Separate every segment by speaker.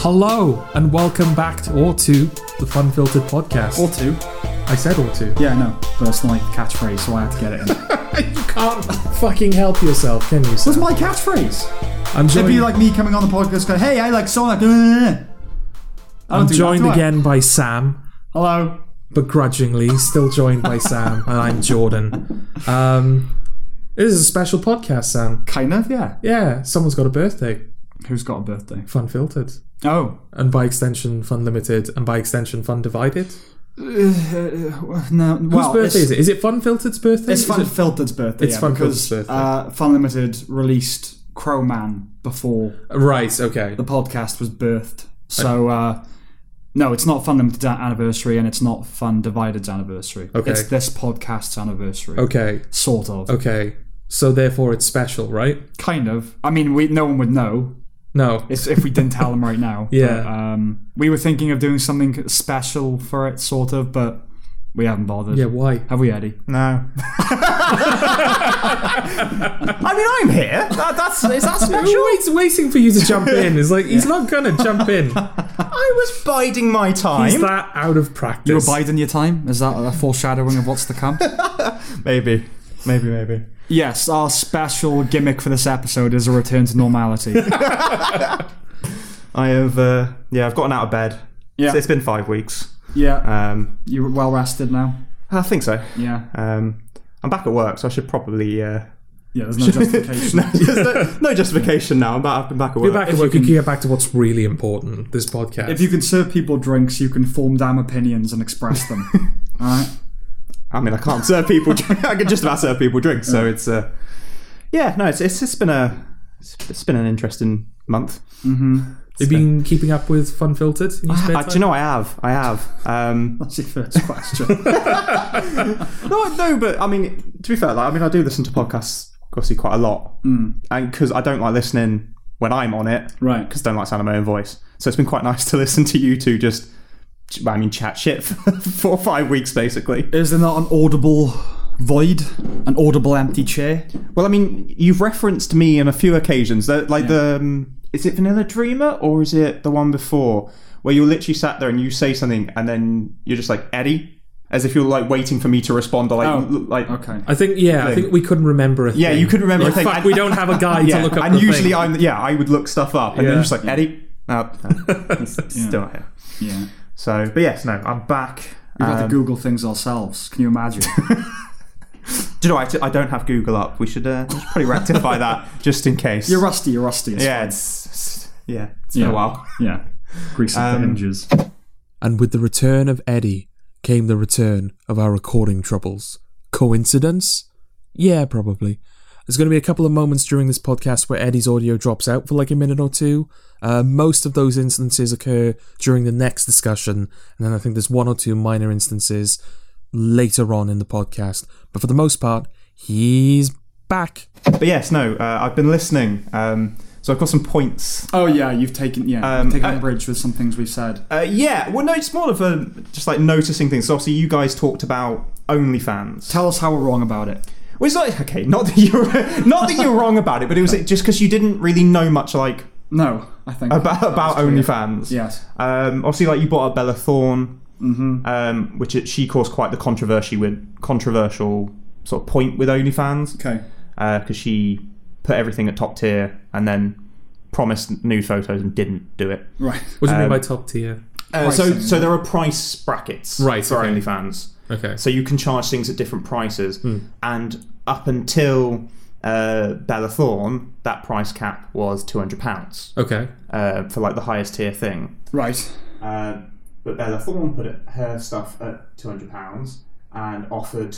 Speaker 1: Hello and welcome back to or to the Fun Filtered podcast.
Speaker 2: Or two.
Speaker 1: I said or to.
Speaker 2: Yeah, I know. But it's like catchphrase, so I had to get it in.
Speaker 1: you can't fucking help yourself, can you?
Speaker 2: That's
Speaker 1: Sam?
Speaker 2: my catchphrase.
Speaker 1: I'm
Speaker 2: It'd
Speaker 1: joined,
Speaker 2: be like me coming on the podcast going, hey, I like Sonic. I don't
Speaker 1: I'm
Speaker 2: do that,
Speaker 1: joined
Speaker 2: do I?
Speaker 1: again by Sam,
Speaker 2: Hello.
Speaker 1: begrudgingly, still joined by Sam, and I'm Jordan. Um, this is a special podcast, Sam.
Speaker 2: Kind of, yeah.
Speaker 1: Yeah, someone's got a birthday.
Speaker 2: Who's got a birthday?
Speaker 1: Fun filtered.
Speaker 2: Oh.
Speaker 1: And by extension, fun limited, and by extension, fun divided.
Speaker 2: Uh, uh, no.
Speaker 1: Whose
Speaker 2: well,
Speaker 1: birthday is
Speaker 2: it's,
Speaker 1: it? Is it Fun Filtered's birthday?
Speaker 2: It's
Speaker 1: Is
Speaker 2: Fun
Speaker 1: it-
Speaker 2: Filtered's birthday.
Speaker 1: It's
Speaker 2: yeah,
Speaker 1: Fun
Speaker 2: because,
Speaker 1: Filtered's birthday.
Speaker 2: Uh, Fun Limited released Crowman before
Speaker 1: Right, okay.
Speaker 2: the podcast was birthed. So, uh, no, it's not Fun Limited's a- anniversary and it's not Fun Divided's anniversary.
Speaker 1: Okay.
Speaker 2: It's this podcast's anniversary.
Speaker 1: Okay,
Speaker 2: Sort of.
Speaker 1: okay. So therefore it's special, right?
Speaker 2: Kind of. I mean, we no one would know
Speaker 1: No.
Speaker 2: if, if we didn't tell them right now.
Speaker 1: Yeah.
Speaker 2: But, um, we were thinking of doing something special for it, sort of, but we haven't bothered.
Speaker 1: Yeah, why?
Speaker 2: Have we, Eddie?
Speaker 3: No. I mean, I'm here. That, that's is that special?
Speaker 1: Everyone's waiting for you to jump in. It's like he's not gonna jump in.
Speaker 3: I was biding my
Speaker 1: He's
Speaker 3: time.
Speaker 1: that out of practice.
Speaker 2: You were biding your time? Is that a foreshadowing of what's to come?
Speaker 3: maybe, maybe, maybe.
Speaker 2: yes, our special gimmick for this episode is a return to normality.
Speaker 3: I have. Uh, yeah, I've gotten out of bed.
Speaker 2: Yeah.
Speaker 3: it's been five weeks.
Speaker 2: yeah.
Speaker 3: Um,
Speaker 2: You're well rested now?
Speaker 3: I think so.
Speaker 2: Yeah.
Speaker 3: Um, I'm back at work, so I should probably. Uh,
Speaker 2: Yeah, there's no justification.
Speaker 3: no, there's no, no justification now. I'm back, I'm back at work.
Speaker 1: Get back to
Speaker 2: If
Speaker 1: work. You
Speaker 2: you
Speaker 1: can
Speaker 2: can-
Speaker 1: get back to what's really important. This podcast.
Speaker 2: If you can serve people drinks, you can form damn opinions and express them. All right?
Speaker 3: I mean, I can't serve people. I can just about serve people drinks. So it's. Uh, yeah, no, it's, it's it's been a it's, it's been an interesting month.
Speaker 2: Mm-hmm.
Speaker 1: You've been keeping up with Fun Filtered. In your spare
Speaker 3: Uh,
Speaker 1: time?
Speaker 3: do you know I have? I have. Um,
Speaker 2: That's your first question.
Speaker 3: No, I- no, but I mean, to be fair, like, I mean, I do listen to podcasts obviously quite a lot, mm. and because I don't like listening when I'm on it,
Speaker 2: right.
Speaker 3: because I don't like sound of my own voice. So it's been quite nice to listen to you two just, I mean, chat shit for four or five weeks basically.
Speaker 2: Is there not an audible void? An audible empty chair?
Speaker 3: Well, I mean, you've referenced me on a few occasions, that like the um, is it Vanilla Dreamer or is it the one before where you literally sat there and you say something and then you're just like Eddie. As if you're like waiting for me to respond, or like,
Speaker 2: Oh,
Speaker 3: l- like
Speaker 2: Okay.
Speaker 1: I think yeah. I
Speaker 3: Thing.
Speaker 1: think we couldn't remember a.
Speaker 3: Yeah,
Speaker 1: thing.
Speaker 3: you could remember
Speaker 1: In
Speaker 3: a thing.
Speaker 1: fact,
Speaker 3: And-
Speaker 1: we don't have a guide to look up.
Speaker 3: and
Speaker 1: the
Speaker 3: usually
Speaker 1: thing.
Speaker 3: I'm yeah, I would look stuff up and
Speaker 1: Yeah.
Speaker 3: then just like Eddie, no, no, he's still not here.
Speaker 2: Yeah.
Speaker 3: So, but yes, no, I'm back.
Speaker 2: We've had to
Speaker 3: Um,
Speaker 2: Google things ourselves. Can you imagine?
Speaker 3: do you know, I, t- I don't have Google up. We should, uh, we should probably rectify that just in case.
Speaker 2: you're rusty. You're rusty. It's
Speaker 3: Yeah,
Speaker 2: fine.
Speaker 3: it's, it's- yeah, it's
Speaker 2: Yeah.
Speaker 3: been a while.
Speaker 2: Yeah. Greasing
Speaker 3: Um,
Speaker 2: hinges.
Speaker 1: And with the return of Eddie came the return of our recording troubles. Coincidence? Yeah, probably. There's going to be a couple of moments during this podcast where Eddie's audio drops out for like a minute or two. Uh, most of those instances occur during the next discussion, and then I think there's one or two minor instances later on in the podcast. But for the most part, he's back.
Speaker 3: But yes, no, uh, I've been listening. Um, so I've got some points.
Speaker 2: Oh yeah, you've taken yeah,
Speaker 3: Um,
Speaker 2: you've taken
Speaker 3: uh,
Speaker 2: a bridge with some things we've said.
Speaker 3: Uh, yeah, well, no, it's more of a just like noticing things. So obviously, you guys talked about OnlyFans.
Speaker 2: Tell us how we're wrong about it.
Speaker 3: Well, it's like okay, not that you're not that you're wrong about it, but it was just because you didn't really know much like
Speaker 2: No, I think
Speaker 3: about
Speaker 2: that
Speaker 3: about
Speaker 2: was clear.
Speaker 3: OnlyFans.
Speaker 2: Yes.
Speaker 3: Um, obviously, like you bought up Bella Thorne,
Speaker 2: Mm-hmm.
Speaker 3: um, which it, she caused quite the controversy with controversial sort of point with OnlyFans
Speaker 2: Okay.
Speaker 3: because she put everything at top tier and then promised nude photos and didn't do it.
Speaker 2: Right.
Speaker 1: What do you mean
Speaker 3: Um,
Speaker 1: by top tier?
Speaker 3: Uh, so,
Speaker 2: Pricing.
Speaker 3: so there are price brackets
Speaker 1: Right,
Speaker 3: for
Speaker 1: okay.
Speaker 3: OnlyFans.
Speaker 1: Okay.
Speaker 3: So you can charge things at different prices, and up until uh, Bella Thorne, that price cap was two hundred pounds
Speaker 1: Okay.
Speaker 3: uh, for like the highest tier thing.
Speaker 2: Right.
Speaker 3: Uh, but Bella Thorne put it, her stuff at two hundred pounds and offered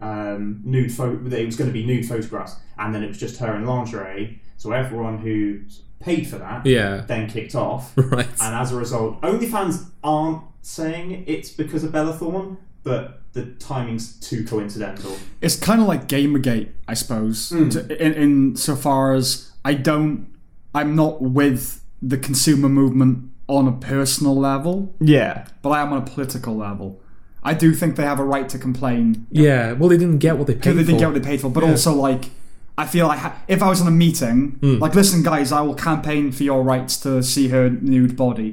Speaker 3: um, nude photo. It was going to be nude photographs, and then it was just her in lingerie. So everyone who paid for that
Speaker 1: Yeah.
Speaker 3: then kicked off,
Speaker 1: Right.
Speaker 3: and as a result, OnlyFans aren't saying it's because of Bella Thorne, but the timing's too coincidental.
Speaker 2: it's kind of like Gamergate, I suppose,
Speaker 1: Hmm.
Speaker 2: to, in, in so far as I don't, I'm not with the consumer movement on a personal level,
Speaker 3: Yeah,
Speaker 2: but I am on a political level. I do think they have a right to complain
Speaker 1: Yeah. Well, they didn't get what they paid
Speaker 2: because they
Speaker 1: for.
Speaker 2: didn't get what they paid for, but also like I feel like ha- if I was in a meeting,
Speaker 1: Hmm.
Speaker 2: like, listen, guys, I will campaign for your rights to see her nude body,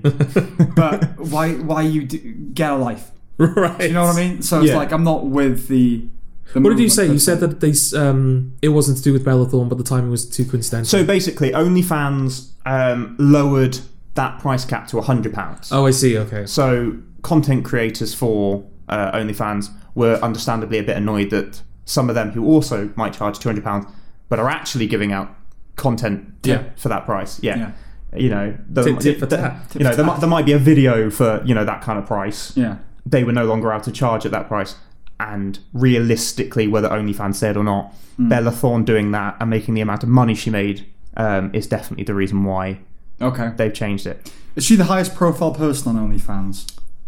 Speaker 2: but why, why you do, get a life?
Speaker 1: right.
Speaker 2: You know what I mean? So it's
Speaker 1: Yeah.
Speaker 2: like I'm not with the. the
Speaker 1: What did you say? You said that they s- um, it wasn't to do with Bellathorn, but the timing was too coincidental.
Speaker 3: So basically, OnlyFans um, lowered that price cap to hundred pounds.
Speaker 1: oh, I see. Okay.
Speaker 3: So content creators for uh, OnlyFans were understandably a bit annoyed that some of them who also might charge two hundred pounds, but are actually giving out content
Speaker 1: Yeah.
Speaker 3: for that price. Yeah.
Speaker 2: Yeah.
Speaker 3: You know, there,
Speaker 1: Tip- tip for
Speaker 3: there-
Speaker 1: tat.
Speaker 3: you know, there, might, there might be a video for you know that kind of price.
Speaker 2: Yeah.
Speaker 3: They were no longer able to charge at that price, and realistically, whether OnlyFans said or not,
Speaker 1: Hmm.
Speaker 3: Bella Thorne doing that and making the amount of money she made um, is definitely the reason why
Speaker 2: Okay.
Speaker 3: they've changed it.
Speaker 2: Is she the highest profile person on OnlyFans?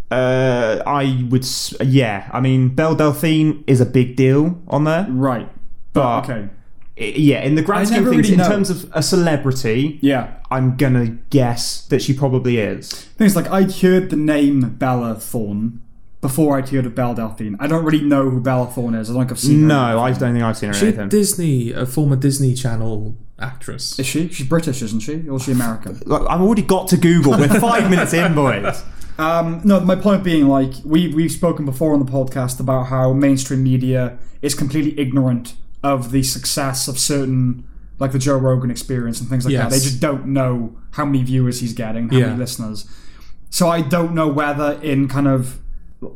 Speaker 3: Uh, I would, s- yeah. I mean, Belle Delphine is a big deal on there,
Speaker 2: Right.
Speaker 3: but
Speaker 2: Okay.
Speaker 3: i- yeah, in the grand
Speaker 2: I
Speaker 3: scheme of
Speaker 2: never
Speaker 3: things,
Speaker 2: really
Speaker 3: in
Speaker 2: know.
Speaker 3: terms of a celebrity,
Speaker 2: Yeah.
Speaker 3: I'm gonna guess that she probably is.
Speaker 2: Things like I'd heard the name Bella Thorne before I'd heard of Belle Delphine. I don't really know who Bella Thorne is. I don't think I've seen her.
Speaker 3: No, I don't think I've seen her in
Speaker 1: She
Speaker 3: anything.
Speaker 1: Disney, a former Disney Channel actress.
Speaker 2: Is she? She's British, isn't she? Or is she American?
Speaker 3: Look, I've already got to Google. We're five minutes in, boys.
Speaker 2: Um, no, my point being, like, we, we've spoken before on the podcast about how mainstream media is completely ignorant of the success of certain, like the Joe Rogan experience and things like
Speaker 1: Yes.
Speaker 2: that. They just don't know how many viewers he's getting, how
Speaker 1: Yeah.
Speaker 2: many listeners. So I don't know whether, in kind of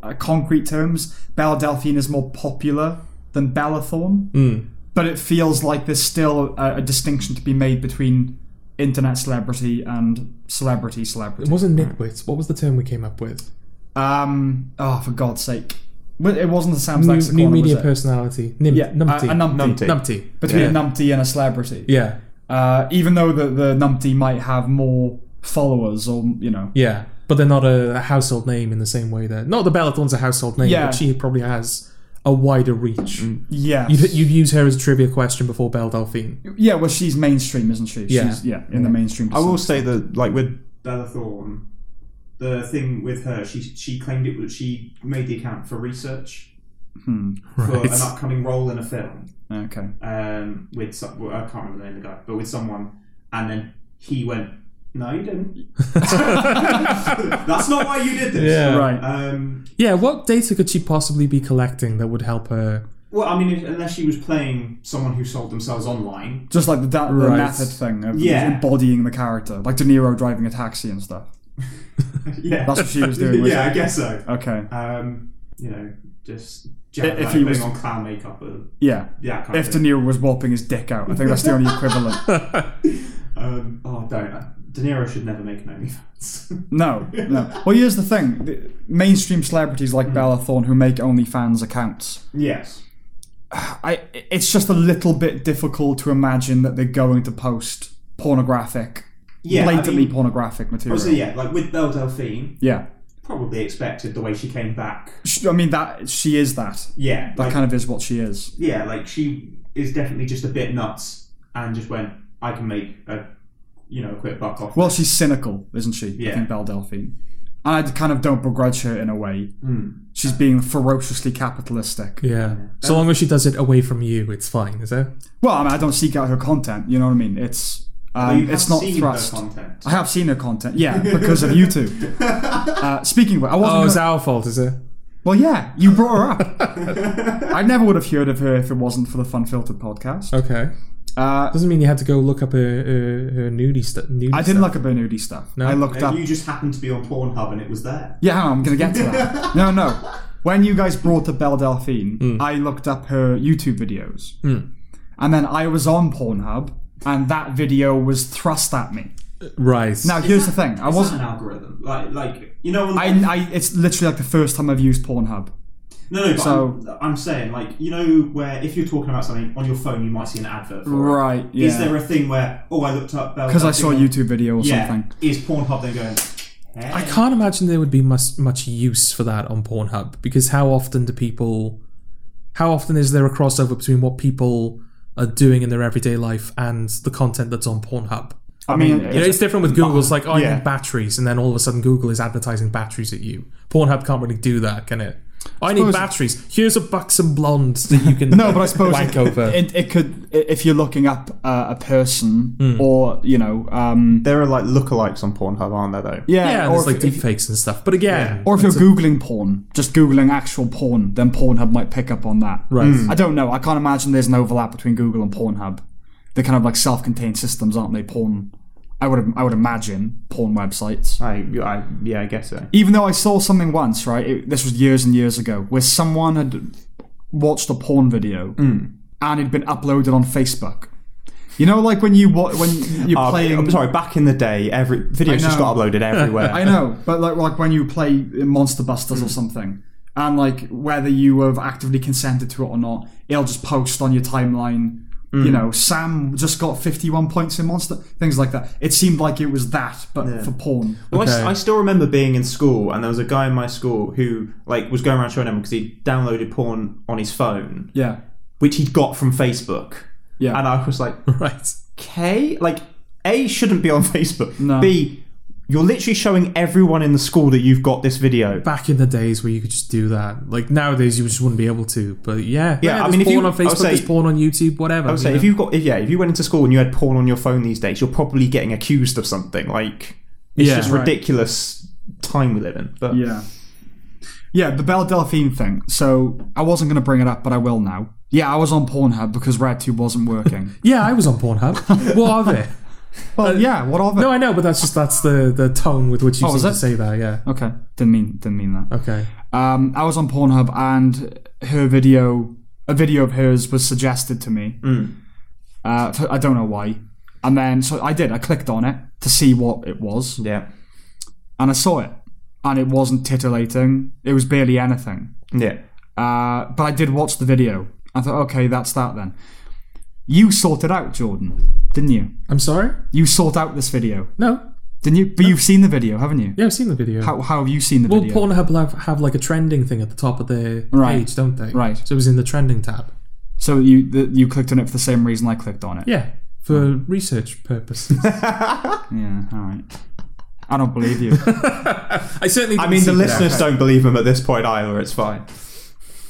Speaker 2: uh, concrete terms, Bella Delphine is more popular than Bella Thorne.
Speaker 1: Hmm.
Speaker 2: But it feels like there's still a, a distinction to be made between internet celebrity and celebrity celebrity.
Speaker 1: It wasn't nitwit. What was the term we came up with?
Speaker 2: Um. Oh, for God's sake! Well, It wasn't the Sam's
Speaker 1: New,
Speaker 2: lexicon,
Speaker 1: new
Speaker 2: was
Speaker 1: media
Speaker 2: it?
Speaker 1: personality. Nim-
Speaker 2: Yeah, uh,
Speaker 1: numpty.
Speaker 2: A, a numpty.
Speaker 3: Numpty.
Speaker 1: numpty.
Speaker 2: Between
Speaker 3: Yeah.
Speaker 2: a numpty and a celebrity.
Speaker 1: Yeah.
Speaker 2: Uh, even though the the numpty might have more followers, or you know.
Speaker 1: Yeah. But they're not a, a household name in the same way that. Not that Bellathorn's a household name,
Speaker 2: Yeah. Mm.
Speaker 1: but she probably has a wider reach.
Speaker 2: Yeah.
Speaker 1: You'd, you'd use her as a trivia question before Belle Delphine.
Speaker 2: yeah. Well, she's mainstream, isn't she?
Speaker 1: Yeah.
Speaker 2: She's, yeah. In the mainstream.
Speaker 3: I will say that, like with Bella Thorne, the thing with her, she she claimed it was she made the account for research for an
Speaker 1: Right.
Speaker 3: upcoming role in a film.
Speaker 2: Okay.
Speaker 3: um, with some, well, I can't remember the name of the guy, but with someone, and then he went, "No, you didn't. That's not why you did this."
Speaker 1: Yeah.
Speaker 2: Right.
Speaker 3: Um,
Speaker 1: Yeah, what data could she possibly be collecting that would help her?
Speaker 3: well, I mean, if, unless she was playing someone who sold themselves online.
Speaker 2: Just like the, da- the
Speaker 1: Right.
Speaker 2: method thing of
Speaker 3: Yeah.
Speaker 2: embodying the character, like De Niro driving a taxi and stuff.
Speaker 3: Yeah.
Speaker 2: That's what she was doing. Was
Speaker 3: yeah, I
Speaker 2: it?
Speaker 3: guess so.
Speaker 2: Okay.
Speaker 3: Um, you know, just
Speaker 2: If-
Speaker 3: generally
Speaker 2: if
Speaker 3: like,
Speaker 2: he
Speaker 3: putting
Speaker 2: was-
Speaker 3: on clown makeup. Or,
Speaker 2: Yeah.
Speaker 3: yeah, kind
Speaker 2: If
Speaker 3: of
Speaker 2: De
Speaker 3: thing.
Speaker 2: Niro was whopping his dick out, I think that's the only equivalent.
Speaker 3: um, oh, don't. De Niro should never make an OnlyFans.
Speaker 2: No, no. Well, here's the thing: the mainstream celebrities
Speaker 3: Hmm.
Speaker 2: like Bella Thorne who make OnlyFans accounts.
Speaker 3: yes.
Speaker 2: I, it's just a little bit difficult to imagine that they're going to post pornographic,
Speaker 3: Yeah. I
Speaker 2: blatantly
Speaker 3: mean,
Speaker 2: pornographic material.
Speaker 3: obviously, yeah, like with Belle Delphine,
Speaker 2: yeah.
Speaker 3: probably expected the way she came back.
Speaker 2: Sh I mean, that she is that.
Speaker 3: Yeah,
Speaker 2: That
Speaker 3: like,
Speaker 2: kind of is what she is.
Speaker 3: yeah, like she is definitely just a bit nuts and just went, I can make a, you know, a quick buck off.
Speaker 2: Well, she's cynical, isn't she? I
Speaker 3: Yeah.
Speaker 2: think Belle Delphine. And I kind of don't begrudge her in a way.
Speaker 3: Hmm.
Speaker 2: She's being ferociously capitalistic.
Speaker 1: Yeah. So long as she does it away from you, it's fine, is it?
Speaker 2: Well, I mean, I don't seek out her content. You know what I mean? It's
Speaker 3: But you
Speaker 2: um,
Speaker 3: have
Speaker 2: it's not
Speaker 3: seen
Speaker 2: thrust.
Speaker 3: her content.
Speaker 2: I have seen her content, yeah, because of you two. Uh, speaking of, which, I wasn't.
Speaker 1: Oh,
Speaker 2: gonna-
Speaker 1: it's our fault, is it?
Speaker 2: well, yeah, you brought her up. I never would have heard of her if it wasn't for the Fun Filtered podcast.
Speaker 1: Okay.
Speaker 2: Uh,
Speaker 1: Doesn't mean you had to go look up her, her, her nudie, stu- nudie
Speaker 2: I
Speaker 1: stuff.
Speaker 2: didn't look at Bernoudi stuff. I looked up.
Speaker 3: And you just happened to be on Pornhub and it was there.
Speaker 2: Yeah, hang on, I'm gonna get to that. no, no. When you guys brought up Belle Delphine,
Speaker 1: Hmm.
Speaker 2: I looked up her YouTube videos, and then I was on Pornhub, and that video was thrust at me.
Speaker 1: Right.
Speaker 2: Now, here's the thing: I
Speaker 3: It's not
Speaker 2: wasn't.
Speaker 3: an algorithm. Like, like you know, on-
Speaker 2: I, I, it's literally like the first time I've used Pornhub.
Speaker 3: no, no. But
Speaker 2: so-
Speaker 3: I'm, I'm saying, like, you know, where if you're talking about something on your phone, you might see an advert. For it.
Speaker 2: Right? Yeah.
Speaker 3: Is there a thing where, oh, I looked up
Speaker 2: Because I saw a YouTube video or
Speaker 3: Yeah.
Speaker 2: something.
Speaker 3: Is Pornhub then going? "Hey."
Speaker 1: I can't imagine there would be much much use for that on Pornhub because how often do people, how often is there a crossover between what people are doing in their everyday life and the content that's on Pornhub?
Speaker 2: I mean,
Speaker 1: You know, it's different with Google. It's like, oh, I
Speaker 2: yeah.
Speaker 1: need batteries, and then all of a sudden Google is advertising batteries at you. Pornhub can't really do that, can it? I need
Speaker 2: Suppose-
Speaker 1: batteries. Here's a buxom blonde that you can
Speaker 2: No, but I suppose
Speaker 1: wank
Speaker 2: it,
Speaker 1: over.
Speaker 2: it, it could i- if you're looking up uh, a person
Speaker 1: Hmm.
Speaker 2: or you know um,
Speaker 4: There are like lookalikes on Pornhub, aren't there? Though.
Speaker 2: yeah,
Speaker 1: yeah, and
Speaker 2: or
Speaker 1: there's like
Speaker 2: if, if-
Speaker 1: deepfakes and stuff. But again,
Speaker 2: or if you're googling porn, just googling actual porn, then Pornhub might pick up on that. Hmm.
Speaker 1: Right.
Speaker 2: I don't know. I can't imagine there's an overlap between Google and Pornhub. They're kind of like self-contained systems, aren't they? Porn. I would I would imagine porn websites.
Speaker 4: I, I yeah, I guess so.
Speaker 2: even though I saw something once, right? It, this was years and years ago, where someone had watched a porn video
Speaker 4: Mm.
Speaker 2: and it'd been uploaded on Facebook. You know, like when you wa- when you're
Speaker 4: Uh,
Speaker 2: playing.
Speaker 4: I'm sorry. Back in the day, every videos
Speaker 2: I
Speaker 4: just
Speaker 2: know.
Speaker 4: got uploaded everywhere.
Speaker 2: I know, but like like when you play Monster Busters
Speaker 4: Mm.
Speaker 2: or something, and like whether you have actively consented to it or not, it'll just post on your timeline.
Speaker 4: Mm.
Speaker 2: You know, Sam just got 51 points in Monster, things like that. It seemed like it was that, but for porn.
Speaker 4: Well, I s-
Speaker 1: Okay.
Speaker 4: I, still remember being in school, and there was a guy in my school who like was going around showing everyone because he downloaded porn on his phone,
Speaker 2: Yeah.
Speaker 4: which he'd got from Facebook.
Speaker 2: Yeah.
Speaker 4: And I was like,
Speaker 1: right.
Speaker 4: okay, like A shouldn't be on Facebook.
Speaker 2: No.
Speaker 4: B, you're literally showing everyone in the school that you've got this video.
Speaker 1: Back in the days where you could just do that, like nowadays you just wouldn't be able to. But yeah,
Speaker 4: Yeah, I
Speaker 1: there's
Speaker 4: mean, if
Speaker 1: porn
Speaker 4: you-
Speaker 1: on
Speaker 4: I would
Speaker 1: Facebook,
Speaker 4: say-
Speaker 1: there's porn on YouTube, whatever.
Speaker 4: I would say if you've got if, yeah, if you went into school and you had porn on your phone these days, you're probably getting accused of something. Like it's
Speaker 1: Yeah.
Speaker 4: just
Speaker 1: Right.
Speaker 4: ridiculous time we live in. But
Speaker 2: Yeah. Yeah, the Belle Delphine thing. So I wasn't going to bring it up, but I will now. Yeah, I was on Pornhub because RadTube wasn't working.
Speaker 1: yeah, I was on Pornhub. what are they?
Speaker 2: well, yeah, what of it?
Speaker 1: No, I know, but that's just that's the the tone with which you seem
Speaker 2: Oh, is
Speaker 1: to
Speaker 2: it?
Speaker 1: say that. Yeah.
Speaker 2: Okay, didn't mean didn't mean that.
Speaker 1: Okay.
Speaker 2: Um, I was on Pornhub and her video, a video of hers was suggested to me. Uh, f- I don't know why. And then so I did. I clicked on it to see what it was,
Speaker 4: yeah.
Speaker 2: and I saw it, and it wasn't titillating. It was barely anything.
Speaker 4: Yeah.
Speaker 2: Uh, but I did watch the video. I thought, okay, that's that then. You sorted out Jordan, didn't you?
Speaker 1: I'm sorry.
Speaker 2: You sort out this video,
Speaker 1: No.
Speaker 2: didn't you? But you've seen the video, haven't you?
Speaker 1: Yeah, I've seen the video.
Speaker 2: How, how have you seen the
Speaker 1: well,
Speaker 2: video?
Speaker 1: Pornhub have, have like a trending thing at the top of their
Speaker 2: Right.
Speaker 1: page, don't they?
Speaker 2: Right.
Speaker 1: So it was in the trending tab.
Speaker 2: so you the, you clicked on it for the same reason I clicked on it.
Speaker 1: Yeah, for research purposes.
Speaker 2: Yeah, all right. I don't believe you.
Speaker 1: I certainly.
Speaker 4: I
Speaker 1: didn't
Speaker 4: mean, the
Speaker 1: seek it out.
Speaker 4: listeners don't believe him at this point either. It's fine.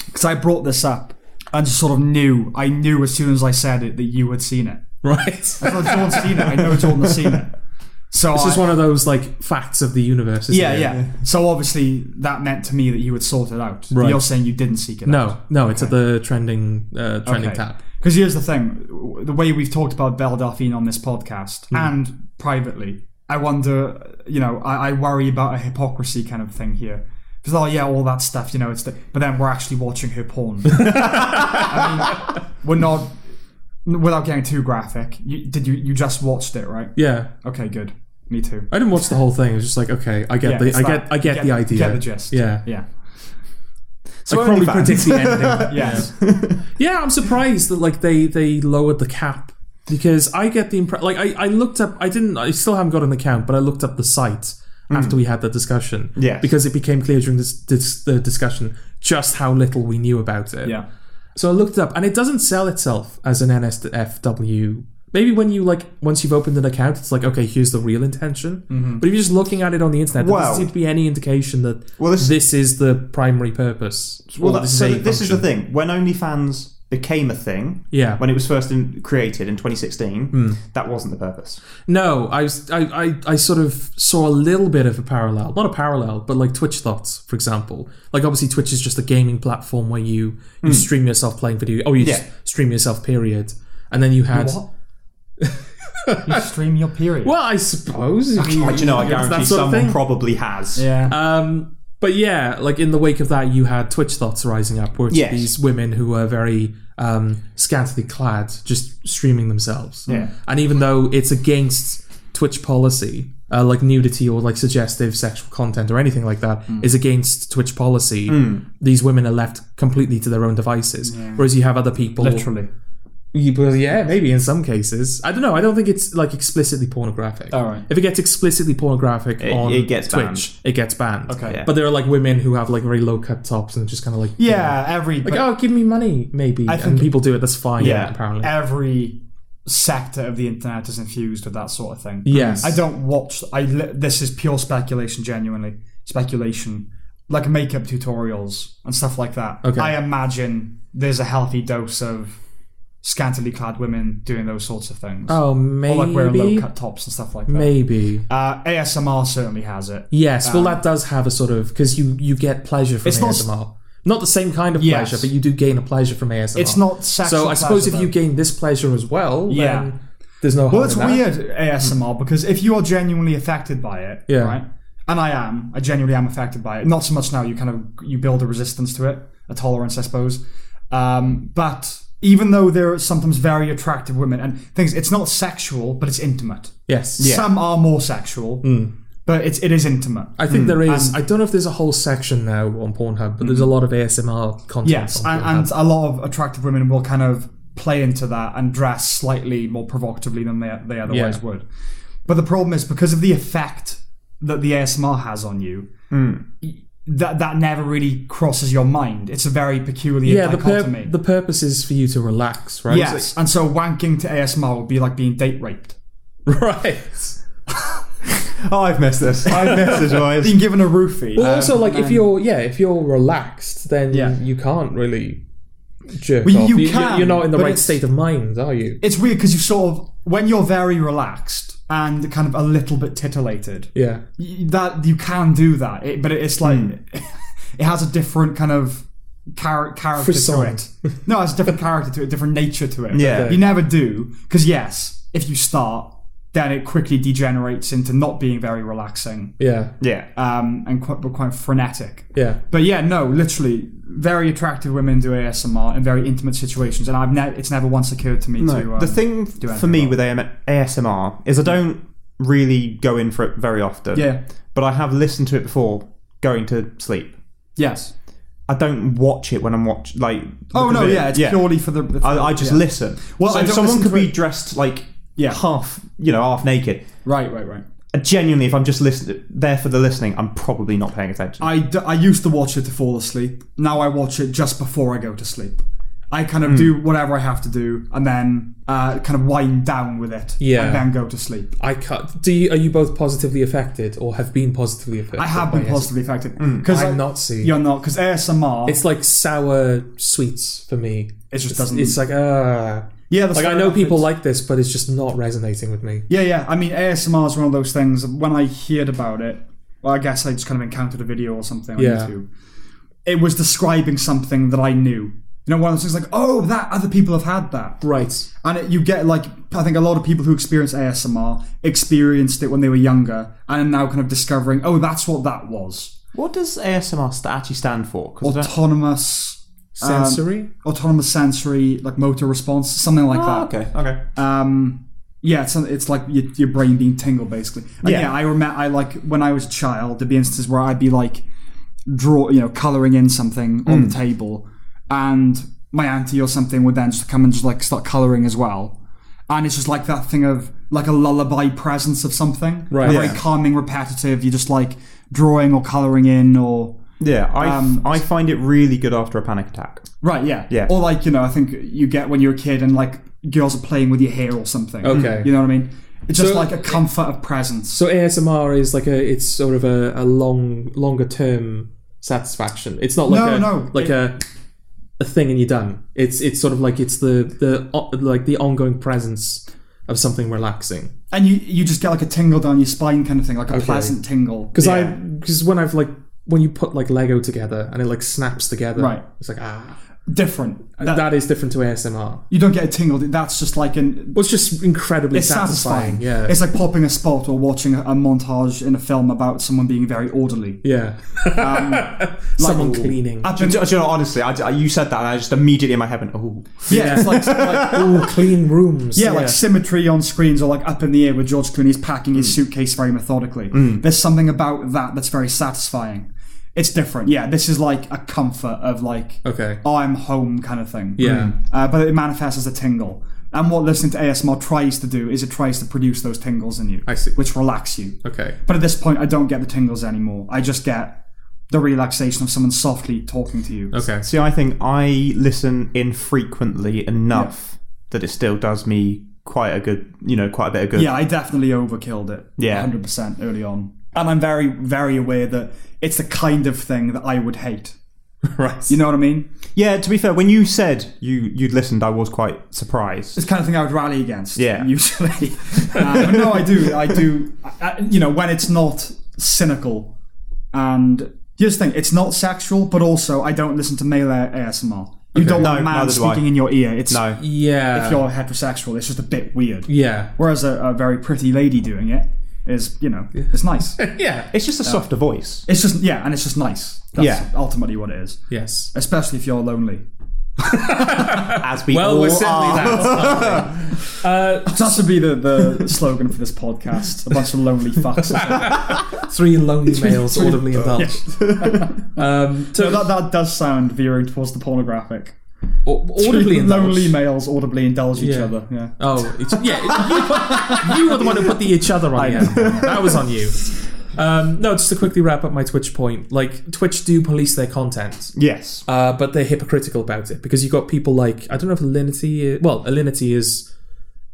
Speaker 2: Because I brought this up and just sort of knew. I knew as soon as I said it that you had seen it.
Speaker 1: Right.
Speaker 2: I thought Jordan's seen it. I know Jordan's seen it. So
Speaker 1: This
Speaker 2: I,
Speaker 1: is one of those like facts of the universe. Isn't
Speaker 2: yeah,
Speaker 1: it?
Speaker 2: yeah, So obviously that meant to me that you had sorted out. But
Speaker 1: Right.
Speaker 2: You're saying you didn't seek it out.
Speaker 1: No, no, it's at the trending uh, trending
Speaker 2: Okay.
Speaker 1: tab.
Speaker 2: Because here's the thing w- the way we've talked about Belle Delphine on this podcast and privately, I wonder, you know, I, I worry about a hypocrisy kind of thing here. Because, oh, yeah, all that stuff, you know, it's the, but then we're actually watching her porn. I mean, we're not, without getting too graphic, you, did you, you just watched it, right?
Speaker 1: Yeah,
Speaker 2: Okay, good. Me too.
Speaker 1: I didn't watch the whole thing. It was just like, okay, I get
Speaker 2: Yeah,
Speaker 1: the,
Speaker 2: it's
Speaker 1: I
Speaker 2: that.
Speaker 1: get, I get,
Speaker 2: Get-
Speaker 1: the idea.
Speaker 2: get the gist.
Speaker 1: Yeah,
Speaker 2: Yeah.
Speaker 4: So
Speaker 1: I probably
Speaker 4: OnlyFans.
Speaker 1: predict the ending.
Speaker 2: Yes.
Speaker 1: yeah, I'm surprised that like they they lowered the cap because I get the impression like I I looked up I didn't I still haven't got an account but I looked up the site
Speaker 4: Hmm.
Speaker 1: after we had the discussion.
Speaker 4: Yes.
Speaker 1: because it became clear during this, this the discussion just how little we knew about it.
Speaker 2: Yeah.
Speaker 1: So I looked it up, and it doesn't sell itself as an NSFW. Maybe when you like, once you've opened an account, it's like, okay, here's the real intention.
Speaker 4: Mm-hmm.
Speaker 1: But if you're just looking at it on the internet, there
Speaker 4: Well-
Speaker 1: doesn't seem to be any indication that
Speaker 4: Well, this-
Speaker 1: this, is the primary purpose.
Speaker 4: Well,
Speaker 1: or
Speaker 4: that,
Speaker 1: this
Speaker 4: so
Speaker 1: a
Speaker 4: this is the
Speaker 1: function.
Speaker 4: thing. When OnlyFans became a thing,
Speaker 1: Yeah.
Speaker 4: when it was first in, created in 2016,
Speaker 2: Hmm.
Speaker 4: that wasn't the purpose.
Speaker 1: No, I, was, I, I, I sort of saw a little bit of a parallel. Not a parallel, but like Twitch Thoughts, for example. Like, obviously, Twitch is just a gaming platform where you, you stream yourself playing video. Oh, you
Speaker 4: Hmm. Yeah.
Speaker 1: just stream yourself, period. And then you had.
Speaker 2: you stream your period.
Speaker 1: Well, I suppose. if
Speaker 4: But you know, I
Speaker 1: it's that
Speaker 4: guarantee
Speaker 1: sort of
Speaker 4: someone
Speaker 1: thing.
Speaker 4: probably has.
Speaker 2: Yeah.
Speaker 1: Um, but yeah, like in the wake of that, you had Twitch thoughts rising up, which
Speaker 4: Yes.
Speaker 1: are these women who were very um, scantily clad, just streaming themselves.
Speaker 4: Yeah.
Speaker 1: And even though it's against Twitch policy, uh, like nudity or like suggestive sexual content or anything like that is
Speaker 4: Mm.
Speaker 1: against Twitch policy, these women are left completely to their own devices. Whereas you have other people,
Speaker 2: Literally.
Speaker 1: You- well, yeah, maybe in some cases. I don't know. I don't think it's like explicitly pornographic.
Speaker 2: All right.
Speaker 1: If it gets explicitly pornographic on
Speaker 4: it gets
Speaker 1: Twitch,
Speaker 4: banned.
Speaker 1: it gets banned.
Speaker 2: Okay.
Speaker 4: Yeah.
Speaker 1: But there are like women who have like very low cut tops and just kind of like
Speaker 2: Yeah, every.
Speaker 1: like oh give me money maybe and
Speaker 2: think-
Speaker 1: people do it. That's fine.
Speaker 4: Yeah.
Speaker 1: apparently.
Speaker 2: every sector of the internet is infused with that sort of thing.
Speaker 1: Yes.
Speaker 2: I don't watch. I li- this is pure speculation, genuinely speculation. like makeup tutorials and stuff like that.
Speaker 1: Okay.
Speaker 2: I imagine there's a healthy dose of scantily clad women doing those sorts of things.
Speaker 1: Oh,
Speaker 2: or
Speaker 1: maybe.
Speaker 2: like wearing low cut tops and stuff like that.
Speaker 1: maybe.
Speaker 2: Uh, ASMR certainly has it.
Speaker 1: Yes. well, that does have a sort of because you you get pleasure from
Speaker 2: Um, It's not s-
Speaker 1: ASMR. Not, the same kind of
Speaker 2: Yes.
Speaker 1: pleasure, but you do gain a pleasure from ASMR.
Speaker 2: It's not sexual.
Speaker 1: So I suppose if
Speaker 2: pleasure,
Speaker 1: you
Speaker 2: though.
Speaker 1: gain this pleasure as well,
Speaker 2: Yeah.
Speaker 1: then there's no.
Speaker 2: Well,
Speaker 1: harm
Speaker 2: it's
Speaker 1: in that.
Speaker 2: weird ASMR because if you are genuinely affected by it,
Speaker 1: Yeah.
Speaker 2: right? And I am, I genuinely am affected by it. Not so much now. You kind of you build a resistance to it, a tolerance, I suppose. Um, but even though there are sometimes very attractive women and things, it's not sexual, but it's intimate.
Speaker 1: Yes.
Speaker 2: Some are more sexual,
Speaker 1: Mm.
Speaker 2: but it's it is intimate.
Speaker 1: I think there is. I don't know if there's a whole section now on Pornhub, but there's a lot of ASMR content.
Speaker 2: Hmm. yes,
Speaker 1: on
Speaker 2: and, and a lot of attractive women will kind of play into that and dress slightly more provocatively than they, they otherwise
Speaker 1: Yeah.
Speaker 2: would. But the problem is because of the effect that the ASMR has on you.
Speaker 3: Hmm.
Speaker 2: y- That, that never really crosses your mind. It's a very peculiar
Speaker 1: yeah, the, pur-
Speaker 2: dichotomy.
Speaker 1: the purpose is for you to relax, right?
Speaker 2: yes, and so wanking to ASMR would be like being date raped.
Speaker 1: right.
Speaker 3: Oh, I've missed this. I've missed this, boys. Uh,
Speaker 2: Being given a roofie.
Speaker 1: But also, like, if
Speaker 2: and-
Speaker 1: you're yeah, if you're relaxed, then
Speaker 2: Yeah.
Speaker 1: you can't really jerk
Speaker 2: Well,
Speaker 1: off.
Speaker 2: you
Speaker 1: you're-
Speaker 2: can,
Speaker 1: you're not in the
Speaker 2: but
Speaker 1: right
Speaker 2: it's-
Speaker 1: state of mind, are you?
Speaker 2: it's weird because you sort of when you're very relaxed and kind of a little bit titillated
Speaker 1: Yeah.
Speaker 2: y- that you can do that it, but it's like
Speaker 3: Hmm.
Speaker 2: it has a different kind of char- character
Speaker 1: Frisson.
Speaker 2: to it no it's a different character to it different nature to it
Speaker 3: Yeah.
Speaker 2: you never do because yes if you start then it quickly degenerates into not being very relaxing
Speaker 1: Yeah.
Speaker 3: Yeah.
Speaker 2: um, and quite, but quite frenetic
Speaker 1: Yeah.
Speaker 2: but yeah, no, literally, very attractive women do ASMR in very intimate situations, and I've ne- it's never once occurred to me
Speaker 3: No,
Speaker 2: to. Um,
Speaker 3: the thing for
Speaker 2: anything
Speaker 3: me
Speaker 2: about
Speaker 3: with AM- ASMR is I don't really go in for it very often.
Speaker 2: Yeah.
Speaker 3: But I have listened to it before going to sleep.
Speaker 2: Yes.
Speaker 3: I don't watch it when I'm watch like.
Speaker 2: Oh
Speaker 3: look
Speaker 2: no,
Speaker 3: at it.
Speaker 2: yeah, it's purely for the.
Speaker 3: I, I just
Speaker 2: yeah.
Speaker 3: listen.
Speaker 2: Well,
Speaker 3: Well, so
Speaker 2: I
Speaker 3: if
Speaker 2: don't
Speaker 3: someone
Speaker 2: listen
Speaker 3: could
Speaker 2: to
Speaker 3: be
Speaker 2: it-
Speaker 3: dressed like
Speaker 2: Yeah.
Speaker 3: half, you know, half naked.
Speaker 2: Right, right, right.
Speaker 3: And genuinely, if I'm just listening there for the listening, I'm probably not paying attention.
Speaker 2: I, d- I used to watch it to fall asleep. Now I watch it just before I go to sleep. I kind
Speaker 1: Hmm.
Speaker 2: of do whatever I have to do, and then uh, kind of wind down with it,
Speaker 1: Yeah.
Speaker 2: and then go to sleep.
Speaker 1: I cut. Do you, are you both positively affected or have been positively affected?
Speaker 2: I have been
Speaker 1: by it?
Speaker 2: positively affected because
Speaker 1: Hmm. I'm not seeing.
Speaker 2: You're not because ASMR.
Speaker 1: It's like sour sweets for me.
Speaker 2: it just
Speaker 1: It's,
Speaker 2: doesn't.
Speaker 1: it's like ah.
Speaker 2: yeah, the
Speaker 1: Like I
Speaker 2: stuff
Speaker 1: know
Speaker 2: that
Speaker 1: people
Speaker 2: fits-
Speaker 1: like this, but it's just not resonating with me.
Speaker 2: Yeah, yeah. I mean, ASMR is one of those things. When I heard about it, well, I guess I just kind of encountered a video or something on
Speaker 1: Yeah.
Speaker 2: YouTube. It was describing something that I knew. You know, one of those things like, oh, that other people have had that,
Speaker 1: Right.
Speaker 2: and it, you get like, I think a lot of people who experience ASMR experienced it when they were younger, and are now kind of discovering, oh, that's what that was.
Speaker 3: what does ASMR st- actually stand for? 'Cause I don't-
Speaker 2: Autonomous,
Speaker 1: Sensory.
Speaker 2: autonomous sensory, like motor response, something like that.
Speaker 3: Ah, okay, okay.
Speaker 2: Um, yeah, it's, it's like your, your brain being tingled basically. And yeah.
Speaker 3: Yeah.
Speaker 2: I remember. I like when I was a child, there'd be instances where I'd be like draw, you know, coloring in something on
Speaker 1: Mm.
Speaker 2: the table, and my auntie or something would then just come and just like start coloring as well. And it's just like that thing of like a lullaby presence of something,
Speaker 1: Right.
Speaker 2: A
Speaker 1: Yeah.
Speaker 2: Very calming, repetitive. You're just like drawing or coloring in or
Speaker 3: Yeah, I, f-
Speaker 2: Um,
Speaker 3: I find it really good after a panic attack.
Speaker 2: Right, yeah.
Speaker 3: Yeah.
Speaker 2: Or like, you know, I think you get when you're a kid and like girls are playing with your hair or something.
Speaker 1: Okay.
Speaker 2: You know what I mean? It's just
Speaker 1: So-
Speaker 2: like a comfort of presence.
Speaker 1: So ASMR is like a it's sort of a, a long longer term satisfaction. It's not like
Speaker 2: No,
Speaker 1: a
Speaker 2: no,
Speaker 1: like
Speaker 2: it-
Speaker 1: a a thing and you're done. It's it's sort of like it's the the o- like the ongoing presence of something relaxing.
Speaker 2: And you you just get like a tingle down your spine kind of thing, like a pleasant tingle.
Speaker 1: Because I because when I've like when you put like Lego together and it like snaps together,
Speaker 2: Right.
Speaker 1: It's like ah,
Speaker 2: different. That-
Speaker 1: that is different to ASMR.
Speaker 2: you don't get a tingle. That's just like an
Speaker 1: Well, it's just incredibly
Speaker 2: it's satisfying.
Speaker 1: satisfying. Yeah,
Speaker 2: It's like popping a spot or watching a, a montage in a film about someone being very orderly.
Speaker 1: yeah. Um, Someone cleaning.
Speaker 2: Up
Speaker 3: Do,
Speaker 2: in-
Speaker 3: you- do you know, honestly, I, I- you said that, and I just immediately in my head went, "Oh,
Speaker 2: yeah, it's like, like-
Speaker 1: Ooh, clean rooms.
Speaker 2: yeah, like symmetry on screens or like up in the air where George Clooney's packing
Speaker 1: Mm.
Speaker 2: his suitcase very methodically. There's something about that that's very satisfying. It's different. Yeah, this is like a comfort of like
Speaker 1: Okay.
Speaker 2: I'm home kind of thing.
Speaker 1: Yeah.
Speaker 2: Uh, but it manifests as a tingle. And what listening to ASMR tries to do is it tries to produce those tingles in you.
Speaker 1: I see.
Speaker 2: Which relax you.
Speaker 1: Okay.
Speaker 2: But at this point, I don't get the tingles anymore. I just get the relaxation of someone softly talking to you.
Speaker 1: Okay.
Speaker 3: See, I think I listen infrequently enough that it still does me quite a good, you know, quite a bit of good.
Speaker 2: Yeah, I definitely overkilled it.
Speaker 3: Yeah.
Speaker 2: 100% early on. And I'm very, very aware that it's the kind of thing that I would hate.
Speaker 1: right.
Speaker 2: You know what I mean?
Speaker 3: Yeah, to be fair, when you said you you'd listened, I was quite surprised.
Speaker 2: It's the kind of thing I would rally against.
Speaker 3: Yeah.
Speaker 2: Usually. uh, but no, I do. I do. I, I- you know, when it's not cynical. And here's the thing it's not sexual, but also I don't listen to male A- ASMR. You don't want
Speaker 3: No,
Speaker 2: a man
Speaker 3: neither do I.
Speaker 2: speaking in your ear. It's
Speaker 3: No,
Speaker 1: yeah.
Speaker 2: if you're heterosexual, it's just a bit weird.
Speaker 1: yeah.
Speaker 2: Whereas a, a very pretty lady doing it is, you know, it's nice.
Speaker 1: Yeah.
Speaker 3: it's just a softer voice.
Speaker 2: It's just yeah, and it's just nice. That's
Speaker 3: Yeah.
Speaker 2: ultimately what it is.
Speaker 1: Yes.
Speaker 2: Especially if you're lonely.
Speaker 3: As we
Speaker 1: Well,
Speaker 3: all
Speaker 1: we're certainly
Speaker 3: are.
Speaker 1: that. aren't we? Uh,
Speaker 2: So that should be the, the slogan for this podcast. A bunch of lonely fucks.
Speaker 1: three lonely males audibly indulged. Um, so
Speaker 2: So that, that does sound veering towards the pornographic.
Speaker 1: au- audibly indulged.
Speaker 2: lonely males audibly indulge each
Speaker 1: Yeah.
Speaker 2: other. Yeah.
Speaker 1: Oh, it's, yeah. it- You, you were the one who put the each other on the end. That was on you. Um, no, just to quickly wrap up my Twitch point. Like, Twitch do police their content,
Speaker 3: Yes.
Speaker 1: uh, but they're hypocritical about it because you've got people like I don't know if Alinity. Is, well, Alinity is.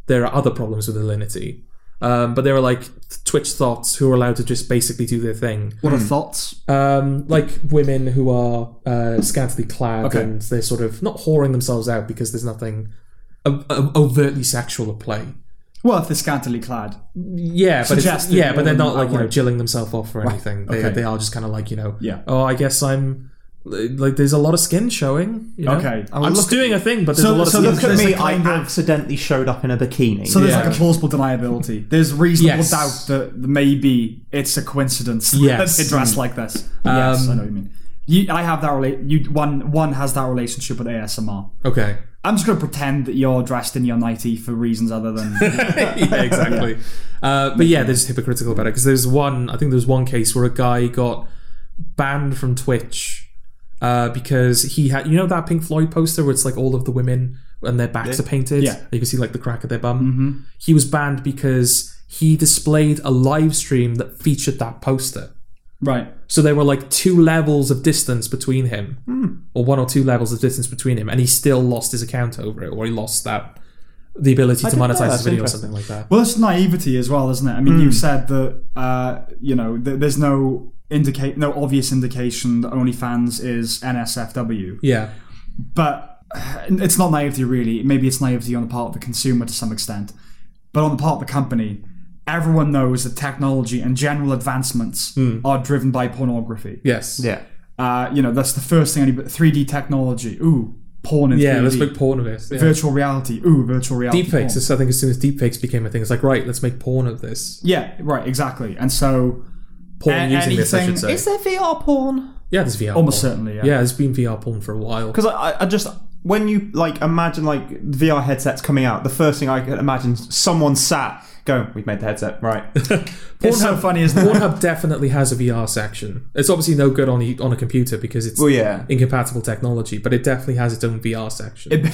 Speaker 1: There are other problems with Alinity, um, but there are like Twitch thoughts who are allowed to just basically do their thing.
Speaker 2: What are thoughts?
Speaker 1: um, like women who are uh, scantily clad
Speaker 2: Okay.
Speaker 1: and they're sort of not whoring themselves out because there's nothing o- o- overtly sexual at play.
Speaker 2: Well, if they're scantily clad.
Speaker 1: Yeah, but it's,
Speaker 2: Suggestive
Speaker 1: yeah, but they're not
Speaker 2: or
Speaker 1: like you know
Speaker 2: outright.
Speaker 1: jilling themselves off or anything. They,
Speaker 2: okay.
Speaker 1: they are just kind of like you know.
Speaker 2: Yeah.
Speaker 1: Oh, I guess I'm like there's a lot of skin showing. You know?
Speaker 2: Okay.
Speaker 1: I'm just doing a thing, but there's
Speaker 2: So-
Speaker 1: a lot
Speaker 2: so
Speaker 1: of
Speaker 3: Look
Speaker 1: skin.
Speaker 2: there's-
Speaker 3: at
Speaker 2: a
Speaker 3: me, I
Speaker 2: kind of-
Speaker 3: accidentally showed up in a bikini.
Speaker 2: So there's
Speaker 1: Yeah.
Speaker 2: like a plausible deniability. There's reasonable
Speaker 1: Yes.
Speaker 2: doubt that maybe it's a coincidence
Speaker 1: Yes. Hmm. Um,
Speaker 2: that they dress like this. yes, I know what you mean. You, I have that relate. You one one has that relationship with ASMR.
Speaker 1: okay.
Speaker 2: I'm just gonna pretend that you're dressed in your nighty for reasons other than
Speaker 1: yeah, exactly. Uh, but yeah, they're just hypocritical about it because there's one. I think there's one case where a guy got banned from Twitch uh, because he had, you know, that Pink Floyd poster where it's like all of the women and their backs are painted.
Speaker 2: Yeah.
Speaker 1: you can see like the crack of their bum.
Speaker 3: Mm-hmm.
Speaker 1: He was banned because he displayed a live stream that featured that poster.
Speaker 2: right.
Speaker 1: So there were like two levels of distance between him,
Speaker 3: Hmm.
Speaker 1: or one or two levels of distance between him, and he still lost his account over it, or he lost that the ability to
Speaker 3: didn't know,
Speaker 1: monetize his
Speaker 3: that's
Speaker 1: video or
Speaker 3: interesting.
Speaker 1: something like that.
Speaker 2: Well, it's naivety as well, isn't it? I mean,
Speaker 1: Hmm.
Speaker 2: you said that uh, you know th- there's no indicate, no obvious indication that OnlyFans is NSFW,
Speaker 1: Yeah.
Speaker 2: but uh, it's not naivety really. Maybe it's naivety on the part of the consumer to some extent, but on the part of the company, everyone knows that technology and general advancements
Speaker 1: Hmm.
Speaker 2: are driven by pornography.
Speaker 1: Yes.
Speaker 3: yeah.
Speaker 2: Uh, you know, that's the first thing. Anybody, 3D technology, ooh, porn in
Speaker 1: Yeah,
Speaker 2: 3D.
Speaker 1: let's make porn of it. Yeah.
Speaker 2: virtual reality, ooh, virtual reality. porn.
Speaker 1: deepfakes. It's, I think as soon as deepfakes became a thing, it's like right, let's make porn of this.
Speaker 2: Yeah, right, exactly. And so
Speaker 1: Porn
Speaker 2: A-
Speaker 1: using this, I should
Speaker 2: anything-
Speaker 1: say.
Speaker 3: Is there VR porn?
Speaker 1: yeah, there's VR.
Speaker 2: almost
Speaker 1: porn.
Speaker 2: certainly, yeah.
Speaker 1: Yeah, there's been VR porn for a while.
Speaker 3: Because I, I just when you like imagine like VR headsets coming out, the first thing I could imagine is someone sat going, "We've made the headset right."
Speaker 2: It's so funny, isn't it?
Speaker 1: Pornhub definitely has a VR section. It's obviously no good on a, on a computer because it's
Speaker 3: well, yeah.
Speaker 1: incompatible technology, but it definitely has its own VR section.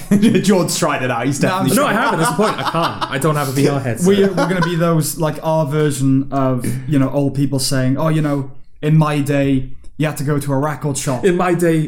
Speaker 3: George tried it out. He's definitely
Speaker 1: no, I haven't. That's the point. I can't. I don't have a VR headset.
Speaker 2: We, we're going to be those, like, our version of, you know, old people saying, oh, you know, in my day, you had to go to a record shop.
Speaker 1: In my day,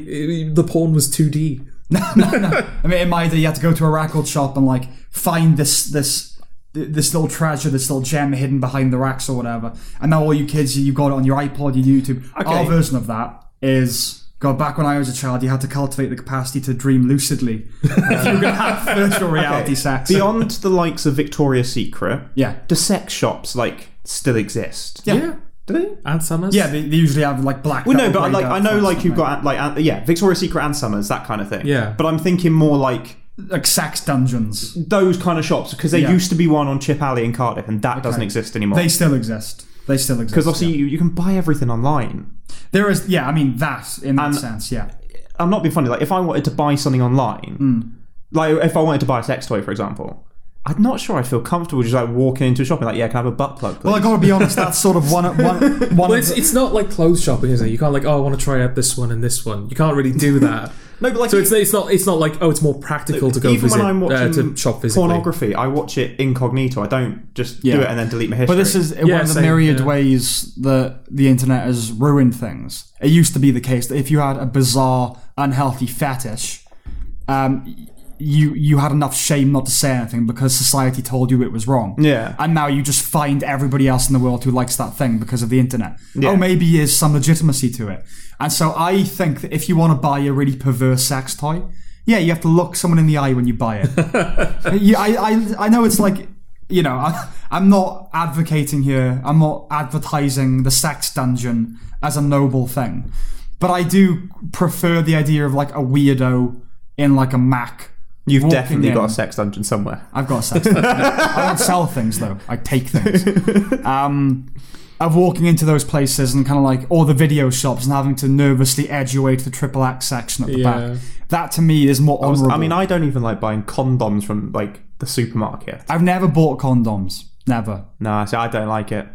Speaker 1: i- the porn was 2D.
Speaker 2: I mean, in my day, you had to go to a record shop and, like, find this, this, this little treasure, this little gem hidden behind the racks or whatever. And now all you kids, you've got it on your iPod, your YouTube. Our version of that is. God, back when I was a child, you had to cultivate the capacity to dream lucidly. if you were going to have virtual reality sex.
Speaker 3: beyond the likes of Victoria's Secret.
Speaker 2: yeah.
Speaker 3: Do sex shops like still exist?
Speaker 2: Yeah.
Speaker 3: do they?
Speaker 1: And Summers.
Speaker 2: Yeah, they, they usually have like black.
Speaker 3: Well, no, but like I know, like you've got like uh, yeah, Victoria's Secret and Summers, that kind of thing.
Speaker 1: Yeah.
Speaker 3: But I'm thinking more like
Speaker 2: like sex dungeons.
Speaker 3: those kind of shops because there
Speaker 2: Yeah.
Speaker 3: used to be one on Chip Alley in Cardiff, and that doesn't exist anymore.
Speaker 2: They still exist. They still exist.
Speaker 3: Oh. Because obviously you, you can buy everything online.
Speaker 2: yeah. there is, yeah. I mean that in that sense, yeah.
Speaker 3: I'm not being funny. Like if I wanted to buy something online, like if I wanted to buy a sex toy, for example, I'm not sure I feel comfortable just like walking into a shop and like, yeah, can I have a butt plug? Please?
Speaker 2: Well, I gotta be honest. That's sort of one, one, one.
Speaker 1: Well,
Speaker 2: of
Speaker 1: it's,
Speaker 2: the-
Speaker 1: it's not like clothes shopping, is it? You can't like, oh, I want to try out this one and this one. You can't really do that.
Speaker 3: no, but like
Speaker 1: So it's, it's not it's not like oh it's more practical to go
Speaker 3: even
Speaker 1: visit
Speaker 3: when I'm watching
Speaker 1: uh, to shop physically.
Speaker 3: pornography, I watch it incognito. I don't just
Speaker 2: Yeah.
Speaker 3: do it and then delete my history.
Speaker 2: but this is one of the
Speaker 1: same,
Speaker 2: myriad
Speaker 1: yeah.
Speaker 2: ways that the internet has ruined things. It used to be the case that if you had a bizarre, unhealthy fetish, um, you you had enough shame not to say anything because society told you it was wrong.
Speaker 3: Yeah.
Speaker 2: And now you just find everybody else in the world who likes that thing because of the internet.
Speaker 3: Yeah.
Speaker 2: Oh, maybe there's some legitimacy to it. And so I think that if you want to buy a really perverse sex toy, yeah, you have to look someone in the eye when you buy it. yeah, I, I, I know it's like, you know, I, I'm not advocating here, I'm not advertising the sex dungeon as a noble thing. But I do prefer the idea of like a weirdo in like a Mac.
Speaker 3: You've
Speaker 2: walking
Speaker 3: definitely
Speaker 2: in.
Speaker 3: got a sex dungeon somewhere.
Speaker 2: I've got a sex dungeon. I don't sell things though, I take things. Um, of walking into those places and kind of like, or the video shops and having to nervously edge your way to the triple X section at the
Speaker 1: Yeah.
Speaker 2: back. That to me is more honourable.
Speaker 3: I mean, I don't even like buying condoms from like the supermarket.
Speaker 2: I've never bought condoms. Never.
Speaker 3: No, so I don't like it.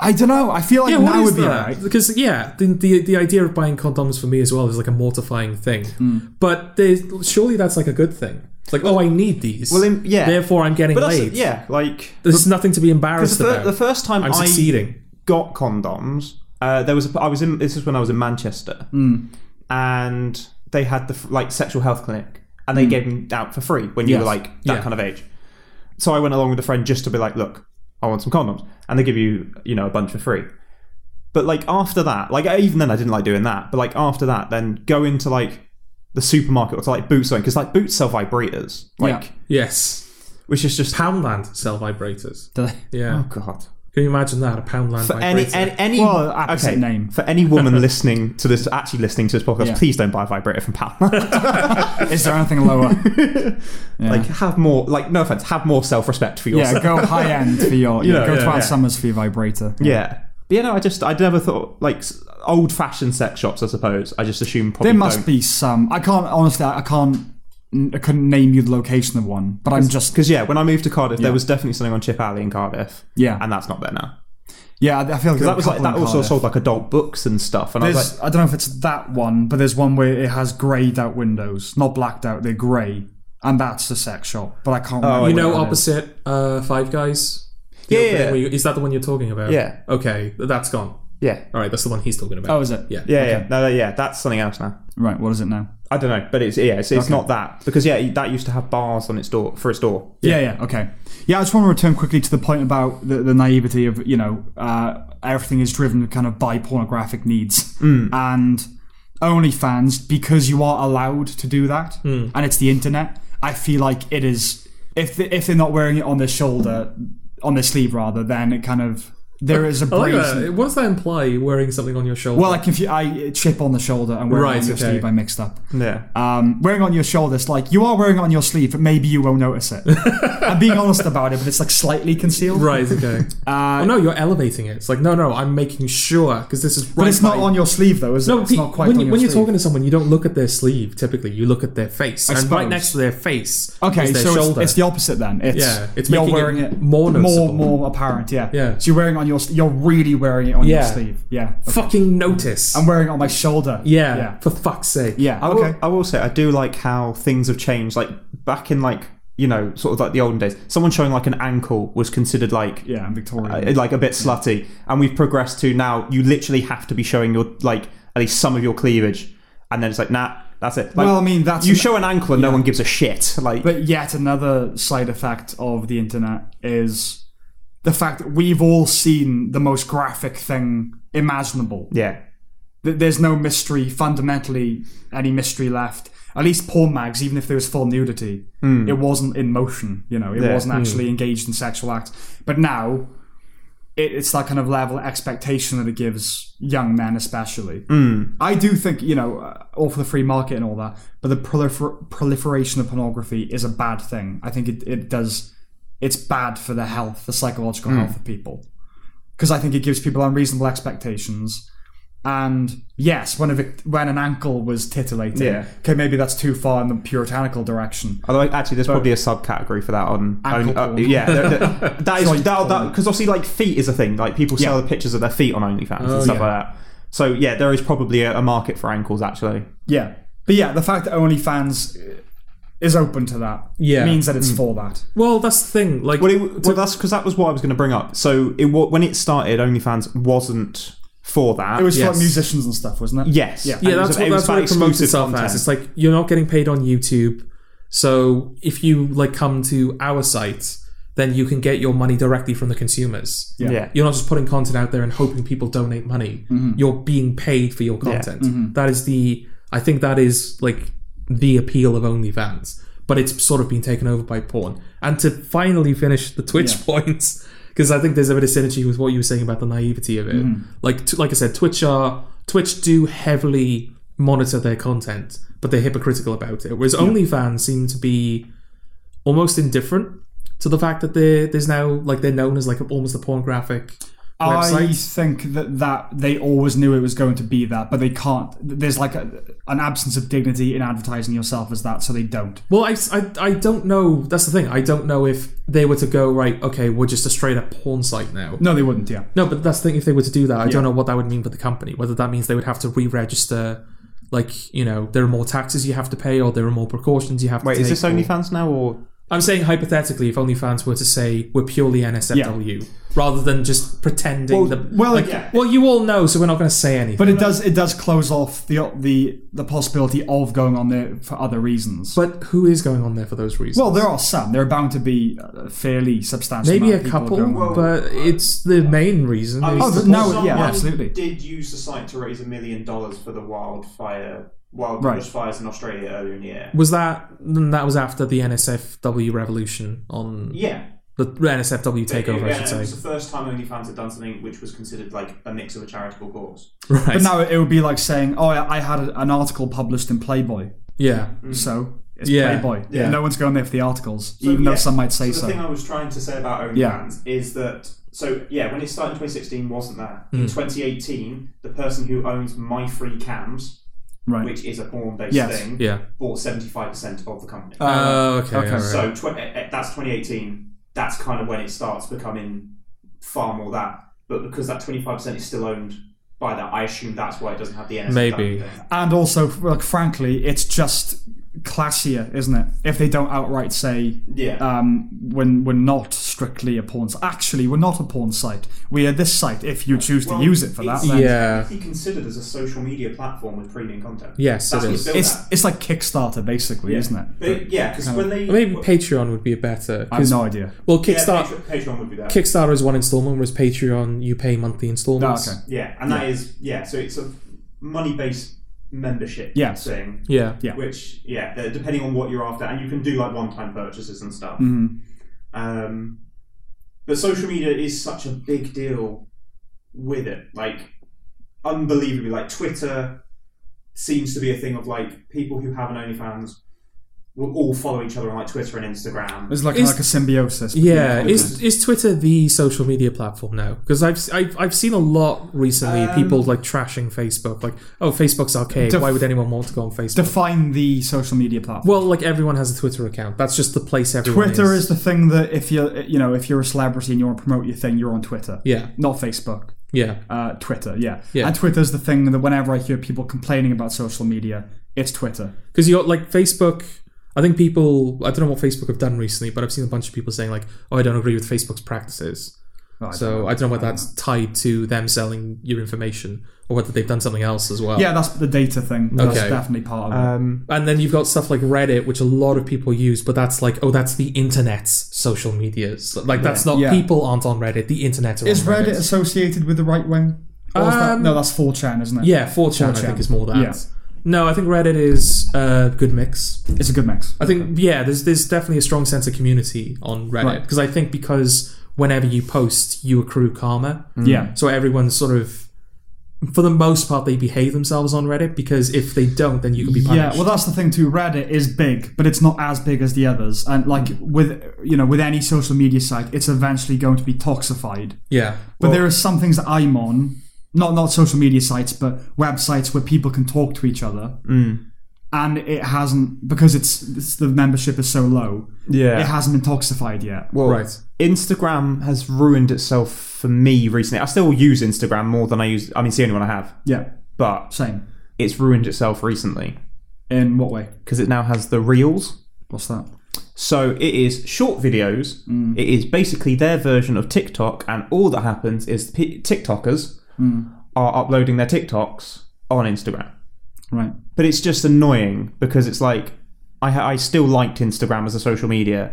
Speaker 2: I don't know. I feel like
Speaker 1: Yeah,
Speaker 2: now
Speaker 1: what is
Speaker 2: would be
Speaker 1: that?
Speaker 2: right.
Speaker 1: Because yeah, the, the the idea of buying condoms for me as well is like a mortifying thing. But there's surely that's like a good thing. It's like, oh, I need these.
Speaker 3: Well, in- yeah.
Speaker 1: Therefore, I'm getting
Speaker 3: But that's
Speaker 1: laid.
Speaker 3: yeah, like
Speaker 1: There's nothing to be embarrassed
Speaker 3: the, fir-
Speaker 1: about.
Speaker 3: the first time
Speaker 1: I'm
Speaker 3: I
Speaker 1: succeeding.
Speaker 3: got condoms, uh, there was a, I was in this is when I was in Manchester,
Speaker 2: Hmm.
Speaker 3: mm. and they had the f- like sexual health clinic, and they gave them out for free when you
Speaker 2: Hmm. Yes.
Speaker 3: were like that
Speaker 1: Yeah.
Speaker 3: kind of age. So I went along with a friend just to be like, look, I want some condoms, and they give you you know a bunch for free. But like after that, like even then I didn't like doing that. But like after that, then go into like the supermarket or to like Boots because like Boots sell vibrators, like
Speaker 2: Yeah.
Speaker 1: Yes.
Speaker 3: which is just
Speaker 1: Poundland sell vibrators. Yeah.
Speaker 3: oh god.
Speaker 1: Can you imagine that? A Poundland
Speaker 3: For any,
Speaker 1: vibrator.
Speaker 3: any, any
Speaker 2: Well, opposite name.
Speaker 3: for any woman listening to this, actually listening to this podcast,
Speaker 2: Yeah.
Speaker 3: please don't buy a vibrator from Pal.
Speaker 2: Is there anything lower? Yeah.
Speaker 3: like, have more, like, no offense, have more self-respect for
Speaker 2: yeah,
Speaker 3: yourself.
Speaker 2: go high end for your. Yeah,
Speaker 3: know,
Speaker 2: go
Speaker 3: yeah,
Speaker 2: to Al
Speaker 3: yeah.
Speaker 2: Summers for your vibrator.
Speaker 3: Yeah. But, you know, I just, I never thought like s- old-fashioned sex shops. I suppose I just assume probably
Speaker 2: There must
Speaker 3: don't.
Speaker 2: be some. I can't honestly. I can't. I couldn't name you the location of one, but I'm just.
Speaker 3: because yeah, when I moved to Cardiff, there was definitely something on Chip Alley in Cardiff.
Speaker 2: Yeah.
Speaker 3: and that's not there now.
Speaker 2: Yeah, I feel like
Speaker 3: That was like that also
Speaker 2: sort
Speaker 3: sold like adult books and stuff. And I was
Speaker 2: There's,
Speaker 3: like,
Speaker 2: I don't know if it's that one, but there's one where it has greyed out windows, not blacked out. They're grey, and that's the sex shop. But I can't. remember
Speaker 3: Oh, I
Speaker 1: you
Speaker 2: what
Speaker 1: know,
Speaker 2: that is.
Speaker 1: opposite uh, Five Guys. The
Speaker 3: Yeah,
Speaker 1: opening
Speaker 3: yeah.
Speaker 1: where you- is that the one you're talking about?
Speaker 3: Yeah.
Speaker 1: Okay, th- that's gone.
Speaker 3: yeah,
Speaker 1: All right, that's the one he's talking about.
Speaker 2: Oh, is it?
Speaker 1: Yeah.
Speaker 3: yeah, yeah, no, no, yeah, that's something else now.
Speaker 2: Right. What is it now?
Speaker 3: I don't know, but it's yeah, it's, it's not that because yeah, that used to have bars on its door for its door.
Speaker 2: Yeah, yeah, okay. Yeah, I just want to return quickly to the point about the, the naivety of, you know, uh, everything is driven kind of by pornographic needs.
Speaker 1: Mm.
Speaker 2: And OnlyFans, because you are allowed to do that,
Speaker 1: Mm.
Speaker 2: and it's the internet, I feel like it is. If, the, if they're not wearing it on their shoulder, on their sleeve rather, then it kind of. There is a
Speaker 1: I like
Speaker 2: brazen.
Speaker 1: that. What does that imply? Wearing something on your shoulder?
Speaker 2: well, I confu- I chip on the shoulder and wearing it
Speaker 1: Right,
Speaker 2: on your
Speaker 1: okay.
Speaker 2: sleeve. I mixed up
Speaker 3: Yeah.
Speaker 2: um, wearing it on your shoulder, it's like you are wearing it on your sleeve, but maybe you won't notice it. I'm being honest about it, but it's like slightly concealed. Uh,
Speaker 1: right. Okay. oh no, you're elevating it. It's like no, no, I'm making sure because this is. Right
Speaker 2: But it's not on your sleeve though, is it?
Speaker 1: No,
Speaker 2: it's
Speaker 1: pe-
Speaker 2: not quite
Speaker 1: when,
Speaker 2: on
Speaker 1: you,
Speaker 2: your
Speaker 1: when you're
Speaker 2: sleeve.
Speaker 1: talking to someone, you don't look at their sleeve. Typically, you look at their face, and right
Speaker 2: suppose.
Speaker 1: next to their face
Speaker 2: Okay,
Speaker 1: is their
Speaker 2: so it's-
Speaker 1: shoulder.
Speaker 2: it's, the opposite then. It's,
Speaker 1: Yeah, it's
Speaker 2: you're
Speaker 1: making it
Speaker 2: wearing it,
Speaker 1: more
Speaker 2: more,
Speaker 1: noticeable.
Speaker 2: more apparent. Yeah,
Speaker 1: Yeah.
Speaker 2: So you're wearing it on your, s- you're really wearing it on your
Speaker 1: Yeah.
Speaker 2: sleeve. Yeah,
Speaker 1: fucking notice.
Speaker 2: I'm wearing it on my shoulder.
Speaker 1: yeah,
Speaker 2: yeah,
Speaker 1: For fuck's sake.
Speaker 2: yeah.
Speaker 3: I
Speaker 2: okay.
Speaker 3: Will, I will say I do like how things have changed. Like back in like you know sort of like the olden days, someone showing like an ankle was considered like
Speaker 2: yeah, I'm Victorian.
Speaker 3: uh, like a bit slutty, and we've progressed to now you literally have to be showing your like at least some of your cleavage, and then it's like nah, that's it. Like,
Speaker 2: Well, I mean, that's
Speaker 3: you
Speaker 2: an-
Speaker 3: show an ankle and no one gives a shit. Like
Speaker 2: But yet another side effect of the internet is the fact that we've all seen the most graphic thing imaginable.
Speaker 3: yeah,
Speaker 2: Th- There's no mystery, fundamentally, any mystery left. At least porn mags, even if there was full nudity, it wasn't in motion. You know, it wasn't actually engaged in sexual acts. But now, it, it's that kind of level of expectation that it gives young men, especially. I do think, you know, uh, all for the free market and all that, but the prolifer- proliferation of pornography is a bad thing. I think it, it does, it's bad for the health, the psychological health of people. Because I think it gives people unreasonable expectations. And yes, when, a vic- when an ankle was titillated,
Speaker 3: Yeah.
Speaker 2: okay, maybe that's too far in the puritanical direction.
Speaker 3: Although actually, there's probably a subcategory for that on.
Speaker 2: Ankle
Speaker 3: on uh,
Speaker 2: porn.
Speaker 3: yeah, there- there- that is
Speaker 2: Joint
Speaker 3: that
Speaker 2: porn.
Speaker 3: because obviously like feet is a thing. Like people sell
Speaker 2: Yeah.
Speaker 3: the pictures of their feet on OnlyFans and stuff
Speaker 2: yeah.
Speaker 3: like that. So yeah, there is probably a, a market for ankles actually.
Speaker 2: Yeah. But yeah, the fact that OnlyFans uh, is open to that
Speaker 1: Yeah.
Speaker 2: means that it's for that.
Speaker 1: Well, that's the thing. Like,
Speaker 3: Well, it, well that's because that was what I was going to bring up. So it wa- when it started, OnlyFans wasn't for that.
Speaker 2: It was for
Speaker 1: Yes.
Speaker 2: like musicians and stuff, wasn't it?
Speaker 3: yes,
Speaker 2: Yeah.
Speaker 3: And
Speaker 1: yeah,
Speaker 3: it was-
Speaker 1: that's what,
Speaker 3: was
Speaker 1: that's
Speaker 3: about
Speaker 1: what it promotes
Speaker 3: exclusive
Speaker 1: itself
Speaker 3: content.
Speaker 1: as. It's like you're not getting paid on YouTube. So if you like come to our site, then you can get your money directly from the consumers.
Speaker 2: Yeah.
Speaker 3: Yeah.
Speaker 1: You're not just putting content out there and hoping people donate money. You're being paid for your content. That is the I think that is like the appeal of OnlyFans. But it's sort of been taken over by porn. And to finally finish the Twitch points, because I think there's a bit of synergy with what you were saying about the naivety of it. Like t- like I said, Twitch are Twitch do heavily monitor their content, but they're hypocritical about it. Whereas OnlyFans seem to be almost indifferent to the fact that they there's now like they're known as like almost a pornographic
Speaker 2: I
Speaker 1: website.
Speaker 2: think that, that they always knew it was going to be that, but they can't. There's like a, an absence of dignity in advertising yourself as that, so they don't.
Speaker 1: Well, I, I, I don't know. That's the thing. I don't know if they were to go right. Okay, we're just a straight up porn site now.
Speaker 2: No, they wouldn't. Yeah,
Speaker 1: No, but that's the thing. If they were to do that, I don't know what that would mean for the company. Whether that means they would have to re-register, like you know, there are more taxes you have to pay, or there are more precautions you have to
Speaker 3: Wait,
Speaker 1: take.
Speaker 3: is this
Speaker 1: or-
Speaker 3: OnlyFans now or
Speaker 1: I'm saying hypothetically, if OnlyFans were to say we're purely NSFW, rather than just pretending
Speaker 2: Well,
Speaker 1: that.
Speaker 2: well,
Speaker 1: like,
Speaker 2: yeah.
Speaker 1: well, you all know, so we're not going to say anything.
Speaker 2: but it does it does close off the the the possibility of going on there for other reasons.
Speaker 1: But who is going on there for those reasons?
Speaker 2: well, there are some. There are bound to be a fairly substantial.
Speaker 1: maybe
Speaker 2: amount
Speaker 1: a
Speaker 2: of people
Speaker 1: couple,
Speaker 2: going on there.
Speaker 1: but it's the main reason.
Speaker 4: I mean,
Speaker 1: is
Speaker 2: Oh,
Speaker 1: the
Speaker 2: but now-
Speaker 4: someone
Speaker 2: yeah, absolutely.
Speaker 4: Did use the site to raise a million dollars for the wildfire, wild
Speaker 2: Right.
Speaker 4: bushfires in Australia earlier in the year.
Speaker 1: Was that mm, that was after the NSFW revolution on
Speaker 4: Yeah,
Speaker 1: the NSFW takeover?
Speaker 4: yeah,
Speaker 1: I
Speaker 4: It
Speaker 1: should
Speaker 4: was
Speaker 1: say.
Speaker 4: the first time OnlyFans had done something which was considered like a mix of a charitable cause.
Speaker 1: Right.
Speaker 2: But now it would be like saying, "Oh, I I had an article published in Playboy,
Speaker 1: yeah.
Speaker 2: so it's
Speaker 1: Yeah,
Speaker 2: Playboy."
Speaker 1: yeah.
Speaker 2: No one's going there for the articles,
Speaker 4: So,
Speaker 2: even though
Speaker 4: yeah,
Speaker 2: some might say
Speaker 4: so.
Speaker 2: so.
Speaker 4: The thing I was trying to say about OnlyFans
Speaker 2: Yeah.
Speaker 4: is that so yeah, when it started in 2016, wasn't there?
Speaker 1: Hmm.
Speaker 4: In 2018, the person who owns My Free Cams,
Speaker 2: right.
Speaker 4: which is a porn-based
Speaker 2: Yes,
Speaker 4: thing,
Speaker 1: Yeah.
Speaker 4: bought 75% of the company.
Speaker 1: Oh, okay.
Speaker 2: okay.
Speaker 1: all right.
Speaker 4: Uh, So tw- that's 2018. That's kind of when it starts becoming far more that. But because that 25% is still owned by that, I assume that's why it doesn't have the NSFW
Speaker 1: Maybe.
Speaker 4: thing.
Speaker 2: And also, like, frankly, it's just classier, isn't it? If they don't outright say,
Speaker 4: Yeah.
Speaker 1: Ah,
Speaker 2: um, when we're not strictly a porn site. Actually, we're not a porn site. We are this site if you choose to
Speaker 4: Well,
Speaker 2: use it for that.
Speaker 4: it's-
Speaker 2: Then.
Speaker 1: Yeah.
Speaker 4: It's technically considered as a social media platform with premium content.
Speaker 1: Yes,
Speaker 4: that's
Speaker 1: it
Speaker 4: what
Speaker 1: is.
Speaker 4: built
Speaker 2: It's,
Speaker 4: that.
Speaker 2: it's like Kickstarter, basically, isn't it?
Speaker 4: But, yeah, because when they
Speaker 1: maybe Patreon would be a better.
Speaker 2: I have
Speaker 1: 'cause-
Speaker 2: no idea.
Speaker 1: well,
Speaker 4: yeah,
Speaker 1: Kickstarter.
Speaker 4: Patreon, Patreon would be that.
Speaker 1: Kickstarter is one installment, whereas Patreon you pay monthly installments.
Speaker 2: Oh, okay.
Speaker 4: yeah, and that is yeah. So it's a money-based membership
Speaker 2: Yes.
Speaker 4: thing.
Speaker 1: Yeah.
Speaker 2: Yeah.
Speaker 4: Which, yeah, they're- depending on what you're after, and you can do like one-time purchases and stuff.
Speaker 3: Mm-hmm.
Speaker 4: Um, but social media is such a big deal with it, like unbelievably. Like Twitter seems to be a thing of like people who have an OnlyFans will all follow each other on like Twitter and Instagram.
Speaker 2: It's like,
Speaker 1: Is-
Speaker 2: like a symbiosis. between
Speaker 1: Yeah,
Speaker 2: all
Speaker 1: is is Twitter the social media platform now? Because I've, I've I've seen a lot recently
Speaker 2: Um,
Speaker 1: people like trashing Facebook, like oh Facebook's archaic.
Speaker 2: Def-
Speaker 1: Why would anyone want to go on Facebook?
Speaker 2: Define the social media platform.
Speaker 1: well, like everyone has a Twitter account. That's just the place everyone.
Speaker 2: Twitter is the thing that if you're, you know, if you're a celebrity and you want to promote your thing, you're on Twitter.
Speaker 1: yeah,
Speaker 2: Not Facebook.
Speaker 1: yeah,
Speaker 2: uh, Twitter, yeah.
Speaker 1: Yeah.
Speaker 2: And Twitter's the thing that whenever I hear people complaining about social media, it's Twitter.
Speaker 1: because you got like Facebook. I think people. I don't know what Facebook have done recently, but I've seen a bunch of people saying like, "Oh, I don't agree with Facebook's practices."
Speaker 2: Oh, I don't
Speaker 1: so I don't know whether that's tied to them selling your information or whether they've done something else as well.
Speaker 2: Yeah, that's the data thing. That's
Speaker 1: Okay.
Speaker 2: definitely part of it.
Speaker 3: um
Speaker 1: And then you've got stuff like Reddit, which a lot of people use, but that's like, oh, that's the internet's social media. So, like, that's not
Speaker 2: Yeah.
Speaker 1: people aren't on Reddit. The internet are
Speaker 2: is
Speaker 1: on Reddit.
Speaker 2: Reddit associated with the right wing? Or is that,
Speaker 1: Um,
Speaker 2: no, that's 4chan, isn't it?
Speaker 1: yeah, 4chan, I
Speaker 2: 4chan.
Speaker 1: think is more that.
Speaker 2: Yeah.
Speaker 1: No, I think Reddit is a good mix.
Speaker 2: It's a good mix.
Speaker 1: I think yeah, there's there's definitely a strong sense of community on Reddit
Speaker 2: Right.
Speaker 1: because I think because whenever you post, you accrue karma.
Speaker 2: Mm. Yeah.
Speaker 1: So everyone's sort of, for the most part, they behave themselves on Reddit because if they don't, then you could be
Speaker 2: Yeah,
Speaker 1: punished.
Speaker 2: well, that's the thing too. Reddit is big, but it's not as big as the others. And like
Speaker 1: Mm.
Speaker 2: with you know, with any social media site, it's eventually going to be toxified.
Speaker 1: yeah,
Speaker 2: But there are some things that I'm on, not not social media sites, but websites where people can talk to each other.
Speaker 1: Mm.
Speaker 2: And it hasn't because it's, it's the membership is so low.
Speaker 3: Yeah.
Speaker 2: it hasn't been toxified yet.
Speaker 3: well,
Speaker 1: Right.
Speaker 3: Instagram has ruined itself for me recently. I still use Instagram more than I use I mean it's the only one I have.
Speaker 2: Yeah,
Speaker 3: But
Speaker 2: same.
Speaker 3: it's ruined itself recently.
Speaker 2: In what way?
Speaker 3: Because it now has the reels.
Speaker 2: What's that?
Speaker 3: So it is short videos. It is basically their version of TikTok, and all that happens is P- TikTokers are uploading their TikToks on Instagram.
Speaker 2: Right.
Speaker 3: But it's just annoying because it's like I, ha- I still liked Instagram as a social media,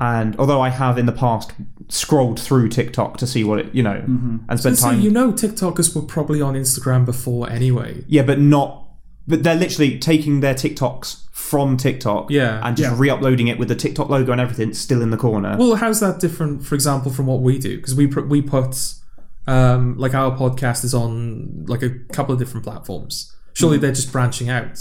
Speaker 3: and although I have in the past scrolled through TikTok to see what it, you know, and spent
Speaker 1: So
Speaker 3: time.
Speaker 1: you know, TikTokers were probably on Instagram before anyway.
Speaker 3: Yeah, but not. But they're literally taking their TikToks from TikTok,
Speaker 1: Yeah.
Speaker 3: and just
Speaker 2: Yeah.
Speaker 3: re-uploading it with the TikTok logo and everything still in the corner.
Speaker 1: Well, how's that different, for example, from what we do? Because we pr- we put um, like our podcast is on like a couple of different platforms.
Speaker 3: Mm.
Speaker 1: Surely they're just branching out.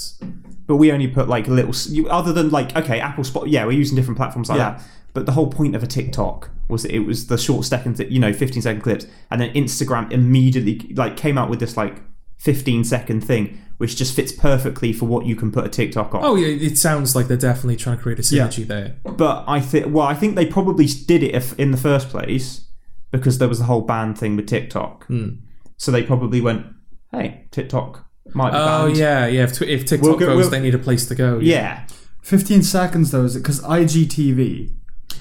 Speaker 3: but we only put like a little s- you, other than like okay apple spot yeah we're using different platforms like
Speaker 1: Yeah.
Speaker 3: that but the whole point of a tiktok was that it was the short second you know 15 second clips and then instagram immediately like came out with this like 15 second thing which just fits perfectly for what you can put a tiktok on
Speaker 1: Oh yeah, it sounds like they're definitely trying to create a synergy there.
Speaker 3: but i think well i think they probably did it if, in the first place because there was the whole ban thing with tiktok so they probably went hey tiktok might be
Speaker 1: Oh
Speaker 3: banned
Speaker 1: yeah, yeah. If, tw- if TikTok
Speaker 3: go-
Speaker 1: goes,
Speaker 3: we'll-
Speaker 1: they need a place to go.
Speaker 3: yeah
Speaker 2: 15 seconds though, is it? Because IGTV,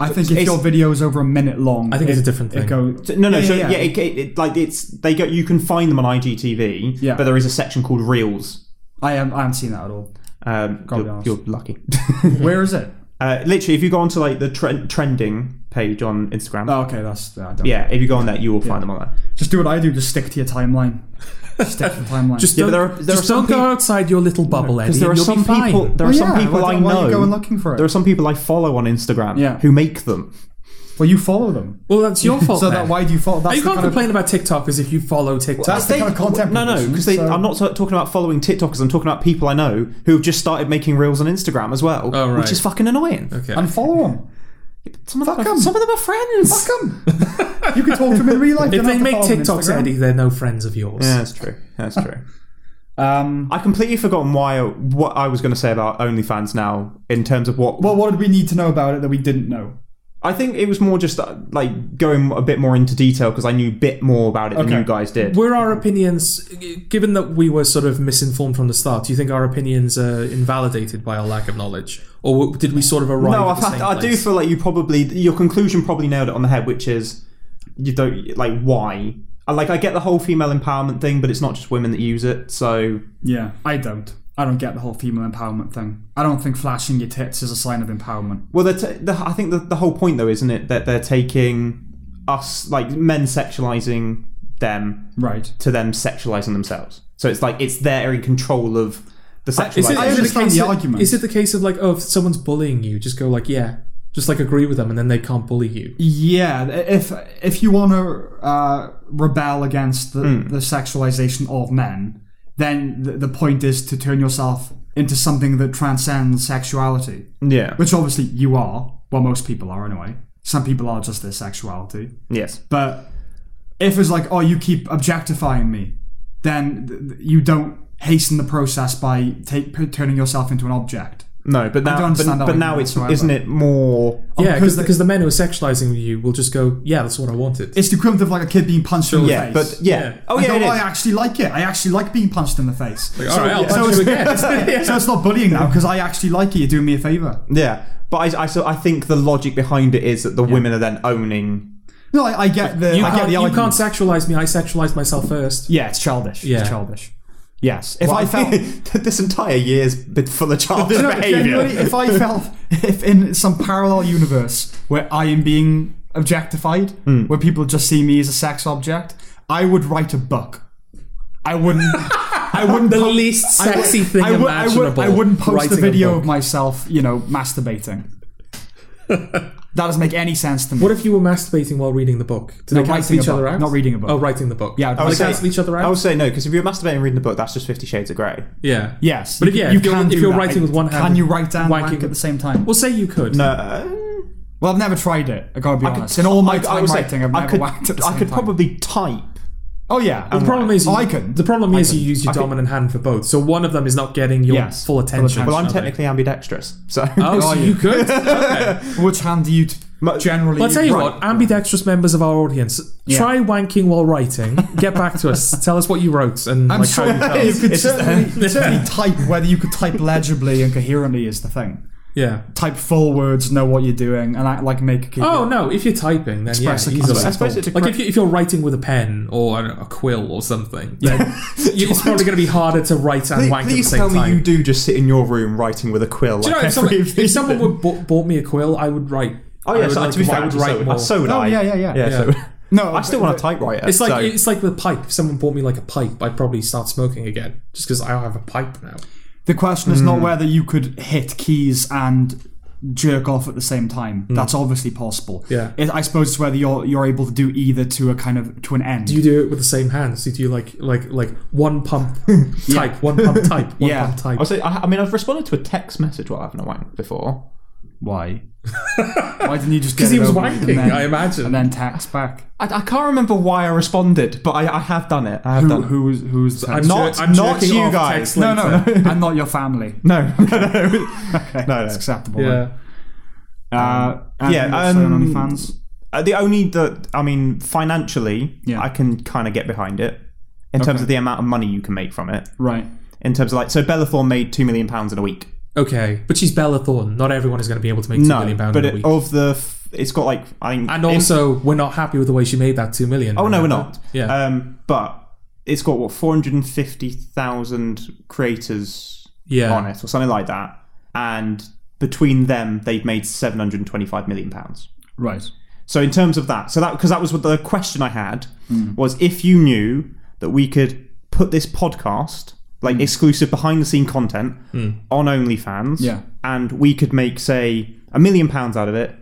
Speaker 2: I think if
Speaker 3: It's-
Speaker 2: your video is over a minute long,
Speaker 1: I think it's a different thing.
Speaker 2: It go,
Speaker 3: So- No, no.
Speaker 2: Yeah,
Speaker 3: so
Speaker 2: yeah,
Speaker 3: yeah,
Speaker 2: yeah.
Speaker 3: it, it, it- like it's they go. You can find them on IGTV,
Speaker 2: Yeah.
Speaker 3: but there is a section called Reels.
Speaker 2: I, am, I haven't seen that at all.
Speaker 3: Um,
Speaker 2: be
Speaker 3: you're,
Speaker 2: honest.
Speaker 3: you're lucky.
Speaker 2: Where is it?
Speaker 3: uh, literally, if you go onto like the tre- trending page on Instagram,
Speaker 2: Oh, okay, that's. I don't
Speaker 3: yeah, if you go on there, you will find them on there.
Speaker 2: Just do what I do, just stick to your timeline. stick to the timeline.
Speaker 1: Just
Speaker 3: Yeah,
Speaker 1: don't,
Speaker 3: but there are- there
Speaker 1: just
Speaker 3: are some
Speaker 1: don't go
Speaker 3: peop-
Speaker 1: outside your little bubble, Eddie.
Speaker 3: Because there are
Speaker 1: and you'll
Speaker 3: some
Speaker 1: be fine.
Speaker 3: people. There are
Speaker 2: Well,
Speaker 3: some
Speaker 2: yeah,
Speaker 3: people
Speaker 2: why-
Speaker 3: I
Speaker 2: why are
Speaker 3: know.
Speaker 2: you going looking for it?
Speaker 3: There are some people I follow on Instagram
Speaker 2: Yeah.
Speaker 3: who make them.
Speaker 2: well, you follow them.
Speaker 1: well, that's your fault.
Speaker 2: so
Speaker 1: then.
Speaker 2: that why do you follow?
Speaker 1: Oh,
Speaker 2: That's
Speaker 1: you
Speaker 2: the
Speaker 1: can't
Speaker 2: kind of-
Speaker 1: complain about TikTokers if you follow TikTok.
Speaker 2: That's the
Speaker 3: They-
Speaker 2: kind of content.
Speaker 3: No, no,
Speaker 2: production,
Speaker 3: because they
Speaker 2: so-
Speaker 3: I'm not t- talking about following TikTokers. I'm talking about people I know who have just started making reels on Instagram as well,
Speaker 1: Oh, right.
Speaker 3: which is fucking annoying.
Speaker 1: okay.
Speaker 2: unfollow them.
Speaker 3: Some of them,
Speaker 2: Fuck
Speaker 3: are,
Speaker 2: 'em.
Speaker 3: some of them are friends.
Speaker 2: Fuck 'em. you can talk to them in real life. you
Speaker 1: if
Speaker 2: don't
Speaker 1: they
Speaker 2: have to
Speaker 1: make
Speaker 2: follow them on
Speaker 1: TikToks,
Speaker 2: Instagram.
Speaker 1: Eddie, they're no friends of yours.
Speaker 3: Yeah, that's true. That's true.
Speaker 2: Um,
Speaker 3: I've completely forgotten why what I was going to say about OnlyFans now in terms of what.
Speaker 2: well, what did we need to know about it that we didn't know?
Speaker 3: I think it was more just uh, like going a bit more into detail because I knew a bit more about it
Speaker 2: Okay.
Speaker 3: than you guys did.
Speaker 1: Were our opinions, given that we were sort of misinformed from the start, do you think our opinions are invalidated by our lack of knowledge, or w- did we sort of arrive?
Speaker 3: No,
Speaker 1: at
Speaker 3: I've
Speaker 1: the
Speaker 3: had,
Speaker 1: same
Speaker 3: I do
Speaker 1: place?
Speaker 3: feel like you probably your conclusion probably nailed it on the head, which is you don't like why. I- Like I get the whole female empowerment thing, but it's not just women that use it. So
Speaker 2: Yeah, I don't. I don't get the whole female empowerment thing. I don't think flashing your tits is a sign of empowerment.
Speaker 3: well, they're ta- the, I think the, the whole point though, isn't it, that they're taking us like men sexualizing them
Speaker 2: Right.
Speaker 3: to them sexualizing themselves. So it's like it's they're in control of the
Speaker 1: Is it,
Speaker 3: sexualization.
Speaker 2: I
Speaker 1: is it the
Speaker 2: understand
Speaker 1: case
Speaker 2: the
Speaker 1: that-
Speaker 2: argument.
Speaker 1: Is it the case of like, oh, if someone's bullying you, just go like, yeah, just like agree with them, and then they can't bully you?
Speaker 2: Yeah, if if you want to uh, rebel against the,
Speaker 1: Hmm.
Speaker 2: the sexualization of men, then the, the point is to turn yourself into something that transcends sexuality,
Speaker 3: yeah.
Speaker 2: which obviously you are. Well, most people are anyway. Some people are just their sexuality.
Speaker 3: Yes.
Speaker 2: But if it's like, oh, you keep objectifying me, then th- th- you don't hasten the process by take, p- turning yourself into an object.
Speaker 3: No,
Speaker 2: don't
Speaker 3: but now, but,
Speaker 2: understand that
Speaker 3: but
Speaker 2: one
Speaker 3: now it's
Speaker 2: whatsoever.
Speaker 3: isn't it more?
Speaker 1: yeah,
Speaker 2: because
Speaker 1: because
Speaker 2: they-
Speaker 1: because the men who are sexualizing you will just go, yeah, that's what I wanted.
Speaker 2: It's the equivalent of like a kid being punched in the
Speaker 3: Yeah,
Speaker 2: face.
Speaker 3: but yeah.
Speaker 1: Yeah.
Speaker 3: Oh
Speaker 2: I,
Speaker 3: yeah,
Speaker 2: go,
Speaker 3: it
Speaker 2: "Oh, I
Speaker 3: is.
Speaker 2: actually like it. I actually like being punched in the face.
Speaker 1: All right, I'll
Speaker 2: so
Speaker 1: punch you again. Yeah.
Speaker 2: so it's not bullying now because I actually like it. You're doing me a favor.
Speaker 3: yeah. But I, I, so I think the logic behind it is that the women are then owning.
Speaker 2: No, I, I get the.
Speaker 1: You
Speaker 2: I get
Speaker 1: can't,
Speaker 2: the
Speaker 1: you
Speaker 2: argument.
Speaker 1: can't sexualize me. I sexualized myself first.
Speaker 2: Yeah, it's childish.
Speaker 1: Yeah.
Speaker 2: It's childish. Yes. If I felt.
Speaker 3: this entire year's been full of childish
Speaker 2: No, genuinely,
Speaker 3: behaviour.
Speaker 2: if I felt if in some parallel universe where I am being objectified,
Speaker 1: Hmm.
Speaker 2: where people just see me as a sex object, I would write a book. I wouldn't. I wouldn't.
Speaker 1: The
Speaker 2: po-
Speaker 1: least
Speaker 2: I would-
Speaker 1: sexy thing
Speaker 2: I would, I would-
Speaker 1: imaginable.
Speaker 2: I, would, not post
Speaker 1: writing
Speaker 2: a video
Speaker 1: book.
Speaker 2: of myself, you know, masturbating. that doesn't make any sense to me.
Speaker 1: What if you were masturbating while reading the book? Do
Speaker 2: No,
Speaker 1: they cancel
Speaker 2: writing a
Speaker 1: each other
Speaker 2: book,
Speaker 1: out?
Speaker 2: not reading a book.
Speaker 1: Oh, writing the book.
Speaker 2: Yeah, I'd
Speaker 1: Are they
Speaker 2: write-
Speaker 1: cancel each other
Speaker 3: I
Speaker 1: out?
Speaker 3: would say no because if you're masturbating reading the book, that's just Fifty Shades of Grey.
Speaker 1: yeah.
Speaker 2: yes,
Speaker 1: But if,
Speaker 2: you-
Speaker 1: yeah,
Speaker 2: you
Speaker 1: if you're,
Speaker 2: can
Speaker 1: if
Speaker 2: do
Speaker 1: you're
Speaker 2: that.
Speaker 1: writing with one hand,
Speaker 2: can you write down
Speaker 1: wanking-
Speaker 2: wank at the same time?
Speaker 1: Well, say you could.
Speaker 3: Uh,
Speaker 2: Well, I've never tried it. I gotta be honest. In all my time
Speaker 3: would say
Speaker 2: writing, I've
Speaker 3: I
Speaker 2: never
Speaker 3: could,
Speaker 2: whacked at the
Speaker 3: I
Speaker 2: same
Speaker 3: could
Speaker 2: time.
Speaker 3: probably type.
Speaker 2: Oh yeah.
Speaker 1: The problem is,
Speaker 2: Oh,
Speaker 1: you-
Speaker 2: I could.
Speaker 1: the problem is you
Speaker 2: could.
Speaker 1: use your
Speaker 3: I could.
Speaker 1: dominant hand for both, so one of them is not getting your
Speaker 2: Yes,
Speaker 1: full
Speaker 2: full
Speaker 1: attention.
Speaker 2: attention.
Speaker 3: Well, I'm
Speaker 1: Okay.
Speaker 3: technically ambidextrous, so
Speaker 1: Oh, so
Speaker 2: Are
Speaker 1: you
Speaker 2: you?
Speaker 1: could. Okay.
Speaker 2: Which hand do you t-
Speaker 3: Mu-
Speaker 2: generally?
Speaker 1: Well, I'll tell you
Speaker 2: Right.
Speaker 1: what, ambidextrous members of our audience, try wanking while writing. Get back to us. Tell us what you wrote and
Speaker 2: I'm
Speaker 1: like,
Speaker 2: sure
Speaker 1: how you felt.
Speaker 2: uh, you could certainly, certainly type whether you could type legibly and coherently is the thing.
Speaker 1: Yeah.
Speaker 2: type full words, know what you're doing, and act like make a keep.
Speaker 1: Oh no! If you're typing, then yeah,
Speaker 2: Express the
Speaker 1: easily.
Speaker 2: concept.
Speaker 3: I suppose it's a
Speaker 1: like
Speaker 3: cra-
Speaker 1: if, you, if you're writing with a pen or I don't know, a quill or something, then you- it's probably going to be harder to write and wank at the
Speaker 3: Please
Speaker 1: same
Speaker 3: tell me
Speaker 1: time.
Speaker 3: you do just sit in your room writing with a quill.
Speaker 1: Do you know,
Speaker 3: like
Speaker 1: if someone,
Speaker 3: every
Speaker 1: if someone
Speaker 3: evening.
Speaker 1: would bought, bought me a quill, I would write.
Speaker 3: Oh
Speaker 1: I
Speaker 3: yeah,
Speaker 1: would,
Speaker 3: so,
Speaker 1: like,
Speaker 3: to be
Speaker 1: I
Speaker 3: fair,
Speaker 1: would
Speaker 3: so,
Speaker 1: write
Speaker 3: would-
Speaker 1: more.
Speaker 3: so would
Speaker 2: Oh,
Speaker 3: I.
Speaker 2: yeah, yeah, yeah.
Speaker 3: yeah. So,
Speaker 1: Yeah.
Speaker 2: No,
Speaker 3: I still
Speaker 2: but-
Speaker 3: want a typewriter.
Speaker 1: It's like
Speaker 3: so-
Speaker 1: it's like the pipe. If someone bought me like a pipe, I'd probably start smoking again just because I have a pipe now.
Speaker 2: The question is not
Speaker 1: Hmm.
Speaker 2: whether you could hit keys and jerk off at the same time. That's obviously possible.
Speaker 1: Hmm. Yeah.
Speaker 2: It, I suppose it's whether you're you're able to do either to a kind of to an end.
Speaker 1: Do you do it with the same hand? So you do like like like one pump type, one pump type, one
Speaker 2: Yeah.
Speaker 1: pump type.
Speaker 3: I, was like- I I mean, I've responded to a text message while having a wank before.
Speaker 2: Why? Why didn't you just
Speaker 1: Because
Speaker 2: get
Speaker 1: he
Speaker 2: it
Speaker 1: was
Speaker 2: over with and
Speaker 1: wanking,
Speaker 2: then-
Speaker 1: I imagine.
Speaker 2: and then tax back?
Speaker 3: I, I can't remember why I responded, but I, I have done it. I have
Speaker 2: Who
Speaker 3: done.
Speaker 2: who was who was
Speaker 1: I'm
Speaker 3: not-
Speaker 1: jer- I'm
Speaker 3: not
Speaker 1: jerking
Speaker 3: you
Speaker 1: off
Speaker 3: guys.
Speaker 1: text
Speaker 2: no,
Speaker 1: later.
Speaker 2: no, I'm not your family.
Speaker 3: No, no, no, no. no.
Speaker 2: It's acceptable.
Speaker 1: Yeah.
Speaker 2: Uh,
Speaker 3: Yeah,
Speaker 2: yeah.
Speaker 3: um,
Speaker 2: Um, fans.
Speaker 3: Uh, The only that I mean, financially,
Speaker 2: Yeah.
Speaker 3: I can kind of get behind it in terms of the amount of money you can make from it.
Speaker 2: Right.
Speaker 3: In terms of like, so Bella Thorne made two million pounds in a week.
Speaker 1: Okay, but she's Bella Thorne. Not everyone is going to be able to make two million
Speaker 3: No,
Speaker 1: pound
Speaker 3: but
Speaker 1: in a
Speaker 3: it,
Speaker 1: week.
Speaker 3: of the, f- it's got like I think,
Speaker 1: and
Speaker 3: in-
Speaker 1: also, we're not happy with the way she made that two million.
Speaker 3: oh no, we're not.
Speaker 1: Yeah.
Speaker 3: um, but it's got what four hundred and fifty thousand creators
Speaker 1: Yeah.
Speaker 3: on it or something like that, and between them they've made seven hundred and twenty-five million pounds.
Speaker 2: Right.
Speaker 3: So in terms of that, so that because that was what the question I had was if you knew that we could put this podcast like exclusive behind the scene content on OnlyFans,
Speaker 2: Yeah.
Speaker 3: and we could make say a million pounds out of it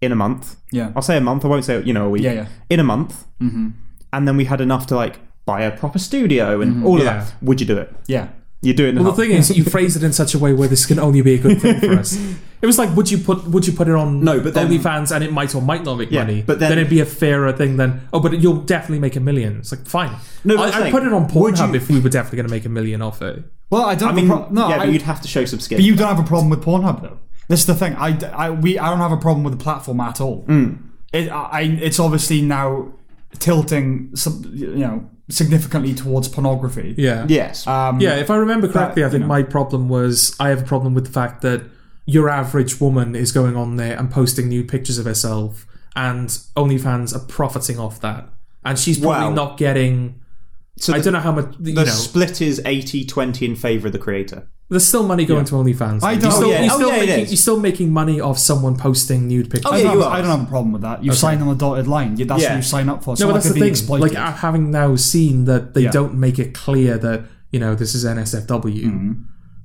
Speaker 3: in a month.
Speaker 2: Yeah.
Speaker 3: I'll say a month. I won't say you know a week.
Speaker 2: Yeah, yeah.
Speaker 3: In a month, mm-hmm. and then we had enough to like buy a proper studio and all of
Speaker 1: Yeah.
Speaker 3: that. Would you do it?
Speaker 2: Yeah.
Speaker 3: You do it. In a
Speaker 1: Well,
Speaker 3: month.
Speaker 1: the thing is, you phrased it in such a way where this can only be a good thing for us. It was like, would you put would you put it on
Speaker 3: No, but then-
Speaker 1: OnlyFans and it might or might not make
Speaker 3: Yeah,
Speaker 1: money?
Speaker 3: but then-
Speaker 1: it'd be a fairer thing than oh, but you'll definitely make a million. It's like fine.
Speaker 3: No, but
Speaker 1: I,
Speaker 3: that's
Speaker 1: I'd
Speaker 3: the
Speaker 1: put
Speaker 3: thing.
Speaker 1: it on
Speaker 3: Would
Speaker 1: Pornhub
Speaker 3: you-
Speaker 1: if we were definitely going to make a million off it.
Speaker 2: Well, I don't.
Speaker 3: I mean,
Speaker 2: have a pro- no,
Speaker 3: yeah,
Speaker 2: I,
Speaker 3: but you'd have to show some skin.
Speaker 2: But you don't have a problem with Pornhub, though. This is the thing. I, I, we, I don't have a problem with the platform at all.
Speaker 3: Hmm.
Speaker 2: It, I, it's obviously now tilting, some, you know, significantly towards pornography.
Speaker 1: Yeah,
Speaker 3: yes.
Speaker 2: Um,
Speaker 1: yeah. If I remember correctly, I think
Speaker 2: you know.
Speaker 1: my problem was I have a problem with the fact that your average woman is going on there and posting nude pictures of herself, and OnlyFans are profiting off that, and she's probably
Speaker 3: Well-
Speaker 1: not getting.
Speaker 3: so
Speaker 1: I
Speaker 3: the,
Speaker 1: don't know how much you know.
Speaker 3: the split is 80-20 in favor of the creator.
Speaker 1: There's still money going to OnlyFans.
Speaker 2: I
Speaker 1: though.
Speaker 2: don't-
Speaker 1: You're still,
Speaker 2: Oh, yeah.
Speaker 1: you're
Speaker 3: Oh,
Speaker 1: still
Speaker 3: yeah, it
Speaker 1: making,
Speaker 3: is.
Speaker 1: you're still making money off someone posting nude pictures.
Speaker 3: yeah,
Speaker 2: I don't,
Speaker 3: you
Speaker 2: have,
Speaker 3: are.
Speaker 2: I don't have a problem with that. You sign on a dotted line. You- That's
Speaker 3: Yeah.
Speaker 2: what you sign up for.
Speaker 1: no,
Speaker 2: So
Speaker 1: but
Speaker 2: I
Speaker 1: that's
Speaker 2: could
Speaker 1: the
Speaker 2: be
Speaker 1: thing.
Speaker 2: exploited.
Speaker 1: Like, I- having now seen that they
Speaker 2: Yeah.
Speaker 1: don't make it clear that you know this is NSFW.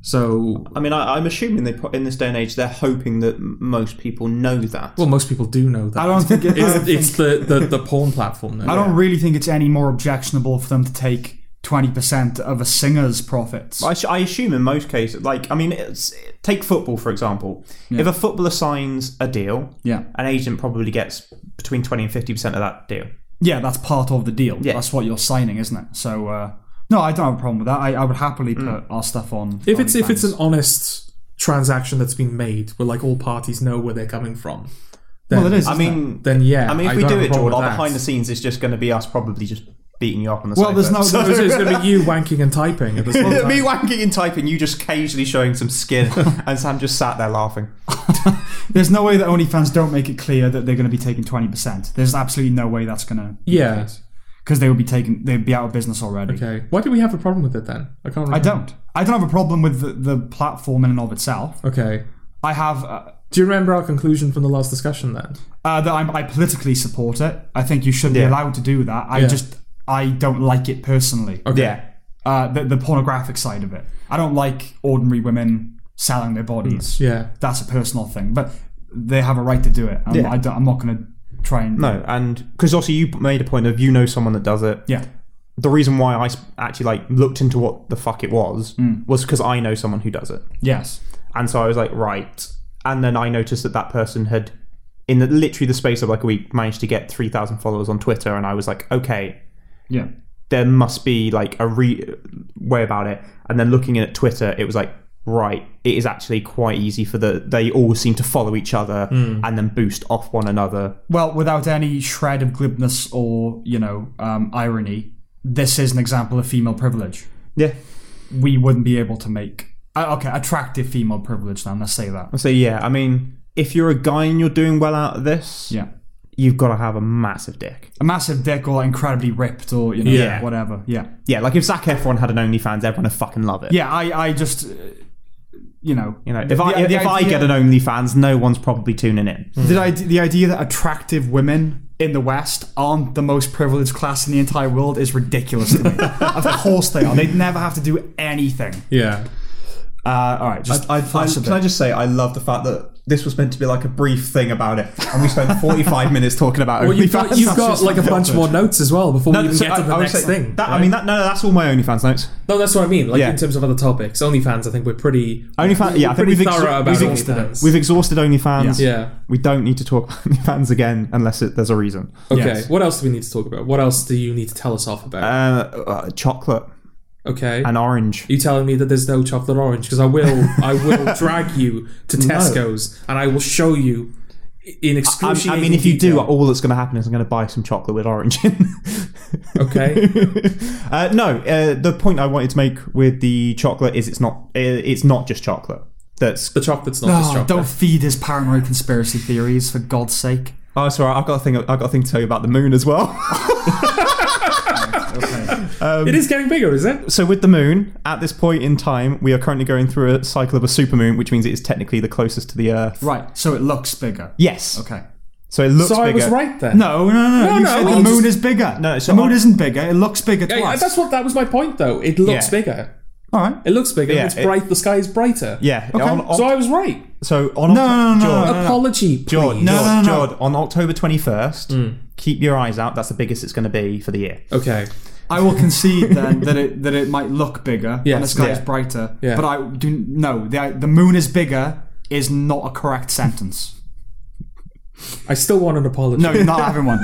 Speaker 1: So,
Speaker 3: I mean, I, I'm assuming they put in this day and age, they're hoping that m- most people know that.
Speaker 1: well, most people do know that.
Speaker 2: I don't think it, I, don't
Speaker 1: it's,
Speaker 2: think-
Speaker 1: it's the, the the porn platform now.
Speaker 2: I don't really think it's any more objectionable for them to take twenty percent of a singer's profits.
Speaker 3: I, sh- I assume in most cases, like, I mean, it's, take football for example. If a footballer signs a deal,
Speaker 2: yeah,
Speaker 3: an agent probably gets between twenty and fifty percent of that deal.
Speaker 2: Yeah, that's part of the deal.
Speaker 3: Yeah.
Speaker 2: That's what you're signing, isn't it? So uh, no, I don't have a problem with that. I, I would happily put
Speaker 3: Mm.
Speaker 2: our stuff on.
Speaker 1: If it's if it's
Speaker 2: OnlyFans.
Speaker 1: an honest transaction that's been made, where like all parties know where they're coming from, then,
Speaker 2: well, it is.
Speaker 3: I
Speaker 2: isn't it?
Speaker 3: mean,
Speaker 1: Then yeah,
Speaker 3: I mean, if
Speaker 1: I
Speaker 3: we
Speaker 1: don't
Speaker 3: do
Speaker 1: have a
Speaker 3: it,
Speaker 1: problem
Speaker 3: Jordan,
Speaker 1: with
Speaker 3: our
Speaker 1: that.
Speaker 3: behind the scenes is just going to be us probably just beating you up on the
Speaker 2: well,
Speaker 3: sofa.
Speaker 2: there's no.
Speaker 1: So
Speaker 2: there's-
Speaker 1: it's going to be you wanking and typing at the same time.
Speaker 3: me wanking and typing, you just occasionally showing some skin, and Sam just sat there laughing.
Speaker 2: There's no way that OnlyFans don't make it clear that they're going to be taking twenty percent. There's absolutely no way that's going to.
Speaker 1: Yeah.
Speaker 2: Because they would be taking, they'd be out of business already.
Speaker 1: Okay. Why do we have a problem with it then? I can't. Remember.
Speaker 2: I don't. I don't have a problem with the, the platform in and of itself.
Speaker 1: Okay.
Speaker 2: I have uh,
Speaker 1: Do you remember our conclusion from the last discussion then?
Speaker 2: uh, that I'm, I politically support it. I think you should be
Speaker 3: Yeah.
Speaker 2: allowed to do that. I
Speaker 1: Yeah.
Speaker 2: just I don't like it personally.
Speaker 3: Yeah,
Speaker 2: uh, the, the pornographic side of it. I don't like ordinary women selling their
Speaker 3: Mm,
Speaker 2: bodies.
Speaker 1: Yeah.
Speaker 2: That's a personal thing, but they have a right to do it. I'm,
Speaker 3: Yeah.
Speaker 2: I am not going to try and.
Speaker 3: no, and because also you made a point of you know someone that does it.
Speaker 2: Yeah.
Speaker 3: the reason why I sp- actually like looked into what the fuck it was was because I know someone who does it,
Speaker 2: Yes.
Speaker 3: and so I was like, right. And then I noticed that that person had, in the, literally the space of like a week, managed to get three thousand followers on Twitter, and I was like, okay,
Speaker 2: Yeah.
Speaker 3: there must be like a re- way about it. And then looking at Twitter, it was like, right, it is actually quite easy for the they all seem to follow each other and then boost off one another.
Speaker 2: Well, without any shred of glibness or, you know, um, irony, this is an example of female privilege.
Speaker 3: Yeah,
Speaker 2: We wouldn't be able to make Uh, okay, attractive female privilege. Then let's say that.
Speaker 3: I say, yeah. I mean, if you're a guy and you're doing well out of this,
Speaker 2: Yeah,
Speaker 3: you've got to have a massive dick.
Speaker 2: a massive dick or incredibly ripped or you know
Speaker 3: Yeah.
Speaker 2: whatever. Yeah,
Speaker 3: Yeah, like if Zac Efron had an OnlyFans, everyone would fucking love it.
Speaker 2: yeah. I I just uh, you know
Speaker 3: You know, if I
Speaker 2: the- the
Speaker 3: if I
Speaker 2: idea-
Speaker 3: get an OnlyFans, no one's probably tuning in.
Speaker 2: The, idea, the idea that attractive women in the West aren't the most privileged class in the entire world is ridiculous to me. of course they are. They'd never have to do anything.
Speaker 1: Yeah.
Speaker 2: Uh, all right, just
Speaker 3: I, I,
Speaker 2: flash a
Speaker 3: can I
Speaker 2: bit.
Speaker 3: just say I love the fact that this was meant to be like a brief thing about it, and we spent 45 minutes talking about
Speaker 1: Well, you've
Speaker 3: OnlyFans.
Speaker 1: got, you've got
Speaker 2: just
Speaker 1: like a bunch
Speaker 2: unfiltered.
Speaker 1: more notes as well before we even
Speaker 3: so
Speaker 1: get to the
Speaker 3: would
Speaker 1: next
Speaker 3: say
Speaker 1: thing.
Speaker 3: That, I
Speaker 1: right?
Speaker 3: mean, that, no, no, that's all my OnlyFans notes.
Speaker 1: no, that's what I mean. Like
Speaker 3: Yeah.
Speaker 1: in terms of other topics, OnlyFans, I think we're pretty
Speaker 3: OnlyFans, yeah, I think
Speaker 1: pretty
Speaker 3: we've, ex-
Speaker 1: thorough about
Speaker 3: we've, ex-
Speaker 1: OnlyFans.
Speaker 3: we've exhausted OnlyFans.
Speaker 1: yeah.
Speaker 3: We don't need to talk about OnlyFans again unless it, there's a reason.
Speaker 1: Okay.
Speaker 2: Yes.
Speaker 1: What else do we need to talk about? What else do you need to tell us off
Speaker 3: Uh,
Speaker 1: about?
Speaker 3: uh, chocolate
Speaker 1: okay.
Speaker 3: and orange.
Speaker 1: you telling me that there's no chocolate orange because I will I will drag you to Tesco's and I will show you in
Speaker 3: I,
Speaker 1: excruciating
Speaker 3: I mean, if you do,
Speaker 1: detail.
Speaker 3: all that's going to happen is I'm going to buy some chocolate with orange in.
Speaker 1: okay.
Speaker 3: uh, no, uh, the point I wanted to make with the chocolate is it's not uh, it's not just chocolate. That's
Speaker 1: The chocolate's not just
Speaker 2: Oh,
Speaker 1: chocolate.
Speaker 2: don't feed his paranoid conspiracy theories, for God's sake.
Speaker 3: oh sorry, I've got a thing I've got a thing to tell you about the moon as well.
Speaker 2: Okay.
Speaker 1: it is getting bigger, is it?
Speaker 3: so with the moon, at this point in time, we are currently going through a cycle of a supermoon, which means it is technically the closest to the Earth.
Speaker 2: right, so it looks bigger.
Speaker 3: Yes.
Speaker 2: Okay.
Speaker 3: So it looks
Speaker 1: So
Speaker 3: bigger.
Speaker 1: I was right then.
Speaker 2: No, no, no.
Speaker 1: No,
Speaker 2: you
Speaker 1: no,
Speaker 2: said
Speaker 1: well,
Speaker 2: the moon
Speaker 1: just-
Speaker 2: is bigger.
Speaker 3: No, so
Speaker 2: the moon
Speaker 3: I-
Speaker 2: isn't bigger. It looks bigger to
Speaker 1: Yeah,
Speaker 2: us.
Speaker 1: that's what that was my point though. It looks
Speaker 3: Yeah.
Speaker 1: bigger.
Speaker 2: All right.
Speaker 1: It looks bigger.
Speaker 3: Yeah,
Speaker 1: it's
Speaker 3: it-
Speaker 1: bright. The sky is brighter.
Speaker 3: Yeah. On, on,
Speaker 1: So I was right.
Speaker 3: so on
Speaker 2: No, no, no, no,
Speaker 3: George,
Speaker 2: no, no.
Speaker 1: Apology, please.
Speaker 3: George,
Speaker 2: No, no,
Speaker 3: George,
Speaker 2: no, no. Mm.
Speaker 3: George, on October 21st, keep your eyes out. That's the biggest it's going to be for the year.
Speaker 1: Okay.
Speaker 2: I will concede then that it that it might look bigger
Speaker 1: Yes.
Speaker 2: and the sky is
Speaker 1: Yeah.
Speaker 2: brighter.
Speaker 1: Yeah.
Speaker 2: But I do no. The the moon is bigger is not a correct sentence.
Speaker 1: I still want an apology.
Speaker 2: No, you're not having one.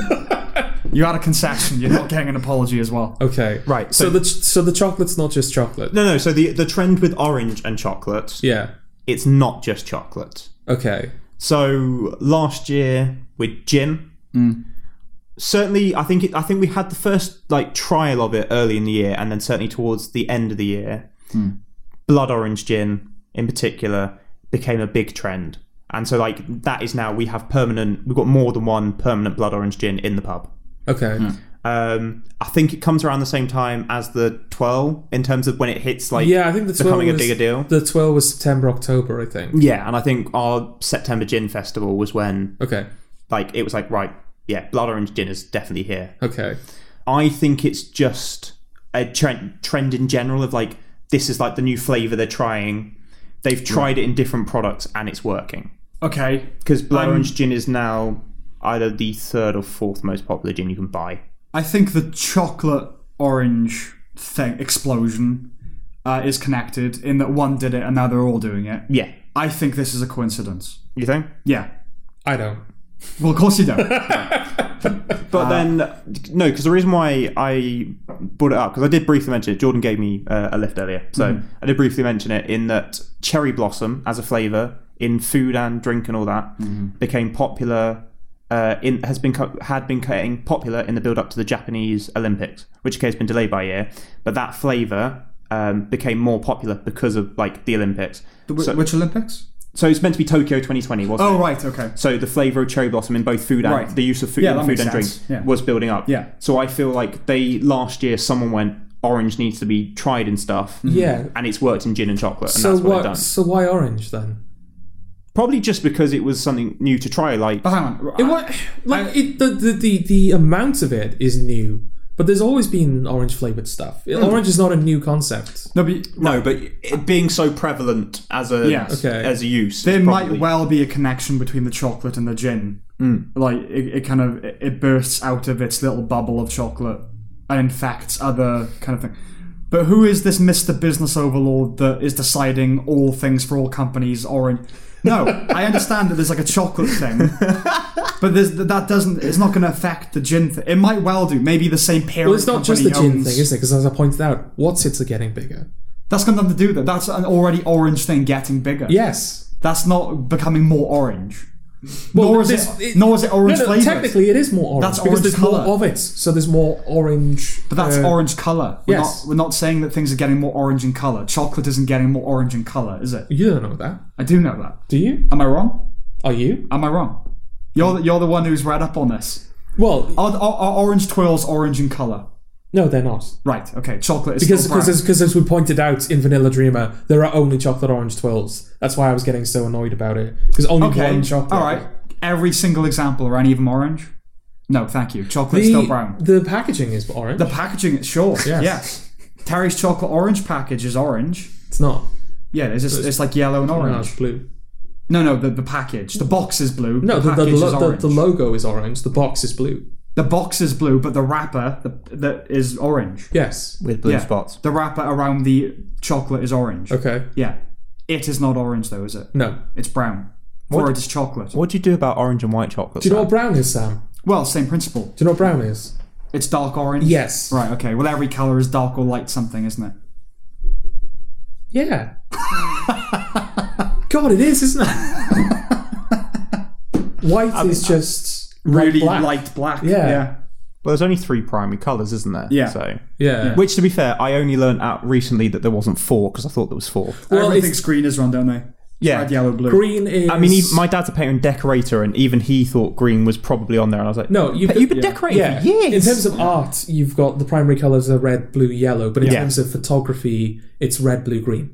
Speaker 2: You had a concession. You're not getting an apology as well.
Speaker 1: Okay.
Speaker 3: Right,
Speaker 1: So,
Speaker 3: so-
Speaker 1: the ch- so the chocolate's not just chocolate.
Speaker 3: No, no. So the the trend with orange and chocolate,
Speaker 1: Yeah.
Speaker 3: it's not just chocolate.
Speaker 1: Okay.
Speaker 3: So last year with gin,
Speaker 1: Mm.
Speaker 3: certainly I think it, I think we had the first like trial of it early in the year, and then certainly towards the end of the year,
Speaker 1: Mm.
Speaker 3: blood orange gin in particular became a big trend. And so, like that is now we have permanent. We've got more than one permanent blood orange gin in the pub.
Speaker 1: Okay.
Speaker 2: Hmm.
Speaker 3: Um, I think it comes around the same time as the twirl in terms of when it hits like
Speaker 1: Yeah, I think the twelve
Speaker 3: becoming a
Speaker 1: was,
Speaker 3: bigger deal.
Speaker 1: The twelve was September, October, I think.
Speaker 3: Yeah, and I think our September Gin Festival was when
Speaker 1: Okay.
Speaker 3: like it was like right, yeah, blood orange gin is definitely here.
Speaker 1: Okay.
Speaker 3: I think it's just a trend trend in general of like this is like the new flavor they're trying. They've tried it in different products and it's working
Speaker 2: Okay.
Speaker 3: because blood
Speaker 2: I'm-
Speaker 3: orange gin is now either the third or fourth most popular gin you can buy.
Speaker 2: I think the chocolate orange thing explosion uh, is connected in that one did it and now they're all doing it.
Speaker 3: Yeah,
Speaker 2: I think this is a coincidence.
Speaker 3: you think?
Speaker 2: Yeah.
Speaker 1: I don't.
Speaker 2: Well, of course you don't.
Speaker 3: But then, no, because the reason why I brought it up, because I did briefly mention it, Jordan gave me uh, a lift earlier. So I did briefly mention it in that cherry blossom as a flavour in food and drink and all that became popular. Uh, in, has been co- had been getting popular in the build up to the Japanese Olympics, which has been delayed by a year. But that flavour um, became more popular because of like the Olympics. so,
Speaker 2: Which Olympics?
Speaker 3: so it's meant to be Tokyo 2020, wasn't it?
Speaker 2: Oh, right. Okay.
Speaker 3: So the flavour of cherry blossom in both food and
Speaker 2: Right.
Speaker 3: the use of food,
Speaker 2: Yeah, that
Speaker 3: food
Speaker 2: makes
Speaker 3: and drink
Speaker 2: sense. Yeah.
Speaker 3: was building up.
Speaker 2: Yeah.
Speaker 3: So I feel like they last year someone went orange needs to be tried and stuff.
Speaker 2: Mm-hmm. Hmm.
Speaker 1: Yeah.
Speaker 3: And it's worked in gin and chocolate, and
Speaker 1: So
Speaker 3: that's what,
Speaker 1: what?
Speaker 3: they've done.
Speaker 1: So why orange then?
Speaker 3: Probably just because it was something new to try. Like
Speaker 2: But hang on.
Speaker 1: It what? Like it, the, the the the amount of it is new, but there's always been orange flavored stuff.
Speaker 2: Hmm.
Speaker 1: Orange is not a new concept.
Speaker 2: no, but
Speaker 3: no, but it being so prevalent as a
Speaker 2: Yes.
Speaker 1: Okay.
Speaker 3: as a use,
Speaker 2: There
Speaker 3: is
Speaker 2: might
Speaker 3: probably-
Speaker 2: well be a connection between the chocolate and the gin.
Speaker 1: Mm.
Speaker 2: Like it, it kind of it it bursts out of its little bubble of chocolate and infects other kind of thing. But who is this Mr. Business Overlord that is deciding all things for all companies? Orange. No, I understand that there's like a chocolate thing, but there's, that doesn't. It's not going to affect the gin thing. It might well do. Maybe the same parent.
Speaker 1: Well, it's not just the
Speaker 2: company
Speaker 1: gin
Speaker 2: owns-
Speaker 1: thing, is it? Because as I pointed out, what's it's are getting bigger.
Speaker 2: That's got nothing to do with it. That's an already orange thing getting bigger.
Speaker 1: Yes.
Speaker 2: That's not becoming more orange. nor is
Speaker 1: this-
Speaker 2: it, nor is it orange
Speaker 1: no, no,
Speaker 2: flavored.
Speaker 1: Technically, it is more orange.
Speaker 2: That's
Speaker 1: because
Speaker 2: orange
Speaker 1: there's
Speaker 2: colour.
Speaker 1: more of it, so there's more orange.
Speaker 2: But that's orange color. We're,
Speaker 1: yes.
Speaker 2: not, we're not saying that things are getting more orange in color. Chocolate isn't getting more orange in color, is it?
Speaker 1: You don't know that,
Speaker 2: I do know that.
Speaker 1: do you?
Speaker 2: Am I wrong?
Speaker 1: Are you?
Speaker 2: Am I wrong? You're the, you're the one who's read up on this.
Speaker 1: Well,
Speaker 2: Are, are, are orange twirls orange in color?
Speaker 1: no, they're not.
Speaker 2: Right. Okay. Chocolate is
Speaker 1: Because
Speaker 2: still brown.
Speaker 1: because as, 'cause as we pointed out in Vanilla Dreamer, there are only chocolate orange twirls. That's why I was getting so annoyed about it because only one
Speaker 2: okay.
Speaker 1: chocolate.
Speaker 2: All right. Every single example are any of them orange? No, thank you. Chocolate's
Speaker 1: The,
Speaker 2: still brown.
Speaker 1: the packaging is orange.
Speaker 2: The packaging, sure.
Speaker 1: Yes.
Speaker 2: Yes. Terry's chocolate orange package is orange.
Speaker 1: it's not.
Speaker 2: Yeah, it's just it's like yellow and
Speaker 1: No,
Speaker 2: orange.
Speaker 1: it's blue.
Speaker 2: No, no, the, the package. The box is blue.
Speaker 1: No,
Speaker 2: the
Speaker 1: the, the,
Speaker 2: package is
Speaker 1: lo- the,
Speaker 2: orange.
Speaker 1: the logo is orange. The box is blue.
Speaker 2: The box is blue, but the wrapper the, the, is orange.
Speaker 1: Yes.
Speaker 3: with blue
Speaker 2: Yeah.
Speaker 3: spots.
Speaker 2: The wrapper around the chocolate is orange.
Speaker 1: Okay.
Speaker 2: Yeah. It is not orange, though, is it?
Speaker 1: No.
Speaker 2: It's brown. Or it is chocolate.
Speaker 3: What do you do about orange and white chocolate?
Speaker 1: Do you know what
Speaker 3: Sam?
Speaker 1: brown is, Sam?
Speaker 2: Well, same principle.
Speaker 1: Do you know what brown is?
Speaker 2: It's dark orange.
Speaker 1: Yes.
Speaker 2: Right, okay. Well, every colour is dark or light something, isn't it?
Speaker 1: Yeah. God, it is, isn't it? White is just
Speaker 2: Really
Speaker 1: black.
Speaker 2: light black.
Speaker 1: Yeah.
Speaker 2: Yeah.
Speaker 3: well, there's only three primary colours, isn't there?
Speaker 2: Yeah.
Speaker 3: So,
Speaker 1: Yeah.
Speaker 3: which to be fair, I only learned out recently that there wasn't four because I thought there was four.
Speaker 1: well, it's
Speaker 2: Everything's green is one, don't they?
Speaker 3: Yeah.
Speaker 2: Red, yellow, blue.
Speaker 1: green is.
Speaker 3: I mean, he, my dad's a painter and decorator, and even he thought green was probably on there. And I was like,
Speaker 1: No, you've
Speaker 3: but
Speaker 1: got-
Speaker 3: you've been
Speaker 1: yeah.
Speaker 3: decorating
Speaker 1: yeah.
Speaker 3: for years.
Speaker 1: In terms of art, you've got the primary colours are red, blue, yellow. But in
Speaker 3: Yeah.
Speaker 1: terms of photography, it's red, blue, green.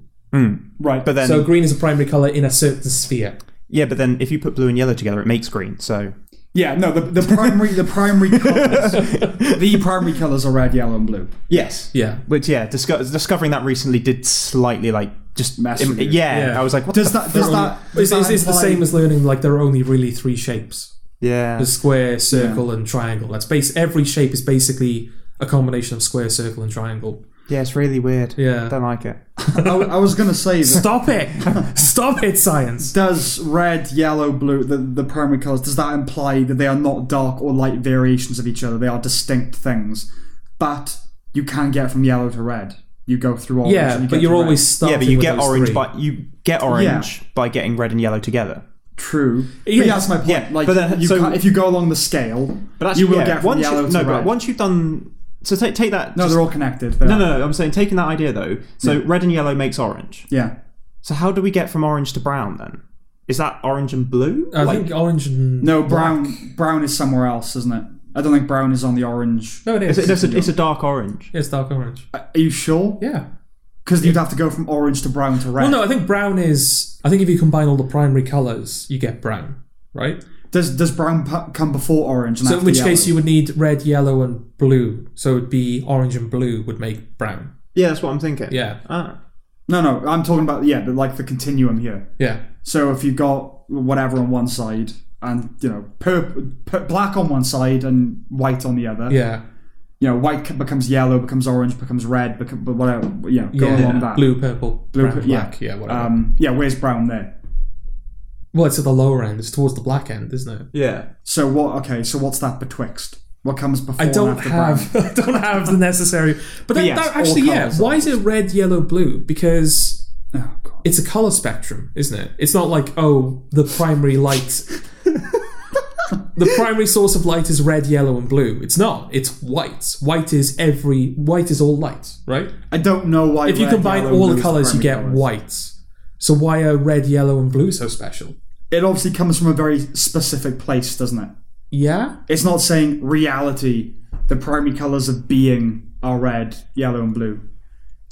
Speaker 2: Right.
Speaker 3: but then,
Speaker 1: So green is a primary colour in a certain sphere.
Speaker 3: yeah, but then if you put blue and yellow together, it makes green. So
Speaker 2: yeah, no, the, the primary the primary colours the primary colours are red, yellow, and blue.
Speaker 3: yes,
Speaker 1: Yeah.
Speaker 3: Which yeah, disco- discovering that recently did slightly like just
Speaker 2: Mess
Speaker 3: im-
Speaker 2: with you.
Speaker 3: yeah,
Speaker 1: Yeah.
Speaker 3: I was like, what
Speaker 2: Does
Speaker 3: the
Speaker 2: that does
Speaker 3: fuck?
Speaker 2: that does
Speaker 1: It's,
Speaker 2: that
Speaker 1: it's, it's the
Speaker 2: imply-
Speaker 1: same as learning like there are only really three shapes:
Speaker 3: Yeah,
Speaker 1: the square, circle, and triangle. That's base. Every shape is basically a combination of square, circle, and triangle.
Speaker 3: yeah, it's really weird.
Speaker 1: Yeah.
Speaker 3: don't like it.
Speaker 2: I, I was gonna say that
Speaker 1: Stop it! Stop it, science.
Speaker 2: does red, yellow, blue, the, the primary colours, does that imply that they are not dark or light variations of each other? They are distinct things. But you can get from yellow to red. You go through orange.
Speaker 1: Yeah,
Speaker 2: and you
Speaker 1: but
Speaker 2: get
Speaker 1: you're
Speaker 2: to
Speaker 1: always
Speaker 2: red.
Speaker 1: starting.
Speaker 3: yeah, but you
Speaker 1: with
Speaker 3: get
Speaker 1: those
Speaker 3: orange
Speaker 1: three.
Speaker 3: by you get orange by getting red and yellow together.
Speaker 2: true.
Speaker 1: Yeah.
Speaker 2: But yeah, that's my point.
Speaker 3: Yeah,
Speaker 2: like,
Speaker 3: but then-
Speaker 2: you
Speaker 3: so-
Speaker 2: can't- if you go along the scale,
Speaker 3: But
Speaker 2: you will get from
Speaker 3: once
Speaker 2: yellow
Speaker 3: you,
Speaker 2: to
Speaker 3: no,
Speaker 2: red.
Speaker 3: but once you've done, so take take that.
Speaker 2: no,
Speaker 3: just-
Speaker 2: they're all connected. They
Speaker 3: no,
Speaker 2: are.
Speaker 3: no, no. I'm saying taking that idea though. So red and yellow makes orange.
Speaker 2: Yeah.
Speaker 3: So how do we get from orange to brown then? Is that orange and blue?
Speaker 1: I think orange and
Speaker 2: No, brown. Brown is somewhere else, isn't it? I don't think brown is on the orange.
Speaker 1: No, it is.
Speaker 3: it's, it's, a, it's a dark orange.
Speaker 1: It's dark orange.
Speaker 2: Are you sure?
Speaker 1: Yeah.
Speaker 2: Because you'd have to go from orange to brown to red.
Speaker 1: Well, no, I think brown is. I think if you combine all the primary colours, you get brown, right?
Speaker 2: Does does brown p- come before orange? And
Speaker 1: So, in
Speaker 2: after
Speaker 1: which
Speaker 2: yellow?
Speaker 1: case, you would need red, yellow, and blue. So it'd be orange and blue would make brown.
Speaker 3: Yeah, that's what I'm thinking.
Speaker 1: Yeah.
Speaker 3: Ah.
Speaker 2: No, no, I'm talking about yeah, the, like the continuum here.
Speaker 1: Yeah.
Speaker 2: So if you've got whatever on one side, and you know, purple, black on one side and white on the other.
Speaker 1: Yeah.
Speaker 2: You know, white c- becomes yellow, becomes orange, becomes red, become, but whatever. You know, go
Speaker 1: yeah.
Speaker 2: along that.
Speaker 1: Blue, purple,
Speaker 2: Blue,
Speaker 1: brown,
Speaker 2: pur- yeah.
Speaker 1: black. Yeah. whatever.
Speaker 2: Um, yeah, where's brown there?
Speaker 1: well, it's at the lower end. It's towards the black end, isn't it?
Speaker 3: Yeah.
Speaker 2: So what? Okay, so what's that betwixt? What comes before?
Speaker 1: I don't
Speaker 2: and after
Speaker 1: have. I don't have the necessary. But, that,
Speaker 2: yes,
Speaker 1: that
Speaker 2: all
Speaker 1: actually, yeah.
Speaker 2: colours are
Speaker 1: Why is it red, yellow, blue? Because
Speaker 2: brown? Oh god.
Speaker 1: it's a color spectrum, isn't it? It's not like oh, the primary light. the primary source of light is red, yellow, and blue. It's not. It's white. White is every. White is all light, right?
Speaker 2: I don't know why.
Speaker 1: If you combine all the colors, you get white. So why are red, yellow, and blue so special?
Speaker 2: It obviously comes from a very specific place, doesn't it?
Speaker 1: Yeah.
Speaker 2: It's not saying reality. The primary colors of being are red, yellow, and blue.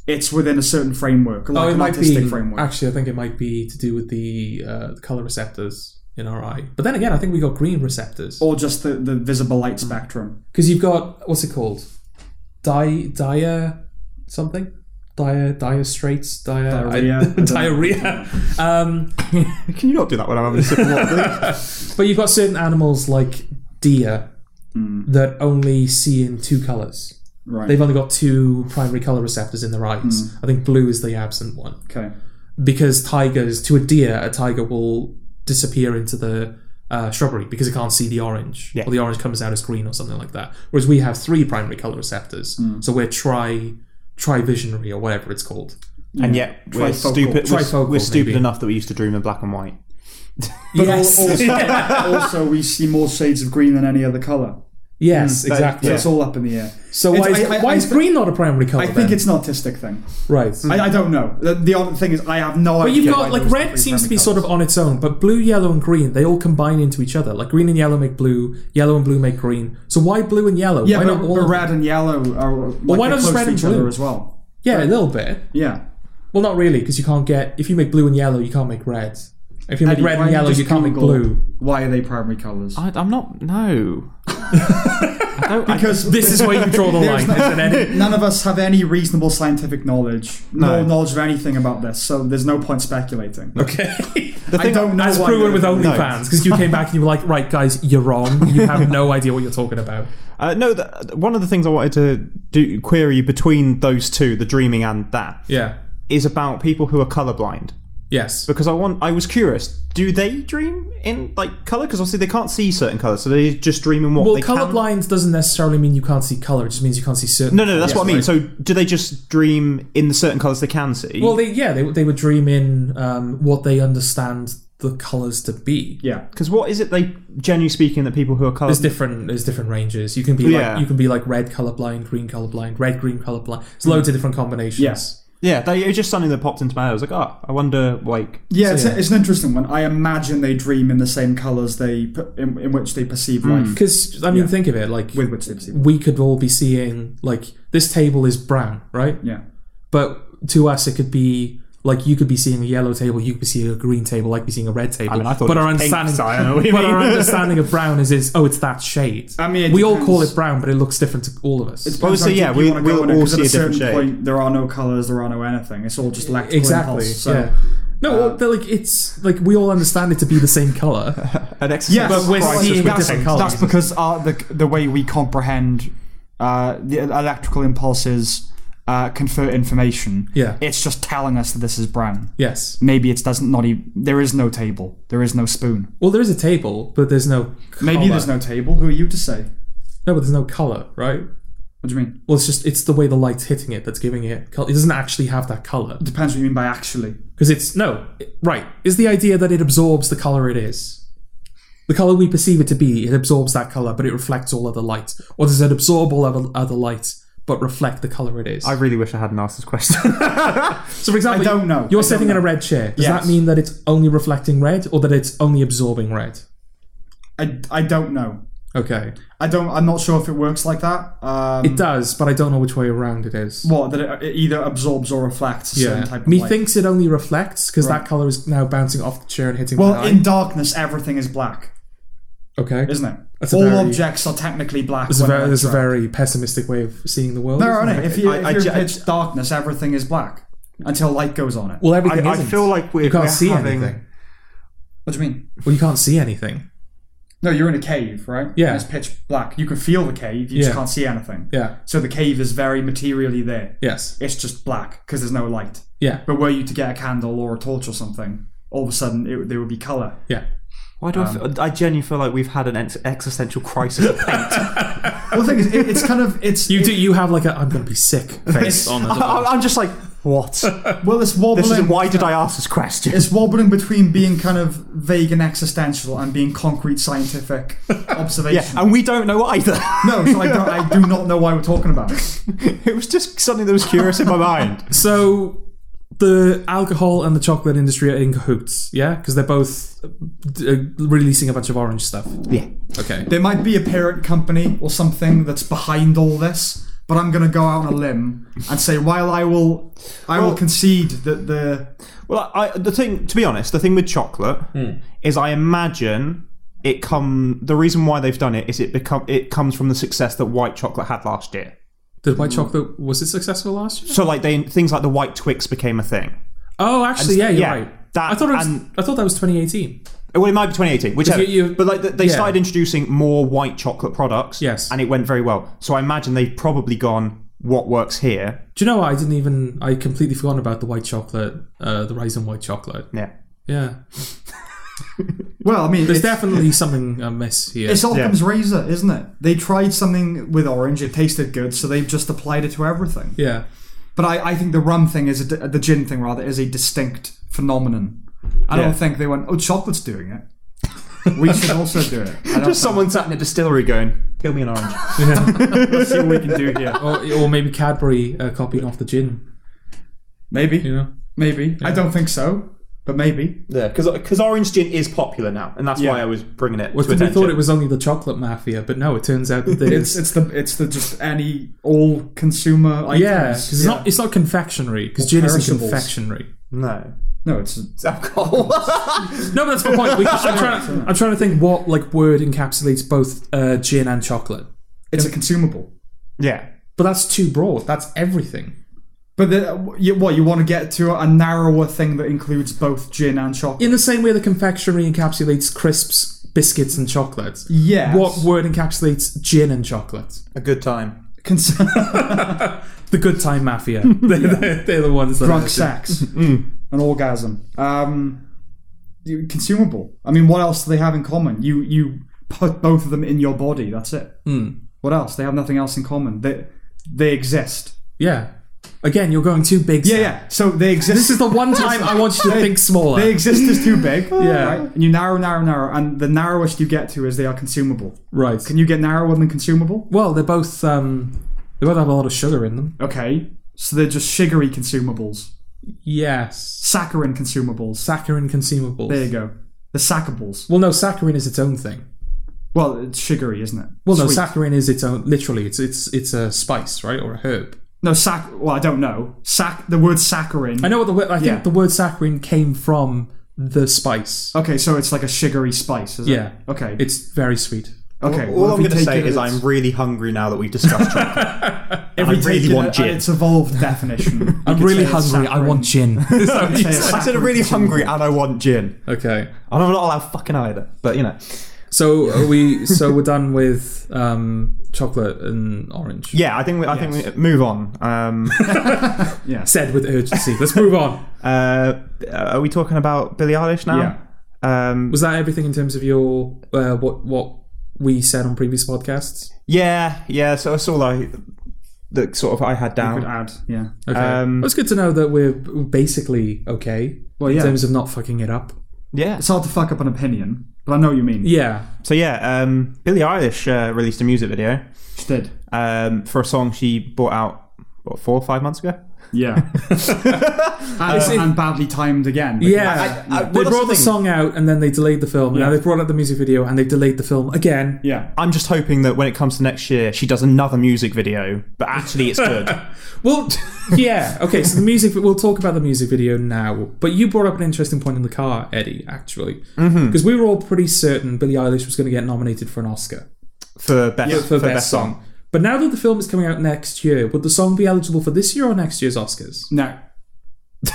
Speaker 2: It's within a certain framework, like
Speaker 1: Oh, it
Speaker 2: an
Speaker 1: might
Speaker 2: artistic
Speaker 1: be.
Speaker 2: framework.
Speaker 1: Actually, I think it might be to do with the uh, the color receptors in our eye. But then again, I think we got green receptors
Speaker 2: or just the, the visible light spectrum.
Speaker 1: because you've got what's it called? Di dia something. Dia dia straits. Dia, I-
Speaker 2: Diarrhea. I don't know.
Speaker 1: diarrhea. Um,
Speaker 3: Can you not do that when I'm having a sip of water?
Speaker 1: but you've got certain animals like deer that only see in two colors.
Speaker 2: Right.
Speaker 1: They've only got two primary color receptors in their eyes. I think blue is the absent one.
Speaker 2: okay.
Speaker 1: because tigers to a deer a tiger will disappear into the uh, shrubbery because it can't see the orange or the orange comes out as green or something like that whereas we have three primary color receptors
Speaker 2: Hmm.
Speaker 1: so we're tri trivisionary or whatever it's called
Speaker 3: and yet we're
Speaker 2: Trifocal.
Speaker 3: stupid. We're,
Speaker 1: Trifocal,
Speaker 3: we're stupid
Speaker 1: maybe.
Speaker 3: enough that we used to dream in black and white.
Speaker 2: But al-
Speaker 1: Yes.
Speaker 2: also, also, we see more shades of green than any other color.
Speaker 1: Yes,
Speaker 2: So
Speaker 1: exactly.
Speaker 2: it's all up in the air.
Speaker 1: So
Speaker 2: It's-
Speaker 1: why is,
Speaker 2: I- I-
Speaker 1: why
Speaker 2: I
Speaker 1: is
Speaker 2: th-
Speaker 1: green not a primary color?
Speaker 2: I think it's an artistic thing.
Speaker 1: right.
Speaker 2: I, I don't know. The, the other thing is, I have no
Speaker 1: But
Speaker 2: idea.
Speaker 1: you've
Speaker 2: why
Speaker 1: got like
Speaker 2: those
Speaker 1: red
Speaker 2: three
Speaker 1: seems to be
Speaker 2: primary
Speaker 1: sort of
Speaker 2: colours.
Speaker 1: on its own, but blue, yellow, and green they all combine into each other. Like green and yellow make blue, yellow and blue make green. So why blue and yellow?
Speaker 2: Yeah,
Speaker 1: why
Speaker 2: but,
Speaker 1: not all?
Speaker 2: but
Speaker 1: of them?
Speaker 2: red and yellow are like,
Speaker 1: why
Speaker 2: they're
Speaker 1: not just
Speaker 2: close
Speaker 1: red
Speaker 2: to
Speaker 1: and
Speaker 2: each other
Speaker 1: blue?
Speaker 2: as well?
Speaker 1: yeah, a little bit.
Speaker 2: Yeah.
Speaker 1: Well, not really, because you can't get if you make blue and yellow, you can't make red. If you make
Speaker 2: Eddie,
Speaker 1: red
Speaker 2: why
Speaker 1: and
Speaker 2: don't
Speaker 1: yellow,
Speaker 2: just
Speaker 1: you can't make
Speaker 2: Google
Speaker 1: blue.
Speaker 2: Why are they primary colors?
Speaker 3: I, I'm not. No. I don't, I-
Speaker 2: Because
Speaker 1: This is where you draw the
Speaker 2: There's
Speaker 1: line.
Speaker 2: no-
Speaker 1: isn't it?
Speaker 2: none of us have any reasonable scientific knowledge, no.
Speaker 3: No.
Speaker 2: knowledge of anything about this, so there's no point speculating.
Speaker 1: Okay.
Speaker 2: I don't know.
Speaker 1: As
Speaker 2: why
Speaker 1: proven
Speaker 2: they're-
Speaker 1: with
Speaker 3: No.
Speaker 1: OnlyFans, because you came back and you were like, right, guys, you're wrong. You have no idea what you're talking about.
Speaker 3: Uh, no, th one of the things I wanted to do query between those two, the dreaming and that, is
Speaker 1: Yeah.
Speaker 3: about people who are colorblind.
Speaker 1: Yes.
Speaker 3: Because I want, I was curious, do they dream in like color? Because obviously they can't see certain colors, so they just dream in what
Speaker 1: Well,
Speaker 3: they Can.
Speaker 1: colorblind doesn't necessarily mean you can't see color. It just means you can't see certain.
Speaker 3: No, no, that's
Speaker 1: colours,
Speaker 3: what I mean.
Speaker 1: right?
Speaker 3: So do they just dream in the certain colors they can see?
Speaker 1: well, they yeah, they they would dream in um, what they understand the colors to be.
Speaker 2: Yeah.
Speaker 3: because what is it they generally speaking that people who are color
Speaker 1: There's different there's different ranges. You can be
Speaker 3: Yeah.
Speaker 1: like you can be like red colorblind, green colorblind, red green colorblind. There's loads of different combinations.
Speaker 2: Yes.
Speaker 3: Yeah, they, it was just something that popped into my head. I was like, oh, I wonder, like,
Speaker 2: Yeah,
Speaker 1: So,
Speaker 2: it's,
Speaker 1: yeah.
Speaker 2: it's an interesting one. I imagine they dream in the same colors they p- in, in which they perceive life.
Speaker 3: Hmm.
Speaker 1: Because I mean, think of it like
Speaker 2: With which they perceive.
Speaker 1: we could all be seeing like this table is brown, right?
Speaker 2: Yeah.
Speaker 1: But to us, it could be like you could be seeing a yellow table, you could be seeing a green table, I could be seeing a red table.
Speaker 3: I mean, I thought
Speaker 1: but
Speaker 3: it
Speaker 1: our
Speaker 3: was pink,
Speaker 1: understanding,
Speaker 3: so I don't know what you
Speaker 1: but
Speaker 3: mean.
Speaker 1: our understanding of brown is, is oh, it's that shade.
Speaker 2: I mean, it
Speaker 1: we all
Speaker 2: depends.
Speaker 1: call it brown, but it looks different to all of us.
Speaker 2: Depends
Speaker 3: so
Speaker 2: how deep
Speaker 3: yeah,
Speaker 2: you
Speaker 3: we-
Speaker 2: wanna go
Speaker 3: we'll
Speaker 2: in it,
Speaker 3: all
Speaker 2: 'cause at
Speaker 3: see a
Speaker 2: a certain
Speaker 3: different shade.
Speaker 2: point, there are no colors, there are no anything. It's all just electrical
Speaker 1: exactly.
Speaker 2: impulse. So.
Speaker 1: yeah. No,
Speaker 3: Uh,
Speaker 1: well, they're like it's like we all understand it to be the same color.
Speaker 3: an exercise.
Speaker 2: Yes,
Speaker 1: But we're
Speaker 2: Right,
Speaker 1: seeing
Speaker 2: that's-
Speaker 1: different colours.
Speaker 2: That's because our, the the way we comprehend uh, the electrical impulses uh, confer information.
Speaker 1: Yeah.
Speaker 2: it's just telling us that this is brown.
Speaker 1: yes.
Speaker 2: Maybe it doesn't not even there is no table. There is no spoon.
Speaker 1: Well, there is a table, but there's no. Color.
Speaker 2: Maybe there's no table. Who are you to say?
Speaker 1: No, but there's no color, right?
Speaker 2: What do you mean?
Speaker 1: Well, it's just it's the way the light's hitting it that's giving it color. It doesn't actually have that color
Speaker 2: Depends what you mean by actually.
Speaker 1: because it's no it- right. Is the idea that it absorbs the color it is, the color we perceive it to be, it absorbs that color, but it reflects all other light, or does it absorb all other, other light but reflect the color it is?
Speaker 3: I really wish I hadn't asked this question.
Speaker 1: so, for example,
Speaker 2: I don't know.
Speaker 1: You're
Speaker 2: I don't
Speaker 1: sitting in a
Speaker 2: know.
Speaker 1: red chair. Does
Speaker 2: Yes.
Speaker 1: that mean that it's only reflecting red, or that it's only absorbing red?
Speaker 2: I, I don't know.
Speaker 1: Okay,
Speaker 2: I don't. I'm not sure if it works like that. Um,
Speaker 1: it does, but I don't know which way around it is.
Speaker 2: what that it, it either absorbs or reflects a certain
Speaker 1: yeah,
Speaker 2: type of light.
Speaker 1: methinks it only reflects because that color is now bouncing off the chair and hitting. my
Speaker 2: well,
Speaker 1: eye.
Speaker 2: in darkness, everything is black.
Speaker 1: okay,
Speaker 2: isn't it?
Speaker 1: That's a
Speaker 2: All
Speaker 1: very-
Speaker 2: objects are technically black.
Speaker 1: It's a
Speaker 2: when
Speaker 1: very, it's a
Speaker 2: electro-
Speaker 1: very pessimistic way of seeing the world.
Speaker 2: No,
Speaker 1: isn't
Speaker 2: no,
Speaker 1: it?
Speaker 2: no. If you
Speaker 3: I-
Speaker 2: if
Speaker 3: I
Speaker 2: you're
Speaker 3: ju-
Speaker 2: in pitch darkness, everything is black until light goes on it.
Speaker 1: Well,
Speaker 3: I,
Speaker 1: everything
Speaker 3: I
Speaker 1: isn't.
Speaker 3: feel like we're,
Speaker 1: you can't
Speaker 3: we're
Speaker 1: see
Speaker 3: having,
Speaker 1: anything.
Speaker 2: What do you mean?
Speaker 1: Well, you can't see anything.
Speaker 2: No, you're in a cave, right?
Speaker 1: Yeah.
Speaker 2: And it's pitch black. You can feel the cave. You
Speaker 1: Yeah.
Speaker 2: just can't see anything.
Speaker 1: Yeah.
Speaker 2: So the cave is very materially there.
Speaker 1: Yes.
Speaker 2: It's just black because there's no light.
Speaker 1: Yeah.
Speaker 2: But were you to get a candle or a torch or something, all of a sudden it, would- there would be color.
Speaker 1: Yeah.
Speaker 3: Why do I feel, I genuinely feel like we've had an ex- existential crisis of paint.
Speaker 2: Well, the thing is, it, it's kind of it's
Speaker 1: You
Speaker 2: it-
Speaker 1: do. You have like a I'm going to be sick face on.
Speaker 3: I, I- I'm just like, what?
Speaker 2: well, it's wobbling.
Speaker 3: This is why did I ask this question?
Speaker 2: It's wobbling between being kind of vague and existential and being concrete scientific observation.
Speaker 3: Yeah, and we don't know either.
Speaker 2: No, so I, don't, I do not know why we're talking about it.
Speaker 3: it was just something that was curious in my mind.
Speaker 1: So the alcohol and the chocolate industry are in cahoots. Yeah, because they're both uh, releasing a bunch of orange stuff.
Speaker 3: Yeah.
Speaker 1: Okay.
Speaker 2: There might be a parent company or something that's behind all this, but I'm going to go out on a limb and say, while I will, I will
Speaker 3: Well-
Speaker 2: concede that the
Speaker 3: Well, I, the thing, to be honest, the thing with chocolate
Speaker 1: Hmm.
Speaker 3: is I imagine it come. The reason why they've done it is it become it comes from the success that white chocolate had last year.
Speaker 1: Did white chocolate was it successful last year?
Speaker 3: So like they things like the white Twix became a thing.
Speaker 1: Oh, actually, yeah, you're
Speaker 3: yeah,
Speaker 1: right.
Speaker 3: that
Speaker 1: I thought it was,
Speaker 3: and-
Speaker 1: I thought that was 2018.
Speaker 3: Well, it might be 2018, whichever.
Speaker 1: you- you-
Speaker 3: but like th- they
Speaker 1: yeah.
Speaker 3: started introducing more white chocolate products.
Speaker 1: Yes.
Speaker 3: and it went very well. So I imagine they've probably gone. What works here?
Speaker 1: Do you know what? I didn't even. I completely forgot about the white chocolate, uh, the rise in white chocolate.
Speaker 3: Yeah.
Speaker 1: Yeah.
Speaker 2: well, I mean,
Speaker 1: There's
Speaker 2: it's,
Speaker 1: definitely something amiss here.
Speaker 2: it's Occam's razor, isn't it? They tried something with orange; it tasted good, so they've just applied it to everything.
Speaker 1: yeah.
Speaker 2: But I, I think the rum thing is a, di- the gin thing rather is a distinct phenomenon. I
Speaker 3: Yeah.
Speaker 2: don't think they went, oh, chocolate's doing it. We should also do it. I don't
Speaker 3: Just someone sat in a distillery going, "Give me an orange."
Speaker 2: see what we can do here.
Speaker 1: Or, or maybe Cadbury uh, copying off the gin,
Speaker 2: Maybe.
Speaker 1: you know?
Speaker 2: Maybe. I don't think so, but maybe.
Speaker 3: yeah, because orange gin is popular now, and that's why I was bringing it
Speaker 1: Well,
Speaker 3: to
Speaker 1: we
Speaker 3: attention.
Speaker 1: thought it was only the chocolate mafia, but no, it turns out that it is.
Speaker 2: It's it's the it's the just any all consumer items.
Speaker 1: Yeah, 'cause it's not it's not confectionery because gin isn't
Speaker 2: perishables.
Speaker 1: confectionery.
Speaker 3: no,
Speaker 2: No, it's
Speaker 3: it's alcohol.
Speaker 1: No, but that's my point. We- I'm, trying to, I'm trying to think what like word encapsulates both uh, gin and chocolate,
Speaker 2: it's a consumable.
Speaker 3: yeah,
Speaker 1: but that's too broad. That's everything.
Speaker 2: But the, you, what you want to get to a narrower thing that includes both gin and chocolate.
Speaker 1: In the same way the confectionery encapsulates crisps, biscuits, and chocolate.
Speaker 2: Yes.
Speaker 1: What word encapsulates gin and chocolate?
Speaker 3: a good time.
Speaker 2: Cons-
Speaker 1: The good time mafia. they're, they're, they're the ones that
Speaker 2: drunk sex,
Speaker 1: Mm.
Speaker 2: an orgasm, um, you- consumable. I mean, what else do they have in common? You you put both of them in your body. That's it.
Speaker 1: Mm.
Speaker 2: What else? They have nothing else in common. They they exist.
Speaker 1: Yeah. Again, you're going too big.
Speaker 2: Yeah,
Speaker 1: Sam.
Speaker 2: yeah. So they exist.
Speaker 1: This is the one time I want you to think smaller.
Speaker 2: they exist as too big.
Speaker 1: Yeah.
Speaker 2: right? And you narrow, narrow, narrow, and the narrowest you get to is they are consumable.
Speaker 1: right.
Speaker 2: Can you get narrower than consumable?
Speaker 1: Well, they're both um, they both have a lot of sugar in them.
Speaker 2: Okay. So they're just sugary consumables,
Speaker 1: Yes.
Speaker 2: saccharin consumables.
Speaker 1: Saccharin consumables.
Speaker 2: There you go. The sackables.
Speaker 1: Well, no, saccharin is its own thing.
Speaker 2: Well, it's sugary, isn't it?
Speaker 1: Well, no,
Speaker 2: Sweet.
Speaker 1: saccharin is its own. Literally, it's it's it's a spice, right, or a herb.
Speaker 2: No, sac. Well, I don't know. Sac. The word saccharin.
Speaker 1: I know what the word. I think
Speaker 2: Yeah.
Speaker 1: the word saccharin came from the spice.
Speaker 2: Okay, so it's like a sugary spice, is
Speaker 1: Yeah.
Speaker 2: it? Okay.
Speaker 1: It's very sweet.
Speaker 2: okay.
Speaker 3: All
Speaker 2: well,
Speaker 3: I'm
Speaker 2: if you
Speaker 3: going to
Speaker 2: take
Speaker 3: say
Speaker 2: it
Speaker 3: is
Speaker 2: as-
Speaker 3: I'm really hungry now that we've discussed chocolate.
Speaker 2: If
Speaker 3: I
Speaker 2: we take
Speaker 3: really
Speaker 2: it
Speaker 3: want
Speaker 2: at
Speaker 3: gin.
Speaker 2: Its evolved definition.
Speaker 1: I'm really hungry. I want gin. Is that what you
Speaker 2: Say a
Speaker 1: said?
Speaker 3: I said I'm really hungry and I want gin.
Speaker 1: okay.
Speaker 3: And I'm not allowed fucking either, but you know.
Speaker 1: So are we so we're done with um, chocolate and orange.
Speaker 3: Yeah, I think we, I think we move on. Um,
Speaker 1: Said with urgency. Let's move on.
Speaker 3: uh, are we talking about Billie Eilish now? Yeah. Um,
Speaker 1: Was that everything in terms of your uh, what what we said on previous podcasts?
Speaker 3: yeah, yeah. So that's all I, the sort of I had
Speaker 2: Would
Speaker 3: down.
Speaker 2: add. Yeah.
Speaker 1: Okay.
Speaker 3: Um,
Speaker 1: Well, it's good to know that we're basically okay
Speaker 2: Well,
Speaker 1: in
Speaker 2: yeah.
Speaker 1: terms of not fucking it up.
Speaker 3: Yeah.
Speaker 2: It's hard to fuck up an opinion, but I know what you mean.
Speaker 1: Yeah.
Speaker 3: So yeah, um, Billie Eilish uh, released a music video
Speaker 2: She did.
Speaker 3: um, for a song she brought out what four or five months ago.
Speaker 2: Yeah. and, and badly timed again.
Speaker 1: Yeah.
Speaker 3: I- I-
Speaker 1: they
Speaker 3: well, that's
Speaker 1: brought
Speaker 3: the
Speaker 1: the
Speaker 3: thing.
Speaker 1: song out and then they delayed the film. Now
Speaker 2: Yeah.
Speaker 1: they've brought out the music video and they've delayed the film again.
Speaker 2: Yeah.
Speaker 3: I'm just hoping that when it comes to next year, she does another music video, but actually it's good.
Speaker 1: Well, yeah. Okay, so the music. We'll talk about the music video now. But you brought up an interesting point in the car, Eddie. Actually, because we were all pretty certain Billie Eilish was going to get nominated for an Oscar
Speaker 3: for best
Speaker 1: for, best, song. But now that the film is coming out next year, would the song be eligible for this year or next year's Oscars?
Speaker 2: No.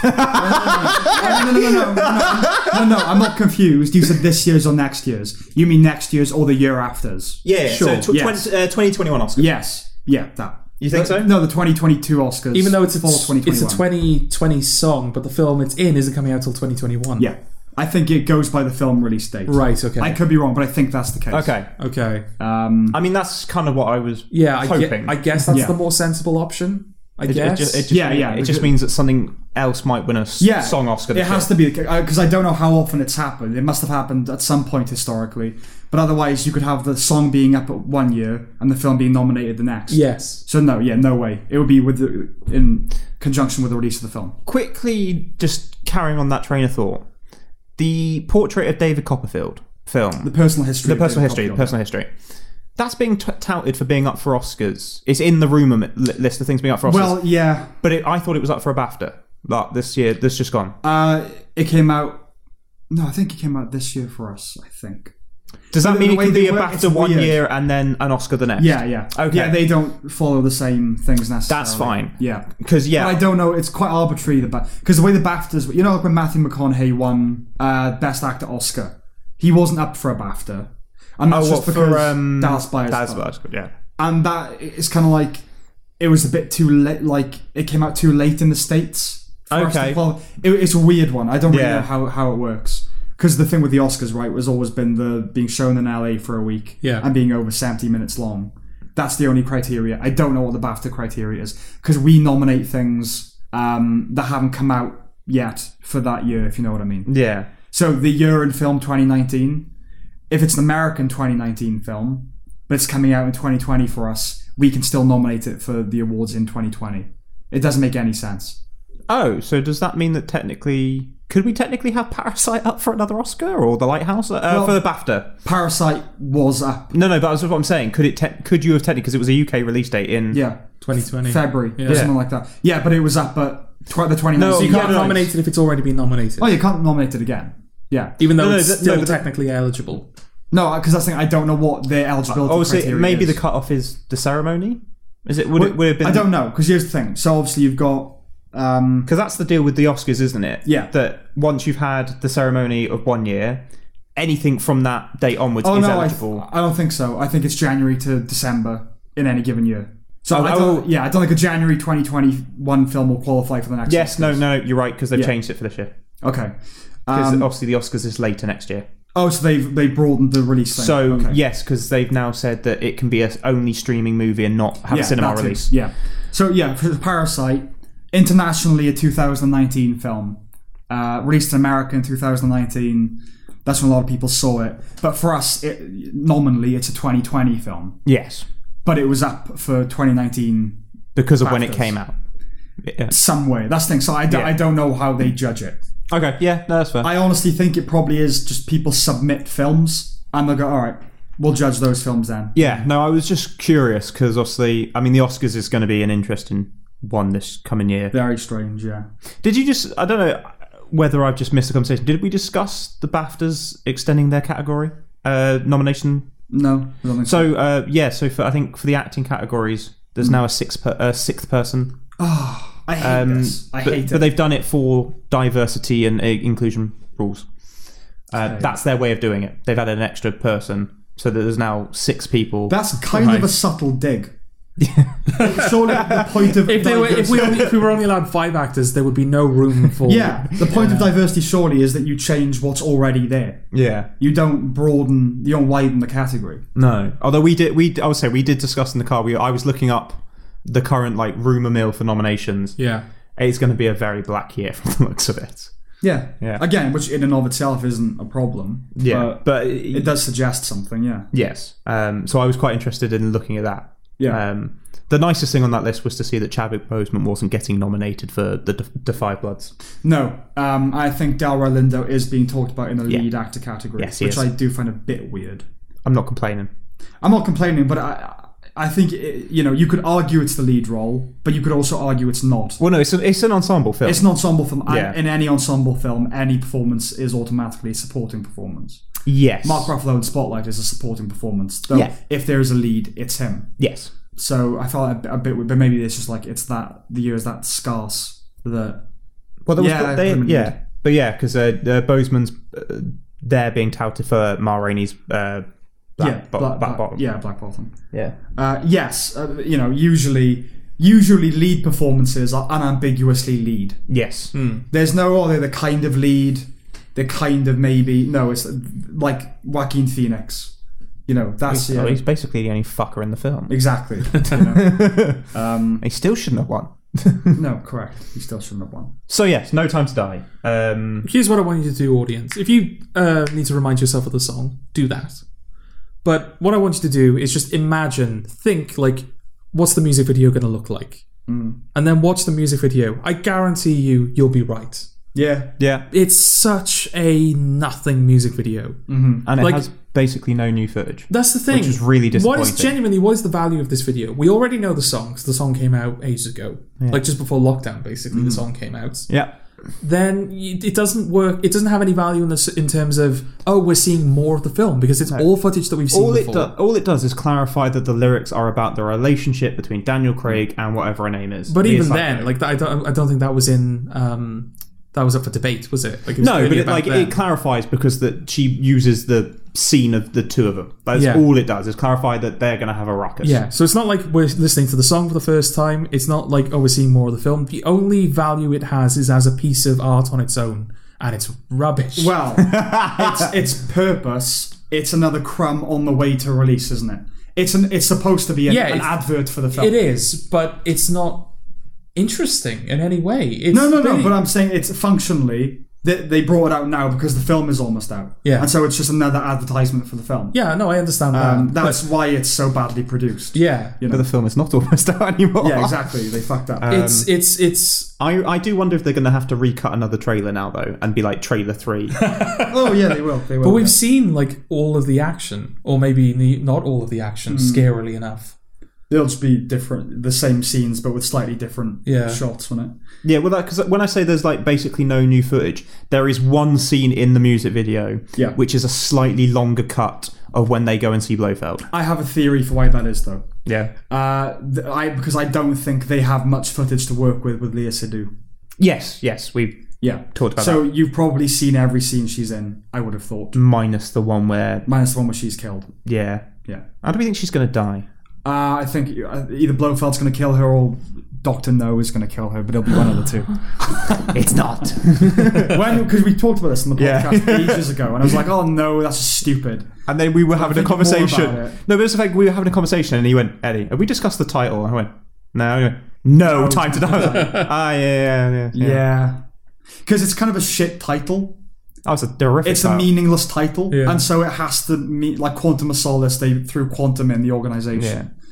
Speaker 2: no, no, no, no, no, no, no, I'm not confused. You said this year's or next year's. You mean next year's or the year after's?
Speaker 3: Yeah,
Speaker 1: Sure,
Speaker 3: so tw-
Speaker 2: yes.
Speaker 3: 20, uh, 2021 Oscar.
Speaker 2: Yes. Yeah, that.
Speaker 3: You think so?
Speaker 2: No, the 2022 Oscars.
Speaker 1: Even though it's a,
Speaker 2: fall
Speaker 1: it's a 2020 song, but the film it's in isn't coming out till 2021.
Speaker 2: Yeah. I think it goes by the film release date.
Speaker 1: Right. Okay.
Speaker 2: I could be wrong, but I think that's the case.
Speaker 3: Okay.
Speaker 1: okay.
Speaker 2: Um,
Speaker 3: I mean, that's kind of what I was
Speaker 1: Yeah. I, ge-
Speaker 3: hoping.
Speaker 1: I guess that's
Speaker 2: Yeah.
Speaker 1: the more sensible option. I
Speaker 3: It-
Speaker 1: guess.
Speaker 3: It just, it just
Speaker 2: Yeah,
Speaker 3: mean-
Speaker 2: yeah,
Speaker 3: It just
Speaker 2: because-
Speaker 3: means that something else might win a s-
Speaker 2: yeah.
Speaker 3: song Oscar.
Speaker 2: It has to be the case. Because I don't know how often it's happened. It must have happened at some point historically. But otherwise, you could have the song being up at one year and the film being nominated the next.
Speaker 1: yes.
Speaker 2: So no, yeah, no way. It would be with the, in conjunction with the release of the film.
Speaker 3: quickly just carrying on that train of thought. The Portrait of David Copperfield film,
Speaker 2: The
Speaker 3: the,
Speaker 2: personal history. of
Speaker 3: personal
Speaker 2: David
Speaker 3: history, the
Speaker 2: Copperfield.
Speaker 3: personal history. That's being t- touted for being up for Oscars. It's in the rumor mi- li- list of things being up for Oscars.
Speaker 2: Well, yeah,
Speaker 3: but it, I thought it was up for a BAFTA. Like this year, this just gone.
Speaker 2: uh, it came out. No, I think it came out this year for us. I think.
Speaker 3: Does
Speaker 2: but
Speaker 3: that
Speaker 2: the
Speaker 3: mean it
Speaker 2: way
Speaker 3: can
Speaker 2: they
Speaker 3: be a
Speaker 2: work, it's
Speaker 3: BAFTA one
Speaker 2: weird.
Speaker 3: year and then an Oscar the next?
Speaker 2: Yeah, yeah.
Speaker 3: Okay.
Speaker 2: Yeah, they don't follow the same things necessarily.
Speaker 3: that's fine.
Speaker 2: Yeah.
Speaker 3: Because yeah,
Speaker 2: But I don't know. It's quite arbitrary. The because the way the Baftas, you know, like when Matthew McConaughey won uh, Best Actor Oscar, he wasn't up for a Bafta, and that's
Speaker 3: Oh,
Speaker 2: just
Speaker 3: what,
Speaker 2: because
Speaker 3: for um,
Speaker 2: Dallas Buyers
Speaker 3: Dallas
Speaker 2: Club.
Speaker 3: Buyers Club, yeah.
Speaker 2: and that it's kind of like it was a bit too late. Like it came out too late in the states. for us to
Speaker 3: Okay.
Speaker 2: follow. It- it's a weird one. I don't really
Speaker 3: Yeah.
Speaker 2: know how, how it works because the thing with the Oscars, right, was always been the being shown in LA for a week
Speaker 1: Yeah.
Speaker 2: and being over seventy minutes long. That's the only criteria. I don't know what the BAFTA criteria is because we nominate things um, that haven't come out yet for that year, if you know what I mean.
Speaker 3: Yeah.
Speaker 2: So the year in film 2019, if it's an American 2019 film, but it's coming out in 2020 for us, we can still nominate it for the awards in 2020. It doesn't make any sense.
Speaker 3: Oh, so does that mean that technically could we technically have Parasite up for another Oscar or The Lighthouse uh, for the BAFTA?
Speaker 2: Parasite was up.
Speaker 3: No, no, but that's what I'm saying. Could it? Te- could you have technically because it was a UK release date in?
Speaker 2: Yeah.
Speaker 1: 2020.
Speaker 2: February,
Speaker 1: Yeah.
Speaker 2: or something like that. Yeah, but it was up at tw- the 29th.
Speaker 3: No,
Speaker 2: So
Speaker 1: You
Speaker 3: yeah,
Speaker 1: can't nominate it if it's already been nominated.
Speaker 2: Oh, you can't nominate it again. Yeah.
Speaker 1: Even though
Speaker 3: No, no,
Speaker 1: it's
Speaker 3: that- no,
Speaker 1: still
Speaker 3: but that-
Speaker 1: technically eligible.
Speaker 2: No, because that's the thing. I don't know what their eligibility
Speaker 3: Obviously,
Speaker 2: criteria
Speaker 3: Oh, maybe
Speaker 2: is.
Speaker 3: the cutoff is the ceremony. Is it? Would it? Would it have been?
Speaker 2: I don't know because here's the thing. So obviously you've got um,
Speaker 3: Because that's the deal with the Oscars, isn't it?
Speaker 2: Yeah.
Speaker 3: That once you've had the ceremony of one year, anything from that date onwards
Speaker 2: Oh
Speaker 3: is
Speaker 2: no, I,
Speaker 3: eligible.
Speaker 2: I don't think so. I think it's January to December in any given year. So I don't,
Speaker 3: oh.
Speaker 2: yeah, I don't think a January 2021 film will qualify for the next.
Speaker 3: yes, no, no, you're right because they've
Speaker 2: Yeah.
Speaker 3: changed it for this year.
Speaker 2: Okay.
Speaker 3: 'Cause
Speaker 2: Um,
Speaker 3: obviously the Oscars is later next year.
Speaker 2: oh, so they've they broadened the release. Thing.
Speaker 3: So yes,
Speaker 2: okay.
Speaker 3: yes, because they've now said that it can be a only streaming movie and not have a cinema
Speaker 2: that too.
Speaker 3: release.
Speaker 2: Yeah. So yeah, for Parasite, internationally a 2019 film, uh, released in America in 2019. That's when a lot of people saw it. But for us, it, nominally, it's a 2020 film.
Speaker 3: Yes,
Speaker 2: But it was up for 2019
Speaker 3: because of when it
Speaker 2: BAFTAs.
Speaker 3: came out. Yeah.
Speaker 2: some way. That's the thing. So I, do,
Speaker 3: Yeah.
Speaker 2: I don't know how they judge it.
Speaker 3: Okay, yeah, no, that's fair.
Speaker 2: I honestly think it probably is just people submit films and they'll go, all right, we'll judge those films then.
Speaker 3: yeah, no, I was just curious because obviously, I mean, the Oscars is going to be an interesting one this coming year.
Speaker 2: Very strange, yeah.
Speaker 3: Did you just? I don't know whether I've just missed the conversation. Did we discuss the Baftas extending their category uh, nomination?
Speaker 2: No, I don't think so.
Speaker 3: So uh, yeah, so for I think for the acting categories, there's now a sixth per, uh, sixth person.
Speaker 2: Ah, I hate
Speaker 3: Um,
Speaker 2: this. I
Speaker 3: but,
Speaker 2: hate
Speaker 3: but
Speaker 2: it.
Speaker 3: they've done it for diversity and uh, inclusion rules. Uh, That's their way of doing it. They've added an extra person, so that there's now six people.
Speaker 2: That's kind of a subtle dig. Surely the point of
Speaker 1: If, they were, if, we only, if we were only allowed five actors, there would be no room for.
Speaker 2: yeah, the point of diversity surely is that you change what's already there.
Speaker 3: yeah.
Speaker 2: You don't broaden, you don't widen the category.
Speaker 3: No. Although we did, we I would say we did discuss in the car. We I was looking up the current like rumor mill for nominations.
Speaker 1: Yeah.
Speaker 3: It's going to be a very black year from the looks of it.
Speaker 2: Yeah.
Speaker 3: Yeah.
Speaker 2: Again, which in and of itself isn't a problem.
Speaker 3: Yeah,
Speaker 2: But
Speaker 3: but,
Speaker 2: Uh, it does suggest something, yeah.
Speaker 3: yes. Um, so I was quite interested in looking at that.
Speaker 2: Yeah.
Speaker 3: Um, the nicest thing on that list was to see that Chadwick Boseman wasn't getting nominated for the De- Defy Bloods.
Speaker 2: No, um, I think Dalry Lindo is being talked about in the lead actor category,
Speaker 3: Yes, he
Speaker 2: which
Speaker 3: is.
Speaker 2: I do find a bit weird.
Speaker 3: I'm not complaining.
Speaker 2: I'm not complaining, but I, I think it, you know you could argue it's the lead role, but you could also argue it's not.
Speaker 3: Well, no, it's an, it's an ensemble film.
Speaker 2: It's an ensemble film. and
Speaker 3: Yeah.
Speaker 2: in any ensemble film, any performance is automatically a supporting performance.
Speaker 3: yes.
Speaker 2: Mark Ruffalo in Spotlight is a supporting performance. Though
Speaker 3: Yeah.
Speaker 2: if there is a lead, it's him.
Speaker 3: yes.
Speaker 2: So I felt a bit, a bit weird, but maybe it's just like it's that the year is that scarce that
Speaker 3: Well, there was,
Speaker 2: Yeah,
Speaker 3: they,
Speaker 2: I remember.
Speaker 3: yeah, but yeah, because uh, uh, Boseman's uh, there being touted for Ma Rainey's uh, black,
Speaker 2: yeah,
Speaker 3: Bo-
Speaker 2: Black-
Speaker 3: Black
Speaker 2: Black-
Speaker 3: bottom.
Speaker 2: yeah, Black Bottom.
Speaker 3: yeah.
Speaker 2: Uh, yes, uh, you know, usually, usually lead performances are unambiguously lead.
Speaker 3: Yes.
Speaker 2: There's no, oh, they're the kind of lead, they're kind of maybe. No, it's like Joaquin Phoenix. You know, that's
Speaker 3: Well,
Speaker 2: yeah,
Speaker 3: he's basically the only fucker in the film.
Speaker 2: exactly. you know. um,
Speaker 3: He still shouldn't have won.
Speaker 2: no, correct. He still shouldn't have won.
Speaker 3: So yes, No Time to Die. Um,
Speaker 1: Here's what I want you to do, audience. If you uh, need to remind yourself of the song, do that. But what I want you to do is just imagine, think, like, what's the music video going to look like? And then watch the music video. I guarantee you, you'll be right.
Speaker 2: Yeah,
Speaker 3: yeah,
Speaker 1: It's such a nothing music video.
Speaker 3: and it
Speaker 1: Like-
Speaker 3: has basically no new footage.
Speaker 1: That's the thing.
Speaker 3: Which is really
Speaker 1: What is
Speaker 3: disappointing.
Speaker 1: genuinely what is the value of this video? We already know the song because the song came out ages ago, like just before lockdown. Basically, the song came out.
Speaker 3: Mm. Yeah,
Speaker 1: Then y- it doesn't work. It doesn't have any value in, this, in terms of oh, we're seeing more of the film because it's all footage that we've seen
Speaker 3: all it
Speaker 1: before.
Speaker 3: do- all it does is clarify that the lyrics are about the relationship between Daniel Craig and whatever her name is.
Speaker 1: but
Speaker 3: Mia
Speaker 1: even
Speaker 3: Sykes.
Speaker 1: then, like I don't, I don't think that was in. Um, that was up for debate, was it? Like, it was
Speaker 3: No,
Speaker 1: really
Speaker 3: but it,
Speaker 1: about
Speaker 3: like
Speaker 1: them.
Speaker 3: it clarifies because that she uses the scene of the two of them. That's
Speaker 1: Yeah.
Speaker 3: all it does is clarify that they're going to have a ruckus.
Speaker 1: Yeah, so it's not like we're listening to the song for the first time. It's not like, oh, we're seeing more of the film. The only value it has is as a piece of art on its own, and it's rubbish.
Speaker 2: Well, it's its purpose. It's another crumb on the way to release, isn't it? It's an. It's supposed to be an,
Speaker 1: Yeah,
Speaker 2: an
Speaker 1: it's-
Speaker 2: advert for the film.
Speaker 1: it is, but it's not. interesting in any way. It's
Speaker 2: No, no,
Speaker 1: big.
Speaker 2: no. But I'm saying it's functionally they, they brought it out now because the film is almost out.
Speaker 1: Yeah.
Speaker 2: and so it's just another advertisement for the film.
Speaker 1: yeah, no, I understand that.
Speaker 2: um, that's
Speaker 1: but,
Speaker 2: why it's so badly produced.
Speaker 1: yeah,
Speaker 2: you know.
Speaker 3: But the film is not almost out anymore.
Speaker 2: yeah, exactly. They fucked up.
Speaker 1: it's it's it's
Speaker 3: I, I do wonder if they're going to have to recut another trailer now though, and be like trailer three.
Speaker 2: oh yeah, they will. They will.
Speaker 1: But we've
Speaker 2: yeah.
Speaker 1: seen like all of the action, or maybe ne- not all of the action,
Speaker 2: Hmm.
Speaker 1: scarily enough.
Speaker 2: They'll just be different, the same scenes, but with slightly different
Speaker 1: Yeah.
Speaker 2: shots on it.
Speaker 3: yeah, well, because when I say there's like basically no new footage, there is one scene in the music video,
Speaker 2: Yeah.
Speaker 3: which is a slightly longer cut of when they go and see Blofeld.
Speaker 2: I have a theory for why that is, though.
Speaker 3: Yeah,
Speaker 2: Uh, th- I because I don't think they have much footage to work with with Leah Sidhu.
Speaker 3: Yes, yes, we
Speaker 2: Yeah,
Speaker 3: talked about
Speaker 2: so you've probably seen every scene she's in. I would have thought,
Speaker 3: that. Minus the one where,
Speaker 2: minus the one where she's killed.
Speaker 3: yeah,
Speaker 2: Yeah,
Speaker 3: I don't think she's going to die.
Speaker 2: uh, I think uh, either Blofeld's going to kill her or Doctor No is going to kill her, but it'll be one of the two.
Speaker 3: It's not.
Speaker 2: When because we talked about this on the
Speaker 3: Yeah.
Speaker 2: podcast ages ago, and I was like, oh no, that's stupid.
Speaker 3: and then we were having a
Speaker 2: thinking more about
Speaker 3: conversation.
Speaker 2: it.
Speaker 3: No, but it's the fact we were having a conversation, and he went, "Eddie, have we discussed the title?" And I went, "No." And he went, no, time to die. I was like, ah, yeah, yeah, yeah. yeah.
Speaker 2: Yeah, because it's kind of a shit title.
Speaker 3: That was a terrific.
Speaker 2: it's a
Speaker 3: title.
Speaker 2: meaningless title,
Speaker 1: Yeah.
Speaker 2: and so it has to mean like Quantum of Solace. They threw Quantum in the organization,
Speaker 3: Yeah.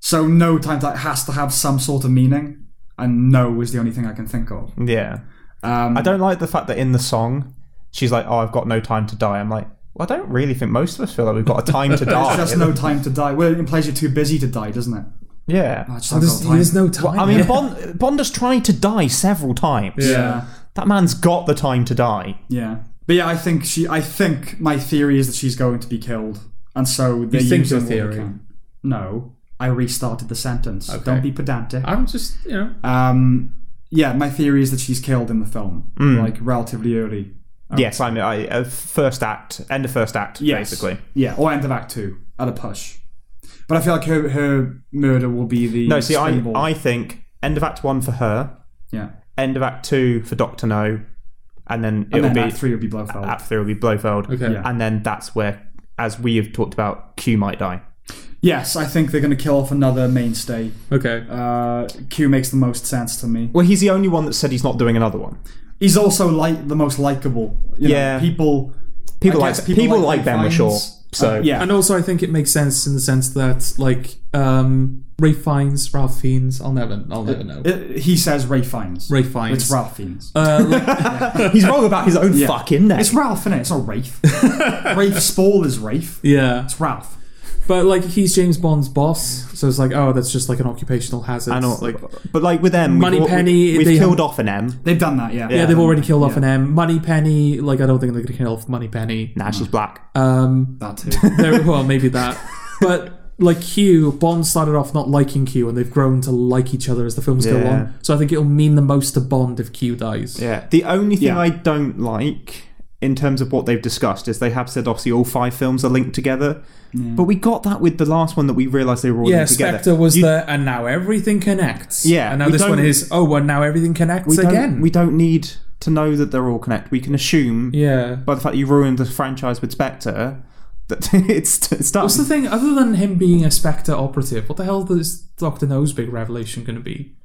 Speaker 2: so no time that has to have some sort of meaning. And no is the only thing I can think of.
Speaker 3: Yeah.
Speaker 2: Um,
Speaker 3: I don't like the fact that in the song, she's like, "Oh, I've got no time to die." I'm like, "Well, I don't really think most of us feel like we've got a time to die."
Speaker 2: There's just no time to die. Well, it implies you're too busy to die, doesn't it?
Speaker 3: yeah.
Speaker 2: I just
Speaker 1: Oh,
Speaker 2: haven't
Speaker 1: there's,
Speaker 2: got time.
Speaker 1: there's no time.
Speaker 3: I mean, Bond Bond has tried to die several times.
Speaker 2: yeah,
Speaker 3: That man's got the time to die.
Speaker 2: yeah. But yeah, I think she. I think my theory is that she's going to be killed, and so they
Speaker 1: You think
Speaker 2: using
Speaker 1: your
Speaker 2: what they
Speaker 1: theory?
Speaker 2: can. No, I restarted the sentence. Don't be pedantic.
Speaker 1: I'm just you know.
Speaker 2: Um, yeah, my theory is that she's killed in the film,
Speaker 3: Hmm.
Speaker 2: like relatively early.
Speaker 3: Yes, I'm. I uh, first act, end of first act,
Speaker 2: Oh. Yes.
Speaker 3: basically.
Speaker 2: Yeah, or end of Act Two at a push. But I feel like her her murder will be the
Speaker 3: No, see, I,
Speaker 2: springboard.
Speaker 3: I think end of Act One for her,
Speaker 2: yeah,
Speaker 3: end of Act Two for Doctor No, and then
Speaker 2: and
Speaker 3: it will
Speaker 2: then
Speaker 3: be Uh,
Speaker 2: Act Three will be Blofeld.
Speaker 3: Act Three will be Blofeld,
Speaker 1: Okay.
Speaker 2: Yeah.
Speaker 3: and then that's where, as we have talked about, Q might die.
Speaker 2: yes, I think they're going to kill off another mainstay.
Speaker 1: Okay.
Speaker 2: Uh, Q makes the most sense to me.
Speaker 3: Well, he's the only one that said he's not doing another one.
Speaker 2: He's also like the most likable. you know,
Speaker 3: Yeah.
Speaker 2: people.
Speaker 3: People
Speaker 2: I
Speaker 3: like
Speaker 2: guess
Speaker 3: people, like, Ben
Speaker 2: Ray
Speaker 3: Wishaw,
Speaker 2: Fiennes. Uh,
Speaker 3: so
Speaker 2: Yeah,
Speaker 1: And also, I think it makes sense in the sense that like um, Ray Fiennes, Ralph Fiennes. I'll never, I'll never know.
Speaker 2: Uh, he says Ray Fiennes.
Speaker 1: Ray Fiennes.
Speaker 2: It's Ralph Fiennes.
Speaker 1: Uh, like,
Speaker 3: he's wrong about his own fucking neck.
Speaker 2: it's Ralph, innit? It's not Rafe. Rafe Spall is Rafe.
Speaker 1: yeah,
Speaker 2: It's Ralph.
Speaker 1: but like he's James Bond's boss, so it's like oh, that's just like an occupational hazard.
Speaker 3: I know,
Speaker 1: like
Speaker 3: but like with M,
Speaker 1: Money
Speaker 3: we've, al-
Speaker 1: Penny,
Speaker 3: we've
Speaker 1: they
Speaker 3: killed
Speaker 1: have-
Speaker 3: off an M.
Speaker 2: They've done that, yeah.
Speaker 1: yeah,
Speaker 3: Um,
Speaker 1: they've already killed off an M. Money Penny, like I don't think they're gonna kill off Money Penny.
Speaker 3: Nah, she's black.
Speaker 1: Um,
Speaker 2: that too.
Speaker 1: There- well, maybe that. But like Q, Bond started off not liking Q, and they've grown to like each other as the films go
Speaker 3: Yeah.
Speaker 1: on. So I think it'll mean the most to Bond if Q dies.
Speaker 3: yeah. The only thing
Speaker 2: Yeah.
Speaker 3: I don't like in terms of what they've discussed is they have said obviously all five films are linked together, but we got that with the last one that we realised they were all
Speaker 1: Yeah,
Speaker 3: linked together.
Speaker 1: Spectre was
Speaker 3: You-
Speaker 1: there, and now everything connects.
Speaker 3: Yeah,
Speaker 1: and now
Speaker 3: we
Speaker 1: this one
Speaker 3: don't-
Speaker 1: is oh, well, now everything connects
Speaker 3: we don't,
Speaker 1: again.
Speaker 3: We don't need to know that they're all connected. We can assume
Speaker 1: yeah.
Speaker 3: by the fact you ruined the franchise with Spectre that it's it's done.
Speaker 1: What's the thing? Other than him being a Spectre operative, what the hell is Doctor No's big revelation going to be?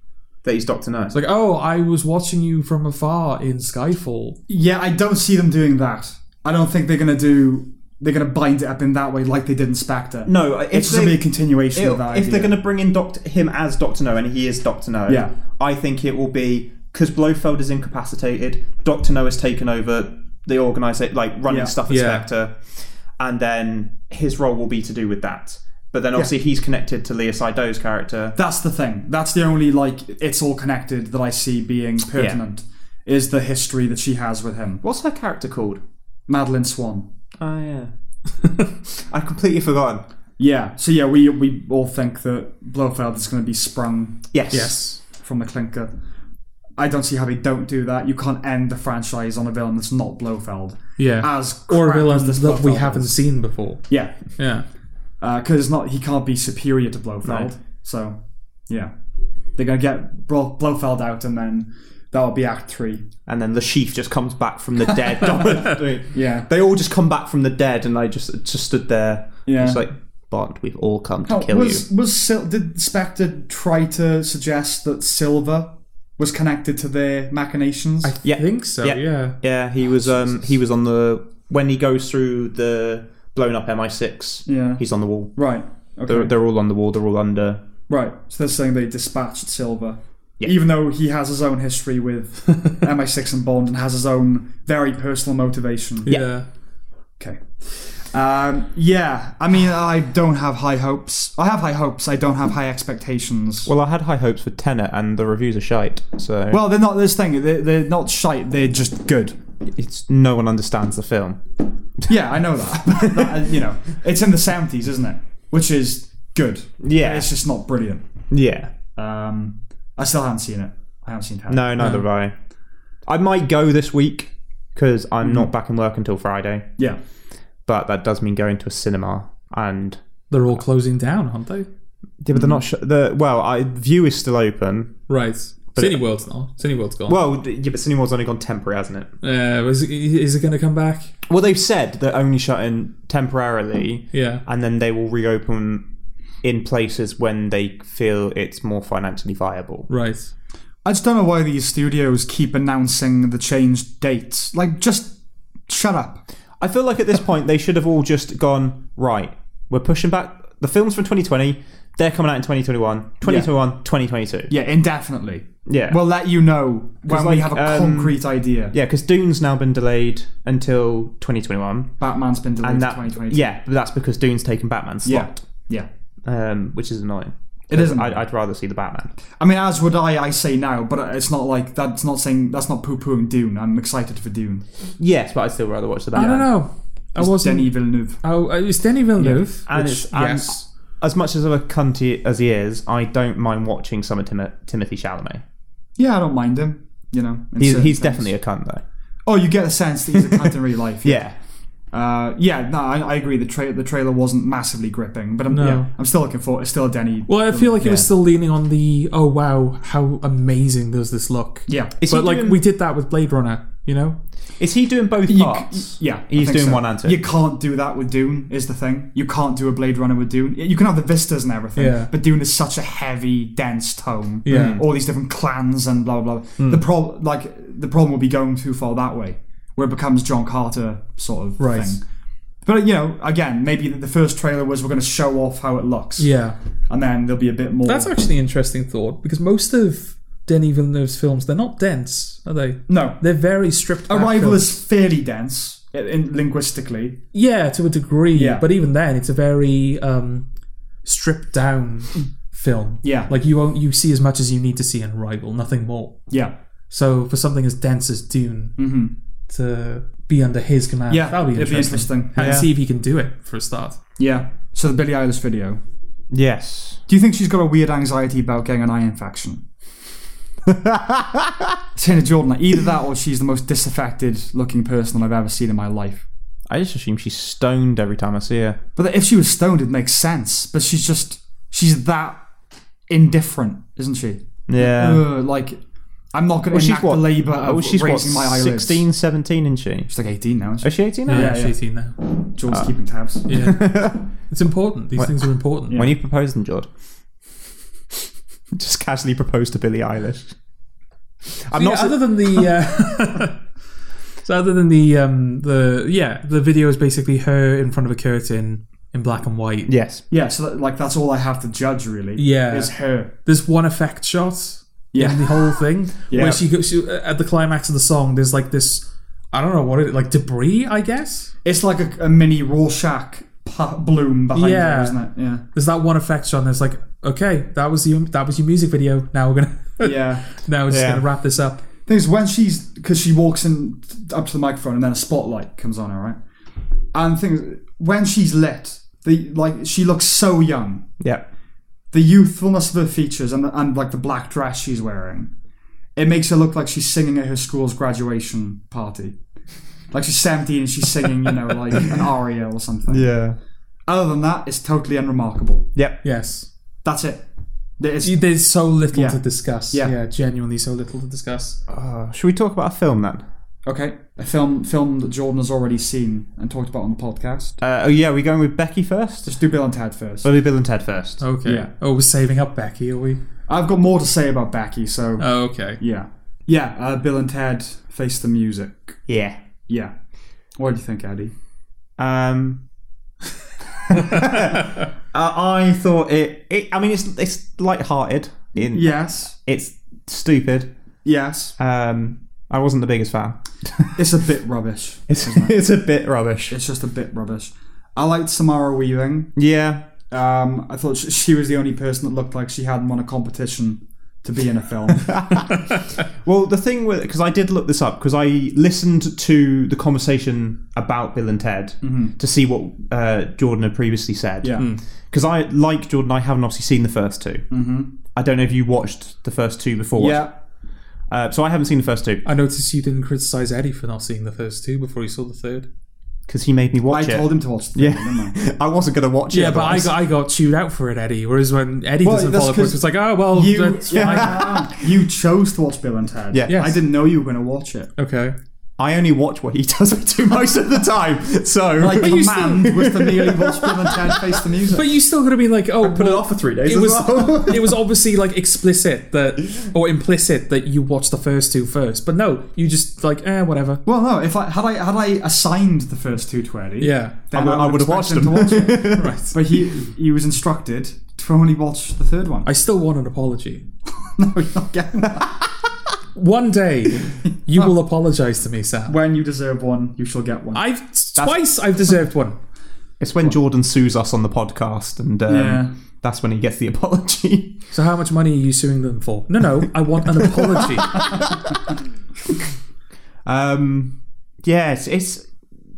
Speaker 3: that he's Doctor No.
Speaker 1: It's like, oh, I was watching you from afar in Skyfall.
Speaker 2: Yeah, I don't see them doing that. I don't think they're gonna do. They're gonna bind it up in that way, like they did in Spectre.
Speaker 3: no, if
Speaker 2: it's just
Speaker 3: they,
Speaker 2: gonna be a continuation of that.
Speaker 3: if they're
Speaker 2: idea.
Speaker 3: going to bring in Doctor him as Doctor No, and he is Doctor No,
Speaker 2: Yeah.
Speaker 3: I think it will be because Blofeld is incapacitated. Doctor No has taken over the organization, like running
Speaker 2: Yeah.
Speaker 3: stuff at
Speaker 1: Yeah.
Speaker 3: Spectre, and then his role will be to do with that. But then obviously he's connected to Leah Saido's character.
Speaker 2: that's the thing. That's the only like it's all connected that I see being pertinent is the history that she has with him,
Speaker 3: What's her character called?
Speaker 2: Madeline Swan.
Speaker 3: Oh yeah, I've completely forgotten.
Speaker 2: Yeah. So yeah, we we all think that Blofeld is gonna be sprung
Speaker 3: Yes.
Speaker 1: Yes.
Speaker 2: from the clinker. I don't see how they don't do that. You can't end the franchise on a villain that's not Blofeld.
Speaker 1: Yeah,
Speaker 3: Ah,
Speaker 2: As
Speaker 1: or
Speaker 2: crap as
Speaker 1: villains
Speaker 2: this
Speaker 1: that we
Speaker 2: Blofeld
Speaker 1: haven't
Speaker 2: is.
Speaker 1: seen before.
Speaker 2: Yeah.
Speaker 1: Yeah.
Speaker 2: because it's not he can't be superior to Blofeld.
Speaker 3: No.
Speaker 2: So yeah, they're gonna get Bro- Blofeld out, and then that'll be Act Three.
Speaker 3: and then the sheaf just comes back from the dead.
Speaker 2: Yeah,
Speaker 3: they all just come back from the dead, and I just just stood there.
Speaker 2: yeah.
Speaker 3: It's like Bond, we've all come to
Speaker 2: Oh,
Speaker 3: kill
Speaker 2: was was Sil- did Spectre try to suggest that Silver was connected to their machinations.
Speaker 1: I
Speaker 3: Yeah.
Speaker 1: think so.
Speaker 3: Yeah.
Speaker 1: Yeah.
Speaker 3: Yeah, he was. Um, he was on the when he goes through the blown up MI6.
Speaker 2: Yeah.
Speaker 3: he's on the wall.
Speaker 2: right. Okay.
Speaker 3: They're, they're all on the wall. They're all under.
Speaker 2: right. So they're saying they dispatched Silver.
Speaker 3: Yeah.
Speaker 2: Even though he has his own history with MI6 and Bond and has his own very personal motivation.
Speaker 1: Yeah.
Speaker 2: Okay. Um, yeah, I mean, I don't have high hopes. I have high hopes. I don't have high expectations. Well,
Speaker 3: Well, I had high hopes for Tenet, and the reviews are shite. So
Speaker 2: they're not this thing. They're, they're not shite. They're just good.
Speaker 3: it's no one understands the film.
Speaker 2: Yeah, I know that. That, you know, it's in the seventies, isn't it? Which is good.
Speaker 3: Yeah.
Speaker 2: it's just not brilliant.
Speaker 3: Yeah.
Speaker 2: Um, I still haven't seen it. I haven't seen it.
Speaker 3: No, neither have I. I might go this week because I'm not back in work until Friday,
Speaker 2: Yeah.
Speaker 3: but that does mean going to a cinema. And Mm.
Speaker 1: They're all closing down, aren't they?
Speaker 3: yeah, but they're not. Sh- the well, I View is still open.
Speaker 1: Right. Cineworld's not. Cineworld's gone.
Speaker 3: Well, d- yeah, but Cineworld's only gone temporary, hasn't it?
Speaker 1: yeah. Is it, is it going to come back?
Speaker 3: Well, they've said they're only shutting temporarily,
Speaker 1: Yeah.
Speaker 3: and then they will reopen in places when they feel it's more financially viable.
Speaker 1: Right.
Speaker 2: I just don't know why these studios keep announcing the changed dates. Like, just shut up.
Speaker 3: I feel like at this point they should have all just gone right. We're pushing back the films from 2020. They're coming out in 2021, 2021, 2022.
Speaker 2: Yeah, indefinitely.
Speaker 3: Yeah.
Speaker 2: We'll let you know when we
Speaker 3: like,
Speaker 2: have a
Speaker 3: um,
Speaker 2: concrete idea.
Speaker 3: Yeah, because Dune's now been delayed until 2021,
Speaker 2: Batman's been delayed
Speaker 3: and
Speaker 2: to
Speaker 3: that
Speaker 2: 2022.
Speaker 3: yeah, but that's because Dune's taken Batman's
Speaker 2: Yeah. Mm.
Speaker 3: slot,
Speaker 2: Yeah.
Speaker 3: um, which is annoying.
Speaker 2: It isn't.
Speaker 3: I'd, I'd rather see the Batman.
Speaker 2: I mean, as would I, I say now, but it's not like that's not saying that's not poo pooing Dune. I'm excited for Dune.
Speaker 3: Yes, but I'd still rather watch the
Speaker 1: I don't
Speaker 3: Batman.
Speaker 1: know. I
Speaker 2: It's
Speaker 1: wasn't.
Speaker 2: Denis Villeneuve.
Speaker 1: Oh, uh, it's Denny Villeneuve.
Speaker 3: And
Speaker 1: which-
Speaker 3: it's- and-
Speaker 1: yes.
Speaker 3: As much as of a cunt he, as he is, I don't mind watching some of Tim- Timothy Chalamet.
Speaker 2: Yeah, I don't mind him. You know, in
Speaker 3: He's,
Speaker 2: certain
Speaker 3: he's
Speaker 2: things.
Speaker 3: definitely a cunt though.
Speaker 2: Oh, you get a sense that he's a cunt in real life.
Speaker 3: Yeah,
Speaker 2: Uh, yeah. No, I, I agree. The tra- the trailer wasn't massively gripping, but I'm
Speaker 1: No.
Speaker 2: yeah, I'm still looking for. It's still a Denny.
Speaker 1: Well, I feel like it was
Speaker 3: Yeah.
Speaker 1: still leaning on the oh wow, how amazing does this look?
Speaker 2: yeah.
Speaker 3: is
Speaker 1: But
Speaker 3: he
Speaker 1: like
Speaker 3: doing,
Speaker 1: we did that with Blade Runner, you know.
Speaker 3: is he doing both
Speaker 2: You c-
Speaker 3: parts?
Speaker 2: yeah, I
Speaker 3: he's
Speaker 2: think
Speaker 3: doing
Speaker 2: so.
Speaker 3: one and two.
Speaker 2: You can't do that with Dune. Is the thing. You can't do a Blade Runner with Dune. You can have the vistas and everything,
Speaker 1: Yeah.
Speaker 2: but Dune is such a heavy, dense tone.
Speaker 1: Yeah. Mm.
Speaker 2: all these different clans and blah blah. blah. The problem, like the problem, will be going too far that way, where it becomes John Carter sort of
Speaker 1: Right.
Speaker 2: thing. But you know, again, maybe the first trailer was we're going to show off how it looks,
Speaker 1: Yeah,
Speaker 2: and then there'll be a bit more.
Speaker 1: that's actually an interesting thought because most of Denny Villeneuve's films they're not dense, are they?
Speaker 2: no,
Speaker 1: They're very stripped. back
Speaker 2: Arrival
Speaker 1: films.
Speaker 2: is fairly dense in, in linguistically.
Speaker 1: yeah to a degree,
Speaker 2: Yeah.
Speaker 1: but even then it's a very um, stripped down film.
Speaker 2: Yeah.
Speaker 1: like you won't- you see as much as you need to see in Arrival, nothing more.
Speaker 2: Yeah,
Speaker 1: So for something as dense as Dune to be under his command,
Speaker 2: Mm-hmm. yeah,
Speaker 1: that'll be
Speaker 2: it'd
Speaker 1: interesting.
Speaker 2: be interesting.
Speaker 1: And
Speaker 2: Yeah.
Speaker 1: see if he can do it for a start.
Speaker 2: yeah. So the Billie Eilish video.
Speaker 3: Yes.
Speaker 2: Do you think she's got a weird anxiety about getting an eye infection? Tina Jordan, like, either that or she's the most disaffected looking person I've ever seen in my life.
Speaker 3: I just assume she's stoned every time I see her.
Speaker 2: But if she was stoned, it makes sense. But she's just she's that indifferent, isn't she?
Speaker 3: Yeah.
Speaker 2: Ugh, like I'm not going to enact the labour of
Speaker 3: oh, she's
Speaker 2: raising
Speaker 3: what,
Speaker 2: my eyelids.
Speaker 3: 16, 17, isn't she?
Speaker 2: She's like 18 now. Isn't
Speaker 3: Is she 18 now?
Speaker 1: Yeah,
Speaker 2: Yeah,
Speaker 1: she's
Speaker 2: yeah.
Speaker 1: 18 now.
Speaker 3: Oh.
Speaker 2: she? Jordan's keeping tabs.
Speaker 1: Yeah. it's important. These things are important.
Speaker 3: When you proposed them, Jord? just casually proposed to Billie Eilish. I'm
Speaker 1: Yeah,
Speaker 3: not.
Speaker 1: other than the uh, so other than the um the yeah the video is basically her in front of a curtain in black and white.
Speaker 3: yes.
Speaker 2: Yeah, so that, like that's all I have to judge really.
Speaker 1: Yeah.
Speaker 2: is her.
Speaker 1: There's one effect shot
Speaker 2: Yeah.
Speaker 1: in the whole thing
Speaker 2: Yeah.
Speaker 1: where she goes she, uh, at the climax of the song. There's like this I don't know what it like debris I guess.
Speaker 2: It's like a, a mini Rorschach pa- bloom behind
Speaker 1: Yeah.
Speaker 2: her, isn't it? Yeah.
Speaker 1: There's that one effect shot. and There's like okay that was your that was your music video. Now we're gonna
Speaker 2: Yeah.
Speaker 1: now we're just
Speaker 3: Yeah.
Speaker 1: gonna wrap this up.
Speaker 2: Thing is, when she's because she walks in up to the microphone and then a spotlight comes on her, right? And things when she's lit, the like she looks so young.
Speaker 3: Yeah.
Speaker 2: the youthfulness of her features and, and like the black dress she's wearing, it makes her look like she's singing at her school's graduation party. Like she's 17 and she's singing, you know, like an aria or something.
Speaker 3: Yeah.
Speaker 2: Other than that, it's totally unremarkable.
Speaker 3: Yep.
Speaker 1: Yes.
Speaker 2: That's it. It's,
Speaker 1: There's so little
Speaker 2: Yeah.
Speaker 1: to discuss.
Speaker 2: Yeah.
Speaker 1: yeah, genuinely so little to discuss.
Speaker 3: Uh, should we talk about a film then?
Speaker 2: okay, a film film that Jordan has already seen and talked about on the podcast.
Speaker 3: Uh, oh yeah, are we going with Becky first?
Speaker 2: Just do Bill and Ted first.
Speaker 3: Or do Bill and Ted first?
Speaker 1: Okay.
Speaker 2: Yeah.
Speaker 1: Oh, we're saving up Becky, are we?
Speaker 2: I've got more to say about Becky, so
Speaker 3: Uh.
Speaker 5: Oh, okay.
Speaker 2: yeah. Yeah, uh, Bill and Ted face the music.
Speaker 3: Yeah.
Speaker 2: Yeah. What do you think, Eddie?
Speaker 3: Um, uh, I thought it, it. I mean, it's it's light-hearted. In,
Speaker 2: Yes.
Speaker 3: It's stupid.
Speaker 2: Yes.
Speaker 3: Um, I wasn't the biggest fan.
Speaker 2: It's a bit rubbish.
Speaker 3: It's it's a bit rubbish.
Speaker 2: It's just a bit rubbish. I liked Samara Weaving.
Speaker 3: Yeah.
Speaker 2: Um, I thought sh- she was the only person that looked like she hadn't won a competition to be in a film.
Speaker 3: Well, the thing with because I did look this up because I listened to the conversation about Bill and Ted to see what uh, Jordan had previously said.
Speaker 2: Yeah. Mm.
Speaker 3: Because I like Jordan, I haven't obviously seen the first two. Mm-hmm. I don't know if you watched the first two before.
Speaker 2: yeah.
Speaker 3: Uh, so I haven't seen the first two
Speaker 1: I noticed you didn't criticize Eddie for not seeing the first two before he saw the third.
Speaker 3: because he made me
Speaker 2: I
Speaker 3: watch it.
Speaker 2: told him to watch the
Speaker 3: Yeah.
Speaker 2: film, didn't I?
Speaker 3: I wasn't going to watch it.
Speaker 1: Yeah, but I
Speaker 3: otherwise.
Speaker 1: got, I got chewed out for it, Eddie. Whereas when Eddie
Speaker 2: Well,
Speaker 1: doesn't
Speaker 2: that's
Speaker 1: follow
Speaker 2: 'cause
Speaker 1: books, it's like, oh well,
Speaker 2: you-
Speaker 1: that's fine.
Speaker 2: You chose to watch Bill and Ted.
Speaker 3: Yeah.
Speaker 1: Yes.
Speaker 2: I didn't know you were going to watch it.
Speaker 1: okay.
Speaker 3: I only watch what he tells me to most of the time. So
Speaker 2: Like,
Speaker 1: you
Speaker 2: command was to nearly watch Bill and Ted face the music.
Speaker 1: But you still got to be like, oh,
Speaker 3: put it off for three days.
Speaker 1: It was it was obviously like explicit that or implicit that you watched the first two first, but no, you just like eh, whatever.
Speaker 2: well, no. If I had I had I assigned the first two to Eddie,
Speaker 1: Yeah,
Speaker 2: then
Speaker 3: I would-
Speaker 2: I,
Speaker 3: I
Speaker 2: would
Speaker 3: would've
Speaker 2: have watched
Speaker 3: watched
Speaker 2: him to
Speaker 3: them.
Speaker 2: watch it.
Speaker 1: right.
Speaker 2: But he he was instructed to only watch the third one.
Speaker 1: I still want an apology.
Speaker 2: no, you're not getting that.
Speaker 1: One day, you will apologize to me, Sam.
Speaker 2: When you deserve one, you shall get one.
Speaker 1: I've twice I've deserved one.
Speaker 3: It's when Jordan sues us on the podcast, and um,
Speaker 2: Yeah.
Speaker 3: that's when he gets the apology.
Speaker 1: So how much money are you suing them for? No, no, I want an apology.
Speaker 3: Um, yeah, it's, it's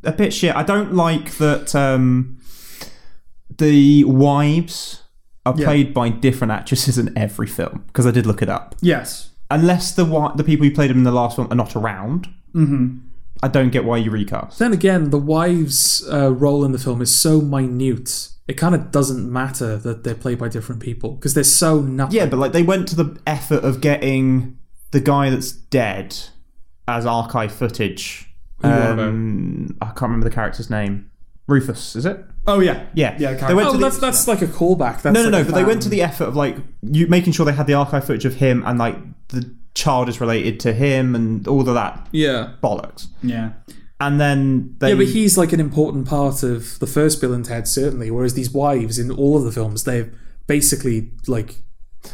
Speaker 3: a bit shit. I don't like that um, the wives are
Speaker 2: Yeah.
Speaker 3: played by different actresses in every film because I did look it up.
Speaker 2: yes.
Speaker 3: Unless the wi- the people who played them in the last film are not around, mm-hmm. I don't get why you recast.
Speaker 1: then again, the wives' uh, role in the film is so minute. It kind of doesn't matter that they're played by different people because they're so nothing.
Speaker 3: Yeah, but like they went to the effort of getting the guy that's dead as archive footage.
Speaker 5: you on
Speaker 3: Um, I can't remember the character's name. Rufus, is it?
Speaker 2: Oh yeah.
Speaker 3: Yeah,
Speaker 2: Yeah,
Speaker 3: They went
Speaker 1: Oh,
Speaker 3: to the-
Speaker 1: that's that's like a callback. That's
Speaker 3: No, no,
Speaker 1: like
Speaker 3: no.
Speaker 1: a
Speaker 3: But they
Speaker 1: fan-
Speaker 3: went to the effort of like you making sure they had the archive footage of him and like the child is related to him and all of that
Speaker 1: yeah.
Speaker 3: bollocks.
Speaker 2: Yeah.
Speaker 3: And then they
Speaker 1: Yeah, but he's like an important part of the first Bill and Ted, certainly. Whereas these wives in all of the films, they're basically like.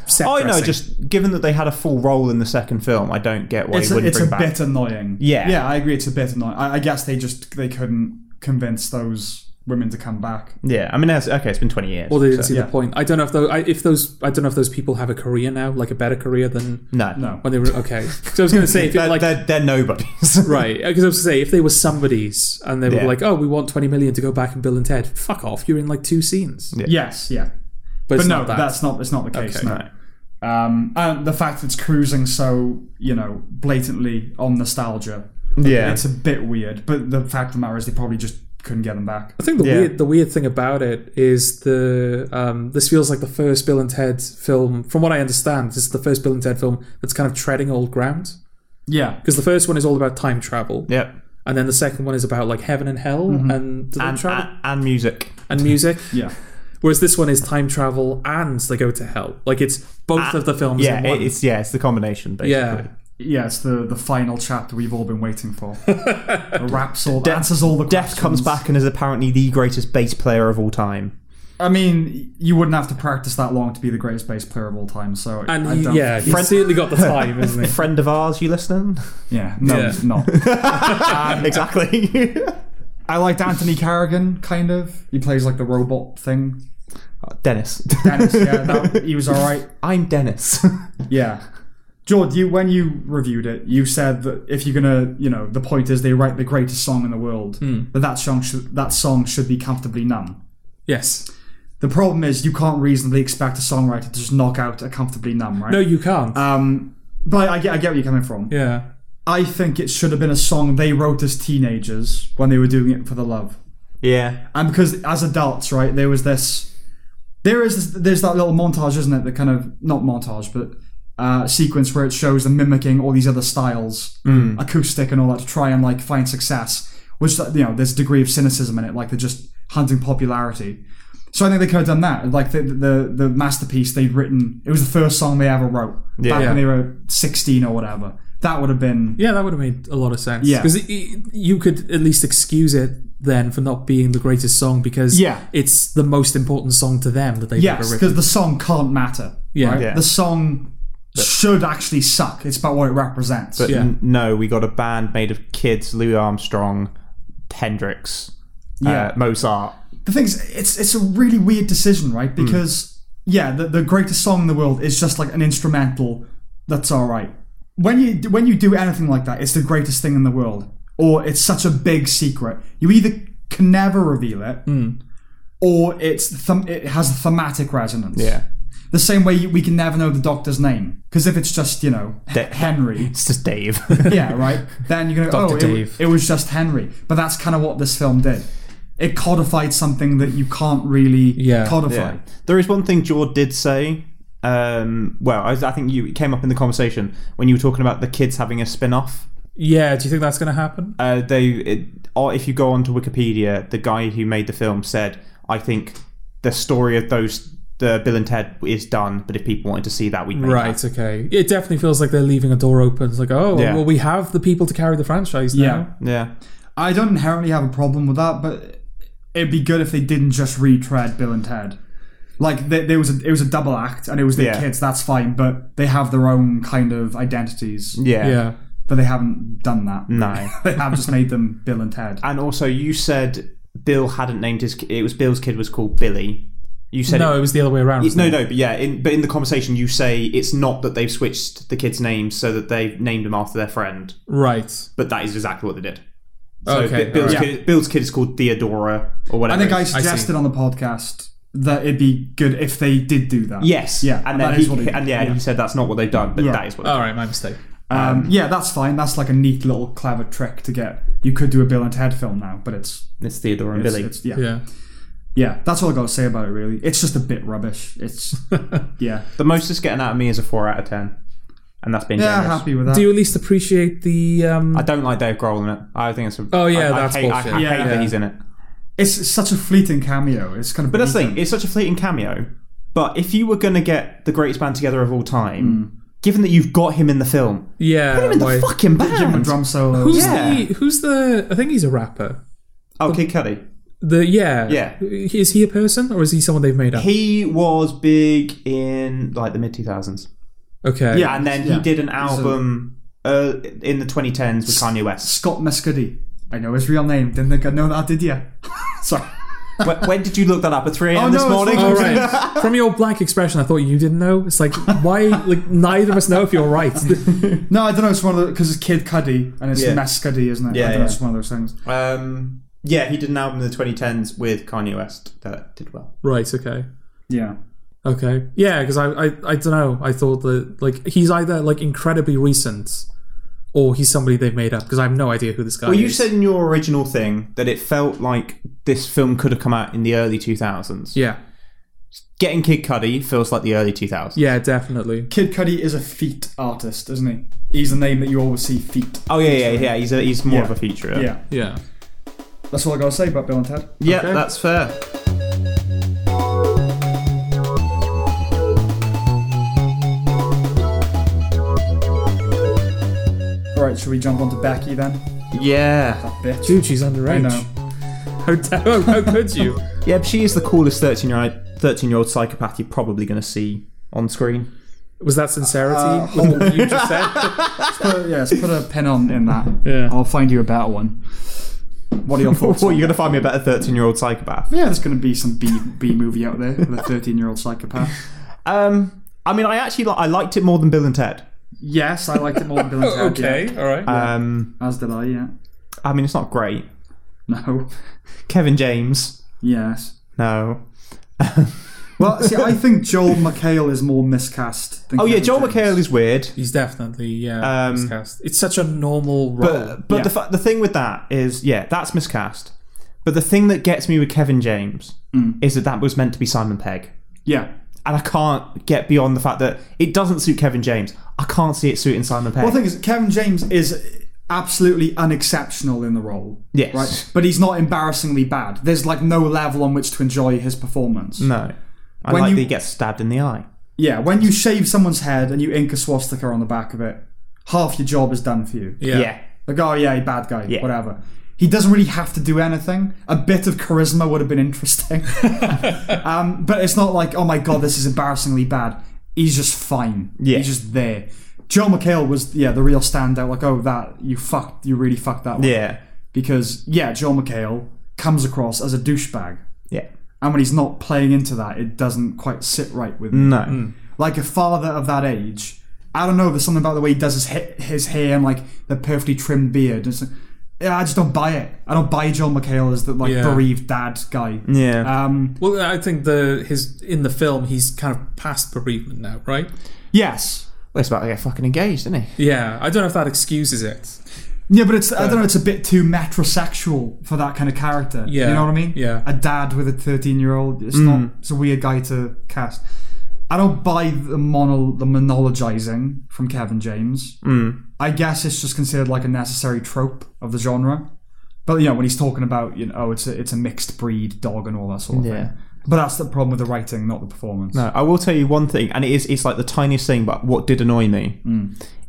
Speaker 1: Set
Speaker 3: Oh, I know.
Speaker 1: dressing.
Speaker 3: Just given that they had a full role in the second film, I don't get why
Speaker 2: It's
Speaker 3: he
Speaker 2: a,
Speaker 3: wouldn't
Speaker 2: it's a
Speaker 3: bring back.
Speaker 2: bit annoying.
Speaker 3: Yeah.
Speaker 2: Yeah, I agree. It's a bit annoying. I, I guess they just they couldn't convince those women to come back.
Speaker 3: Yeah, I mean, that's, okay, it's been twenty years.
Speaker 1: Well, they didn't
Speaker 3: so-
Speaker 1: see
Speaker 2: yeah.
Speaker 1: the point. I don't know if those, I, if those, I don't know if those people have a career now, like a better career than
Speaker 3: no,
Speaker 2: No.
Speaker 1: when they were. Okay, so I was going to say, if
Speaker 3: They're,
Speaker 1: it, like,
Speaker 3: they're, they're nobodies.
Speaker 1: right, because I was going to say, if they were somebody's and they were
Speaker 3: Yeah.
Speaker 1: like, oh, we want twenty million to go back in Bill and Ted, fuck off, you're in like two scenes.
Speaker 3: Yeah.
Speaker 2: Yes. Yeah.
Speaker 1: But,
Speaker 2: But
Speaker 1: it's
Speaker 2: no,
Speaker 1: not that.
Speaker 2: that's not it's not the case.
Speaker 1: Okay.
Speaker 2: no. Um, and the fact it's cruising so you know blatantly on nostalgia.
Speaker 3: Yeah.
Speaker 2: It's a bit weird, but the fact of the matter is they probably just couldn't get them back.
Speaker 1: I think the
Speaker 3: Yeah.
Speaker 1: weird the weird thing about it is the um, this feels like the first Bill and Ted film. From what I understand, this is the first Bill and Ted film that's kind of treading old ground
Speaker 2: Yeah.
Speaker 1: because the first one is all about time travel,
Speaker 3: Yep.
Speaker 1: and then the second one is about like heaven and hell
Speaker 2: Mm-hmm.
Speaker 1: and do they
Speaker 3: And,
Speaker 1: travel
Speaker 3: and, and music.
Speaker 1: and music.
Speaker 2: Yeah.
Speaker 1: Whereas this one is time travel and they go to hell. Like it's both of the films.
Speaker 3: Ah, Yeah,
Speaker 1: in one.
Speaker 3: it- it's yeah, it's the combination. Basically.
Speaker 1: yeah.
Speaker 2: Yeah, it's the, the final chapter we've all been waiting for. Wraps all, answers all the
Speaker 3: Death
Speaker 2: questions.
Speaker 3: comes back and is apparently the greatest bass player of all time.
Speaker 2: I mean, you wouldn't have to practice that long to be the greatest bass player of all time. So
Speaker 1: And
Speaker 2: I
Speaker 1: he-
Speaker 2: don't,
Speaker 1: yeah, he's
Speaker 3: Friend-
Speaker 1: certainly got the time, isn't he?
Speaker 3: Friend of ours, you listening?
Speaker 2: yeah, no,
Speaker 1: Yeah.
Speaker 2: no.
Speaker 3: Um, exactly.
Speaker 2: I liked Anthony Carrigan, kind of. He plays like the robot thing.
Speaker 3: Dennis.
Speaker 2: Dennis, yeah, that, he was all right.
Speaker 3: I'm Dennis.
Speaker 2: Yeah, George, you when you reviewed it, you said that if you're gonna, you know, the point is they write the greatest song in the world,
Speaker 1: Hmm.
Speaker 2: that that song should that song should be comfortably numb.
Speaker 1: Yes.
Speaker 2: The problem is you can't reasonably expect a songwriter to just knock out a comfortably numb, right?
Speaker 1: No, you can't.
Speaker 3: Uh,
Speaker 2: Um, but I get, I get where you're coming from.
Speaker 1: yeah.
Speaker 2: I think it should have been a song they wrote as teenagers when they were doing it for the love.
Speaker 3: yeah.
Speaker 2: And because as adults, right, there was this, there is this, there's that little montage, isn't it? That kind of not montage, but uh, sequence where it shows them mimicking all these other styles, acoustic and all that, to try and like uh, find success. Which you know, there's a degree of cynicism in it, like they're just hunting popularity. So I think they could have done that. Like the the, the masterpiece they'd written. It was the first song they ever wrote
Speaker 3: Yeah.
Speaker 2: back
Speaker 1: Yeah.
Speaker 2: when they were sixteen or whatever. That would have been
Speaker 1: Yeah, that would have made a lot of sense.
Speaker 2: Yeah.
Speaker 1: because you could at least excuse it then for not being the greatest song because
Speaker 2: Yeah.
Speaker 1: it's the most important song to them that they've ever
Speaker 2: yes,
Speaker 1: written.
Speaker 2: because the song can't matter.
Speaker 1: Yeah.
Speaker 2: right?
Speaker 3: Yeah.
Speaker 2: the song should actually suck. It's about what it represents.
Speaker 3: But
Speaker 1: Yeah.
Speaker 3: n- no, we got a band made of kids: Louis Armstrong, Hendrix,
Speaker 2: Yeah.
Speaker 3: uh, Mozart.
Speaker 2: the thing's it's it's a really weird decision, right?
Speaker 3: Hmm.
Speaker 2: Because yeah, the, the greatest song in the world is just like an instrumental that's all right. When you when you do anything like that, it's the greatest thing in the world, or it's such a big secret. You either can never reveal it,
Speaker 1: Hmm.
Speaker 2: or it's them- it has a thematic resonance.
Speaker 3: Yeah,
Speaker 2: The same way we can never know the doctor's name because if it's just you know
Speaker 3: Da-
Speaker 2: Henry,
Speaker 3: it's just Dave.
Speaker 2: yeah, right. Then you're gonna
Speaker 1: Dr.
Speaker 2: oh, it-
Speaker 1: Dave.
Speaker 2: It, was just Henry, but that's kind of what this film did. It codified something that you can't really
Speaker 1: Yeah,
Speaker 2: codify.
Speaker 3: Yeah. There is one thing Jord did say. Um, well, I, I think you it came up in the conversation when you were talking about the kids having a spin-off.
Speaker 1: yeah, do you think that's going to happen?
Speaker 3: Uh, they, it, or if you go onto Wikipedia, the guy who made the film said, "I think the story of those, the Bill and Ted, is done. But if people wanted to see that, we
Speaker 1: Right. Okay. It definitely feels like they're leaving a door open. It's like, oh,
Speaker 3: Yeah.
Speaker 1: well, we have the people to carry the franchise now.
Speaker 3: Yeah,
Speaker 2: I don't inherently have a problem with that, but it'd be good if they didn't just retread Bill and Ted. Like there, there was a it was a double act, and it was their
Speaker 3: Yeah.
Speaker 2: kids. That's fine, but they have their own kind of identities.
Speaker 3: yeah,
Speaker 1: Yeah.
Speaker 2: But they haven't done that.
Speaker 3: No.
Speaker 2: they have just made them Bill and Ted.
Speaker 3: And also, you said Bill hadn't named his. ki- It was Bill's kid was called Billy. You said
Speaker 1: No,
Speaker 3: it-
Speaker 1: it was the other way around. wasn't
Speaker 3: no,
Speaker 1: it?
Speaker 3: no, but yeah, in, but in the conversation, you say it's not that they've switched the kids' names so that they've named him after their friend,
Speaker 1: Right.
Speaker 3: but that is exactly what they did. So
Speaker 1: Okay,
Speaker 3: Bi- Bill's,
Speaker 1: alright.
Speaker 3: kid, Bill's kid is called Theodora or
Speaker 2: I
Speaker 3: whatever.
Speaker 2: think I
Speaker 3: it is.
Speaker 2: suggested on the podcast that it'd be good if they did do that.
Speaker 3: yes,
Speaker 2: Yeah,
Speaker 3: and then
Speaker 2: that
Speaker 3: he,
Speaker 2: is what he-
Speaker 3: and yeah,
Speaker 2: yeah.
Speaker 3: he said that's not what they've done, but
Speaker 2: Yeah. Uh,
Speaker 3: that is what.
Speaker 1: All right, my mistake.
Speaker 2: Um, yeah, that's fine. That's like a neat little clever trick to get. You could do a Bill and Ted film now, but it's,
Speaker 3: it's Theodora and
Speaker 2: it's,
Speaker 3: Billy.
Speaker 2: it's- yeah. yeah,
Speaker 1: Yeah.
Speaker 2: That's all I gotta say about it. Really, it's just a bit rubbish. It's yeah,
Speaker 3: the most it's getting out of me is a four out of ten, and that's being
Speaker 2: yeah,
Speaker 3: generous.
Speaker 2: happy with that.
Speaker 1: Do you at least appreciate the? Um,
Speaker 3: I don't like Dave Grohl in it. I think it's. A,
Speaker 1: Oh, yeah,
Speaker 3: I- I
Speaker 1: that's
Speaker 3: hate, I-
Speaker 1: bullshit.
Speaker 3: I, hate
Speaker 2: Yeah.
Speaker 3: that he's in it.
Speaker 2: it's such a fleeting cameo. It's kind of
Speaker 3: But that's the thing, it's such a fleeting cameo. But if you were going to get the greatest band together of all time,
Speaker 2: Hmm.
Speaker 3: given that you've got him in the film,
Speaker 1: yeah.
Speaker 3: put him in
Speaker 1: why-
Speaker 3: the fucking
Speaker 2: Give him a
Speaker 3: band.
Speaker 2: drum solo.
Speaker 1: Who's
Speaker 3: Yeah.
Speaker 1: the? Who's the? I think he's a rapper.
Speaker 3: Oh, Kid Cudi.
Speaker 1: The yeah.
Speaker 3: Yeah.
Speaker 1: Is he a person or is he someone they've made up?
Speaker 3: He was big in like the mid 2000s.
Speaker 1: okay.
Speaker 2: Yeah.
Speaker 3: And then he
Speaker 2: Yeah.
Speaker 3: did an
Speaker 2: He's a-
Speaker 3: album uh, in the 2010s with Kanye West.
Speaker 2: Scott Mescudi. I know his real name. Didn't think I know that, did you? Sorry.
Speaker 3: when, when did you look that up at 3 a.m.
Speaker 2: Oh,
Speaker 3: this
Speaker 2: no, it's
Speaker 3: morning?
Speaker 1: All right. From your blank expression, I thought you didn't know. It's like why? Like neither of us know if you're right.
Speaker 2: No, I don't know. It's one of the because it's Kid Cudi and it's
Speaker 3: Yeah.
Speaker 2: Mescudi, isn't it?
Speaker 3: Yeah,
Speaker 2: I don't
Speaker 3: yeah.
Speaker 2: know. It's one of those things.
Speaker 3: Um, yeah, he did an album in the 2010s with Kanye West that did well.
Speaker 1: right. Okay.
Speaker 2: Yeah.
Speaker 1: Okay. Yeah, because I, I I don't know. I thought that like he's either like incredibly recent, or he's somebody they've made up. Because I have no idea who this guy
Speaker 3: Well,
Speaker 1: is.
Speaker 3: you said in your original thing that it felt like this film could have come out in the early 2000s.
Speaker 1: yeah.
Speaker 3: Getting Kid Cudi feels like the early 2000s.
Speaker 1: Yeah. Definitely.
Speaker 2: Kid Cudi is a feet artist, isn't he? He's the name that you always see feet.
Speaker 3: Oh yeah, yeah, yeah. He's a, he's more
Speaker 2: Yeah.
Speaker 3: of a feature.
Speaker 2: Yeah.
Speaker 1: Yeah.
Speaker 2: That's all I gotta say about Bill and Ted.
Speaker 3: yeah,
Speaker 1: Okay.
Speaker 3: that's fair.
Speaker 2: Alright, should we jump on to Becky then?
Speaker 3: Yeah,
Speaker 2: That bitch.
Speaker 1: Dude, she's underage.
Speaker 2: I know.
Speaker 1: How, da- how could you?
Speaker 3: yeah. But she is the coolest thirteen year old thirteen year old psychopath you're probably going to see on screen.
Speaker 1: Was that sincerity?
Speaker 2: Uh,
Speaker 1: with what you just said.
Speaker 2: Let's put a, yeah, let's put a pin on in that.
Speaker 1: Yeah.
Speaker 2: I'll find you a better one. What are your thoughts?
Speaker 3: Well,
Speaker 2: on
Speaker 3: you're going to
Speaker 2: that?
Speaker 3: find me a better thirteen year old psychopath.
Speaker 2: Yeah, there's gonna be some B B movie out there with a 13 year old psychopath.
Speaker 3: Um, I mean, I actually li- I liked it more than Bill and Ted.
Speaker 2: Yes, I liked it more than Bill and Ted.
Speaker 1: okay.
Speaker 2: yeah.
Speaker 1: All right.
Speaker 3: Um,
Speaker 2: As did I. Yeah.
Speaker 3: I mean, it's not great.
Speaker 2: No.
Speaker 3: Kevin James,
Speaker 2: Yes.
Speaker 3: no.
Speaker 2: Well, see, I think Joel McHale is more miscast. Than
Speaker 3: Oh yeah,
Speaker 2: Kevin
Speaker 3: Joel
Speaker 2: James.
Speaker 3: McHale is weird.
Speaker 1: He's definitely yeah.
Speaker 3: Um,
Speaker 1: miscast. It's such a normal role.
Speaker 3: But but
Speaker 2: Yeah.
Speaker 3: the fa- the thing with that is yeah, that's miscast. But the thing that gets me with Kevin James is that that was meant to be Simon Pegg,
Speaker 2: Yeah.
Speaker 3: and I can't get beyond the fact that it doesn't suit Kevin James. I can't see it suiting Simon Pegg.
Speaker 2: Well, the thing is, Kevin James is absolutely unexceptional in the role.
Speaker 3: Yes.
Speaker 2: Right? But he's not embarrassingly bad. There's like no level on which to enjoy his performance.
Speaker 3: No. I
Speaker 2: When
Speaker 3: like
Speaker 2: you-
Speaker 3: that he gets stabbed in the eye.
Speaker 2: Yeah, when you shave someone's head and you ink a swastika on the back of it, half your job is done for you.
Speaker 1: Yeah.
Speaker 2: Like, oh yeah, bad guy,
Speaker 3: Yeah.
Speaker 2: whatever. He doesn't really have to do anything. A bit of charisma would have been interesting. um, but it's not like, oh my god, this is embarrassingly bad. He's just fine.
Speaker 3: Yeah.
Speaker 2: He's just there. Joe McHale was, yeah, the real standout. Like, oh, that, you fucked, you really fucked that one.
Speaker 3: Yeah.
Speaker 2: Because, yeah, Joe McHale comes across as a douchebag.
Speaker 3: Yeah.
Speaker 2: And when he's not playing into that, it doesn't quite sit right with me
Speaker 3: No.
Speaker 2: like a father of that age. I don't know. There's something about the way he does his ha- his hair and like the perfectly trimmed beard. It's, yeah, I just don't buy it. I don't buy John McHale as the like
Speaker 1: Yeah.
Speaker 2: bereaved dad guy.
Speaker 3: Yeah.
Speaker 2: Um.
Speaker 1: Well, I think the his in the film he's kind of past bereavement now, right?
Speaker 2: Yes.
Speaker 3: well, he's about to get fucking engaged, isn't he?
Speaker 1: Yeah, I don't know if that excuses it.
Speaker 2: Yeah, but it's I don't know. It's a bit too metrosexual for that kind of character.
Speaker 1: Yeah.
Speaker 2: You know what I mean?
Speaker 1: Yeah.
Speaker 2: A dad with a 13 year old. It's not. It's a weird guy to cast. I don't buy the mono the monologizing from Kevin James. I guess it's just considered like a necessary trope of the genre. But you know, when he's talking about you know, oh, it's a it's a mixed breed dog and all that sort of
Speaker 3: Yeah.
Speaker 2: thing. But that's the problem with the writing, not the performance.
Speaker 3: No, I will tell you one thing, and it is it's like the tiniest thing, but what did annoy me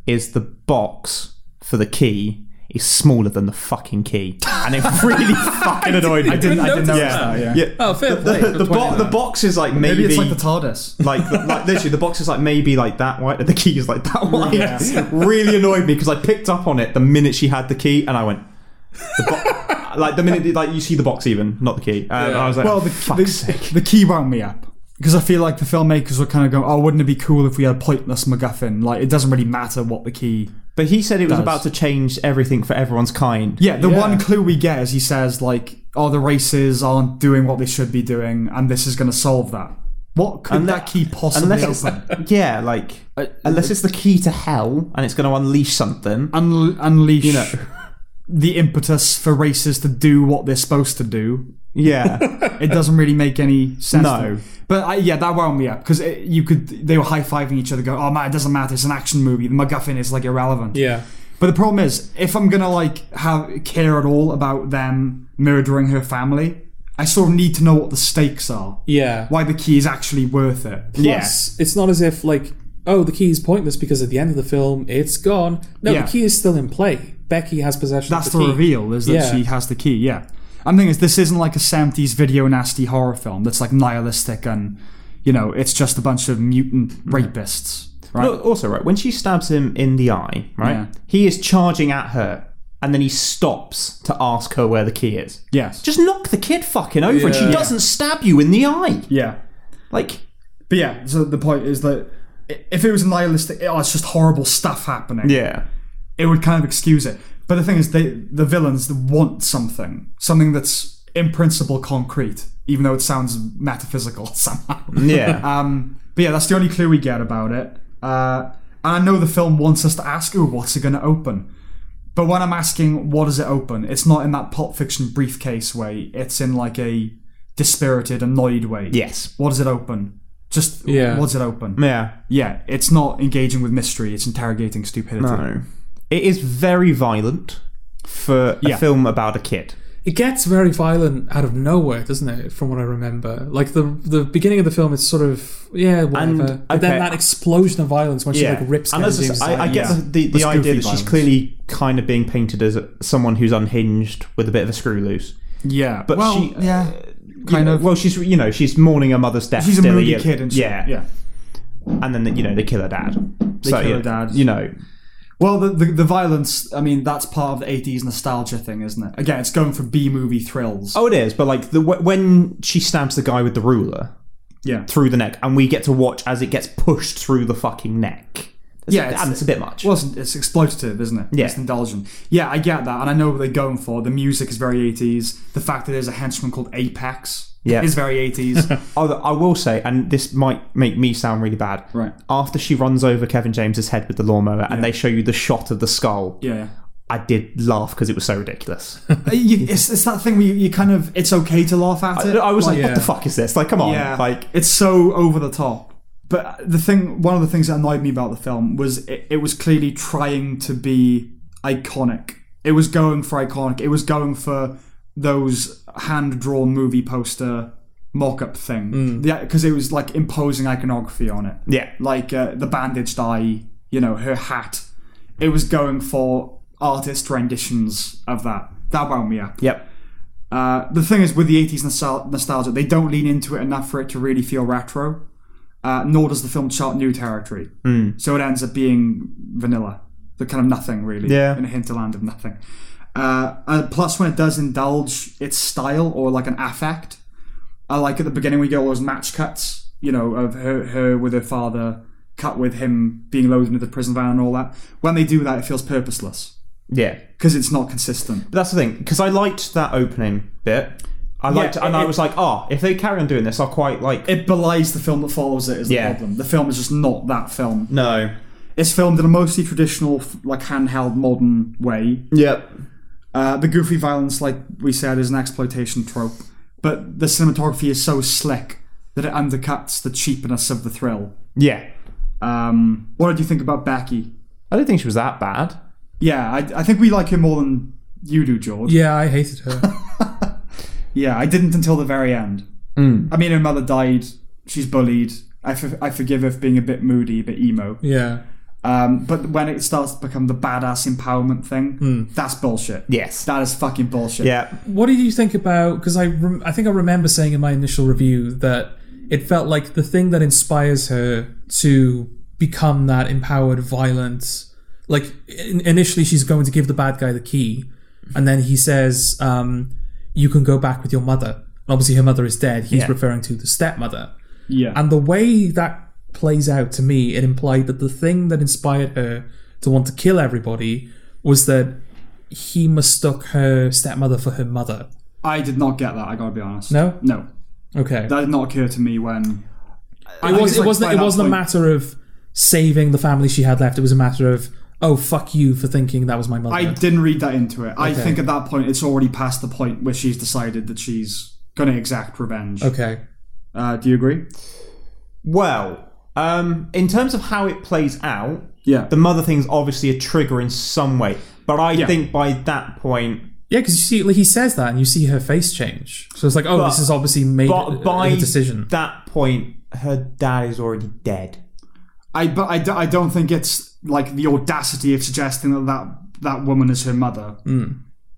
Speaker 3: is the box for the key is smaller than the fucking key, and it really fucking annoyed me.
Speaker 2: I didn't. I didn't
Speaker 1: Notice
Speaker 2: notice
Speaker 1: that.
Speaker 2: that. Yeah.
Speaker 3: Yeah.
Speaker 1: Oh, fair
Speaker 3: the,
Speaker 1: play for
Speaker 3: the, bo-
Speaker 1: 29.
Speaker 3: the box is like maybe,
Speaker 2: Maybe it's like the TARDIS.
Speaker 3: like, like literally the box is like maybe like that wide and the key is like that wide
Speaker 2: Yeah.
Speaker 3: really annoyed me because i picked up on it the minute she had the key and i went the bo- like the minute like you see the box even not the key um,
Speaker 1: Yeah.
Speaker 3: i was like
Speaker 2: Well, the,
Speaker 3: fuck's sake
Speaker 2: the, the key wound me up because I feel like the filmmakers were kind of going, "Oh, wouldn't it be cool if we had a pointless MacGuffin? Like, it doesn't really matter what the key."
Speaker 3: but he said it was
Speaker 2: Does.
Speaker 3: about to change everything for everyone's kind
Speaker 2: Yeah, the
Speaker 1: Yeah.
Speaker 2: one clue we get is he says like, "Oh, the races aren't doing what they should be doing, and this is going to solve that." What could
Speaker 3: Unle-
Speaker 2: that key possibly
Speaker 3: unless it's
Speaker 2: open?
Speaker 3: yeah like unless it's the key to hell and it's going to unleash something
Speaker 2: Un- unleash
Speaker 3: know.
Speaker 2: the impetus for races to do what they're supposed to do.
Speaker 3: yeah
Speaker 2: It doesn't really make any sense.
Speaker 3: No.
Speaker 2: to me. but I, yeah, that wound me up because you could they were high fiving each other, going, "Oh man, it doesn't matter. It's an action movie. The MacGuffin is like irrelevant."
Speaker 1: Yeah,
Speaker 2: But the problem is, if I'm gonna like have care at all about them murdering her family, I sort of need to know what the stakes are.
Speaker 1: yeah.
Speaker 2: Why the key is actually worth it.
Speaker 1: Plus, it's not as if like, oh, the key is pointless because at the end of the film it's gone. No,
Speaker 2: Yeah.
Speaker 1: the key is still in play. Becky has possession.
Speaker 2: That's
Speaker 1: of
Speaker 2: the,
Speaker 1: the, key.
Speaker 2: reveal, is that
Speaker 1: Yeah.
Speaker 2: she has the key, yeah. I'm thinking is this isn't like a 70s video nasty horror film that's like nihilistic and you know, it's just a bunch of mutant rapists. Right?
Speaker 3: Look, also, right, when she stabs him in the eye, right,
Speaker 2: Yeah.
Speaker 3: he is charging at her and then he stops to ask her where the key is.
Speaker 2: yes.
Speaker 3: Just knock the kid fucking over and she
Speaker 1: Yeah.
Speaker 3: doesn't stab you in the eye.
Speaker 2: yeah.
Speaker 3: Like,
Speaker 2: But yeah, so the point is that i- if it was nihilistic, oh, it's just horrible stuff happening.
Speaker 3: yeah.
Speaker 2: it would kind of excuse it. But the thing is, they, the villains want something, something that's in principle concrete, even though it sounds metaphysical somehow.
Speaker 3: Yeah.
Speaker 2: Um, but yeah, that's the only clue we get about it. Uh, and I know the film wants us to ask, "Ooh, what's it going to open?" But when I'm asking, "What does it open?" It's not in that Pulp Fiction briefcase way. It's in like a dispirited, annoyed way.
Speaker 3: yes.
Speaker 2: What does it open? Just
Speaker 1: Yeah.
Speaker 2: What does it open?
Speaker 3: Yeah.
Speaker 2: Yeah. It's not engaging with mystery. It's interrogating stupidity.
Speaker 3: No. It is very violent for a
Speaker 2: Yeah.
Speaker 3: film about a kid.
Speaker 1: It gets very violent out of nowhere, doesn't it? From what I remember, like the the beginning of the film, it's sort of yeah, whatever.
Speaker 3: And-
Speaker 1: but then
Speaker 3: okay.
Speaker 1: that explosion of violence when she like rips.
Speaker 3: and
Speaker 1: Kevin
Speaker 3: as I,
Speaker 1: James'
Speaker 3: say, I, I
Speaker 1: eye.
Speaker 3: get
Speaker 2: yeah.
Speaker 3: the, the,
Speaker 2: It's
Speaker 3: the idea
Speaker 2: goofy
Speaker 3: that
Speaker 2: violence.
Speaker 3: she's clearly kind of being painted as someone who's unhinged with a bit of a screw loose.
Speaker 2: Yeah.
Speaker 3: But
Speaker 2: well,
Speaker 3: she- uh,
Speaker 2: Yeah.
Speaker 3: You
Speaker 2: Kind
Speaker 3: know,
Speaker 2: of.
Speaker 3: Well, she's you know she's mourning her mother's death.
Speaker 2: She's a
Speaker 3: still,
Speaker 2: moody
Speaker 3: yeah.
Speaker 2: kid and shit.
Speaker 3: yeah,
Speaker 2: yeah.
Speaker 3: and then you know they kill her dad. They
Speaker 2: kill her dad.
Speaker 3: You know,
Speaker 2: Well, the, the the violence. I mean, that's part of the '80s nostalgia thing, isn't it? Again, it's going for B movie thrills.
Speaker 3: oh, it is. But like the wh- when she stabs the guy with the ruler
Speaker 2: yeah.
Speaker 3: through the neck, and we get to watch as it gets pushed through the fucking neck. That's
Speaker 2: Yeah,
Speaker 3: a,
Speaker 2: it's-
Speaker 3: and it's a bit much.
Speaker 2: Well, it's, it's exploitative, isn't it?
Speaker 3: Yeah.
Speaker 2: It's indulgent. Yeah, I get that, and I know what they're going for. The music is very '80s. The fact that there's a henchman called Apex
Speaker 3: Yeah.
Speaker 2: is very '80s.
Speaker 3: Although I will say, and this might make me sound really bad.
Speaker 2: Right.
Speaker 3: After she runs over Kevin James's head with the lawnmower, and they show you the shot of the skull,
Speaker 2: yeah.
Speaker 3: I did laugh because it was so ridiculous.
Speaker 2: Uh, you- it's, it's that thing where you, you kind of it's okay to laugh at it.
Speaker 3: I was like,
Speaker 1: yeah.
Speaker 3: "What the fuck is this? Like, come on!
Speaker 2: Yeah,
Speaker 3: Like,
Speaker 2: it's so over the top. But the thing, one of the things that annoyed me about the film was it, it was clearly trying to be iconic. It was going for iconic. It was going for those hand drawn movie poster mock up thing. Yeah, because it was like imposing iconography on it.
Speaker 3: Yeah.
Speaker 2: Like uh, the bandaged eye, you know, her hat. It was going for artist renditions of that. That wound me up.
Speaker 3: Yep.
Speaker 2: Uh, the thing is, with the 80s nostal- nostalgia, they don't lean into it enough for it to really feel retro, uh, nor does the film chart new territory. So it ends up being vanilla, the kind of nothing, really,
Speaker 3: Yeah.
Speaker 2: in a hinterland of nothing. Uh, and plus, when it does indulge its style or like an affect, I like at the beginning we get all those match cuts, you know, of her, her with her father, cut with him being loaded into the prison van and all that. When they do that, it feels purposeless
Speaker 3: Yeah.
Speaker 2: because it's not consistent.
Speaker 3: But that's the thing, because I liked that opening bit. I liked,
Speaker 2: Yeah,
Speaker 3: and
Speaker 2: it-
Speaker 3: I was like, oh, if they carry on doing this, I'll quite like.
Speaker 2: it belies the film that follows it is the
Speaker 3: Yeah.
Speaker 2: problem. The film is just not that film.
Speaker 3: no.
Speaker 2: It's filmed in a mostly traditional, f- like handheld, modern way.
Speaker 3: Yep.
Speaker 2: Uh, the goofy violence, like we said, is an exploitation trope, but the cinematography is so slick that it undercuts the cheapness of the thrill.
Speaker 3: Yeah.
Speaker 2: Um, what did you think about Becky?
Speaker 3: I don't think she was that bad.
Speaker 2: Yeah, I, I think we like her more than you do, George.
Speaker 1: Yeah, I hated her.
Speaker 2: Yeah, I didn't until the very end. I mean, her mother died. She's bullied. I, for- I forgive her for being a bit moody, a bit emo.
Speaker 1: yeah.
Speaker 2: Um, but when it starts to become the badass empowerment thing, that's bullshit.
Speaker 3: Yes.
Speaker 2: That is fucking bullshit.
Speaker 3: Yeah.
Speaker 1: What did you think about? Because I, rem- I think I remember saying in my initial review that it felt like the thing that inspires her to become that empowered, violent. Like in- initially, she's going to give the bad guy the key, and then he says, um, "You can go back with your mother." And obviously, her mother is dead. He's referring to the stepmother.
Speaker 2: Yeah.
Speaker 1: And the way that plays out to me, it implied that the thing that inspired her to want to kill everybody was that he mistook her stepmother for her mother.
Speaker 2: I did not get that, I gotta be honest.
Speaker 1: No?
Speaker 2: No.
Speaker 1: Okay.
Speaker 2: That did not occur to me when.
Speaker 1: it
Speaker 2: I think
Speaker 1: was
Speaker 2: it's
Speaker 1: it
Speaker 2: like
Speaker 1: wasn't
Speaker 2: by
Speaker 1: it
Speaker 2: that
Speaker 1: wasn't a
Speaker 2: point-
Speaker 1: matter of saving the family she had left. It was a matter of oh fuck you for thinking that was my mother.
Speaker 2: I didn't read that into it. I think at that point it's already past the point where she's decided that she's gonna exact revenge.
Speaker 1: okay.
Speaker 2: Uh, do you agree?
Speaker 3: Well, um, in terms of how it plays out,
Speaker 2: Yeah.
Speaker 3: the mother thing's obviously a trigger in some way. But I
Speaker 2: Yeah.
Speaker 3: think by that point,
Speaker 1: Yeah, because you see, like, he says that, and you see her face change. So it's like, oh, this is obviously made
Speaker 3: but
Speaker 2: uh,
Speaker 1: a-
Speaker 3: by
Speaker 1: a decision.
Speaker 3: that point, her dad is already dead.
Speaker 2: I, but I, d- I don't think it's like the audacity of suggesting that that, that woman is her mother.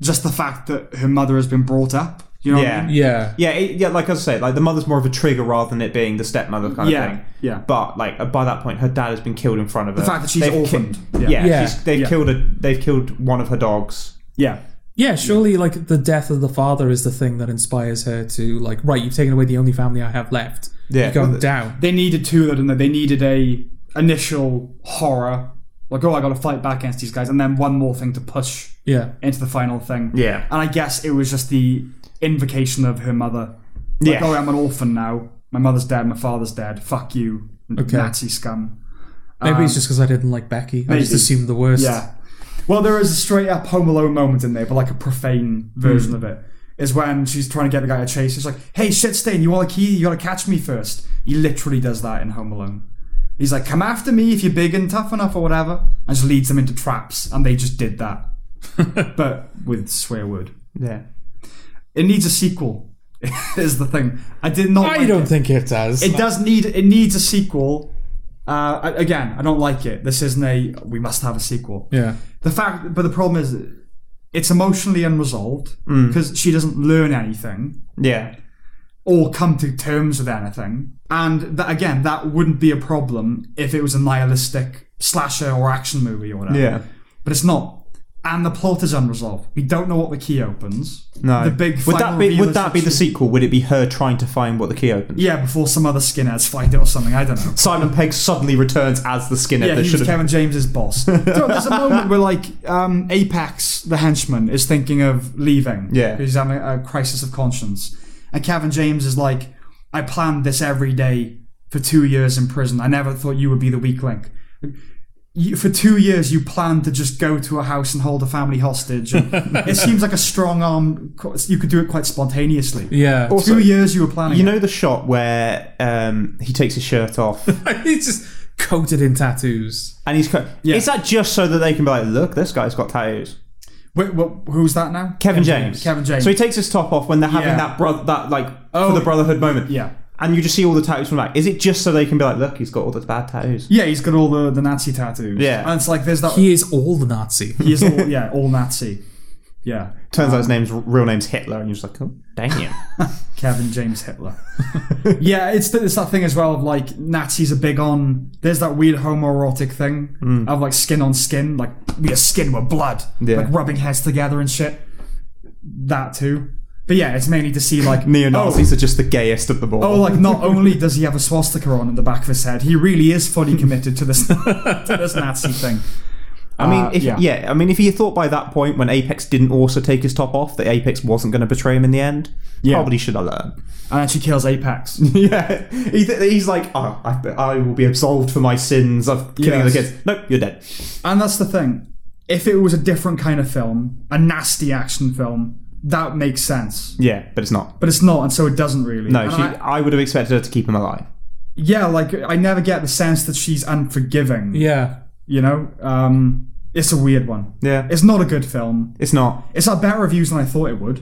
Speaker 2: Just the fact that her mother has been brought up. You know what I mean?
Speaker 3: Yeah.
Speaker 1: yeah,
Speaker 3: Um, Yeah, it, yeah, like I say, like the mother's more of a trigger rather than it being the stepmother kind
Speaker 2: Yeah,
Speaker 3: of thing.
Speaker 2: yeah.
Speaker 3: But like uh, by that point, her dad has been killed in front of her. The
Speaker 2: fact that she's orphaned. Yeah.
Speaker 3: yeah,
Speaker 1: Yeah.
Speaker 3: she's- they've
Speaker 2: Yeah.
Speaker 3: killed a, they've killed one of her dogs.
Speaker 2: Yeah.
Speaker 1: yeah. Surely, like the death of the father is the thing that inspires her to like, right? You've taken away the only family I have left.
Speaker 3: Yeah.
Speaker 1: You're going down.
Speaker 2: they needed two that, and they needed a initial horror, like oh, I got to fight back against these guys, and then one more thing to push
Speaker 1: Yeah,
Speaker 2: into the final thing.
Speaker 3: Yeah.
Speaker 2: and I guess it was just the invocation of her mother. Like,
Speaker 3: Yeah.
Speaker 2: oh, I'm an orphan now. My mother's dead. My father's dead. Fuck you, Nazi scum.
Speaker 1: maybe it's just because I didn't like Becky. I just
Speaker 2: Um, maybe.
Speaker 1: assumed the worst.
Speaker 2: Yeah. Well, there is a straight up Home Alone moment in there, but like a profane
Speaker 1: Hmm.
Speaker 2: version of it. Is when she's trying to get the guy to chase. She's like, "Hey, shit, Stain, you want a key? You gotta catch me first. He literally does that in Home Alone. He's like, "Come after me if you're big and tough enough or whatever," and just leads them into traps. And they just did that, but with swear word.
Speaker 3: Yeah.
Speaker 2: It needs a sequel. is the thing. I did not.
Speaker 1: I
Speaker 2: like
Speaker 1: don't
Speaker 2: it.
Speaker 1: think it does.
Speaker 2: It does need. It needs a sequel. Uh, I- again, I don't like it. This isn't a. We must have a sequel.
Speaker 1: yeah,
Speaker 2: The fact, but the problem is, it's emotionally unresolved
Speaker 3: Mm.
Speaker 2: because she doesn't learn anything
Speaker 3: Yeah.
Speaker 2: or come to terms with anything. And that again, that wouldn't be a problem if it was a nihilistic slasher or action movie or whatever.
Speaker 3: Yeah.
Speaker 2: but it's not. And the plot is unresolved. We don't know what the key opens.
Speaker 3: No.
Speaker 2: the big
Speaker 3: would
Speaker 2: final
Speaker 3: that be
Speaker 2: reveal
Speaker 3: would
Speaker 2: is
Speaker 3: that be the
Speaker 2: she-
Speaker 3: sequel? Would it be her trying to find what the key opens?
Speaker 2: Yeah, before some other skinheads find it or something. I don't know.
Speaker 3: Simon Pegg suddenly returns as the skinhead
Speaker 2: Yeah,
Speaker 3: that
Speaker 2: he
Speaker 3: should
Speaker 2: was
Speaker 3: have.
Speaker 2: Kevin James's boss. So there's a moment where like um, Apex, the henchman, is thinking of leaving.
Speaker 3: Yeah.
Speaker 2: he's having a crisis of conscience, and Kevin James is like, "I planned this every day for two years in prison. I never thought you would be the weak link." You, for two years, you planned to just go to a house and hold a family hostage. And it seems like a strong arm. You could do it quite spontaneously.
Speaker 1: yeah.
Speaker 2: Two years you were planning.
Speaker 3: You
Speaker 2: it.
Speaker 3: know the shot where um, he takes his shirt off
Speaker 1: It's just coated in tattoos.
Speaker 3: And he's co-
Speaker 2: Yeah.
Speaker 3: is that just so that they can be like, look, this guy's got tattoos.
Speaker 2: Wait, what, who's that now?
Speaker 3: Kevin James.
Speaker 2: Kevin James.
Speaker 3: So he takes his top off when they're having
Speaker 2: Yeah.
Speaker 3: that bro- that like
Speaker 2: Oh.
Speaker 3: for the brotherhood moment.
Speaker 2: yeah.
Speaker 3: And you just see all the tattoos from back. Is it just so they can be like, look, he's got all the bad tattoos?
Speaker 2: Yeah, he's got all the, the Nazi tattoos.
Speaker 3: Yeah.
Speaker 2: And it's like there's that
Speaker 1: He is all the Nazi.
Speaker 2: he's all yeah, all Nazi. Yeah.
Speaker 3: Turns out
Speaker 2: Um.
Speaker 3: his name's real name's Hitler, and you're just like, oh, damn.
Speaker 2: Kevin James Hitler. yeah, it's th- it's that thing as well of like Nazis are big on. There's that weird homoerotic thing of like skin on skin, like we are skin with blood,
Speaker 3: Mm. Yeah.
Speaker 2: like rubbing heads together and shit. That too, but yeah, it's mainly to see like
Speaker 3: Neo Nazis
Speaker 2: Oh,
Speaker 3: are just the gayest of the ball.
Speaker 2: oh, like not only does he have a swastika on in the back of his head, he really is fully committed to this to this Nazi thing.
Speaker 3: I mean,
Speaker 2: uh,
Speaker 3: if,
Speaker 2: yeah.
Speaker 3: yeah. I mean, if he thought by that point when Apex didn't also take his top off that Apex wasn't going to betray him in the end,
Speaker 2: Yeah.
Speaker 3: probably should have learned.
Speaker 2: And she kills Apex.
Speaker 3: yeah, he th- he's like, oh, I, I will be absolved for my sins of killing
Speaker 2: Yes.
Speaker 3: the kids. Nope, you're dead.
Speaker 2: And that's the thing. If it was a different kind of film, a nasty action film, that makes sense.
Speaker 3: Yeah, but it's not.
Speaker 2: But it's not, and so it doesn't really.
Speaker 3: No,
Speaker 2: And
Speaker 3: she,
Speaker 2: I-
Speaker 3: I would have expected her to keep him alive.
Speaker 2: yeah, like I never get the sense that she's unforgiving.
Speaker 1: yeah.
Speaker 2: You know, um, it's a weird one.
Speaker 3: Yeah, it's,
Speaker 2: It's not a good film.
Speaker 3: not.
Speaker 2: It's had better reviews than I thought it would.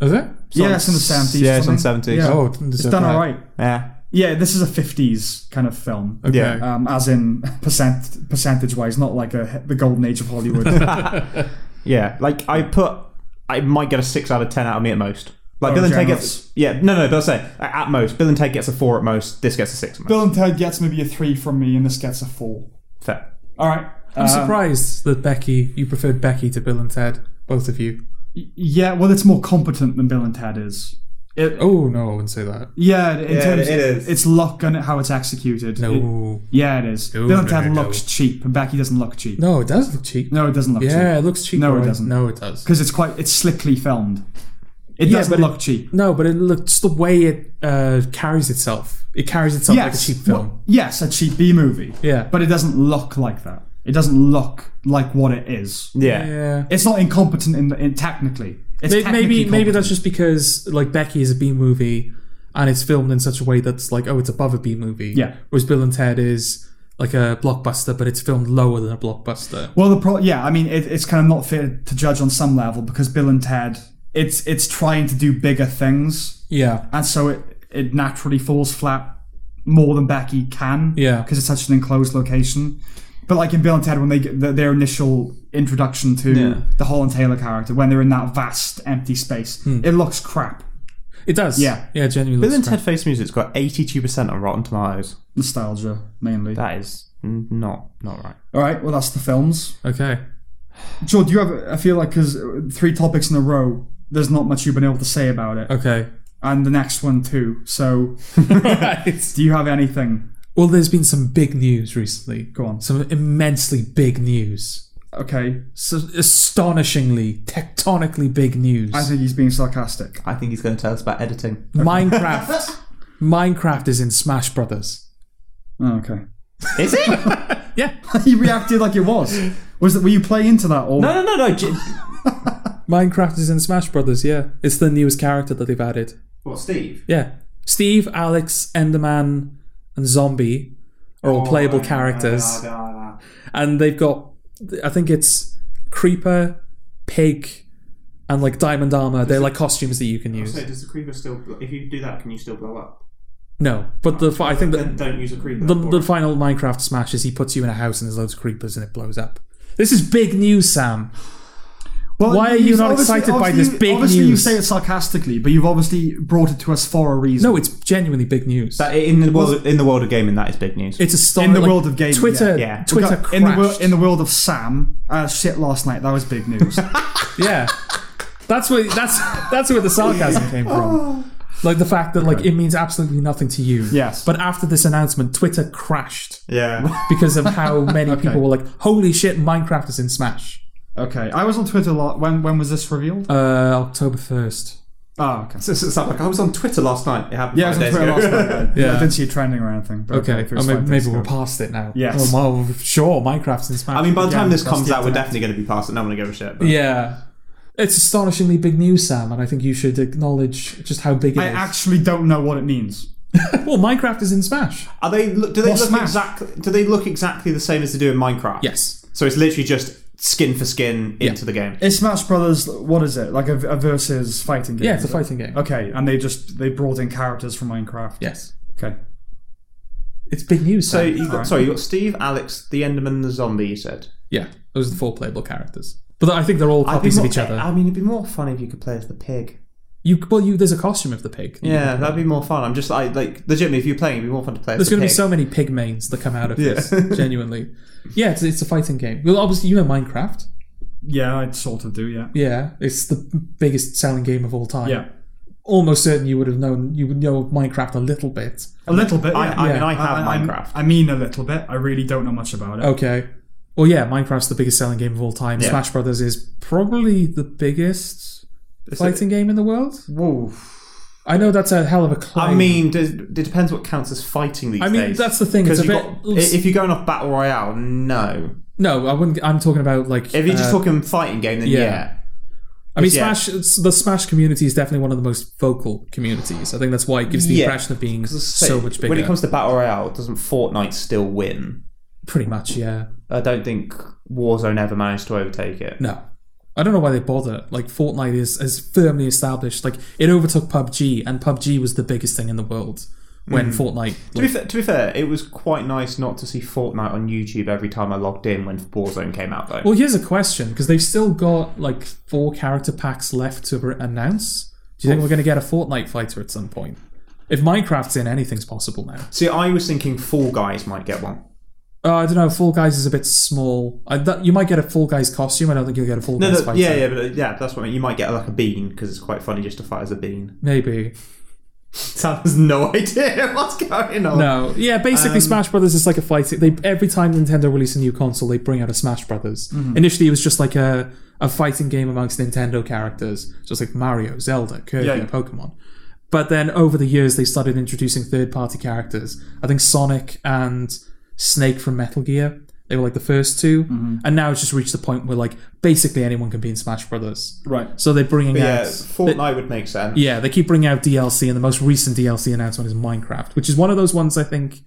Speaker 1: Is it?
Speaker 2: yeah, it's in the seventies.
Speaker 3: yeah, it's in the 70s.
Speaker 2: Yeah.
Speaker 1: Oh, it didn't
Speaker 2: it's
Speaker 1: deserve
Speaker 2: done
Speaker 1: that.
Speaker 2: all right.
Speaker 3: Yeah,
Speaker 2: Yeah, this is a fifties kind of film.
Speaker 1: Okay.
Speaker 3: Yeah.
Speaker 2: Um, as in percent percentage wise, not like a, the golden age of Hollywood.
Speaker 3: yeah. Like I put, I might get a six out of ten out of me at most. Like
Speaker 2: Oh,
Speaker 3: Bill and Ted
Speaker 2: generous.
Speaker 3: gets, yeah, no, no. But I'll say like, at most, Bill and Ted gets a four at most. This gets a six. At most.
Speaker 2: Bill and Ted gets maybe a three from me, and this gets a four.
Speaker 3: Fair.
Speaker 2: All right.
Speaker 1: I'm surprised that Becky, you preferred Becky to Bill and Ted, both of you.
Speaker 2: Yeah, well, it's more competent than Bill and Ted is. It,
Speaker 1: Oh no, I wouldn't say that.
Speaker 2: yeah, in terms
Speaker 3: it is.
Speaker 2: It's luck and how it's executed. It-
Speaker 1: No,
Speaker 2: yeah, it is.
Speaker 1: No,
Speaker 2: Bill and
Speaker 1: no,
Speaker 2: Ted
Speaker 1: no.
Speaker 2: looks cheap, and Becky doesn't look cheap. No,
Speaker 1: no, it does look cheap.
Speaker 2: it doesn't look
Speaker 1: yeah,
Speaker 2: cheap
Speaker 1: it looks cheap.
Speaker 2: No, it
Speaker 1: alright.
Speaker 2: doesn't.
Speaker 1: No, it does.
Speaker 2: because it's quite it's slickly filmed. It
Speaker 1: Yeah,
Speaker 2: doesn't
Speaker 1: but it-
Speaker 2: look cheap.
Speaker 1: No, but it looks the way it uh, carries itself. It carries itself like a cheap film.
Speaker 2: Well, yes, a cheap B movie.
Speaker 1: Yeah.
Speaker 2: but it doesn't look like that. It doesn't look like what it is.
Speaker 3: Yeah.
Speaker 1: yeah.
Speaker 2: It's not incompetent in, the, in technically. It's
Speaker 1: May-
Speaker 2: technically
Speaker 1: maybe maybe
Speaker 2: competent.
Speaker 1: that's just because like Becky is a B movie and it's filmed in such a way that's like oh it's above a B movie.
Speaker 2: Yeah.
Speaker 1: Whereas Bill and Ted is like a blockbuster, but it's filmed lower than a blockbuster.
Speaker 2: Well, the pro- yeah, I mean, it, it's kind of not fair to judge on some level because Bill and Ted, it's it's trying to do bigger things,
Speaker 1: Yeah.
Speaker 2: and so it it naturally falls flat more than Becky can,
Speaker 1: Yeah.
Speaker 2: because it's such an enclosed location. But like in Bill and Ted, when they get the, their initial introduction to the Holland Taylor character, when they're in that vast empty space, it looks crap.
Speaker 1: It does.
Speaker 2: Yeah.
Speaker 1: Yeah. Genuinely.
Speaker 3: Bill and
Speaker 1: looks
Speaker 3: Ted Face Music's got eighty-two percent on Rotten Tomatoes.
Speaker 2: Nostalgia mainly.
Speaker 3: That is n- not not right.
Speaker 2: All right, well that's the films.
Speaker 1: crap. Okay.
Speaker 2: George, do you have? I feel like because three topics in a row, there's not much you've been able to say about it.
Speaker 1: Okay.
Speaker 2: and the next one too. So, do you have anything?
Speaker 1: Well, there's been some big news recently.
Speaker 2: Go on.
Speaker 1: Some immensely big news.
Speaker 2: Okay,
Speaker 1: So astonishingly, tectonically big news.
Speaker 2: I think he's being sarcastic.
Speaker 3: I think he's going to tell us about editing.
Speaker 1: Minecraft. Minecraft is in Smash Brothers.
Speaker 2: Oh, okay,
Speaker 3: Is it? no,
Speaker 1: Yeah.
Speaker 2: he reacted like it was. Was that? Were you playing into that? Or
Speaker 3: no, no, no. j-
Speaker 1: Minecraft is in Smash Brothers, yeah. It's the newest character that they've added.
Speaker 4: What, Steve?
Speaker 1: Yeah. Steve, Alex, Enderman, and Zombie are
Speaker 2: Oh,
Speaker 4: Oh,
Speaker 1: all playable characters. And they've got, I think it's Creeper, Pig, and like Diamond Armor. They're like costumes that you can
Speaker 4: So
Speaker 1: use.
Speaker 4: does the creeper still? bl- If you do that, can you still blow up?
Speaker 1: No, but the fi- I think
Speaker 4: Then
Speaker 1: that
Speaker 4: don't use a creeper.
Speaker 1: the,
Speaker 4: Or-
Speaker 1: the final Minecraft Smash is he puts you in a house and there's loads of creepers and it blows up. This is big news, Sam.
Speaker 2: Well,
Speaker 1: Why are you
Speaker 2: you've
Speaker 1: not
Speaker 2: obviously-
Speaker 1: excited by
Speaker 2: obviously-
Speaker 1: this big
Speaker 2: Obviously, you
Speaker 1: news?
Speaker 2: say it sarcastically, but you've obviously brought it to us for a reason.
Speaker 1: No, it's genuinely big news.
Speaker 3: But uh, in the world in the world of gaming, that is big news.
Speaker 1: it's a star-
Speaker 2: In the
Speaker 1: like,
Speaker 2: world of gaming,
Speaker 1: Twitter,
Speaker 3: yeah. Yeah.
Speaker 2: We
Speaker 1: Twitter
Speaker 2: got- in the wor-
Speaker 1: crashed.
Speaker 2: in the world of Sam. Uh, shit, last night that was big news.
Speaker 1: Yeah, that's where that's that's where the sarcasm came from. Like the fact that like it means absolutely nothing to you.
Speaker 2: Oh. Yes.
Speaker 1: But after this announcement, Twitter crashed
Speaker 3: yeah.
Speaker 1: because of how many people were like, "Holy shit, Minecraft is in Smash."
Speaker 2: okay, I was on Twitter a lot. When when was this revealed?
Speaker 1: Uh, October first.
Speaker 2: oh, okay.
Speaker 3: So, so, so, like, I was on Twitter last night. It happened
Speaker 2: Yeah, I was
Speaker 3: five
Speaker 2: on
Speaker 3: days
Speaker 2: Twitter
Speaker 3: ago.
Speaker 2: last night. Yeah.
Speaker 1: Yeah.
Speaker 2: I didn't see it trending or anything. but
Speaker 1: Okay,
Speaker 2: if it
Speaker 1: oh,
Speaker 2: was
Speaker 1: maybe,
Speaker 2: five days
Speaker 1: maybe we're
Speaker 2: ago.
Speaker 1: past it now. Oh,
Speaker 2: Yes.
Speaker 1: Well, well, sure, Minecraft's in Smash.
Speaker 3: I mean, by the
Speaker 2: Yeah,
Speaker 3: time this
Speaker 2: that's
Speaker 3: comes
Speaker 2: the
Speaker 3: out, we're
Speaker 2: internet.
Speaker 3: definitely going to be past it. No one will give a shit. But.
Speaker 1: yeah, it's astonishingly big news, Sam, and I think you should acknowledge just how big it is.
Speaker 2: I actually don't know what it means.
Speaker 1: well, Minecraft is in Smash.
Speaker 3: Are they? look- Do they
Speaker 2: Well,
Speaker 3: look
Speaker 2: Smash.
Speaker 3: exactly? Do they look exactly the same as they do in Minecraft?
Speaker 1: Yes.
Speaker 3: So it's literally just skin for skin into the game.
Speaker 2: Is Smash Brothers what is it like a, a versus fighting game?
Speaker 1: Yeah, it's a
Speaker 2: is it?
Speaker 1: fighting game.
Speaker 2: Okay, and they just they brought in characters from Minecraft.
Speaker 1: Yes.
Speaker 2: Okay.
Speaker 1: It's big news.
Speaker 3: So
Speaker 1: Sam.
Speaker 3: you got
Speaker 2: Alright.
Speaker 3: sorry, you got Steve, Alex, the Enderman, the zombie. You said.
Speaker 1: yeah, those are the four playable characters. But I think they're all
Speaker 3: I'd be
Speaker 1: copies of
Speaker 3: more-
Speaker 1: each other.
Speaker 3: I mean, it'd be more fun if you could play as the pig.
Speaker 1: you well, you there's a costume of the pig.
Speaker 3: Yeah, that'd be more fun. I'm just like, like legitimately, if you're playing, it'd be more fun to play
Speaker 1: There's
Speaker 3: as the
Speaker 1: going to
Speaker 3: pig.
Speaker 1: be so many pig mains that come out of this. Genuinely, yeah, it's, it's a fighting game. Well, obviously you know Minecraft.
Speaker 2: Yeah, I sort of do. Yeah.
Speaker 1: Yeah, it's the biggest selling game of all time.
Speaker 2: Yeah.
Speaker 1: almost certain you would have known you would know of Minecraft a little bit.
Speaker 2: A little bit.
Speaker 3: I,
Speaker 2: yeah.
Speaker 3: I mean,
Speaker 1: Yeah.
Speaker 3: I have
Speaker 2: I- I'm-
Speaker 3: Minecraft.
Speaker 2: I mean, a little bit. I really don't know much about it.
Speaker 1: Okay. Well, yeah, Minecraft's the biggest selling game of all time.
Speaker 3: Yeah.
Speaker 1: Smash Brothers is probably the biggest fighting game in the world.
Speaker 2: Whoa.
Speaker 1: I know that's a hell of a claim.
Speaker 3: I mean, d- it depends what counts as fighting these
Speaker 1: I
Speaker 3: days.
Speaker 1: mean, that's the thing. It's
Speaker 3: Because
Speaker 1: a
Speaker 3: you
Speaker 1: bit,
Speaker 3: got, i- if you're going off battle royale, no.
Speaker 1: no, I wouldn't. I'm talking about like.
Speaker 3: If you're just
Speaker 1: uh,
Speaker 3: talking fighting game, then
Speaker 1: yeah.
Speaker 3: yeah.
Speaker 1: I mean,
Speaker 3: yeah.
Speaker 1: Smash. it's- The Smash community is definitely one of the most vocal communities. I think that's why it gives the
Speaker 3: Yeah.
Speaker 1: impression of being
Speaker 3: Say,
Speaker 1: so much bigger.
Speaker 3: When it comes to battle royale, doesn't Fortnite still win?
Speaker 1: pretty much, yeah.
Speaker 3: I don't think Warzone ever managed to overtake it.
Speaker 1: No. I don't know why they bother. Like Fortnite is is firmly established. Like it overtook PUBG, and PUBG was the biggest thing in the world when Fortnite.
Speaker 3: Hmm. To be, fair, to be fair, it was quite nice not to see Fortnite on YouTube every time I logged in when Warzone came out, though.
Speaker 1: Well, here's a question because they've still got like four character packs left to re- announce. Do you think we're going to get a Fortnite fighter at some point? If Minecraft's in, anything's possible now.
Speaker 3: See, I was thinking Fall Guys might get one.
Speaker 1: Uh, I don't know. Full Guys is a bit small. I, that, you might get a Full Guys costume. I don't think you'll get a Full
Speaker 3: No,
Speaker 1: Guys
Speaker 3: no,
Speaker 1: fighter.
Speaker 3: yeah, yeah, but uh, yeah, that's what I mean. You might get like a bean because it's quite funny just to fight as a bean.
Speaker 1: Maybe.
Speaker 3: Sam has no idea what's going on.
Speaker 1: No, yeah. Basically,
Speaker 3: Um,
Speaker 1: Smash Brothers is like a fighting. They every time Nintendo release a new console, they bring out a Smash Brothers.
Speaker 3: Mm-hmm.
Speaker 1: Initially, it was just like a a fighting game amongst Nintendo characters, just like Mario, Zelda, Kirby,
Speaker 2: Yeah, yeah.
Speaker 1: and Pokemon. But then over the years, they started introducing third party characters. I think Sonic and Snake from Metal Gear. They were like the first 2
Speaker 3: Mm-hmm.
Speaker 1: and now it's just reached the point where like basically anyone can be in Smash Brothers.
Speaker 2: Right.
Speaker 1: So they're bringing
Speaker 3: Yeah,
Speaker 1: out
Speaker 3: Fortnite would make sense.
Speaker 1: yeah, they keep bringing out DLC, and the most recent DLC announcement is Minecraft, which is one of those ones I think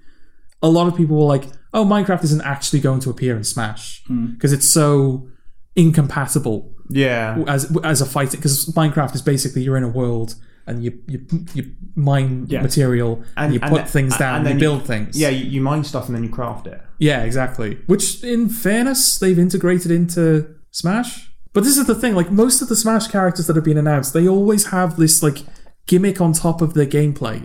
Speaker 1: a lot of people were like, "Oh, Minecraft isn't actually going to appear in Smash
Speaker 3: Hmm.
Speaker 1: because it's so incompatible
Speaker 3: Yeah.
Speaker 1: as as a fighting." Because Minecraft is basically you're in a world and you you, you mine
Speaker 2: Yeah.
Speaker 1: material and,
Speaker 3: And-
Speaker 1: you
Speaker 3: and
Speaker 1: put
Speaker 3: the-
Speaker 1: things
Speaker 3: and
Speaker 1: down and, you
Speaker 3: then you-
Speaker 1: build things.
Speaker 3: Yeah, you, you mine stuff and then you craft it.
Speaker 1: Yeah, exactly. Which, in fairness, they've integrated into Smash. But this is the thing: like most of the Smash characters that have been announced, they always have this like gimmick on top of their gameplay,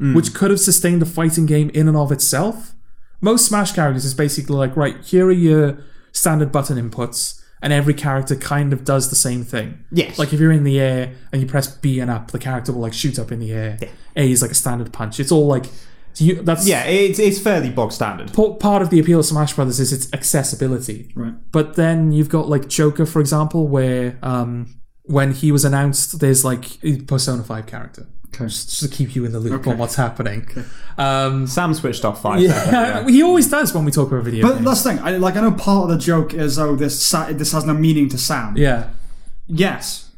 Speaker 3: Mm.
Speaker 1: which could have sustained a fighting game in and of itself. Most Smash characters is basically like, right, here are your standard button inputs, and every character kind of does the same thing.
Speaker 3: Yes.
Speaker 1: Like if you're in the air and you press B and up, the character will like shoot up in the air. A is like a standard punch. It's all like, so you, that's
Speaker 3: Yeah, it's, it's fairly bog standard.
Speaker 1: pa- part of the appeal of Smash Brothers is its accessibility.
Speaker 2: Right.
Speaker 1: But then you've got like Joker, for example, where um, when he was announced, there's like a Persona Five character
Speaker 2: Okay.
Speaker 1: just to keep you in the loop on what's happening. Um,
Speaker 3: Sam switched off five.
Speaker 1: yeah, he always does when we talk about video
Speaker 2: But
Speaker 1: games.
Speaker 2: that's the thing. I, like, I know part of the joke is, oh, this sa- this has no meaning to Sam.
Speaker 1: Yeah.
Speaker 2: Yes.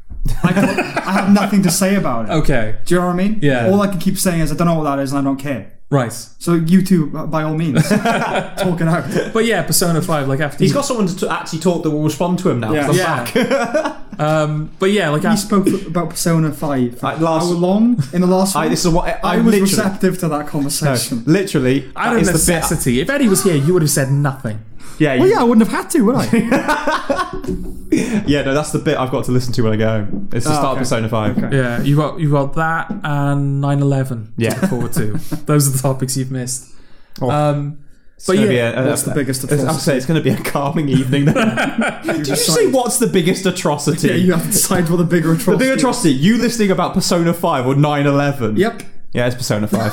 Speaker 2: I, don't- I have nothing to say about it.
Speaker 1: Okay.
Speaker 2: Do you know what I mean?
Speaker 1: Oh. Yeah.
Speaker 2: All I can keep saying is, I don't know what that is, and I don't care.
Speaker 1: Right.
Speaker 2: So you two, by all means, talk it out.
Speaker 1: But yeah, Persona Five. Like after
Speaker 3: He's got someone to t- actually talk that will respond to him now. 'cause I'm
Speaker 2: Yeah.
Speaker 3: back.
Speaker 1: Um, but yeah, like
Speaker 2: We
Speaker 1: after,
Speaker 2: spoke about Persona Five for
Speaker 3: Like last-
Speaker 2: hour long in the last.
Speaker 3: I,
Speaker 2: one.
Speaker 3: this is what I,
Speaker 2: I
Speaker 3: I
Speaker 2: was
Speaker 3: literally,
Speaker 2: receptive to that
Speaker 3: no,
Speaker 2: conversation.
Speaker 3: literally.
Speaker 1: out of
Speaker 3: that is the bit-
Speaker 1: necessity, if Eddie was here, you would have said nothing.
Speaker 3: yeah,
Speaker 2: Well,
Speaker 3: you-
Speaker 2: yeah, I wouldn't have had to, would I?
Speaker 3: yeah, no, that's the bit I've got to listen to when I go home. It's the
Speaker 2: Oh,
Speaker 3: start
Speaker 2: okay.
Speaker 3: of Persona Five.
Speaker 1: Yeah, you got you got that and 9/11 to
Speaker 3: Yeah.
Speaker 1: look forward to. Those are the topics you've missed.
Speaker 3: Oh.
Speaker 1: Um,
Speaker 3: It's
Speaker 1: but
Speaker 3: gonna
Speaker 1: yeah,
Speaker 3: be a- a-
Speaker 2: What's the biggest
Speaker 3: It's- I'll say it's going to be a calming evening. Then. Did you say what's the biggest atrocity?
Speaker 2: yeah, you have to decide what the bigger
Speaker 3: the
Speaker 2: atrocity.
Speaker 3: big atrocity, you listening about Persona 5 or 9 11?
Speaker 2: Yep.
Speaker 3: Yeah, it's Persona 5.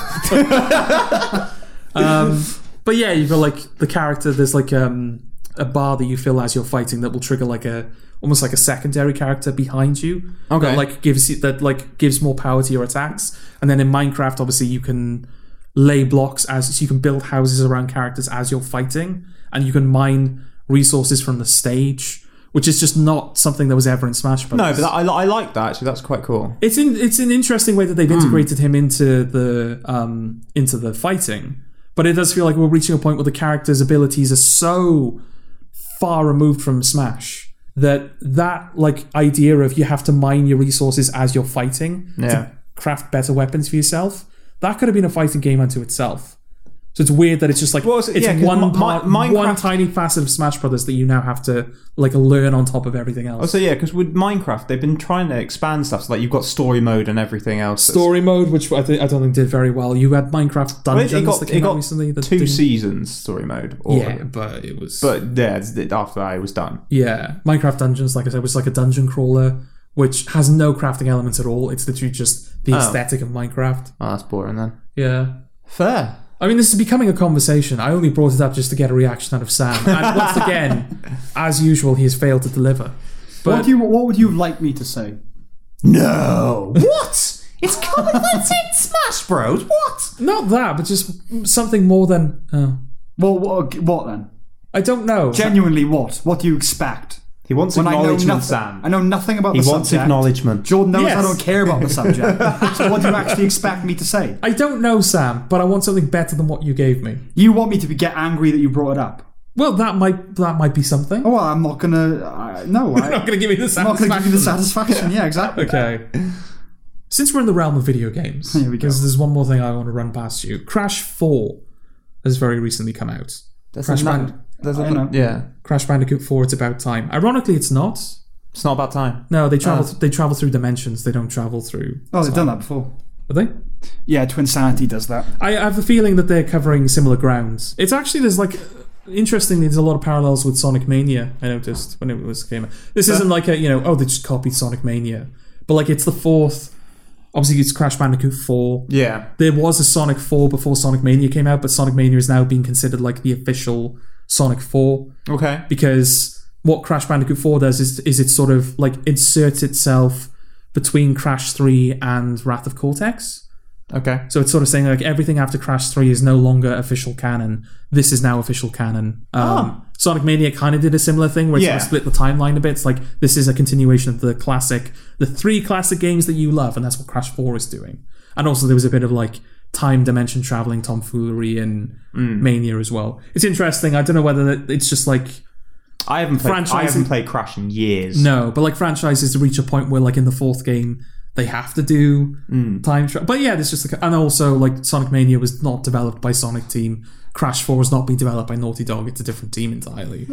Speaker 1: um, but yeah, you've got like the character. There's like um, a bar that you fill as you're fighting that will trigger like a almost like a secondary character behind you.
Speaker 3: Okay.
Speaker 1: That like gives you that like gives more power to your attacks. And then in Minecraft, obviously you can lay blocks as so you can build houses around characters as you're fighting, and you can mine resources from the stage. which is just not something that was ever in Smash Bros.
Speaker 3: No, but that, I, I like that actually. That's quite cool.
Speaker 1: it's in, it's an interesting way that they've
Speaker 3: Hmm.
Speaker 1: integrated him into the um, into the fighting, but it does feel like we're reaching a point where the character's abilities are so far removed from Smash that that like idea of you have to mine your resources as you're fighting
Speaker 3: Yeah.
Speaker 1: to craft better weapons for yourself that could have been a fighting game unto itself. So it's weird that it's just like
Speaker 3: Well,
Speaker 1: it's,
Speaker 3: it's- yeah, 'cause Mi-
Speaker 1: one
Speaker 3: Mi-
Speaker 1: part, one
Speaker 3: Minecraft-
Speaker 1: tiny facet of Smash Brothers that you now have to like learn on top of everything else.
Speaker 3: So yeah, because with Minecraft, they've been trying to expand stuff. So like you've got story mode and everything else. that's-
Speaker 1: story mode, which I, think, I don't think did very well. You had Minecraft
Speaker 3: I think
Speaker 1: Dungeons
Speaker 3: it got,
Speaker 1: that
Speaker 3: it
Speaker 1: came out
Speaker 3: got
Speaker 1: recently. That
Speaker 3: 2
Speaker 1: didn't-
Speaker 3: seasons story mode. Or,
Speaker 1: yeah, but it was
Speaker 3: But yeah, it's- it- after that, it was done.
Speaker 1: yeah. Minecraft Dungeons, like I said, was like a dungeon crawler which has no crafting elements at all. It's literally just the aesthetic of Minecraft.
Speaker 3: Oh, that's boring then.
Speaker 1: Yeah.
Speaker 3: Fair.
Speaker 1: I mean, this is becoming a conversation. I only brought it up just to get a reaction out of Sam. And once again, as usual, he has failed to deliver. But
Speaker 2: What, do you, what would you like me to say?
Speaker 3: No. What? It's common. That's it. Smash Bros. What?
Speaker 1: not that, but just something more than. Oh.
Speaker 2: Well, what, what then?
Speaker 1: I don't know.
Speaker 2: Genuinely, what? What do you expect?
Speaker 3: He wants
Speaker 2: When I know
Speaker 3: acknowledgement,
Speaker 2: nothing,
Speaker 3: Sam.
Speaker 2: I know nothing about
Speaker 3: He
Speaker 2: the
Speaker 3: wants
Speaker 2: subject.
Speaker 3: acknowledgement.
Speaker 2: Jordan knows I
Speaker 1: Yes.
Speaker 2: don't care about the subject. so what do you actually expect me to say?
Speaker 1: I don't know, Sam, but I want something better than what you gave me.
Speaker 2: You want me to be, get angry that you brought it up?
Speaker 1: Well, that might that might be something.
Speaker 2: Oh, well, I'm not gonna. I no, I,
Speaker 1: not going to give you the
Speaker 2: I'm not
Speaker 1: satisfaction.
Speaker 2: gonna give you the satisfaction. Yeah, exactly.
Speaker 1: okay. Since we're in the realm of video games,
Speaker 2: Here we go.
Speaker 1: there's, there's one more thing I want to run past you. Crash 4 has very recently come out.
Speaker 3: There's
Speaker 1: Crash
Speaker 3: another-
Speaker 1: Band-
Speaker 3: there's
Speaker 2: I know.
Speaker 3: another- Yeah.
Speaker 1: Crash Bandicoot 4, it's about time. Ironically, it's not.
Speaker 3: It's not about time.
Speaker 1: No, they travel. they travel through dimensions. They don't travel through.
Speaker 2: Oh, they've done that before.
Speaker 1: Are they?
Speaker 2: Yeah, Twin Sanity does that.
Speaker 1: I have the feeling that they're covering similar grounds. It's actually there's like interestingly there's a lot of parallels with Sonic Mania. I noticed when it was came out. This isn't like a you know oh they just copied Sonic Mania, but like it's the fourth. Obviously, it's Crash Bandicoot Four.
Speaker 3: Yeah.
Speaker 1: There was a Sonic Four before Sonic Mania came out, but Sonic Mania is now being considered like the official Sonic Four
Speaker 3: Okay.
Speaker 1: because what Crash Bandicoot 4 does is is it sort of like inserts itself between Crash 3 and Wrath of Cortex.
Speaker 3: Okay.
Speaker 1: So it's sort of saying like everything after Crash 3 is no longer official canon. This is now official canon. Um, Sonic Mania kind of did a similar thing where it's
Speaker 3: Yeah.
Speaker 1: sort of split the timeline a bit. It's like this is a continuation of the classic, the three classic games that you love, and that's what Crash 4 is doing. And also there was a bit of like time dimension traveling tomfoolery in Mania as well. It's interesting. I don't know whether that- it's just like
Speaker 3: I haven't played. I
Speaker 1: Franchising-
Speaker 3: haven't played Crash in years.
Speaker 1: No, but like franchises reach a point where like in the fourth game they have to do
Speaker 3: Hmm.
Speaker 1: time travel. But yeah, there's just like, and also like Sonic Mania was not developed by Sonic Team. Crash Four has not been developed by Naughty Dog. It's a different team entirely.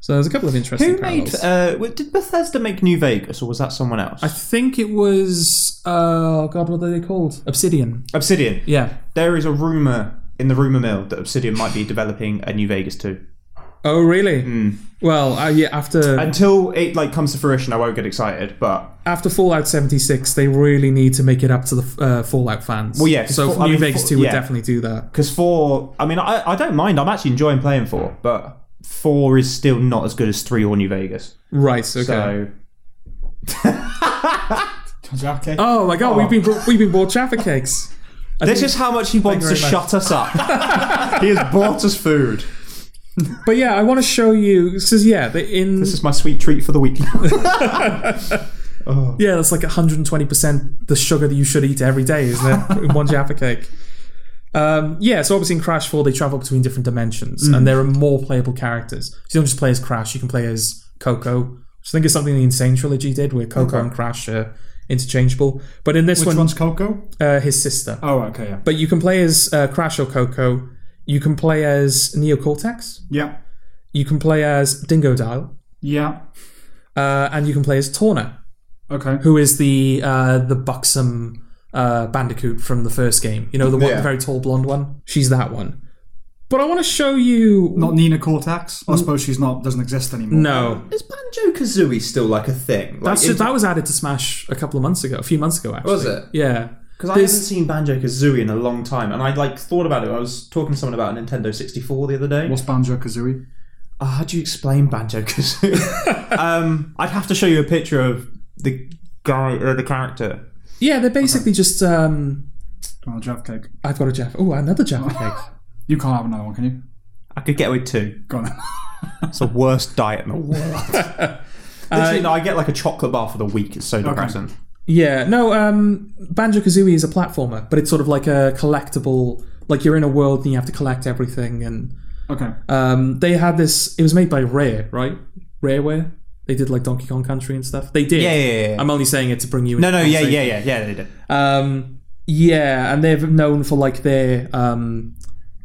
Speaker 1: So there's a couple of interesting.
Speaker 3: Ah. Who made?
Speaker 1: parallels.
Speaker 3: Uh, w- did Bethesda make New Vegas, or was that someone else?
Speaker 1: I think it was. Uh, God, what are they called? Obsidian.
Speaker 3: Obsidian.
Speaker 1: Yeah.
Speaker 3: There is a rumor in the rumor mill that Obsidian might be developing a New Vegas too.
Speaker 1: Oh really? Well, uh, yeah. After
Speaker 3: Until it like comes to fruition, I won't get excited. But
Speaker 1: after Fallout 76, they really need to make it up to the uh, Fallout fans. Well,
Speaker 3: yeah, 'cause
Speaker 1: So
Speaker 3: Fa- I
Speaker 1: New
Speaker 3: mean,
Speaker 1: Vegas
Speaker 3: Fa-
Speaker 1: 2 would
Speaker 3: yeah.
Speaker 1: definitely do that.
Speaker 3: because four, I mean, I, I don't mind. I'm actually enjoying playing four, but four is still not as good as three or New Vegas.
Speaker 1: Right. Okay.
Speaker 3: So
Speaker 2: Okay.
Speaker 1: Oh my god, we've been brought, we've been bought Jaffa cakes.
Speaker 3: this is how much he wants to
Speaker 1: very much.
Speaker 3: shut us up. he has bought us food.
Speaker 1: But yeah, I want to show you. This is yeah, the, in
Speaker 3: This is my sweet treat for the week.
Speaker 1: yeah, that's like 120 percent the sugar that you should eat every day, isn't it? in one Jaffa cake. Um, yeah, so obviously in Crash 4 they travel between different dimensions, and there are more playable characters. So you don't just play as Crash; you can play as Coco. Which I think is something the Insane trilogy did, where Coco and Crash are interchangeable. But in this
Speaker 2: Which
Speaker 1: one,
Speaker 2: one's Coco?
Speaker 1: uh, his sister.
Speaker 2: Oh, okay, yeah.
Speaker 1: But you can play as uh, Crash or Coco. You can play as Neocortex.
Speaker 2: Yeah.
Speaker 1: You can play as Dingo Dial.
Speaker 2: Yeah.
Speaker 1: uh, and you can play as Torna,
Speaker 2: Okay.
Speaker 1: who is the uh, the buxom uh, bandicoot from the first game. You know, the one, the
Speaker 3: Yeah.
Speaker 1: very tall blonde one. She's that one. But I want to show you.
Speaker 2: Not Nina Cortex. I suppose she's not doesn't exist anymore.
Speaker 1: no,
Speaker 3: is Banjo Kazooie still like a thing?
Speaker 1: that's just, that was added to Smash a couple of months ago, a few months ago actually.
Speaker 3: Was it?
Speaker 1: Yeah.
Speaker 3: Because I haven't seen Banjo Kazooie in a long time, and I like thought about it. I was talking to someone about a Nintendo 64 the other day.
Speaker 2: What's Banjo Kazooie?
Speaker 3: Uh, how do you explain Banjo Kazooie? um, I'd have to show you a picture of the guy or the character.
Speaker 1: Yeah, they're basically just. Um,
Speaker 2: Oh, Jeff Cake.
Speaker 1: I've got a Jaffa. Oh, another Jaffa cake.
Speaker 2: You can't have another one, can you?
Speaker 3: I could get away with two.
Speaker 2: Go on.
Speaker 3: It's the worst diet in the world. Uh, Literally, no, I get like a chocolate bar for the week. It's so depressing.
Speaker 1: Yeah, no, um, Banjo Kazooie is a platformer, but it's sort of like a collectible. Like you're in a world and you have to collect everything. And
Speaker 2: Okay.
Speaker 1: um, they had this. It was made by Rare, right? Rareware. They did like Donkey Kong Country and stuff. They did.
Speaker 3: Yeah, yeah, yeah, yeah.
Speaker 1: I'm only saying it to bring you.
Speaker 3: No, no, yeah, yeah, yeah, yeah. They did.
Speaker 1: Um, yeah, and they're known for like their. Um,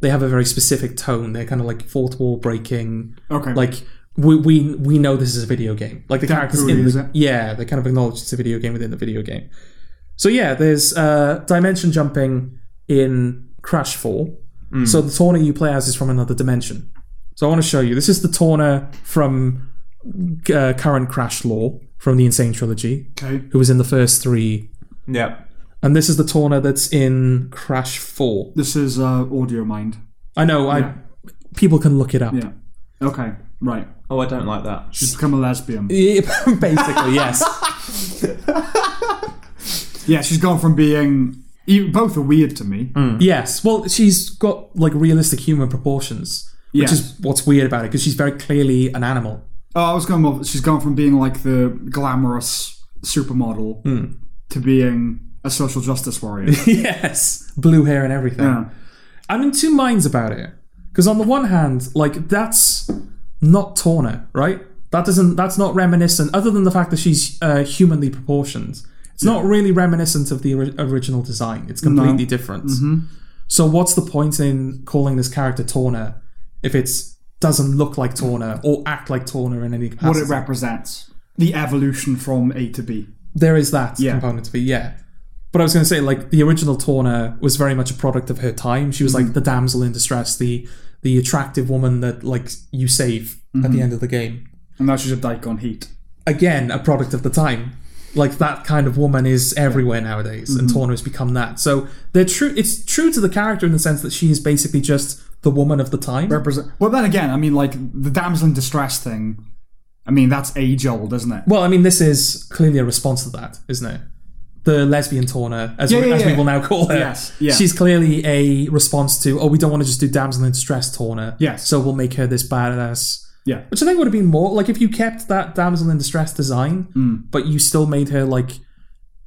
Speaker 1: they have a very specific tone. They're kind of like fourth wall breaking.
Speaker 2: Okay.
Speaker 1: Like we we we know this is a video game. Like the characters
Speaker 2: Kakarot,
Speaker 1: in
Speaker 2: is
Speaker 1: the,
Speaker 2: it?
Speaker 1: yeah, they kind of acknowledge it's a video game within the video game. So yeah, there's uh, dimension jumping in Crash Four.
Speaker 2: Hmm.
Speaker 1: So the Torna you play as is from another dimension. So I want to show you. This is the Torna from uh, current Crash lore from the Insane trilogy,
Speaker 2: okay.
Speaker 1: who was in the first three
Speaker 3: Yeah.
Speaker 1: and this is the Torna that's in Crash 4.
Speaker 2: This is uh, Audio Mind.
Speaker 1: I know, I people can look it up.
Speaker 2: Yeah. Okay. Right.
Speaker 3: Oh, I don't like that.
Speaker 2: She's become a lesbian.
Speaker 1: Basically, yes.
Speaker 2: Yeah, she's gone from being. You, both are weird to me.
Speaker 1: Hmm. Yes. Well, she's got like realistic human proportions, which
Speaker 2: Yes.
Speaker 1: is what's weird about it because she's very clearly an animal.
Speaker 2: Oh, I was going. More, she's gone from being like the glamorous supermodel
Speaker 1: Hmm.
Speaker 2: to being a social justice warrior.
Speaker 1: yes. Blue hair and everything.
Speaker 2: yeah.
Speaker 1: I'm in two minds about it because on the one hand, like that's not Torna, right? That doesn't. That's not reminiscent. Other than the fact that she's uh, humanly proportioned, it's not really reminiscent of the ori- original design. It's completely different.
Speaker 2: Mm-hmm.
Speaker 1: So what's the point in calling this character Torna if it's doesn't look like Torna or act like Torna in any
Speaker 2: What
Speaker 1: capacity?
Speaker 2: it represents. The evolution from A to B.
Speaker 1: there is that
Speaker 2: Yeah.
Speaker 1: component to it, yeah. But I was going to say, like, the original Torna was very much a product of her time. She was like the damsel in distress, the the attractive woman that like you save at the end of the game.
Speaker 2: And now she's a dyke on heat.
Speaker 1: Again, a product of the time. Like that kind of woman is everywhere nowadays, and Torna has become that. So they're true. It's true to the character in the sense that she is basically just the woman of the time.
Speaker 2: Represent. Well, then again, I mean, like the damsel in distress thing. I mean, that's age old, isn't it?
Speaker 1: Well, I mean, this is clearly a response to that, isn't it? The lesbian Torna, as, we,
Speaker 2: yeah,
Speaker 1: as we
Speaker 2: yeah.
Speaker 1: will now call her.
Speaker 2: Yes, yeah.
Speaker 1: She's clearly a response to, oh, we don't want to just do damsel in distress Torna.
Speaker 2: Yes.
Speaker 1: So we'll make her this badass.
Speaker 2: Yeah.
Speaker 1: Which I think would have been more, like, if you kept that damsel in distress design,
Speaker 2: Mm.
Speaker 1: but you still made her, like,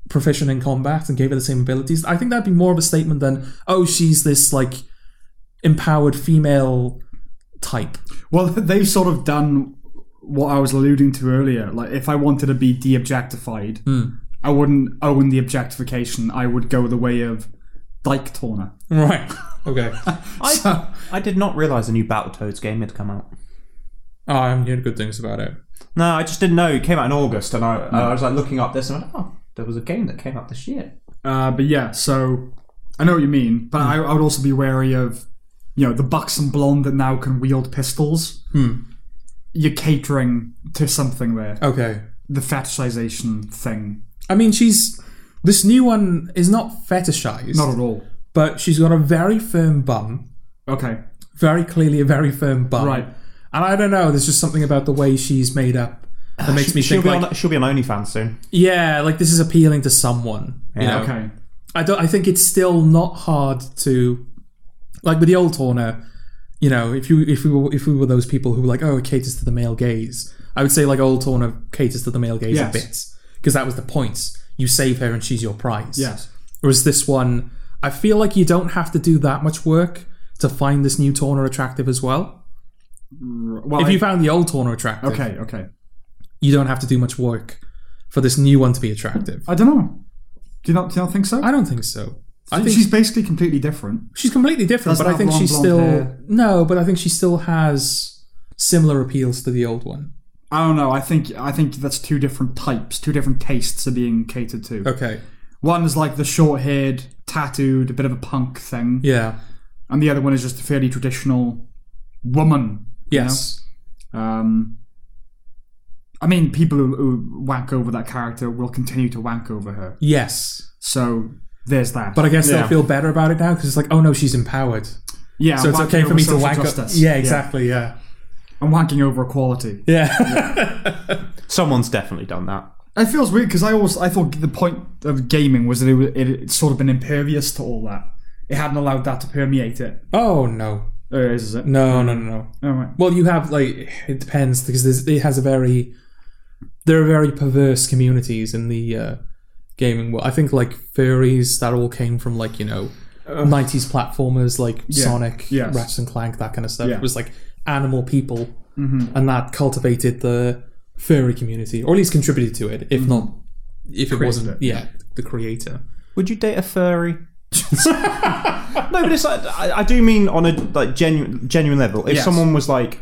Speaker 1: proficient in combat and gave her the same abilities, I think that'd be more of a statement than, oh, she's this, like, empowered female type.
Speaker 2: Well, they've sort of done what I was alluding to earlier. Like, if I wanted to be de-objectified, I wouldn't own the objectification. I would go the way of Dyke Torna.
Speaker 1: Right. Okay.
Speaker 3: I, I did not realise a new Battletoads game had come out.
Speaker 1: oh, I'm hearing good things about it.
Speaker 3: No, I just didn't know. It came out in August, and I, I was like looking up this, and I went, oh, there was a game that came out this year.
Speaker 2: Uh, but yeah, so I know what you mean, but I, I would also be wary of, you know, the buxom blonde that now can wield pistols.
Speaker 1: Hmm.
Speaker 2: You're catering to something there.
Speaker 1: Okay.
Speaker 2: The fetishization thing,
Speaker 1: I mean, she's this new one is not fetishized,
Speaker 2: not at all.
Speaker 1: but she's got a very firm bum,
Speaker 2: Okay,
Speaker 1: very clearly a very firm bum.
Speaker 2: Right.
Speaker 1: And I don't know. There's just something about the way she's made up that makes me
Speaker 3: She'll
Speaker 1: think
Speaker 3: be,
Speaker 1: like,
Speaker 3: on, she'll be on OnlyFans soon.
Speaker 1: yeah, like this is appealing to someone. you know?
Speaker 2: okay,
Speaker 1: I don't. I think it's still not hard to, like with the old Torna, you know, if you if we were if we were those people who were like, oh, it caters to the male gaze, I would say like old Torna caters to the male gaze
Speaker 2: Yes.
Speaker 1: a bit because that was the point. You save her and she's your prize.
Speaker 2: yes.
Speaker 1: Whereas this one, I feel like you don't have to do that much work to find this new Torna attractive as well.
Speaker 2: Well,
Speaker 1: If
Speaker 2: I-
Speaker 1: you found the old Torna attractive,
Speaker 2: okay, okay.
Speaker 1: you don't have to do much work for this new one to be attractive.
Speaker 2: I don't know. Do you not, do you not think so?
Speaker 1: I don't think so. I think
Speaker 2: she's basically completely different.
Speaker 1: She's completely different,
Speaker 2: Doesn't
Speaker 1: but I
Speaker 2: have
Speaker 1: think
Speaker 2: long
Speaker 1: she
Speaker 2: blonde
Speaker 1: still
Speaker 2: hair.
Speaker 1: no, but I think she still has similar appeals to the old one.
Speaker 2: I don't know. I think I think that's two different types, two different tastes are being catered to.
Speaker 1: Okay,
Speaker 2: One is like the short-haired, tattooed, a bit of a punk thing,
Speaker 1: yeah,
Speaker 2: and the other one is just a fairly traditional woman.
Speaker 1: yes,
Speaker 2: Um, I mean, people who, who wank over that character will continue to wank over her.
Speaker 1: yes.
Speaker 2: So there's that.
Speaker 1: But I guess
Speaker 3: Yeah.
Speaker 1: they'll feel better about it now because it's like, oh no, she's empowered,
Speaker 2: yeah,
Speaker 1: so it's
Speaker 2: wanking
Speaker 1: okay for
Speaker 2: over
Speaker 1: me to
Speaker 2: social
Speaker 1: wank. Up.
Speaker 2: justice.
Speaker 1: Yeah, exactly. Yeah,
Speaker 2: I'm wanking over equality.
Speaker 1: yeah.
Speaker 3: Someone's definitely done that.
Speaker 2: It feels weird because I always I thought the point of gaming was that it, was- it it's sort of been impervious to all that. It hadn't allowed that to permeate it.
Speaker 1: oh no,
Speaker 2: Oh, it is, is it?
Speaker 1: No, no, no, no.
Speaker 2: All right.
Speaker 1: Well, you have like it depends because there's, it has a very there are very perverse communities in the uh, gaming world. I think like furries that all came from like you know nineties platformers like
Speaker 2: Yeah.
Speaker 1: Sonic,
Speaker 2: Yes.
Speaker 1: Ratchet and Clank, that kind of stuff.
Speaker 2: Yeah.
Speaker 1: It
Speaker 2: Mm-hmm.
Speaker 1: was like animal people, and that cultivated the furry community, or at least contributed to it, if not if it wasn't
Speaker 2: Mm-hmm. it,
Speaker 1: yeah the creator.
Speaker 3: Would you date a furry? no, but it's like I, I do mean on a like genuine genuine level. If
Speaker 2: Yes.
Speaker 3: someone was like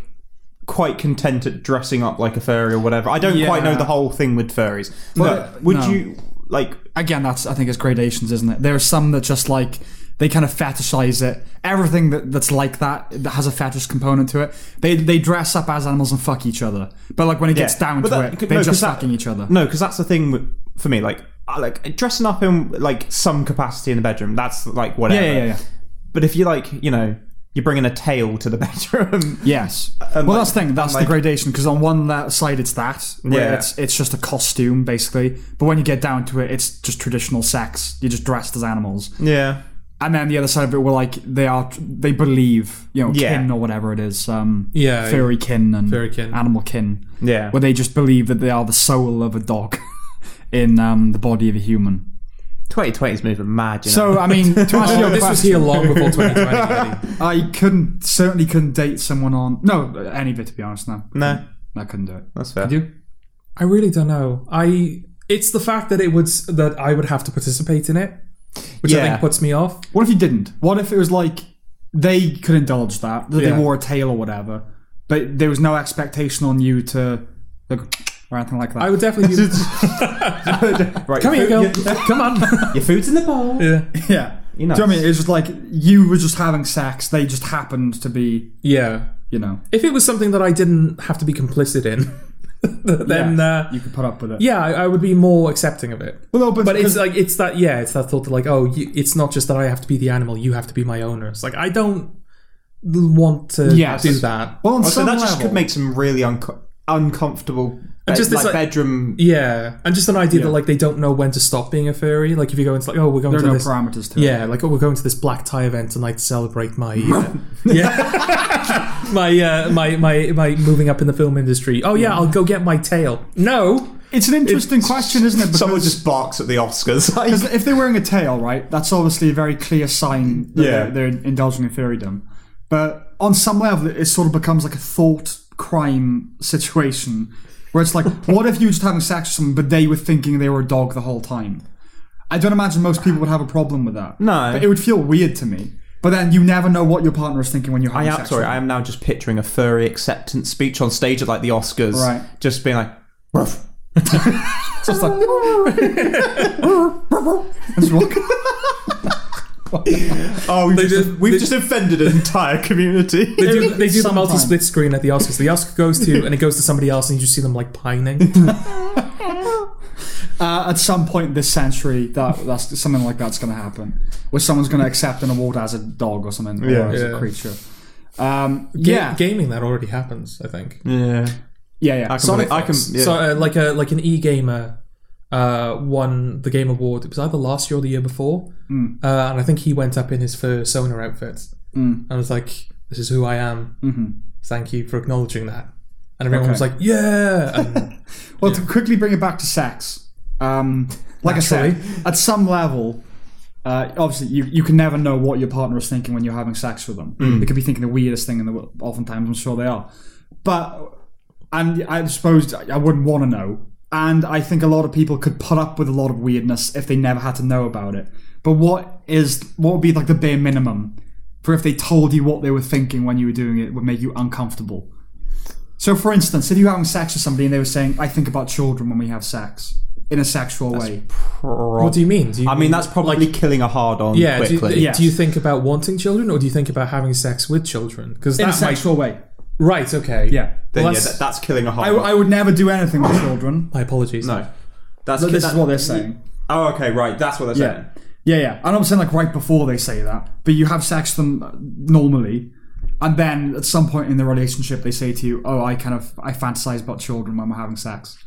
Speaker 3: quite content at dressing up like a furry or whatever, I don't quite know
Speaker 2: Yeah.
Speaker 3: the whole thing with furries. But
Speaker 2: But-
Speaker 3: would
Speaker 2: no.
Speaker 3: you like?
Speaker 2: Again, that's I think it's gradations, isn't it? There are some that just like they kind of fetishize it. Everything that, that's like that that has a fetish component to it. They they dress up as animals and fuck each other. But like when it gets
Speaker 3: Yeah.
Speaker 2: down
Speaker 3: But
Speaker 2: to
Speaker 3: that-
Speaker 2: it,
Speaker 3: no,
Speaker 2: they're
Speaker 3: 'cause
Speaker 2: just
Speaker 3: that-
Speaker 2: fucking each other.
Speaker 3: No, because that's the thing with, for me. Like, I, like dressing up in like some capacity in the bedroom. That's like
Speaker 2: yeah,
Speaker 3: whatever.
Speaker 2: yeah, yeah, yeah.
Speaker 3: But if you like, you know, you're bringing a tail to the bedroom.
Speaker 2: Yes.
Speaker 3: And,
Speaker 2: well,
Speaker 3: like-
Speaker 2: that's the thing. That's
Speaker 3: Um, like-
Speaker 2: the gradation because on one la- side it's that. Where
Speaker 3: Yeah.
Speaker 2: It's it's just a costume basically, but when you get down to it, it's just traditional sex. You're just dressed as animals.
Speaker 3: Yeah.
Speaker 2: And then the other side of it, were like they are they believe you know
Speaker 3: Yeah.
Speaker 2: kin or whatever it is. Um,
Speaker 1: Yeah,
Speaker 2: Fairy kin and
Speaker 1: Fairy kin.
Speaker 2: animal kin.
Speaker 3: Yeah.
Speaker 2: Where they just believe that they are the soul of a dog in um, the body of a human.
Speaker 3: 2020 is moving mad. You know?
Speaker 2: So I mean, to answer
Speaker 1: Oh,
Speaker 2: your
Speaker 1: this was
Speaker 2: question,
Speaker 1: here long before 2020. Eddie.
Speaker 2: I couldn't certainly couldn't date someone on no any of it to be honest. No,
Speaker 3: no,
Speaker 2: I couldn't do it.
Speaker 3: that's fair.
Speaker 2: Could you?
Speaker 1: I really don't know. I it's the fact that it would s- that I would have to participate in it, which I
Speaker 3: Yeah.
Speaker 1: think puts me off.
Speaker 2: What if you didn't? What if it was like they could indulge that, that
Speaker 1: Yeah.
Speaker 2: they wore a tail or whatever, but there was no expectation on you to like or anything like that?
Speaker 1: I would definitely be.
Speaker 3: Right,
Speaker 1: Come here,
Speaker 3: your
Speaker 1: girl.
Speaker 3: food-
Speaker 1: Come on.
Speaker 3: Your food's in the bowl.
Speaker 1: yeah.
Speaker 2: yeah.
Speaker 3: You know.
Speaker 2: Do you know what I mean? It's just like you were just having sex. They just happened to be,
Speaker 1: Yeah.
Speaker 2: you know.
Speaker 1: If it was something that I didn't have to be complicit in, then
Speaker 2: yeah,
Speaker 1: yeah, uh,
Speaker 2: you could put up with it.
Speaker 1: yeah I, I would be more accepting of it.
Speaker 2: Well, no, but,
Speaker 1: But it's like it's that yeah, it's that thought that like oh, you, it's not just that I have to be the animal, you have to be my owner. It's like I don't want to
Speaker 2: Yes.
Speaker 1: do that.
Speaker 2: well, on
Speaker 3: So
Speaker 2: some
Speaker 3: that
Speaker 2: level,
Speaker 3: just could make some really unco- uncomfortable, bed-
Speaker 1: just this,
Speaker 3: like,
Speaker 1: like-
Speaker 3: bedroom.
Speaker 1: Yeah, and just an idea that like they don't know when to stop being a furry. Like if you go into like oh we're going
Speaker 2: there
Speaker 1: to
Speaker 2: are no
Speaker 1: this
Speaker 2: parameters to it.
Speaker 1: yeah like oh we're going to this black tie event tonight to celebrate my uh, yeah my uh, my my my moving up in the film industry. Oh yeah, I'll go get my tail. No,
Speaker 2: It's an interesting question, isn't it?
Speaker 3: Someone
Speaker 2: Because-
Speaker 3: just barks at the Oscars. Like,
Speaker 2: Because if they're wearing a tail, right, that's obviously a very clear sign that
Speaker 3: Yeah.
Speaker 2: they're, they're indulging in furrydom. But on some level, it sort of becomes like a thought crime situation where it's like, what if you were just having sex with someone, but they were thinking they were a dog the whole time? I don't imagine most people would have a problem with that.
Speaker 3: No.
Speaker 2: But it would feel weird to me. But then you never know what your partner is thinking when you're
Speaker 3: I
Speaker 2: having
Speaker 3: am
Speaker 2: sex.
Speaker 3: sorry.
Speaker 2: with
Speaker 3: I am now just picturing a furry acceptance speech on stage at like the Oscars.
Speaker 2: Right.
Speaker 3: Just being like, "Ruff."
Speaker 2: them. It's like, Just walk-
Speaker 3: oh, we've, just,
Speaker 1: did-
Speaker 3: we've
Speaker 1: they-
Speaker 3: just offended an entire community.
Speaker 1: they do, they do the
Speaker 2: Sometime.
Speaker 1: multi split screen at the Oscars. The Oscar goes to and it goes to somebody else, and you just see them like pining.
Speaker 2: uh, at some point this century that that's something like that's going to happen where someone's going to accept an award as a dog or something or
Speaker 3: Yeah.
Speaker 2: as
Speaker 1: Yeah.
Speaker 2: a creature um,
Speaker 1: Ga-
Speaker 2: yeah.
Speaker 1: gaming that already happens. I think.
Speaker 3: yeah.
Speaker 2: yeah yeah
Speaker 3: I can.
Speaker 2: Sonic
Speaker 3: I can.
Speaker 2: Fox.
Speaker 3: Yeah.
Speaker 1: So uh, like a like an e gamer uh, won the game award. It was either last year or the year before,
Speaker 2: Mm.
Speaker 1: uh, and I think he went up in his Fursona outfit and was like, "This is who I am. Thank you for acknowledging that." And everyone
Speaker 2: Mm-hmm.
Speaker 1: was like,
Speaker 2: Okay.
Speaker 1: "Yeah!" And
Speaker 2: well to quickly bring it back to sex um, like I
Speaker 1: Naturally.
Speaker 2: said at some level uh, obviously you, you can never know what your partner is thinking when you're having sex with them they could be thinking the weirdest thing in the world oftentimes I'm sure they are but and I suppose I wouldn't want to know. And I think a lot of people could put up with a lot of weirdness if they never had to know about it. But what is what would be like the bare minimum for if they told you what they were thinking when you were doing it would make you uncomfortable? So, for instance, if you were having sex with somebody and they were saying, "I think about children when we have sex," in a sexual way,
Speaker 1: what do you mean? Do you
Speaker 3: I mean, that's probably killing a hard on
Speaker 1: yeah. Do you,
Speaker 3: quickly.
Speaker 2: Yes.
Speaker 1: do you think about wanting children, or do you think about having sex with children? Because
Speaker 2: in a
Speaker 1: that might
Speaker 2: sexual way,
Speaker 1: right. Okay.
Speaker 2: yeah.
Speaker 3: Then,
Speaker 1: Well,
Speaker 3: yeah,
Speaker 1: that's-
Speaker 3: that- that's killing a
Speaker 2: I,
Speaker 3: hard. on.
Speaker 2: I would never do anything with children.
Speaker 1: My apologies.
Speaker 3: no. That's
Speaker 2: But this
Speaker 3: that-
Speaker 2: is what they're saying.
Speaker 3: Oh, okay, right. That's what they're
Speaker 2: Yeah.
Speaker 3: saying.
Speaker 2: Yeah, yeah. And I'm saying like right before they say that, but you have sex with them uh, normally, and then at some point in the relationship they say to you, "Oh, I kind of I fantasize about children when we're having sex.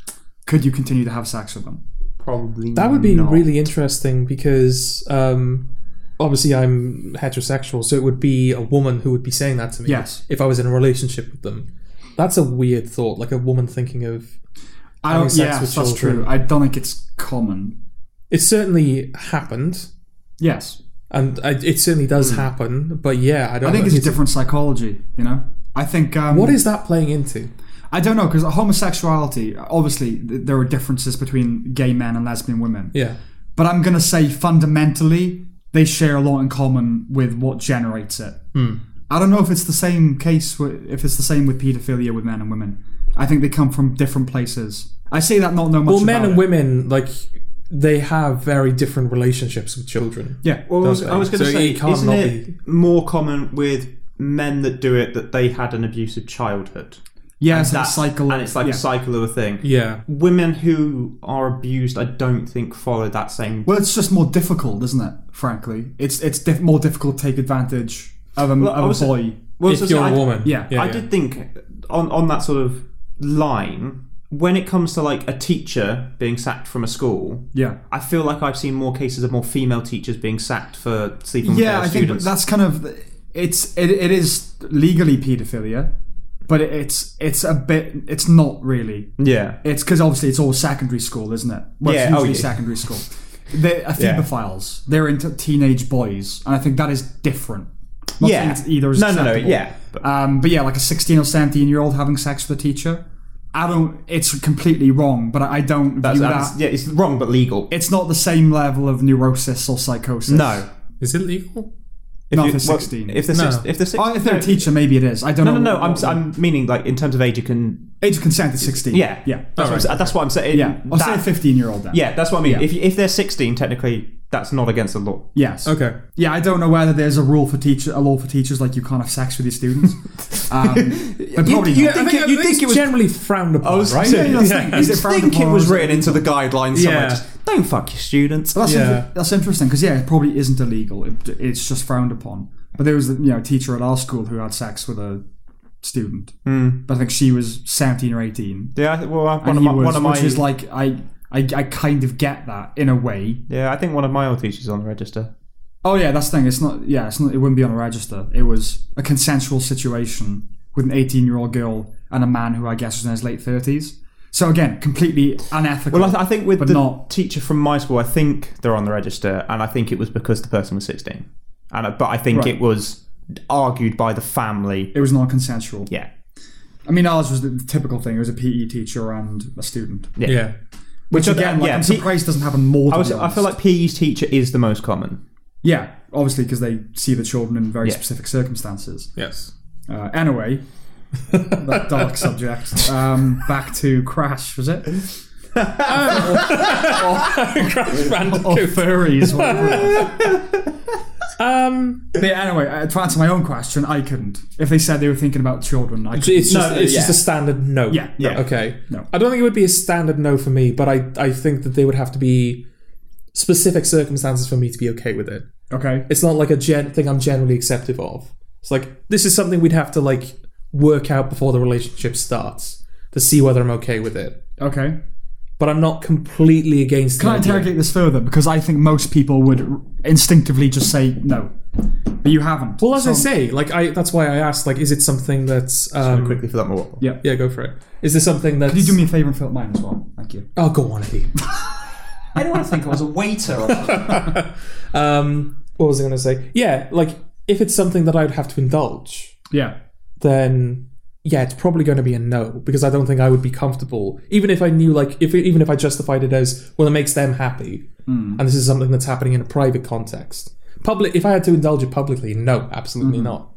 Speaker 2: Could you continue to have sex with them?"
Speaker 3: Probably
Speaker 1: That would be
Speaker 3: not.
Speaker 1: really interesting because um, obviously I'm heterosexual, so it would be a woman who would be saying that to me.
Speaker 2: Yes.
Speaker 1: If I was in a relationship with them. That's a weird thought, like a woman thinking of.
Speaker 2: I
Speaker 1: Having
Speaker 2: don't,
Speaker 1: sex
Speaker 2: yes,
Speaker 1: with
Speaker 2: that's
Speaker 1: children.
Speaker 2: true. I don't think it's common.
Speaker 1: It certainly happened,
Speaker 2: Yes,
Speaker 1: and I, it certainly does happen. But yeah, I don't.
Speaker 2: I think
Speaker 1: know.
Speaker 2: it's a different psychology. You know, I think um,
Speaker 1: What is that playing into?
Speaker 2: I don't know because homosexuality. Obviously, th- there are differences between gay men and lesbian women.
Speaker 1: Yeah,
Speaker 2: But I'm gonna say fundamentally, they share a lot in common with what generates it.
Speaker 3: Hmm.
Speaker 2: I don't know if it's the same case. wi- If it's the same with paedophilia with men and women, I think they come from different places. I say that not know much.
Speaker 1: well, men
Speaker 2: about
Speaker 1: and
Speaker 2: it.
Speaker 1: women like they have very different relationships with children.
Speaker 2: Yeah.
Speaker 3: Well, I was,
Speaker 1: Don't
Speaker 3: I was
Speaker 1: they?
Speaker 3: going to
Speaker 1: So
Speaker 3: say,
Speaker 1: it can't
Speaker 3: isn't
Speaker 1: not
Speaker 3: it
Speaker 1: be-
Speaker 3: more common with men that do it that they had an abusive childhood?
Speaker 2: yeah, it's like
Speaker 3: That's-
Speaker 2: a cycle.
Speaker 3: and it's like
Speaker 2: yeah.
Speaker 3: a cycle of a thing.
Speaker 1: Yeah,
Speaker 3: Women who are abused, I don't think follow that same.
Speaker 2: Well, it's just more difficult, isn't it? Frankly, it's it's diff- more difficult to take advantage of a,
Speaker 3: I
Speaker 2: of
Speaker 3: was-
Speaker 2: a boy.
Speaker 3: Well, so-
Speaker 1: if
Speaker 3: so
Speaker 1: you're a
Speaker 3: I-
Speaker 1: woman.
Speaker 2: yeah,
Speaker 1: yeah,
Speaker 3: I
Speaker 1: yeah.
Speaker 3: did think on on that sort of line when it comes to like a teacher being sacked from a school.
Speaker 2: Yeah,
Speaker 3: I feel like I've seen more cases of more female teachers being sacked for sleeping with
Speaker 2: yeah.
Speaker 3: their
Speaker 2: I think
Speaker 3: students.
Speaker 2: that's kind of it's it, it is legally paedophilia, but it, it's it's a bit it's not really.
Speaker 3: yeah,
Speaker 2: It's because obviously it's all secondary school, isn't it? Well, it's
Speaker 3: Yeah, oh,
Speaker 2: usually
Speaker 3: yeah.
Speaker 2: secondary school. They're thebophiles. They're into teenage boys, and I think that is different. Not
Speaker 3: yeah.
Speaker 2: saying either is
Speaker 3: no, no, no.
Speaker 2: acceptable.
Speaker 3: Yeah, but,
Speaker 2: Um, but yeah, like a 16 or 17 year old having sex with a teacher. I don't, it's completely wrong, but I I don't
Speaker 3: that's,
Speaker 2: view
Speaker 3: that's-
Speaker 2: that.
Speaker 3: yeah, it's wrong but legal.
Speaker 2: It's not the same level of neurosis or psychosis.
Speaker 3: no,
Speaker 1: Is it legal?
Speaker 3: if
Speaker 2: Not
Speaker 3: you-
Speaker 2: for
Speaker 3: well,
Speaker 2: 16.
Speaker 3: if the
Speaker 1: No.
Speaker 3: six, if the six,
Speaker 2: Oh, if they're a teacher, maybe it is. I don't
Speaker 3: no, no,
Speaker 2: know.
Speaker 3: no. I'm I'm meaning like in terms of age, you can.
Speaker 2: Age of consent is 16.
Speaker 3: Yeah,
Speaker 2: Yeah.
Speaker 3: That's, what, I'm, that's what I'm saying.
Speaker 2: Yeah. I'll say
Speaker 3: That-
Speaker 2: a 15 year old then.
Speaker 3: yeah, that's what I mean.
Speaker 2: Yeah.
Speaker 3: If you- if they're 16, technically, that's not against the law.
Speaker 2: Yes.
Speaker 1: Okay.
Speaker 2: Yeah, I don't know whether there's a rule for teacher, a law for teachers like you can't have sex with your students. um, but probably
Speaker 3: you
Speaker 2: not.
Speaker 3: think it- you'd think
Speaker 1: it's
Speaker 3: it was-
Speaker 1: generally frowned upon,
Speaker 3: was
Speaker 1: right?
Speaker 3: saying-
Speaker 2: Yeah, yeah. Is
Speaker 3: I
Speaker 2: it frowned
Speaker 3: think it
Speaker 2: upon
Speaker 3: was
Speaker 2: or-
Speaker 3: written into the guidelines somewhere.
Speaker 1: Yeah.
Speaker 3: Just, don't fuck your students.
Speaker 2: But that's
Speaker 1: Yeah.
Speaker 2: inter- that's interesting because yeah, it probably isn't illegal. It, it's just frowned upon. But there was you know a teacher at our school who had sex with a student, mm. but I think she was seventeen or eighteen.
Speaker 3: Yeah, well, Hmm. one
Speaker 2: And
Speaker 3: of
Speaker 2: he
Speaker 3: my,
Speaker 2: was,
Speaker 3: one of my
Speaker 2: which is like I, I I kind of get that in a way.
Speaker 3: yeah, I think one of my old teachers on the register.
Speaker 2: Oh yeah, that's the thing. It's not yeah, it's not. It wouldn't be on a register. It was a consensual situation with an eighteen-year-old girl and a man who I guess was in his late thirties. So again, completely unethical.
Speaker 3: Well, I, th- I think with
Speaker 2: But
Speaker 3: the
Speaker 2: not-
Speaker 3: teacher from my school, I think they're on the register, and I think it was because the person was sixteen, and I- but I think
Speaker 2: Right.
Speaker 3: it was argued by the family.
Speaker 2: it was non-consensual.
Speaker 3: Yeah,
Speaker 2: I mean, ours was the typical thing. It was a PE teacher and a student.
Speaker 1: Yeah.
Speaker 2: Which
Speaker 3: Which
Speaker 2: again,
Speaker 3: again,
Speaker 2: like,
Speaker 3: yeah,
Speaker 2: I'm
Speaker 3: P-
Speaker 2: surprised doesn't happen more. To
Speaker 3: I was.
Speaker 2: be
Speaker 3: I
Speaker 2: honest.
Speaker 3: feel like PE's teacher is the most common.
Speaker 2: yeah, obviously because they see the children in very
Speaker 3: Yeah.
Speaker 2: specific circumstances.
Speaker 1: Yes.
Speaker 2: Uh, anyway, that dark subject. Um, back to Crash, was it?
Speaker 1: Crash
Speaker 2: Or
Speaker 1: Bandicoot.
Speaker 2: furries? Whatever. it was.
Speaker 1: Um,
Speaker 2: but anyway, uh, to answer my own question, I couldn't. If they said they were thinking about children, I couldn't.
Speaker 1: it's just
Speaker 3: No,
Speaker 1: it's
Speaker 3: yeah.
Speaker 1: just a standard no.
Speaker 2: Yeah, yeah.
Speaker 1: Okay.
Speaker 2: No.
Speaker 1: I don't think it would be a standard no for me, but I I think that they would have to be specific circumstances for me to be okay with it.
Speaker 2: okay.
Speaker 1: It's not like a gen thing I'm generally acceptive of. It's like this is something we'd have to like work out before the relationship starts to see whether I'm okay with it.
Speaker 2: Okay.
Speaker 1: But I'm not completely against.
Speaker 2: Can I
Speaker 1: the idea.
Speaker 2: interrogate this further? Because I think most people would r- instinctively just say no, but you haven't.
Speaker 1: Well, as I
Speaker 2: So-
Speaker 1: say, like I that's why I asked. Like, is it something that's um,
Speaker 3: Quickly for that more.
Speaker 2: Yeah.
Speaker 1: Yeah, go for it. Is there something that's?
Speaker 2: Could you do me a favour and fill up mine as well? Thank you.
Speaker 1: Oh, go on, Eddie.
Speaker 3: I don't want to think I was a waiter.
Speaker 1: Um, what was I going to say? Yeah, like if it's something that I'd have to indulge,
Speaker 2: Yeah.
Speaker 1: then yeah, it's probably going to be a no because I don't think I would be comfortable, even if I knew, like, if even if I justified it as well, it makes them happy, and this is something that's happening in a private context. Public, if I had to indulge it publicly, no, absolutely not.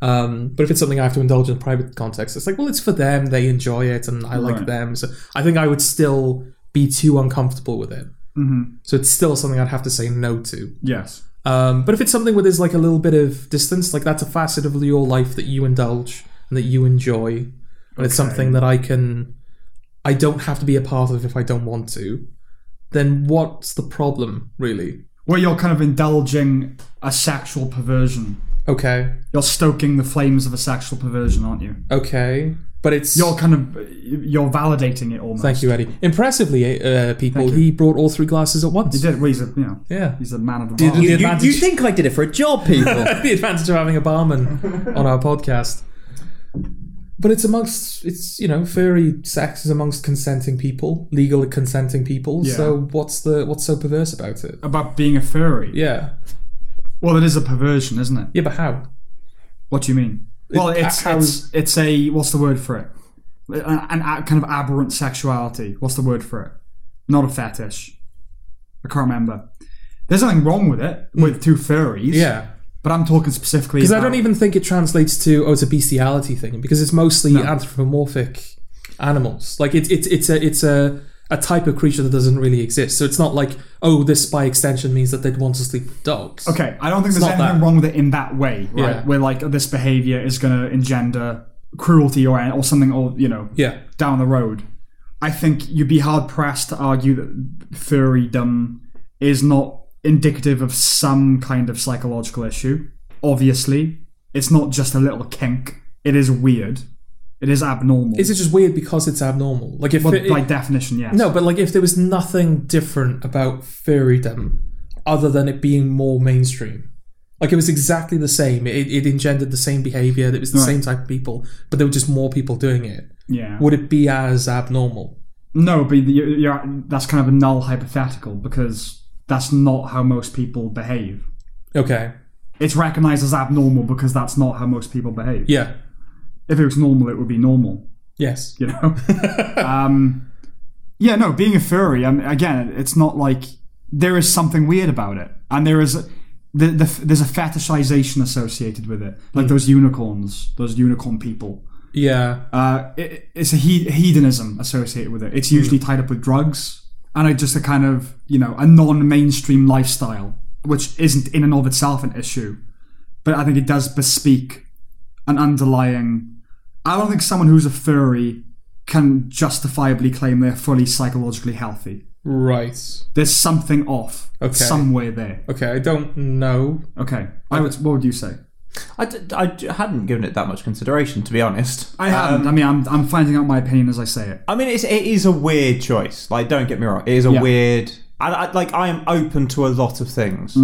Speaker 1: Um, but if it's something I have to indulge in a private context, it's like, well, it's for them, they enjoy it, and I like
Speaker 2: Right.
Speaker 1: them, so I think I would still be too uncomfortable with it. So it's still something I'd have to say no to.
Speaker 2: Yes.
Speaker 1: Um, but if it's something where there's like a little bit of distance, like that's a facet of your life that you indulge and that you enjoy, and it's something that I can, I don't have to be a part of if I don't want to, then what's the problem, really?
Speaker 2: where you're kind of indulging a sexual perversion.
Speaker 1: Okay,
Speaker 2: You're stoking the flames of a sexual perversion, aren't you?
Speaker 1: okay. But it's
Speaker 2: You're kind of you're validating it almost.
Speaker 1: thank you, Eddie. Impressively, uh, people,
Speaker 2: Thank you.
Speaker 1: he brought all three glasses at once.
Speaker 2: He did. Well, he's a you know
Speaker 1: Yeah,
Speaker 2: he's a man of the
Speaker 1: Did-
Speaker 2: world.
Speaker 1: did-
Speaker 5: You,
Speaker 1: advantage-
Speaker 5: you think I did it for a job, people?
Speaker 1: the advantage of having a barman on our podcast. But it's amongst it's you know furry sex is amongst consenting people, legal consenting people.
Speaker 2: Yeah.
Speaker 1: So what's the what's so perverse about it?
Speaker 2: About being a furry.
Speaker 1: Yeah,
Speaker 2: Well, it is a perversion, isn't it?
Speaker 1: yeah, but how?
Speaker 2: What do you mean? Well, it's
Speaker 1: how
Speaker 2: it's, it's a what's the word for it? An, an a- kind of aberrant sexuality. What's the word for it? Not a fetish. I can't remember. There's nothing wrong with it with two furries.
Speaker 1: Mm. Yeah,
Speaker 2: but I'm talking specifically
Speaker 1: because I
Speaker 2: about-
Speaker 1: don't even think it translates to oh it's a bestiality thing because it's mostly anthropomorphic animals. Like it's it's it's a it's a a type of creature that doesn't really exist. So it's not like oh this by extension means that they'd want to sleep with dogs.
Speaker 2: Okay, I don't think there's
Speaker 1: not
Speaker 2: anything
Speaker 1: that.
Speaker 2: wrong with it in that way, right?
Speaker 1: Yeah.
Speaker 2: Where like this behavior is going to engender cruelty or or something, or you know,
Speaker 1: Yeah.
Speaker 2: down the road. I think you'd be hard pressed to argue that furrydom is not indicative of some kind of psychological issue. Obviously, it's not just a little kink. It is weird. It is abnormal.
Speaker 1: Is it just weird because it's abnormal? Like if
Speaker 2: Well,
Speaker 1: it-
Speaker 2: by definition, yes.
Speaker 1: No, but like if there was nothing different about furrydom other than it being more mainstream. Like it was exactly the same. It, it engendered the same behavior. It was the same type of people, but there were just more people doing it.
Speaker 2: yeah.
Speaker 1: Would it be as abnormal?
Speaker 2: No, but you you're, that's kind of a null hypothetical because that's not how most people behave.
Speaker 1: Okay.
Speaker 2: It's recognized as abnormal because that's not how most people behave.
Speaker 1: Yeah.
Speaker 2: If it was normal, it would be normal,
Speaker 1: Yes.
Speaker 2: you know? um, yeah, no, being a furry, I mean, again, it's not like there is something weird about it. And there is. The, the, there's a fetishization associated with it, like those unicorns, those unicorn people.
Speaker 1: Yeah.
Speaker 2: Uh, it, it's a he- hedonism associated with it. It's usually tied up with drugs and a, just a kind of you know a non-mainstream lifestyle, which isn't in and of itself an issue, but I think it does bespeak an underlying. I don't think someone who's a furry can justifiably claim they're fully psychologically healthy.
Speaker 1: Right.
Speaker 2: There's something off
Speaker 1: Okay.
Speaker 2: somewhere there.
Speaker 1: Okay. I don't know.
Speaker 2: Okay, I would, what would you say?
Speaker 3: I, d- I d- hadn't given it that much consideration, to be honest.
Speaker 2: I haven't. I mean, I'm, I'm finding out my opinion as I say it.
Speaker 3: I mean, it's, it is a weird choice. Like, don't get me wrong, it is a
Speaker 2: Yeah.
Speaker 3: weird. I, I like. I am open to a lot of things,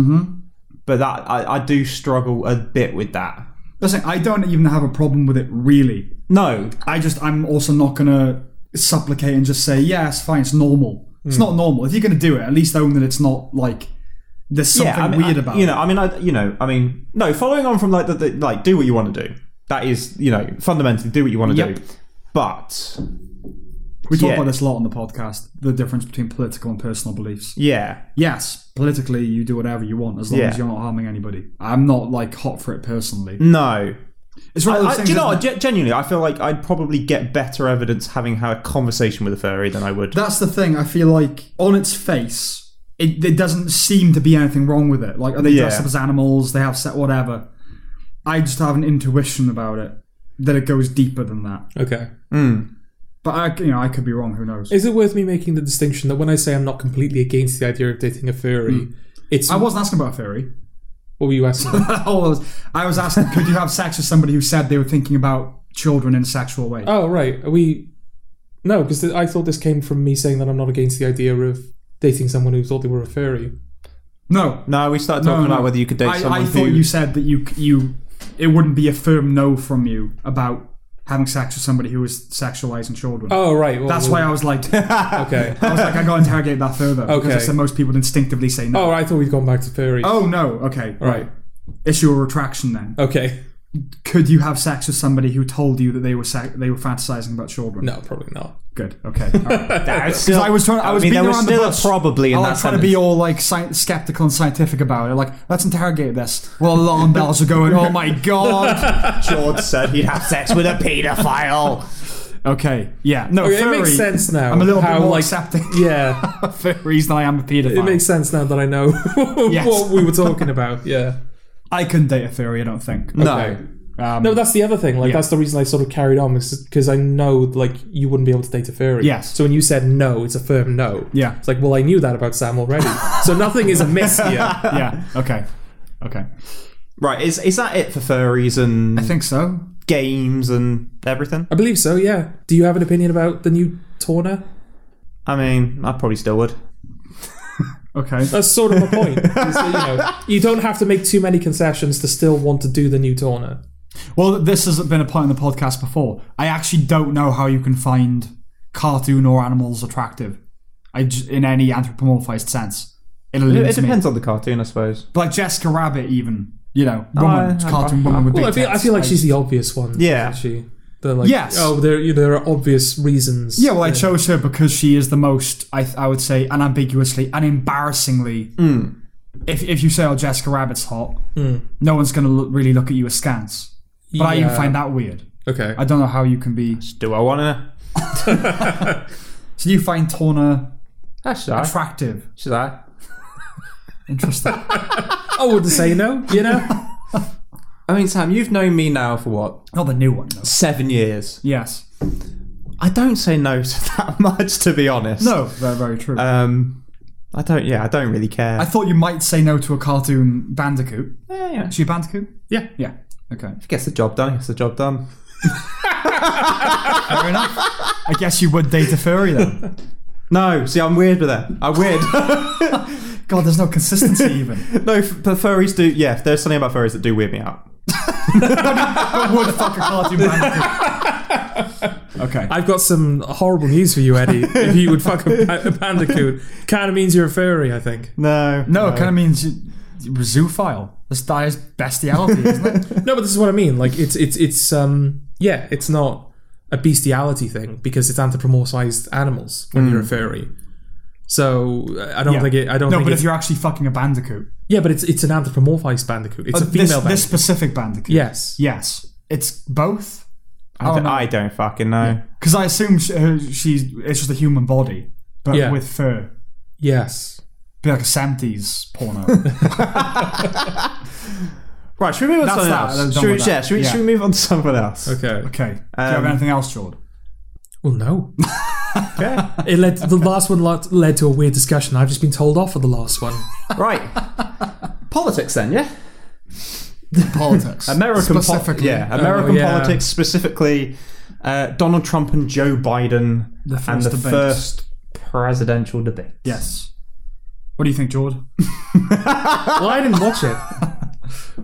Speaker 3: but that I, I do struggle a bit with that.
Speaker 2: Listen, I don't even have a problem with it really.
Speaker 3: No,
Speaker 2: I just I'm also not gonna supplicate and just say yeah, it's fine, it's normal.
Speaker 3: Hmm.
Speaker 2: It's not normal. If you're gonna do it, at least own that it's not like there's something
Speaker 3: yeah, I mean,
Speaker 2: weird
Speaker 3: I-
Speaker 2: about
Speaker 3: you
Speaker 2: it.
Speaker 3: know. I mean, I you know. I mean, no. Following on from like the, the like, do what you want to do. That is, you know, fundamentally do what you want to
Speaker 2: Yep.
Speaker 3: do. But
Speaker 2: we talk
Speaker 3: yeah.
Speaker 2: about this a lot on the podcast. The difference between political and personal beliefs.
Speaker 3: yeah,
Speaker 2: Yes, politically you do whatever you want as long
Speaker 3: Yeah.
Speaker 2: as you're not harming anybody. I'm not like hot for it personally.
Speaker 3: no.
Speaker 2: It's one of those
Speaker 3: I,
Speaker 2: things.
Speaker 3: do you know?
Speaker 2: isn't
Speaker 3: what?
Speaker 2: it?
Speaker 3: Ge- genuinely, I feel like I'd probably get better evidence having had a conversation with a furry than I would.
Speaker 2: That's the thing. I feel like on its face, it, it doesn't seem to be anything wrong with it. Like, are they dressed
Speaker 3: Yeah.
Speaker 2: up as animals? They have set whatever. I just have an intuition about it that it goes deeper than that.
Speaker 1: Okay.
Speaker 2: But I, you know, I could be wrong. Who knows?
Speaker 1: Is it worth me making the distinction that when I say I'm not completely against the idea of dating a furry, it's
Speaker 2: I wasn't asking about furry.
Speaker 1: what were you asking?
Speaker 2: All I was, I was asking, could you have sex with somebody who said they were thinking about children in a sexual way?
Speaker 1: Oh right, are we? No, because th- I thought this came from me saying that I'm not against the idea of dating someone who thought they were a furry.
Speaker 2: no,
Speaker 3: No, we started
Speaker 2: no,
Speaker 3: talking
Speaker 2: no.
Speaker 3: about whether you could date
Speaker 2: I,
Speaker 3: someone
Speaker 2: I
Speaker 3: who.
Speaker 2: thought you said that you you it wouldn't be a firm no from you about having sex with somebody who was sexualizing children.
Speaker 1: Oh right, well,
Speaker 2: That's why
Speaker 1: well,
Speaker 2: I was like,
Speaker 1: okay.
Speaker 2: I was like, I gotta interrogate that further.
Speaker 1: Okay.
Speaker 2: Because I said most people instinctively say no.
Speaker 1: oh, I thought we'd gone back to furries.
Speaker 2: Oh, no, okay.
Speaker 1: right. Oh.
Speaker 2: Issue a retraction then.
Speaker 1: Okay.
Speaker 2: Could you have sex with somebody who told you that they were sec- they were fantasizing about children?
Speaker 1: No, probably not.
Speaker 2: Good. Okay. Because
Speaker 3: That's still,
Speaker 2: I was trying. I was
Speaker 3: mean,
Speaker 2: beating
Speaker 3: there was
Speaker 2: around
Speaker 3: still
Speaker 2: the
Speaker 3: a
Speaker 2: bush.
Speaker 3: probably in
Speaker 2: I
Speaker 3: that
Speaker 2: like trying to be all like sci- skeptical and scientific about it. Like, let's interrogate this. Well, alarm bells are going. Oh my god.
Speaker 3: George said he'd have sex with a paedophile.
Speaker 2: Okay. Yeah. No.
Speaker 1: Okay, it
Speaker 2: furry-
Speaker 1: makes sense now.
Speaker 2: I'm a little
Speaker 1: how,
Speaker 2: bit more
Speaker 1: like,
Speaker 2: accepting
Speaker 1: Yeah,
Speaker 2: of furries than I am a paedophile.
Speaker 1: it makes sense now that I know
Speaker 2: Yes.
Speaker 1: what we were talking about. Yeah.
Speaker 2: I couldn't date a furry. I don't think.
Speaker 3: No.
Speaker 1: Okay.
Speaker 2: Um,
Speaker 1: No, that's the other thing. Like, that's the reason I sort of carried on because I know, like, you wouldn't be able to date a furry.
Speaker 2: Yes.
Speaker 1: So when you said no, it's a firm no.
Speaker 2: Yeah.
Speaker 1: It's like, well, I knew that about Sam already. so nothing is amiss here.
Speaker 2: yeah. Okay. Okay.
Speaker 3: Right, is is that it for furries and
Speaker 2: I think so.
Speaker 3: games and everything.
Speaker 1: I believe so, yeah. Do you have an opinion about the new Torna?
Speaker 3: I mean, I probably still would.
Speaker 2: Okay.
Speaker 1: That's sort of my point. Is that, you, know, you don't have to make too many concessions to still want to do the new Torna.
Speaker 2: Well, this has been a point on the podcast before. I actually don't know how you can find cartoon or animals attractive I j- in any anthropomorphized sense. It
Speaker 3: It,
Speaker 2: eludes me.
Speaker 3: depends on the cartoon, I suppose.
Speaker 2: But like Jessica Rabbit, even you know,
Speaker 1: Oh,
Speaker 2: woman,
Speaker 3: I- I-
Speaker 2: cartoon woman with
Speaker 1: Well, I
Speaker 2: big
Speaker 1: feel, I
Speaker 2: tits.
Speaker 1: feel like she's the obvious one.
Speaker 3: Yeah.
Speaker 1: isn't She. They're like,
Speaker 2: Yes.
Speaker 1: oh, there, you- there are obvious reasons.
Speaker 2: Yeah, well, I chose her because she is the most, I, I would say, unambiguously and embarrassingly.
Speaker 1: Mm.
Speaker 2: If, if you say, oh, Jessica Rabbit's hot, no one's going to look, really look at you askance. But I even
Speaker 1: Yeah.
Speaker 2: find that weird.
Speaker 1: Okay.
Speaker 2: I don't know how you can be.
Speaker 3: Do I want to?
Speaker 2: So you find Torna
Speaker 3: That's should I?
Speaker 2: attractive.
Speaker 3: Should I?
Speaker 2: Interesting.
Speaker 1: I wouldn't say no, you know?
Speaker 3: I mean, Sam, you've known me now for what
Speaker 2: Not the new one, though.
Speaker 3: seven years.
Speaker 2: Yes.
Speaker 3: I don't say no to that much, to be honest.
Speaker 2: No, very, very true.
Speaker 1: Uh,
Speaker 3: Um, I don't. Yeah, I don't really care.
Speaker 2: I thought you might say no to a cartoon Bandicoot.
Speaker 3: yeah, yeah.
Speaker 2: Is she a Bandicoot?
Speaker 1: yeah.
Speaker 2: Yeah. Okay.
Speaker 3: Gets the job done. Gets the job done.
Speaker 2: Fair enough. I guess you would date a furry then.
Speaker 3: No, see, I'm weird with that. I'm weird.
Speaker 2: God, there's no consistency even.
Speaker 3: no, f- but furries do. Yeah, there's something about furries that do weird me out.
Speaker 2: I would fuck a cartoon Bandicoot. Okay.
Speaker 1: I've got some horrible news for you, Eddie. if you would fuck a, pa- a bandicoot, kind of means you're a furry, I think.
Speaker 3: No,
Speaker 2: No, it
Speaker 1: Uh,
Speaker 2: kind of means you, you were zoophile. That's Dyer's bestiality, isn't it?
Speaker 1: No, but this is what I mean. Like, it's, it's, it's, um, yeah, it's not a bestiality thing because it's anthropomorphized animals when you're a furry. So uh, I don't think it. I don't.
Speaker 2: Mm. no,
Speaker 1: think
Speaker 2: but
Speaker 1: it's-
Speaker 2: if you're actually fucking a bandicoot,
Speaker 1: yeah, but it's it's an anthropomorphized bandicoot. It's a female
Speaker 2: Uh, this,
Speaker 1: bandicoot.
Speaker 2: this specific bandicoot.
Speaker 1: yes.
Speaker 2: Yes. It's both.
Speaker 3: I don't,
Speaker 2: know.
Speaker 3: I don't fucking know.
Speaker 2: Because I assume she, uh, she's it's just a human body, but
Speaker 1: Yeah.
Speaker 2: with fur.
Speaker 1: Yes.
Speaker 2: Be like a seventies porno. That's
Speaker 3: Right, should we move on
Speaker 2: that.
Speaker 3: to something
Speaker 2: I'm
Speaker 3: else?
Speaker 2: done
Speaker 3: Should we,
Speaker 2: with that.
Speaker 3: yeah, should, we,
Speaker 2: Yeah.
Speaker 3: should we move on to something else?
Speaker 1: Okay.
Speaker 2: Okay. Do you have anything else, Jordan?
Speaker 1: Well, no.
Speaker 3: Okay.
Speaker 1: It led the last one lot- led to a weird discussion. I've just been told off for the last one.
Speaker 3: right. Politics then, yeah?
Speaker 2: Politics.
Speaker 3: American po-
Speaker 2: specifically. Oh,
Speaker 3: yeah, American
Speaker 1: yeah.
Speaker 3: politics specifically. Uh, Donald Trump and Joe Biden and
Speaker 2: first
Speaker 3: the
Speaker 2: debate.
Speaker 3: first presidential debate.
Speaker 2: Yes. What do you think, Jordan?
Speaker 1: Well, I didn't watch it.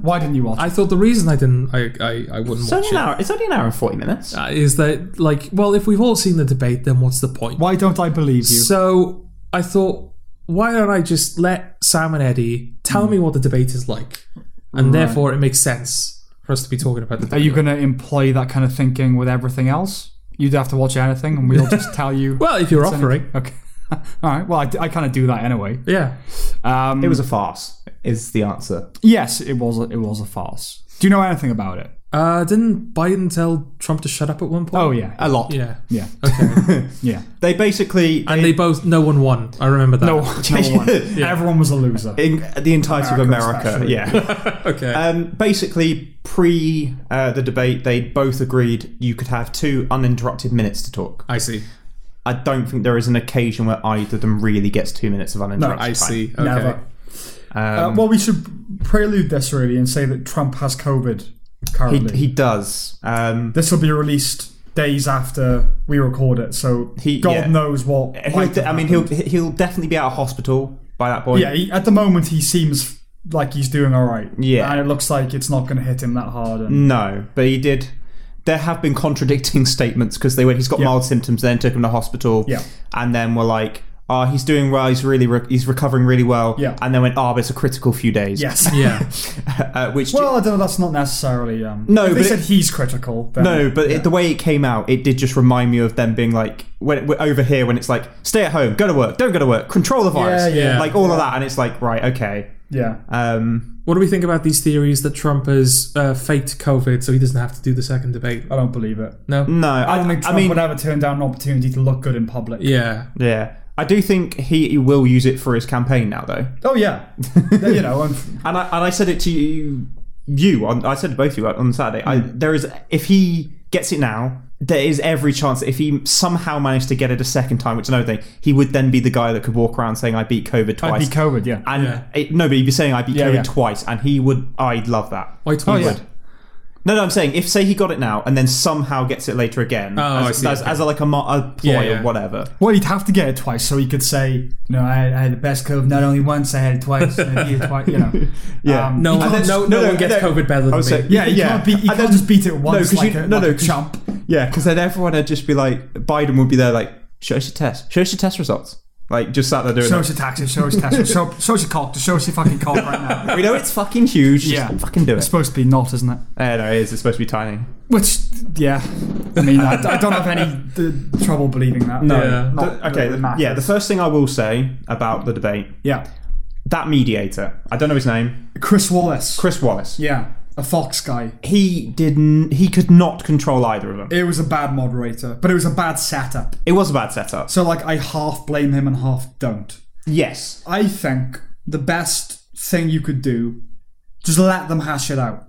Speaker 2: Why didn't you watch?
Speaker 1: I thought the reason I didn't, I, I, I wouldn't
Speaker 3: It's only
Speaker 1: watch
Speaker 3: an
Speaker 1: it,
Speaker 3: hour. It's only an hour and forty minutes.
Speaker 1: uh, is that like, well, if we've all seen the debate, then what's the point?
Speaker 2: Why don't I believe you?
Speaker 1: So I thought, why don't I just let Sam and Eddie tell
Speaker 2: Mm.
Speaker 1: me what the debate is like, and therefore it makes sense for us to be talking about the
Speaker 2: Are
Speaker 1: debate.
Speaker 2: you going to employ that kind of thinking with everything else? You'd have to watch anything, and we'll just tell you.
Speaker 1: well, if you're offering,
Speaker 2: okay. All right. Well, I, kind of do that anyway.
Speaker 1: yeah.
Speaker 2: Um,
Speaker 3: It was a farce. Is the answer?
Speaker 2: yes, it was. A, it was a farce. Do you know anything about it?
Speaker 1: Uh, didn't Biden tell Trump to shut up at one point?
Speaker 2: Oh yeah.
Speaker 3: A lot.
Speaker 1: yeah.
Speaker 2: yeah.
Speaker 1: Uh, Okay.
Speaker 2: Yeah.
Speaker 3: They basically
Speaker 1: and they both, no one won. I remember that.
Speaker 2: No, no one. Everyone was a loser.
Speaker 3: in the entirety
Speaker 2: America,
Speaker 3: of America. Yeah.
Speaker 1: Okay.
Speaker 2: Uh,
Speaker 3: um, basically, pre uh, the debate, they both agreed you could have two uninterrupted minutes to talk.
Speaker 1: I see.
Speaker 3: I don't think there is an occasion where either of them really gets two minutes of uninterrupted
Speaker 1: I see. Okay.
Speaker 2: Never. Uh, well, we should prelude this really and say that Trump has COVID
Speaker 3: time.
Speaker 2: currently.
Speaker 3: He, he does. Um,
Speaker 2: this will be released days after we record it, so
Speaker 3: He-
Speaker 2: God
Speaker 3: yeah. Uh,
Speaker 2: knows what.
Speaker 3: he'll
Speaker 2: might
Speaker 3: de- I
Speaker 2: have
Speaker 3: mean, he'll
Speaker 2: happened.
Speaker 3: he'll definitely be out of hospital by that point.
Speaker 2: Yeah, he, at the moment he seems like he's doing all right.
Speaker 3: Yeah. Mm.
Speaker 2: and it looks like it's not going to hit him that hard. And
Speaker 3: No, but he did. There have been contradicting statements because they went. He's got mild symptoms, then took him to hospital,
Speaker 2: Yeah.
Speaker 3: and then were like, "Oh, he's doing well. He's really re- he's recovering really well."
Speaker 2: Yeah.
Speaker 3: and then went, "Oh, but it's a critical few days."
Speaker 2: Yes.
Speaker 1: Yeah.
Speaker 3: uh, which
Speaker 2: Well, I don't know. That's not necessarily. Um,
Speaker 3: No,
Speaker 2: if they
Speaker 3: but it-
Speaker 2: said he's critical. Then,
Speaker 3: no, but it, the way it came out, it did just remind me of them being like, when we're over here, when it's like, "Stay at home, go to work, don't go to work, control the virus,"
Speaker 2: Yeah,
Speaker 1: yeah.
Speaker 3: like all of that, and it's like, right, okay.
Speaker 2: yeah,
Speaker 3: Um,
Speaker 1: What do we think about these theories that Trump has uh, faked COVID so he doesn't have to do the second debate?
Speaker 2: I don't believe it.
Speaker 1: No.
Speaker 3: no, I,
Speaker 2: I don't think
Speaker 3: I
Speaker 2: Trump
Speaker 3: mean,
Speaker 2: would ever turn down an opportunity to look good in public.
Speaker 1: Yeah.
Speaker 3: yeah, I do think he, he will use it for his campaign now, though.
Speaker 2: Oh yeah, you know. i
Speaker 3: and I, and I said it to you, you on, I said to both of you on Saturday. I,
Speaker 2: Hmm.
Speaker 3: there is if he gets it now, there is every chance that if he somehow managed to get it a second time, which is another thing, he would then be the guy that could walk around saying, "I beat COVID twice."
Speaker 2: I'd be COVID. Yeah.
Speaker 3: and it, no, but he'd be saying, "I beat
Speaker 2: Yeah,
Speaker 3: COVID
Speaker 2: yeah.
Speaker 3: twice," and he would. I'd love that.
Speaker 1: Why tweet?
Speaker 2: yeah.
Speaker 3: No, no, I'm saying if say he got it now and then somehow gets it later again,
Speaker 1: Oh,
Speaker 3: as,
Speaker 1: I see,
Speaker 3: as,
Speaker 1: okay.
Speaker 3: as a, like a, mo- a ploy
Speaker 1: Yeah, yeah.
Speaker 3: or whatever.
Speaker 2: Well, he'd have to get it twice so he could say, "No, I, I had the best curve. Not only once, I had it twice. I had it twice." You know.
Speaker 3: Yeah.
Speaker 2: Um,
Speaker 1: No,
Speaker 2: he
Speaker 1: no,
Speaker 2: can't-
Speaker 1: no,
Speaker 3: no,
Speaker 1: one gets
Speaker 3: no.
Speaker 1: COVID better
Speaker 3: I
Speaker 1: than me.
Speaker 3: would say-
Speaker 2: Yeah, you
Speaker 3: Yeah.
Speaker 2: can't, beat, you
Speaker 3: And
Speaker 2: can't
Speaker 3: then-
Speaker 2: just beat it once
Speaker 3: 'cause
Speaker 2: like,
Speaker 3: you-
Speaker 2: a,
Speaker 3: no,
Speaker 2: like
Speaker 3: no,
Speaker 2: a
Speaker 3: 'cause-
Speaker 2: chump.
Speaker 3: Yeah, because then everyone would just be like, Biden would be there like, show us your test, show us your test results. Like just sat there doing
Speaker 2: Show
Speaker 3: that.
Speaker 2: us your taxes, show us your taxes, show, show us your cock, just show us your fucking cock right now.
Speaker 3: We know it's fucking huge. Yeah,
Speaker 2: Yeah.
Speaker 3: just fucking do
Speaker 2: It's
Speaker 3: it.
Speaker 2: supposed to be not, isn't it?
Speaker 3: Uh, no, it is. It's supposed to be tiny.
Speaker 2: Which, yeah. I mean, I, I don't have any uh, trouble believing that.
Speaker 1: No.
Speaker 2: Yeah.
Speaker 1: Yeah.
Speaker 2: Not
Speaker 3: The- okay.
Speaker 2: that it
Speaker 3: the-
Speaker 2: matters.
Speaker 3: yeah. The first thing I will say about the debate,
Speaker 2: Yeah.
Speaker 3: that mediator, I don't know his name,
Speaker 2: Chris Wallace.
Speaker 3: Chris Wallace.
Speaker 2: Yeah. A Fox guy.
Speaker 3: He didn't. He could not control either of them. It,
Speaker 2: It was a bad moderator, but it was a bad setup.
Speaker 3: was a bad setup.
Speaker 2: So, like, I half blame him and half don't.
Speaker 3: Yes.
Speaker 2: I think the best thing you could do, just let them hash it out.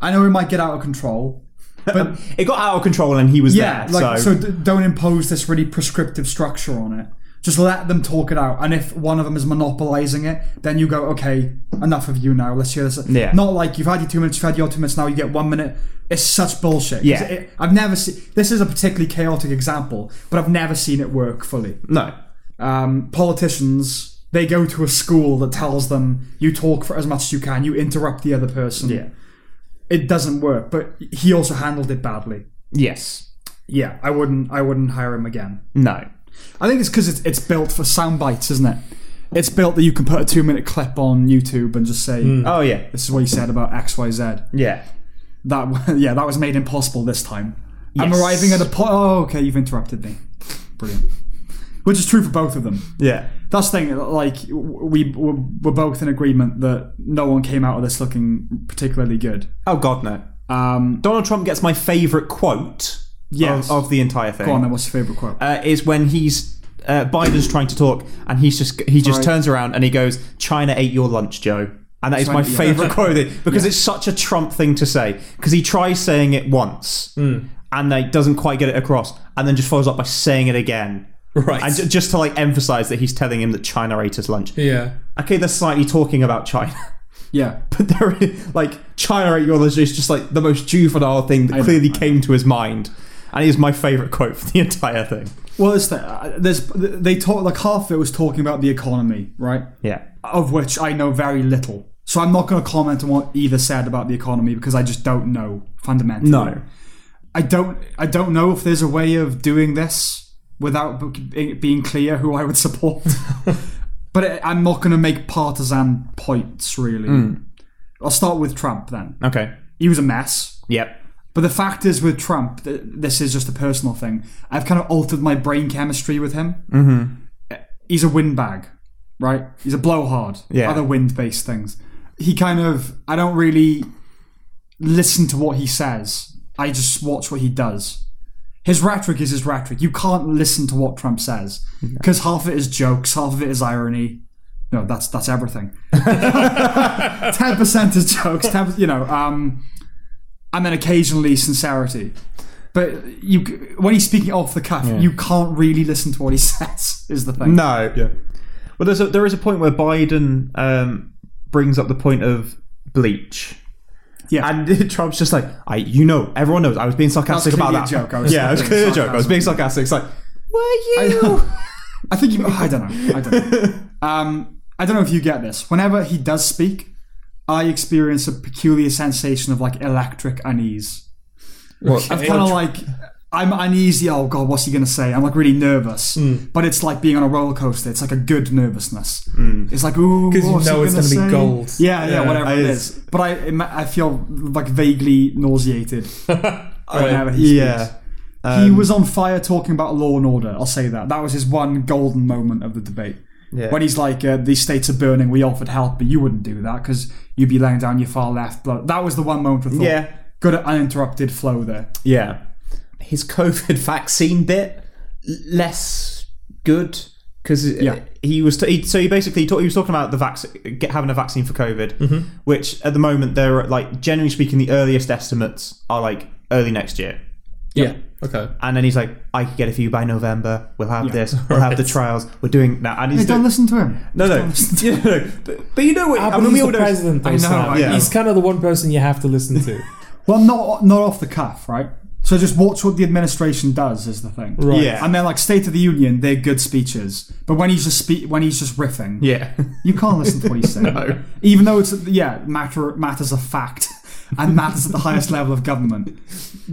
Speaker 2: I know it might get out of control, but
Speaker 3: Um, It got out of control and he was
Speaker 2: yeah,
Speaker 3: there.
Speaker 2: like
Speaker 3: so,
Speaker 2: so, d don't impose this really prescriptive structure on it. Just let them talk it out, and if one of them is monopolizing it, then you go, okay, enough of you now. Let's hear this.
Speaker 3: Yeah.
Speaker 2: Not like you've had your two minutes, you've had your two minutes. Now you get one minute. It's such bullshit. 'Cause
Speaker 3: Yeah.
Speaker 2: it- I've never seen. This is a particularly chaotic example, but I've never seen it work fully
Speaker 3: no.
Speaker 2: um, politicians they go to a school that tells them you talk for as much as you can you interrupt the other person yeah it doesn't work but he also handled it badly
Speaker 3: Yes.
Speaker 2: yeah i wouldn't i wouldn't hire him again
Speaker 3: No.
Speaker 2: i think it's because it's, it's built for sound bites isn't it it's built that you can put a two minute clip on youtube and just say
Speaker 3: Oh yeah.
Speaker 2: this is what he said about xyz
Speaker 3: Yeah.
Speaker 2: that yeah that was made impossible this time i'm
Speaker 3: Yes.
Speaker 2: arriving at a point oh okay you've interrupted me brilliant which is true for both of them
Speaker 3: Yeah.
Speaker 2: that's the thing. Like we we're we're both in agreement that no one came out of this looking particularly good.
Speaker 3: Oh God, no.
Speaker 2: Um,
Speaker 3: Donald Trump gets my favorite quote
Speaker 2: Yes.
Speaker 3: of, of the entire thing.
Speaker 2: go on, then. What's your favorite quote?
Speaker 3: uh, is when he's uh, Biden's trying to talk and he's just he just
Speaker 2: Right.
Speaker 3: turns around and he goes, "China ate your lunch, Joe." And that is my
Speaker 2: China- yeah.
Speaker 3: favorite quote because it's such a Trump thing to say because he tries saying it once
Speaker 2: Hmm.
Speaker 3: and like doesn't quite get it across and then just follows up by saying it again.
Speaker 1: Right.
Speaker 3: And ju- just to like emphasize that he's telling him that China ate his lunch.
Speaker 1: yeah.
Speaker 3: Okay, they're slightly talking about China,
Speaker 2: yeah,
Speaker 3: but they're like China ate your lunch is just like the most juvenile thing that
Speaker 2: know,
Speaker 3: clearly
Speaker 2: I
Speaker 3: came to his mind, and it is my favorite quote for the entire thing.
Speaker 2: well, it's the, uh, there's they talk like half of it was talking about the economy, right?
Speaker 3: Yeah.
Speaker 2: Of which I know very little, so I'm not going to comment on what either said about the economy because I just don't know fundamentally.
Speaker 3: No.
Speaker 2: I don't I don't know if there's a way of doing this without b- being clear who I would support. but it, I'm not going to make partisan points really. I'll start with Trump then.
Speaker 3: Okay.
Speaker 2: He was a mess.
Speaker 3: Yep.
Speaker 2: But the fact is with Trump, th- this is just a personal thing. I've kind of altered my brain chemistry with him. Mm-hmm. He's a windbag, right? He's a blowhard.
Speaker 3: Yeah.
Speaker 2: Other wind-based things. He kind of, I don't really listen to what he says. I just watch what he does. His rhetoric is his rhetoric. You can't listen to what Trump says because half of it is jokes, half of it is irony. No, that's that's everything. Ten percent is jokes. 10, you know, um, and then occasionally sincerity. But you, c- when he's speaking off the cuff, you can't really listen to what he says. Is the thing?
Speaker 3: No. Yeah. Well, there's a, there is a point where Biden um, brings up the point of bleach.
Speaker 2: Yeah.
Speaker 3: And Trump's just like, I, you know, everyone knows. I was being sarcastic
Speaker 2: That's
Speaker 3: about
Speaker 2: clearly
Speaker 3: that.
Speaker 2: a joke. I was
Speaker 3: yeah, it was
Speaker 2: being
Speaker 3: clearly a joke. I was
Speaker 2: sarcastic.
Speaker 3: being sarcastic. It's like, were you?
Speaker 2: I think you, I don't know. I don't know. Um, I don't know if you get this. Whenever he does speak, I experience a peculiar sensation of like electric unease. I'm kind of like I'm uneasy. Oh god, what's he gonna say? I'm like really nervous, but it's like being on a roller coaster. It's like a good nervousness. It's like ooh, because
Speaker 1: you know it's gonna be
Speaker 2: gonna say?
Speaker 1: gold.
Speaker 2: Yeah, yeah,
Speaker 1: Yeah,
Speaker 2: whatever it
Speaker 3: it's-
Speaker 2: is. But I, ima- I feel like vaguely nauseated whenever he speaks.
Speaker 3: yeah.
Speaker 2: He was on fire talking about law and order. I'll say that. That was his one golden moment of the debate.
Speaker 3: Yeah.
Speaker 2: When he's like, uh, "These states are burning. We offered help, but you wouldn't do that because you'd be laying down your far left." Blood. That was the one moment. I thought,
Speaker 3: Yeah.
Speaker 2: good uninterrupted flow there.
Speaker 3: Yeah. His COVID vaccine bit l- less good because
Speaker 2: Yeah.
Speaker 3: he was he, so he basically talk, he was talking about the vaccine get, having a vaccine for COVID, which at the moment there are like generally speaking the earliest estimates are like early next year.
Speaker 1: Yeah. Okay.
Speaker 3: And then he's like, I can get it for you by November. We'll have this. We'll have the trials. We're doing now. And he's
Speaker 2: Hey, don't
Speaker 3: doing,
Speaker 2: listen to him.
Speaker 3: no, no, yeah, no, no. But, but you know what?
Speaker 1: Ah,
Speaker 3: I
Speaker 1: but
Speaker 3: mean, we
Speaker 1: he's
Speaker 3: all
Speaker 1: the
Speaker 3: know.
Speaker 1: president. Though,
Speaker 2: know,
Speaker 1: Sam.
Speaker 2: I
Speaker 3: know.
Speaker 1: He's kind of the one person you have to listen to.
Speaker 2: Well, not not off the cuff, right? So just watch what the administration does is the thing.
Speaker 1: Right.
Speaker 3: Yeah.
Speaker 2: And then like State of the Union, they're good speeches, but when he's just spe- when he's just riffing,
Speaker 3: Yeah.
Speaker 2: you can't listen to what he's saying. Even though it's yeah matter matters of fact and matters at the highest level of government,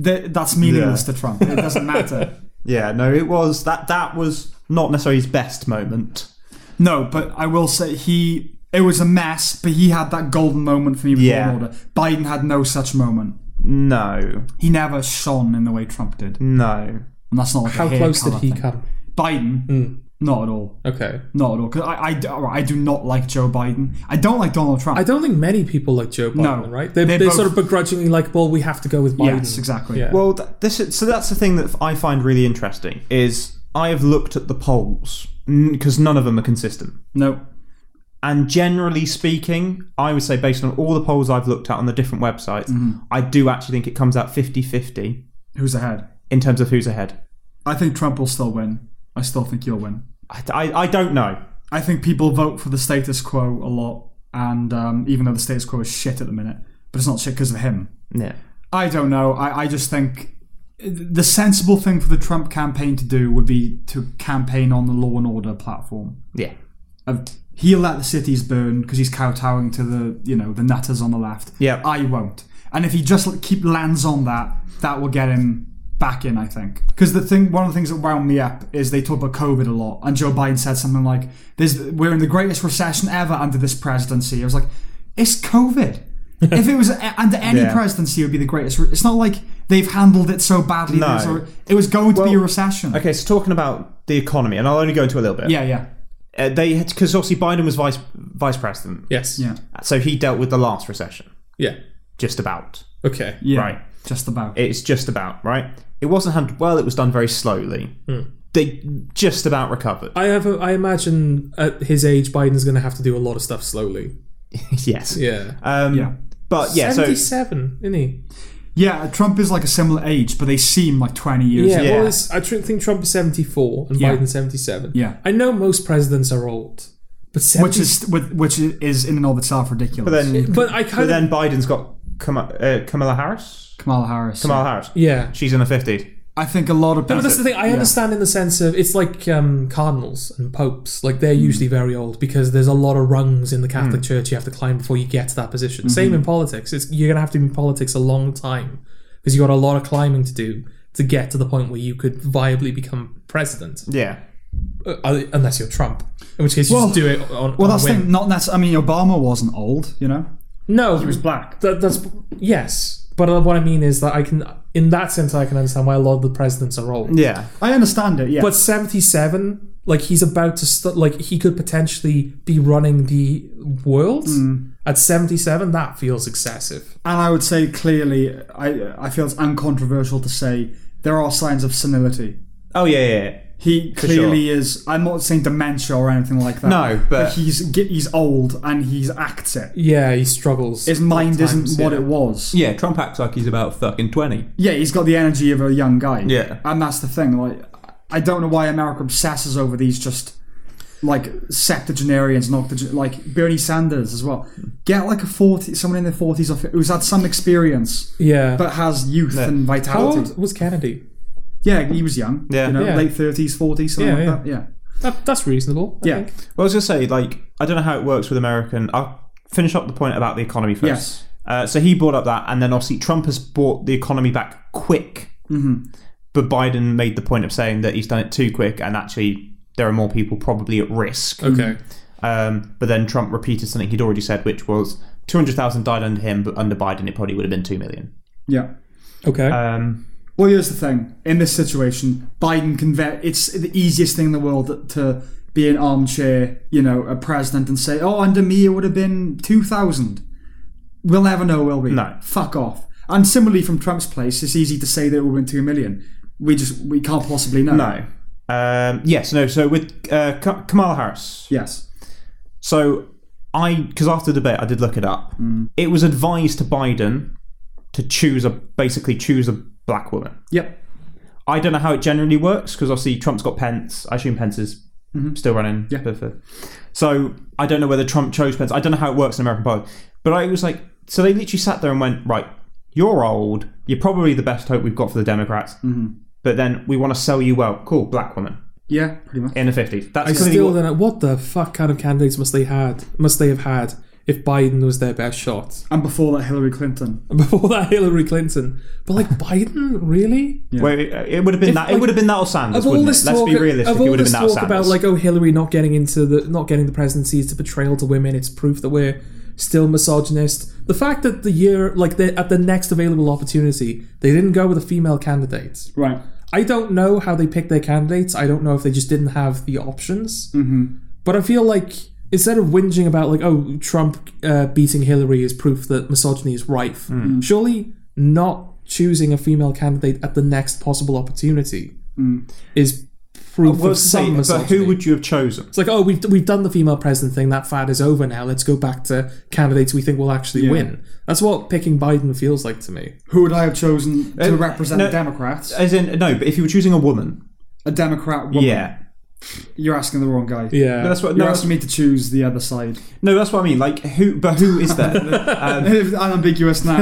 Speaker 2: Th that's meaningless to Trump. It doesn't matter.
Speaker 3: yeah, no, it was that that was not necessarily his best moment.
Speaker 2: No, but I will say he. It was a mess, but he had that golden moment for me with Law
Speaker 3: Yeah.
Speaker 2: and Order. Biden had no such moment.
Speaker 3: No.
Speaker 2: He never shone in the way Trump did, and
Speaker 3: No.
Speaker 2: that's not like
Speaker 1: How
Speaker 2: a hair
Speaker 1: close did
Speaker 2: colour
Speaker 1: he
Speaker 2: thing.
Speaker 1: come? Hmm.
Speaker 2: Biden, not at all,
Speaker 1: Okay.
Speaker 2: not at all. Because I, I, d- alright, I do not like Joe Biden. I don't like Donald Trump.
Speaker 1: I don't think many people like Joe Biden,
Speaker 2: No.
Speaker 1: right? They, they
Speaker 2: They're both-
Speaker 1: sort of begrudgingly like, well, we have to go with Biden.
Speaker 2: yes, exactly.
Speaker 1: Yeah.
Speaker 3: Well, th- this is, so that's the thing that I find really interesting is I have looked at the polls because none of them are consistent.
Speaker 2: No,
Speaker 3: And generally speaking, I would say based on all the polls I've looked at on the different websites, I do actually think it comes out 50-50
Speaker 2: who's ahead?
Speaker 3: in terms of who's ahead.
Speaker 2: I think Trump will still win. I still think he'll win.
Speaker 3: I, I, I don't know.
Speaker 2: I think people vote for the status quo a lot, and um, even though the status quo is shit at the minute, but it's not shit because of him.
Speaker 3: Yeah.
Speaker 2: I don't know. I, I just think uh, the sensible thing for the Trump campaign to do would be to campaign on the law and order platform.
Speaker 3: Yeah.
Speaker 2: Of he'll let the cities burn because he's kowtowing to the you know the nutters on the left.
Speaker 3: Yeah.
Speaker 2: I won't. And if he just l- keep lands on that, that will get him back in. I think because the thing, one of the things that wound me up is they talk about COVID a lot, and Joe Biden said something like, "There's we're in the greatest recession ever under this presidency." I was like, "It's COVID." if it was a- under any
Speaker 3: Yeah.
Speaker 2: presidency, it would be the greatest. re- It's not like they've handled it so badly.
Speaker 3: No.
Speaker 2: there's a- it was going to be a recession.
Speaker 3: Okay, so talking about the economy, and I'll only go into a little bit.
Speaker 2: Yeah, yeah,
Speaker 3: Uh, they because obviously Biden was vice vice president.
Speaker 1: yes.
Speaker 2: yeah,
Speaker 3: So he dealt with the last recession,
Speaker 1: Yeah.
Speaker 3: just about.
Speaker 1: Okay.
Speaker 2: yeah.
Speaker 3: Right.
Speaker 2: Just about.
Speaker 3: It's just about right. It wasn't handled well. It was done very slowly. They just about recovered.
Speaker 1: I have. A, I imagine at his age, Biden's going to have to do a lot of stuff slowly.
Speaker 3: yes.
Speaker 1: Yeah.
Speaker 3: Um,
Speaker 2: yeah.
Speaker 3: But yeah. So
Speaker 1: Seventy-seven, isn't he?
Speaker 2: Yeah, Trump is like a similar age, but they seem like 20 years
Speaker 1: Yeah.
Speaker 2: old.
Speaker 1: Well, it's, I tr- think Trump is seventy-four and
Speaker 2: Yeah.
Speaker 1: Biden seventy-seven.
Speaker 2: Yeah.
Speaker 1: I know most presidents are old, but 70,
Speaker 2: Which is with- which is in and of itself ridiculous.
Speaker 3: but then
Speaker 1: But I
Speaker 3: but
Speaker 1: kind of.
Speaker 3: then Biden's got Kamala, uh, Kamala Harris.
Speaker 2: Kamala Harris.
Speaker 3: Kamala Harris.
Speaker 1: Yeah.
Speaker 3: She's in her fifties.
Speaker 2: I think a lot of
Speaker 1: But
Speaker 2: people.
Speaker 1: that's the thing. I understand in the sense of it's like um, cardinals and popes. Like they're usually
Speaker 2: Mm.
Speaker 1: very old because there's a lot of rungs in the Catholic Church you have to climb before you get to that position.
Speaker 2: Mm-hmm.
Speaker 1: Same in politics. It's you're gonna have to be in politics a long time because you got a lot of climbing to do to get to the point where you could viably become president,
Speaker 3: Yeah.
Speaker 1: Uh, uh, unless you're Trump, in which case you
Speaker 2: Well-
Speaker 1: just do it on.
Speaker 2: Well,
Speaker 1: on
Speaker 2: that's
Speaker 1: a
Speaker 2: the
Speaker 1: whim.
Speaker 2: thing. Not that's. I mean, Obama wasn't old, you know?
Speaker 1: No,
Speaker 2: He was black.
Speaker 1: That, that's yes. But uh, what I mean is that I can, in that sense, I can understand why a lot of the presidents are old.
Speaker 3: Yeah.
Speaker 2: I understand it, yeah.
Speaker 1: But 77, like he's about to st- like he could potentially be running the world at 77. That feels excessive.
Speaker 2: and I would say clearly, I, I feel it's uncontroversial to say there are signs of senility.
Speaker 3: Oh yeah. yeah, yeah.
Speaker 2: He clearly is. I'm not saying dementia or anything like that.
Speaker 3: No, but-
Speaker 2: he's he's old and he's acts it.
Speaker 1: Yeah, he struggles.
Speaker 2: His mind
Speaker 1: Sometimes,
Speaker 2: isn't what
Speaker 1: yeah.
Speaker 2: it was.
Speaker 3: Yeah. Trump acts like he's about fucking twenty.
Speaker 2: Yeah, he's got the energy of a young guy.
Speaker 3: Yeah.
Speaker 2: And that's the thing. Like, I don't know why America obsesses over these just like septuagenarians and octogen- like Bernie Sanders as well. Get like a forty, someone in their forties or fi- who's had some experience
Speaker 1: yeah.
Speaker 2: but has youth and
Speaker 1: How
Speaker 2: vitality.
Speaker 1: old was Kennedy?
Speaker 2: Yeah, he was young.
Speaker 3: Yeah.
Speaker 2: you know,
Speaker 1: Yeah.
Speaker 2: late thirties, forties, something
Speaker 1: Yeah,
Speaker 2: like
Speaker 1: yeah.
Speaker 2: that. Yeah,
Speaker 1: That, that's reasonable. I
Speaker 2: yeah.
Speaker 1: think.
Speaker 3: Well, I was going to say, like, I don't know how it works with American. I'll finish up the point about the economy first.
Speaker 2: Yes.
Speaker 3: Uh, so he brought up that, and then obviously Trump has brought the economy back quick. But Biden made the point of saying that he's done it too quick, and actually there are more people probably at risk.
Speaker 1: Okay.
Speaker 3: Um, but then Trump repeated something he'd already said, which was 200,000 died under him, but under Biden it probably would have been 2 million.
Speaker 2: yeah.
Speaker 1: Okay.
Speaker 3: Um,
Speaker 2: Well, here's the thing. In this situation, Biden can vet. It's the easiest thing in the world to be an armchair, you know, a president and say, "Oh, under me it would have been 2,000." We'll never know, will we?
Speaker 3: No.
Speaker 2: Fuck off. And similarly, from Trump's place, it's easy to say that it would have been two million. We just we can't possibly know.
Speaker 3: no. Um, yes, no. So with uh, Ka- Kamala Harris,
Speaker 2: Yes.
Speaker 3: So I, because after the debate, I did look it up. It was advised to Biden to choose a basically choose a black woman.
Speaker 2: Yep.
Speaker 3: I don't know how it generally works because obviously Trump's got Pence. I assume Pence is
Speaker 1: Mm-hmm.
Speaker 3: still running.
Speaker 2: Yeah.
Speaker 3: for- for- So I don't know whether Trump chose Pence. I don't know how it works in American politics. But I was like, so they literally sat there and went, right, you're old. You're probably the best hope we've got for the Democrats.
Speaker 1: Mm-hmm.
Speaker 3: But then we want to sell you well. Cool, black woman
Speaker 2: Yeah, pretty much.
Speaker 3: in the 50s. That's
Speaker 1: I
Speaker 3: clearly
Speaker 1: still
Speaker 3: what-
Speaker 1: don't know what the fuck kind of candidates must they had must they have had if Biden was their best shot
Speaker 2: And before that, Hillary Clinton.
Speaker 1: before that Hillary Clinton. But like Biden, really?
Speaker 3: Well, it- it would have been that. it
Speaker 1: like,
Speaker 3: would have been that or Sanders.
Speaker 1: Of all
Speaker 3: wouldn't
Speaker 1: this
Speaker 3: it? Let's
Speaker 1: talk,
Speaker 3: be
Speaker 1: of
Speaker 3: realistic. It
Speaker 1: all
Speaker 3: would have
Speaker 1: this
Speaker 3: been that or
Speaker 1: talk
Speaker 3: Sanders.
Speaker 1: about like oh Hillary not getting into the not getting the presidency is to betrayal to women, it's proof that we're still misogynist. The fact that the year like the, at the next available opportunity they didn't go with a female candidate.
Speaker 2: Right.
Speaker 1: I don't know how they pick their candidates. I don't know if they just didn't have the options. Mm-hmm. But I feel like instead of whinging about like, oh, Trump uh, beating Hillary is proof that misogyny is rife.
Speaker 3: Hmm. Mm.
Speaker 1: Surely not choosing a female candidate at the next possible opportunity is proof
Speaker 3: Mm. Well,
Speaker 1: of some
Speaker 3: say, but
Speaker 1: misogyny.
Speaker 3: who would you have chosen?
Speaker 1: It's like, oh, we've we've done the female president thing. That fad is over now. Let's go back to candidates we think will actually win. That's what picking Biden feels like to me.
Speaker 2: Who would I have chosen to
Speaker 3: Uh,
Speaker 2: represent
Speaker 3: no.
Speaker 2: Democrats?
Speaker 3: As in, no. But if you were choosing a woman,
Speaker 2: A Democrat woman.
Speaker 3: yeah.
Speaker 2: You're asking the wrong guy.
Speaker 1: Yeah,
Speaker 3: That's what.
Speaker 2: You're
Speaker 3: No, that's,
Speaker 2: asking me to choose the other side.
Speaker 3: no, that's what I mean. Like who? But who is there? um,
Speaker 2: I'm ambiguous now.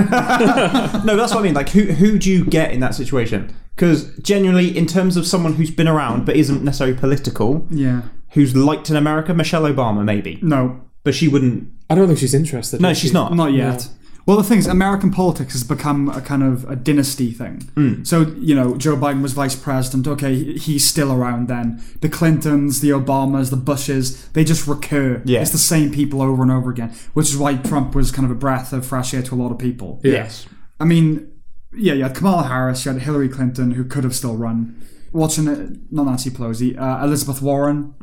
Speaker 3: no, that's what I mean. Like who? Who do you get in that situation? Because genuinely, in terms of someone who's been around but isn't necessarily political,
Speaker 2: yeah.
Speaker 3: who's liked in America, Michelle Obama maybe,
Speaker 2: No,
Speaker 3: but she wouldn't.
Speaker 1: I don't think she's interested.
Speaker 3: No,
Speaker 1: is
Speaker 3: she's
Speaker 1: she?
Speaker 3: not.
Speaker 2: not yet. Well, the thing is, American politics has become a kind of a dynasty thing. So, you know, Joe Biden was vice president. Okay, he- he's still around then. The Clintons, the Obamas, the Bushes, they just recur.
Speaker 3: Yeah.
Speaker 2: It's the same people over and over again, which is why Trump was kind of a breath of fresh air to a lot of people.
Speaker 3: Yes.
Speaker 2: I mean, yeah, you had Kamala Harris, you had Hillary Clinton, who could have still run. Watching it, not Nancy Pelosi, uh, Elizabeth Warren.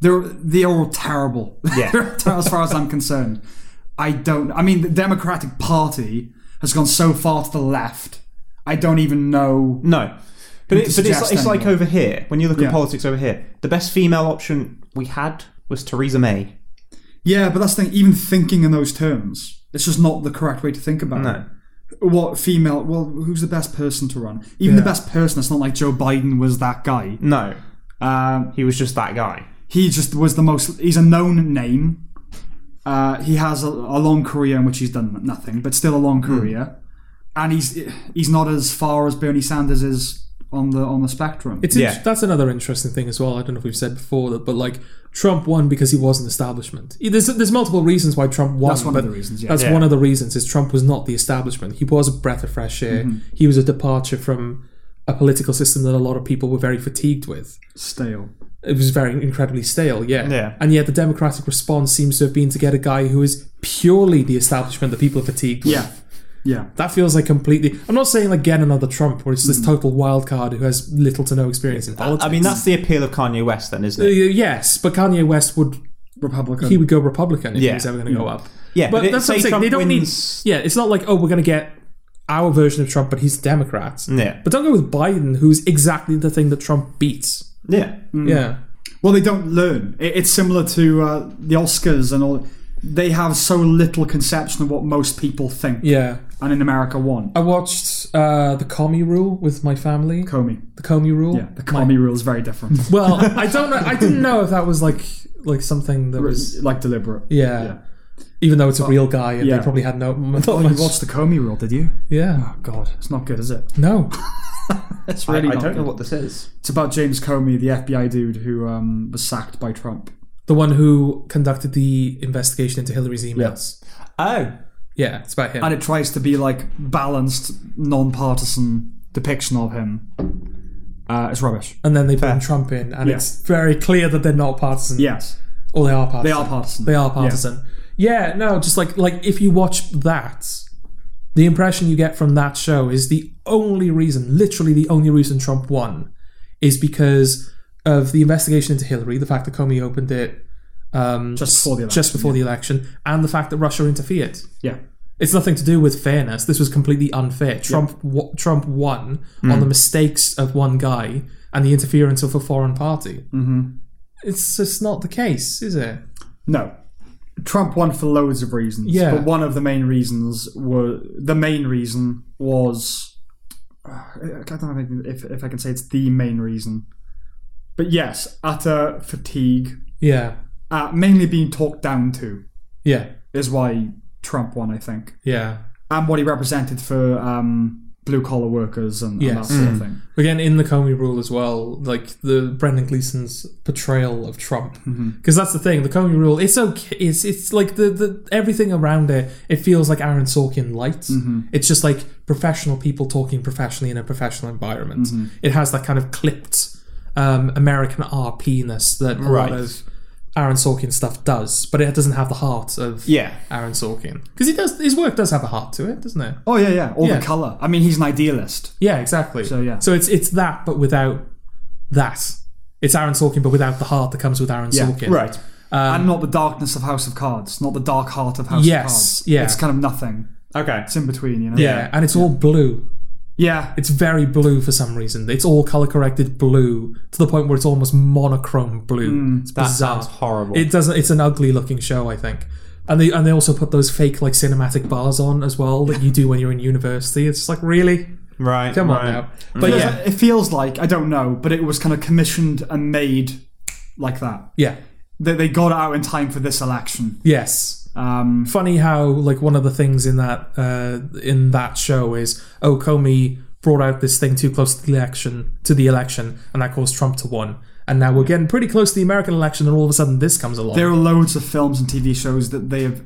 Speaker 2: They're they are all terrible.
Speaker 3: Hmm. Yeah.
Speaker 2: They're terrible as far as I'm concerned. I don't. I mean, the Democratic Party has gone so far to the left. I don't even know.
Speaker 3: No. But, it, but it's,
Speaker 2: suggest
Speaker 3: it's like
Speaker 2: anyone.
Speaker 3: over here, when you look
Speaker 2: Yeah.
Speaker 3: at politics over here, the best female option we had was Theresa May.
Speaker 2: Yeah, but that's the thing. Even thinking in those terms, it's just not the correct way to think about
Speaker 3: No.
Speaker 2: it. What female? Well, who's the best person to run? Even the best person. It's not like Joe Biden was that guy.
Speaker 3: No.
Speaker 2: Um,
Speaker 3: He was just that guy.
Speaker 2: he just was the most. He's a known name. Uh, he has a, a long career in which he's done nothing, but still a long career. And he's he's not as far as Bernie Sanders is on the on the spectrum.
Speaker 1: It's in-
Speaker 3: Yeah.
Speaker 1: that's another interesting thing as well. I don't know if we've said before that, but like Trump won because he was an establishment. There's there's multiple reasons why Trump won.
Speaker 2: That's one of
Speaker 1: but
Speaker 2: the reasons, yeah.
Speaker 1: That's
Speaker 3: Yeah.
Speaker 1: one of the reasons is Trump was not the establishment. He was a breath of fresh air.
Speaker 2: Mm-hmm.
Speaker 1: He was a departure from a political system that a lot of people were very fatigued with.
Speaker 2: stale.
Speaker 1: It was very incredibly stale, yeah.
Speaker 3: Yeah.
Speaker 1: And yet the democratic response seems to have been to get a guy who is purely the establishment that people are fatigued with.
Speaker 2: Yeah, yeah.
Speaker 1: That feels like completely. I'm not saying like get another Trump, where it's this
Speaker 2: Mm-hmm.
Speaker 1: total wild card who has little to no experience in politics.
Speaker 3: I mean, that's the appeal of Kanye West, then, isn't
Speaker 1: Uh,
Speaker 3: it?
Speaker 1: yes, but Kanye West would
Speaker 2: Republican.
Speaker 1: he would go Republican if he
Speaker 3: Yeah.
Speaker 1: was ever going to go up.
Speaker 3: Yeah,
Speaker 1: but
Speaker 3: but it-
Speaker 1: that's what I'm
Speaker 3: say
Speaker 1: saying.
Speaker 3: Trump
Speaker 1: they don't
Speaker 3: wins-
Speaker 1: need. Yeah, it's not like oh, we're going to get our version of Trump, but he's Democrat.
Speaker 3: Yeah.
Speaker 1: But don't go with Biden, who's exactly the thing that Trump beats.
Speaker 3: Yeah.
Speaker 2: Mm,
Speaker 1: Yeah.
Speaker 2: well, they don't learn. It, it's similar to uh, the Oscars and all. They have so little conception of what most people think
Speaker 1: Yeah.
Speaker 2: and in America want.
Speaker 1: I watched uh, the Comey Rule with my family.
Speaker 2: Comey.
Speaker 1: the Comey Rule.
Speaker 2: Yeah, the Comey rule is very different.
Speaker 1: Well, I don't know. I didn't know if that was like like something that was.
Speaker 2: like deliberate.
Speaker 1: Yeah.
Speaker 2: Yeah.
Speaker 1: Even though it's a real guy, and
Speaker 2: yeah.
Speaker 1: they probably had no. Not
Speaker 2: Oh,
Speaker 1: much-
Speaker 2: you watched the Comey rule, did you?
Speaker 1: yeah.
Speaker 2: God, it's not good, is it?
Speaker 1: No.
Speaker 2: It's
Speaker 3: I,
Speaker 2: really
Speaker 3: I
Speaker 2: not
Speaker 3: don't
Speaker 2: good.
Speaker 3: know what this is.
Speaker 2: It's about James Comey, the FBI dude who um, was sacked by Trump.
Speaker 1: The one who conducted the investigation into Hillary's emails.
Speaker 3: Oh.
Speaker 1: Yeah, it's about him.
Speaker 2: And it tries to be like balanced, non-partisan depiction of him. Uh, it's rubbish.
Speaker 1: and then they bring Trump in, and
Speaker 2: Yeah.
Speaker 1: it's very clear that they're not partisan.
Speaker 2: Yes,
Speaker 1: Or they are partisan.
Speaker 2: they are partisan.
Speaker 1: They are partisan. Yeah. no, just like like if you watch that, the impression you get from that show is the only reason, literally the only reason Trump won, is because of the investigation into Hillary, the fact that Comey opened it um,
Speaker 2: Just before the
Speaker 1: just before the election, and the fact that Russia interfered.
Speaker 2: Yeah,
Speaker 1: It's nothing to do with fairness. This was completely unfair. Trump w- Trump won on the mistakes of one guy and the interference of a foreign party. Mm-hmm. It's just not the case, is it?
Speaker 2: no. Trump won for loads of reasons.
Speaker 1: Yeah.
Speaker 2: but one of the main reasons were the main reason was uh, I don't know if if I can say it's the main reason, but yes, utter fatigue,
Speaker 1: Yeah,
Speaker 2: uh, mainly being talked down to.
Speaker 1: yeah,
Speaker 2: is why Trump won, I think.
Speaker 1: yeah.
Speaker 2: and what he represented for um, blue collar workers and, and
Speaker 1: Yes.
Speaker 2: that sort
Speaker 3: Mm.
Speaker 2: of thing.
Speaker 1: Again, in the Comey rule as well, like the Brendan Gleeson's portrayal of Trump, because
Speaker 3: Mm-hmm.
Speaker 1: that's the thing. The Comey rule, it's okay. It's it's like the, the everything around it. It feels like Aaron Sorkin light.
Speaker 3: Mm-hmm.
Speaker 1: It's just like professional people talking professionally in a professional environment.
Speaker 3: Mm-hmm.
Speaker 1: It has that kind of clipped um, American RP ness that a
Speaker 3: Right.
Speaker 1: lot of Aaron Sorkin stuff does, but it doesn't have the heart of
Speaker 3: Yeah.
Speaker 1: Aaron Sorkin because he does his work does have a heart to it, doesn't it?
Speaker 2: Oh yeah, yeah. All
Speaker 1: Yeah.
Speaker 2: the color. I mean, he's an idealist.
Speaker 1: Yeah, exactly.
Speaker 2: So, yeah.
Speaker 1: So it's it's that, but without that. It's Aaron Sorkin, but without the heart that comes with Aaron
Speaker 2: Yeah,
Speaker 1: Sorkin.
Speaker 3: Right.
Speaker 2: and not the darkness of House of Cards, not the dark heart of House
Speaker 1: Um, Yes,
Speaker 2: of Cards.
Speaker 1: yeah.
Speaker 2: It's kind of nothing.
Speaker 3: Okay.
Speaker 2: It's in between, you know?
Speaker 1: Yeah, and it's all blue.
Speaker 2: Yeah.
Speaker 1: It's very blue for some reason. It's all color corrected blue to the point where it's almost monochrome blue. it's
Speaker 3: That
Speaker 1: bizarre.
Speaker 3: sounds horrible.
Speaker 1: It doesn't. It's an ugly looking show, I think. And they and they also put those fake like cinematic bars on as well that you do when you're in university. It's just like really,
Speaker 3: right.
Speaker 1: come on
Speaker 3: right.
Speaker 1: now. But
Speaker 2: Feels
Speaker 1: yeah,
Speaker 2: like- It feels like, I don't know, but it was kind of commissioned and made like that.
Speaker 1: yeah,
Speaker 2: They, they got it out in time for this election.
Speaker 1: yes.
Speaker 2: Um,
Speaker 1: funny how like one of the things in that uh, in that show is oh Comey brought out this thing too close to the election to the election and that caused Trump to win and now we're getting pretty close to the American election and all of a sudden this comes along
Speaker 2: there are loads of films and TV shows that they have,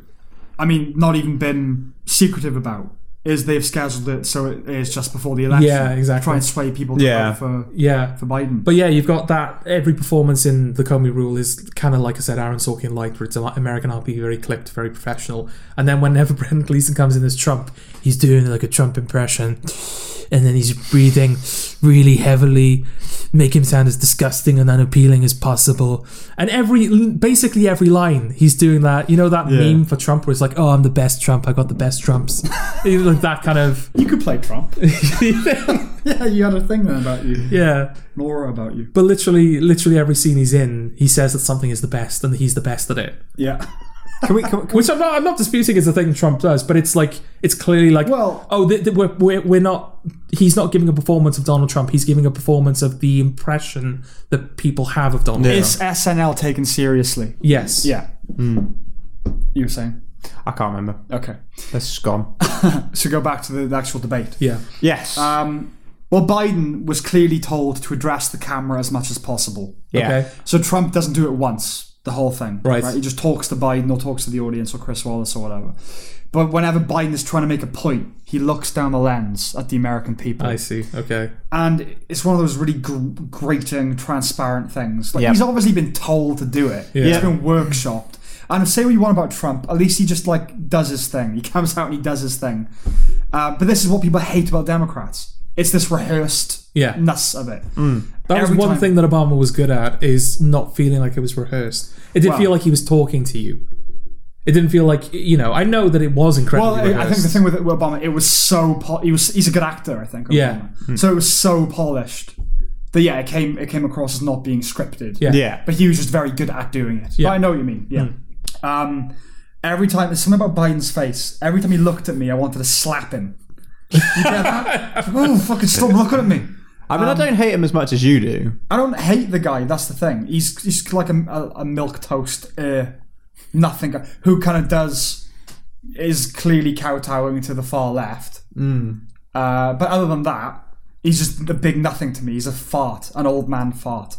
Speaker 2: I mean, not even been secretive about. Is they've scheduled it so it is just before the election.
Speaker 1: Yeah, exactly.
Speaker 2: To try and sway people to
Speaker 3: Yeah.
Speaker 2: vote for,
Speaker 1: yeah
Speaker 2: for Biden.
Speaker 1: but yeah you've got that every performance in the Comey rule is kind of like I said Aaron Sorkin liked where it's American RP very clipped very professional and then whenever Brendan Gleeson comes in as Trump he's doing like a Trump impression and then he's breathing really heavily, make him sound as disgusting and unappealing as possible. And every, basically every line, he's doing that. You know that meme for Trump where it's like, "Oh, I'm the best Trump. I got the best Trumps." You know, like that kind of,
Speaker 2: you could play Trump. yeah, you had a thing there about you.
Speaker 1: yeah.
Speaker 2: Nora about you.
Speaker 1: But literally, literally every scene he's in, he says that something is the best and that he's the best at it.
Speaker 2: Yeah.
Speaker 3: Can we, can, we- can
Speaker 1: Which I'm not, I'm not disputing is the thing Trump does, but it's like it's clearly like,
Speaker 2: Well-
Speaker 1: oh, th- th- we're, we're we're not. He's not giving a performance of Donald Trump. He's giving a performance of the impression that people have of Donald. Trump.
Speaker 2: Is SNL taken seriously?
Speaker 1: Yes.
Speaker 2: Yeah. You were saying?
Speaker 3: I can't remember.
Speaker 2: Okay.
Speaker 3: This is gone.
Speaker 2: So go back to the, the actual debate.
Speaker 1: Yeah.
Speaker 3: Yes.
Speaker 6: Uh,
Speaker 2: Um, well, Biden was clearly told to address the camera as much as possible.
Speaker 3: yeah.
Speaker 1: Okay.
Speaker 2: So Trump doesn't do it once, the whole thing.
Speaker 1: Right.
Speaker 2: He just talks to Biden or talks to the audience or Chris Wallace or whatever. But whenever Biden is trying to make a point, he looks down the lens at the American people.
Speaker 1: I see. Okay.
Speaker 2: And it's one of those really gr- grating, transparent things. Like
Speaker 3: Yep.
Speaker 2: he's obviously been told to do it.
Speaker 1: Yeah.
Speaker 2: It's been workshopped. And say what you want about Trump, at least he just like does his thing. He comes out and he does his thing. Uh, but this is what people hate about Democrats. It's this rehearsed
Speaker 1: Yeah. Mm.
Speaker 2: ness of it.
Speaker 1: That was
Speaker 2: Every
Speaker 1: one
Speaker 2: time-
Speaker 1: thing that Obama was good at is not feeling like it was rehearsed. It did
Speaker 2: Well-
Speaker 1: feel like he was talking to you. It didn't feel like you know. I know that it was incredibly
Speaker 2: Well, I- I
Speaker 1: rehearsed.
Speaker 2: think the thing with with Obama, it was so po- he was he's a good actor, I think. Obama.
Speaker 1: Yeah. Hmm.
Speaker 2: So it was so polished that yeah, it came it came across as not being scripted.
Speaker 1: Yeah.
Speaker 3: Yeah.
Speaker 2: But he was just very good at doing it. But I know what you mean. Yeah.
Speaker 1: Hmm.
Speaker 2: Um, every time there's something about Biden's face. Every time he looked at me, I wanted to slap him. You get that? oh, fucking stop looking at me.
Speaker 3: I
Speaker 6: um,
Speaker 3: mean, I don't hate him as much as you do.
Speaker 2: I don't hate the guy. That's the thing. He's he's like a, a, a milk toast, uh, nothing. guy Who kind of does is clearly kowtowing to the far left. Uh, but other than that, he's just a big nothing to me. He's a fart, an old man fart.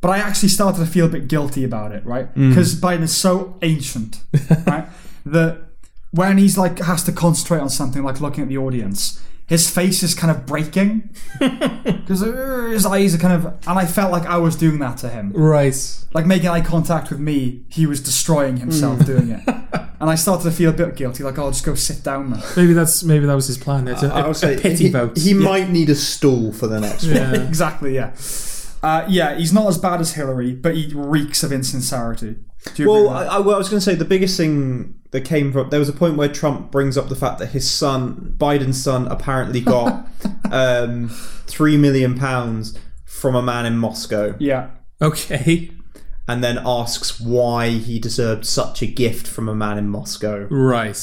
Speaker 2: But I actually started to feel a bit guilty about it, right? Because Biden is so ancient, right? That when he's like has to concentrate on something, like looking at the audience, his face is kind of breaking because his eyes are kind of. And I felt like I was doing that to him,
Speaker 1: right.
Speaker 2: like making eye contact with me. He was destroying
Speaker 3: Mm.
Speaker 2: himself doing it, and I started to feel a bit guilty. Like, oh, just go sit down there.
Speaker 1: Maybe that's maybe that was his plan. It's a, a, a pity
Speaker 6: he,
Speaker 1: vote.
Speaker 6: he might need a stool for the next one.
Speaker 1: yeah.
Speaker 2: exactly, yeah. Uh, yeah, he's not as bad as Hillary, but he reeks of insincerity. Do you agree
Speaker 3: Well,
Speaker 2: with
Speaker 3: I,
Speaker 2: that?
Speaker 3: I, well, I was going to say the biggest thing that came from there was a point where Trump brings up the fact that his son, Biden's son, apparently got um, three million pounds from a man in Moscow,
Speaker 2: yeah.
Speaker 1: Okay.
Speaker 3: and then asks why he deserved such a gift from a man in Moscow.
Speaker 1: Right.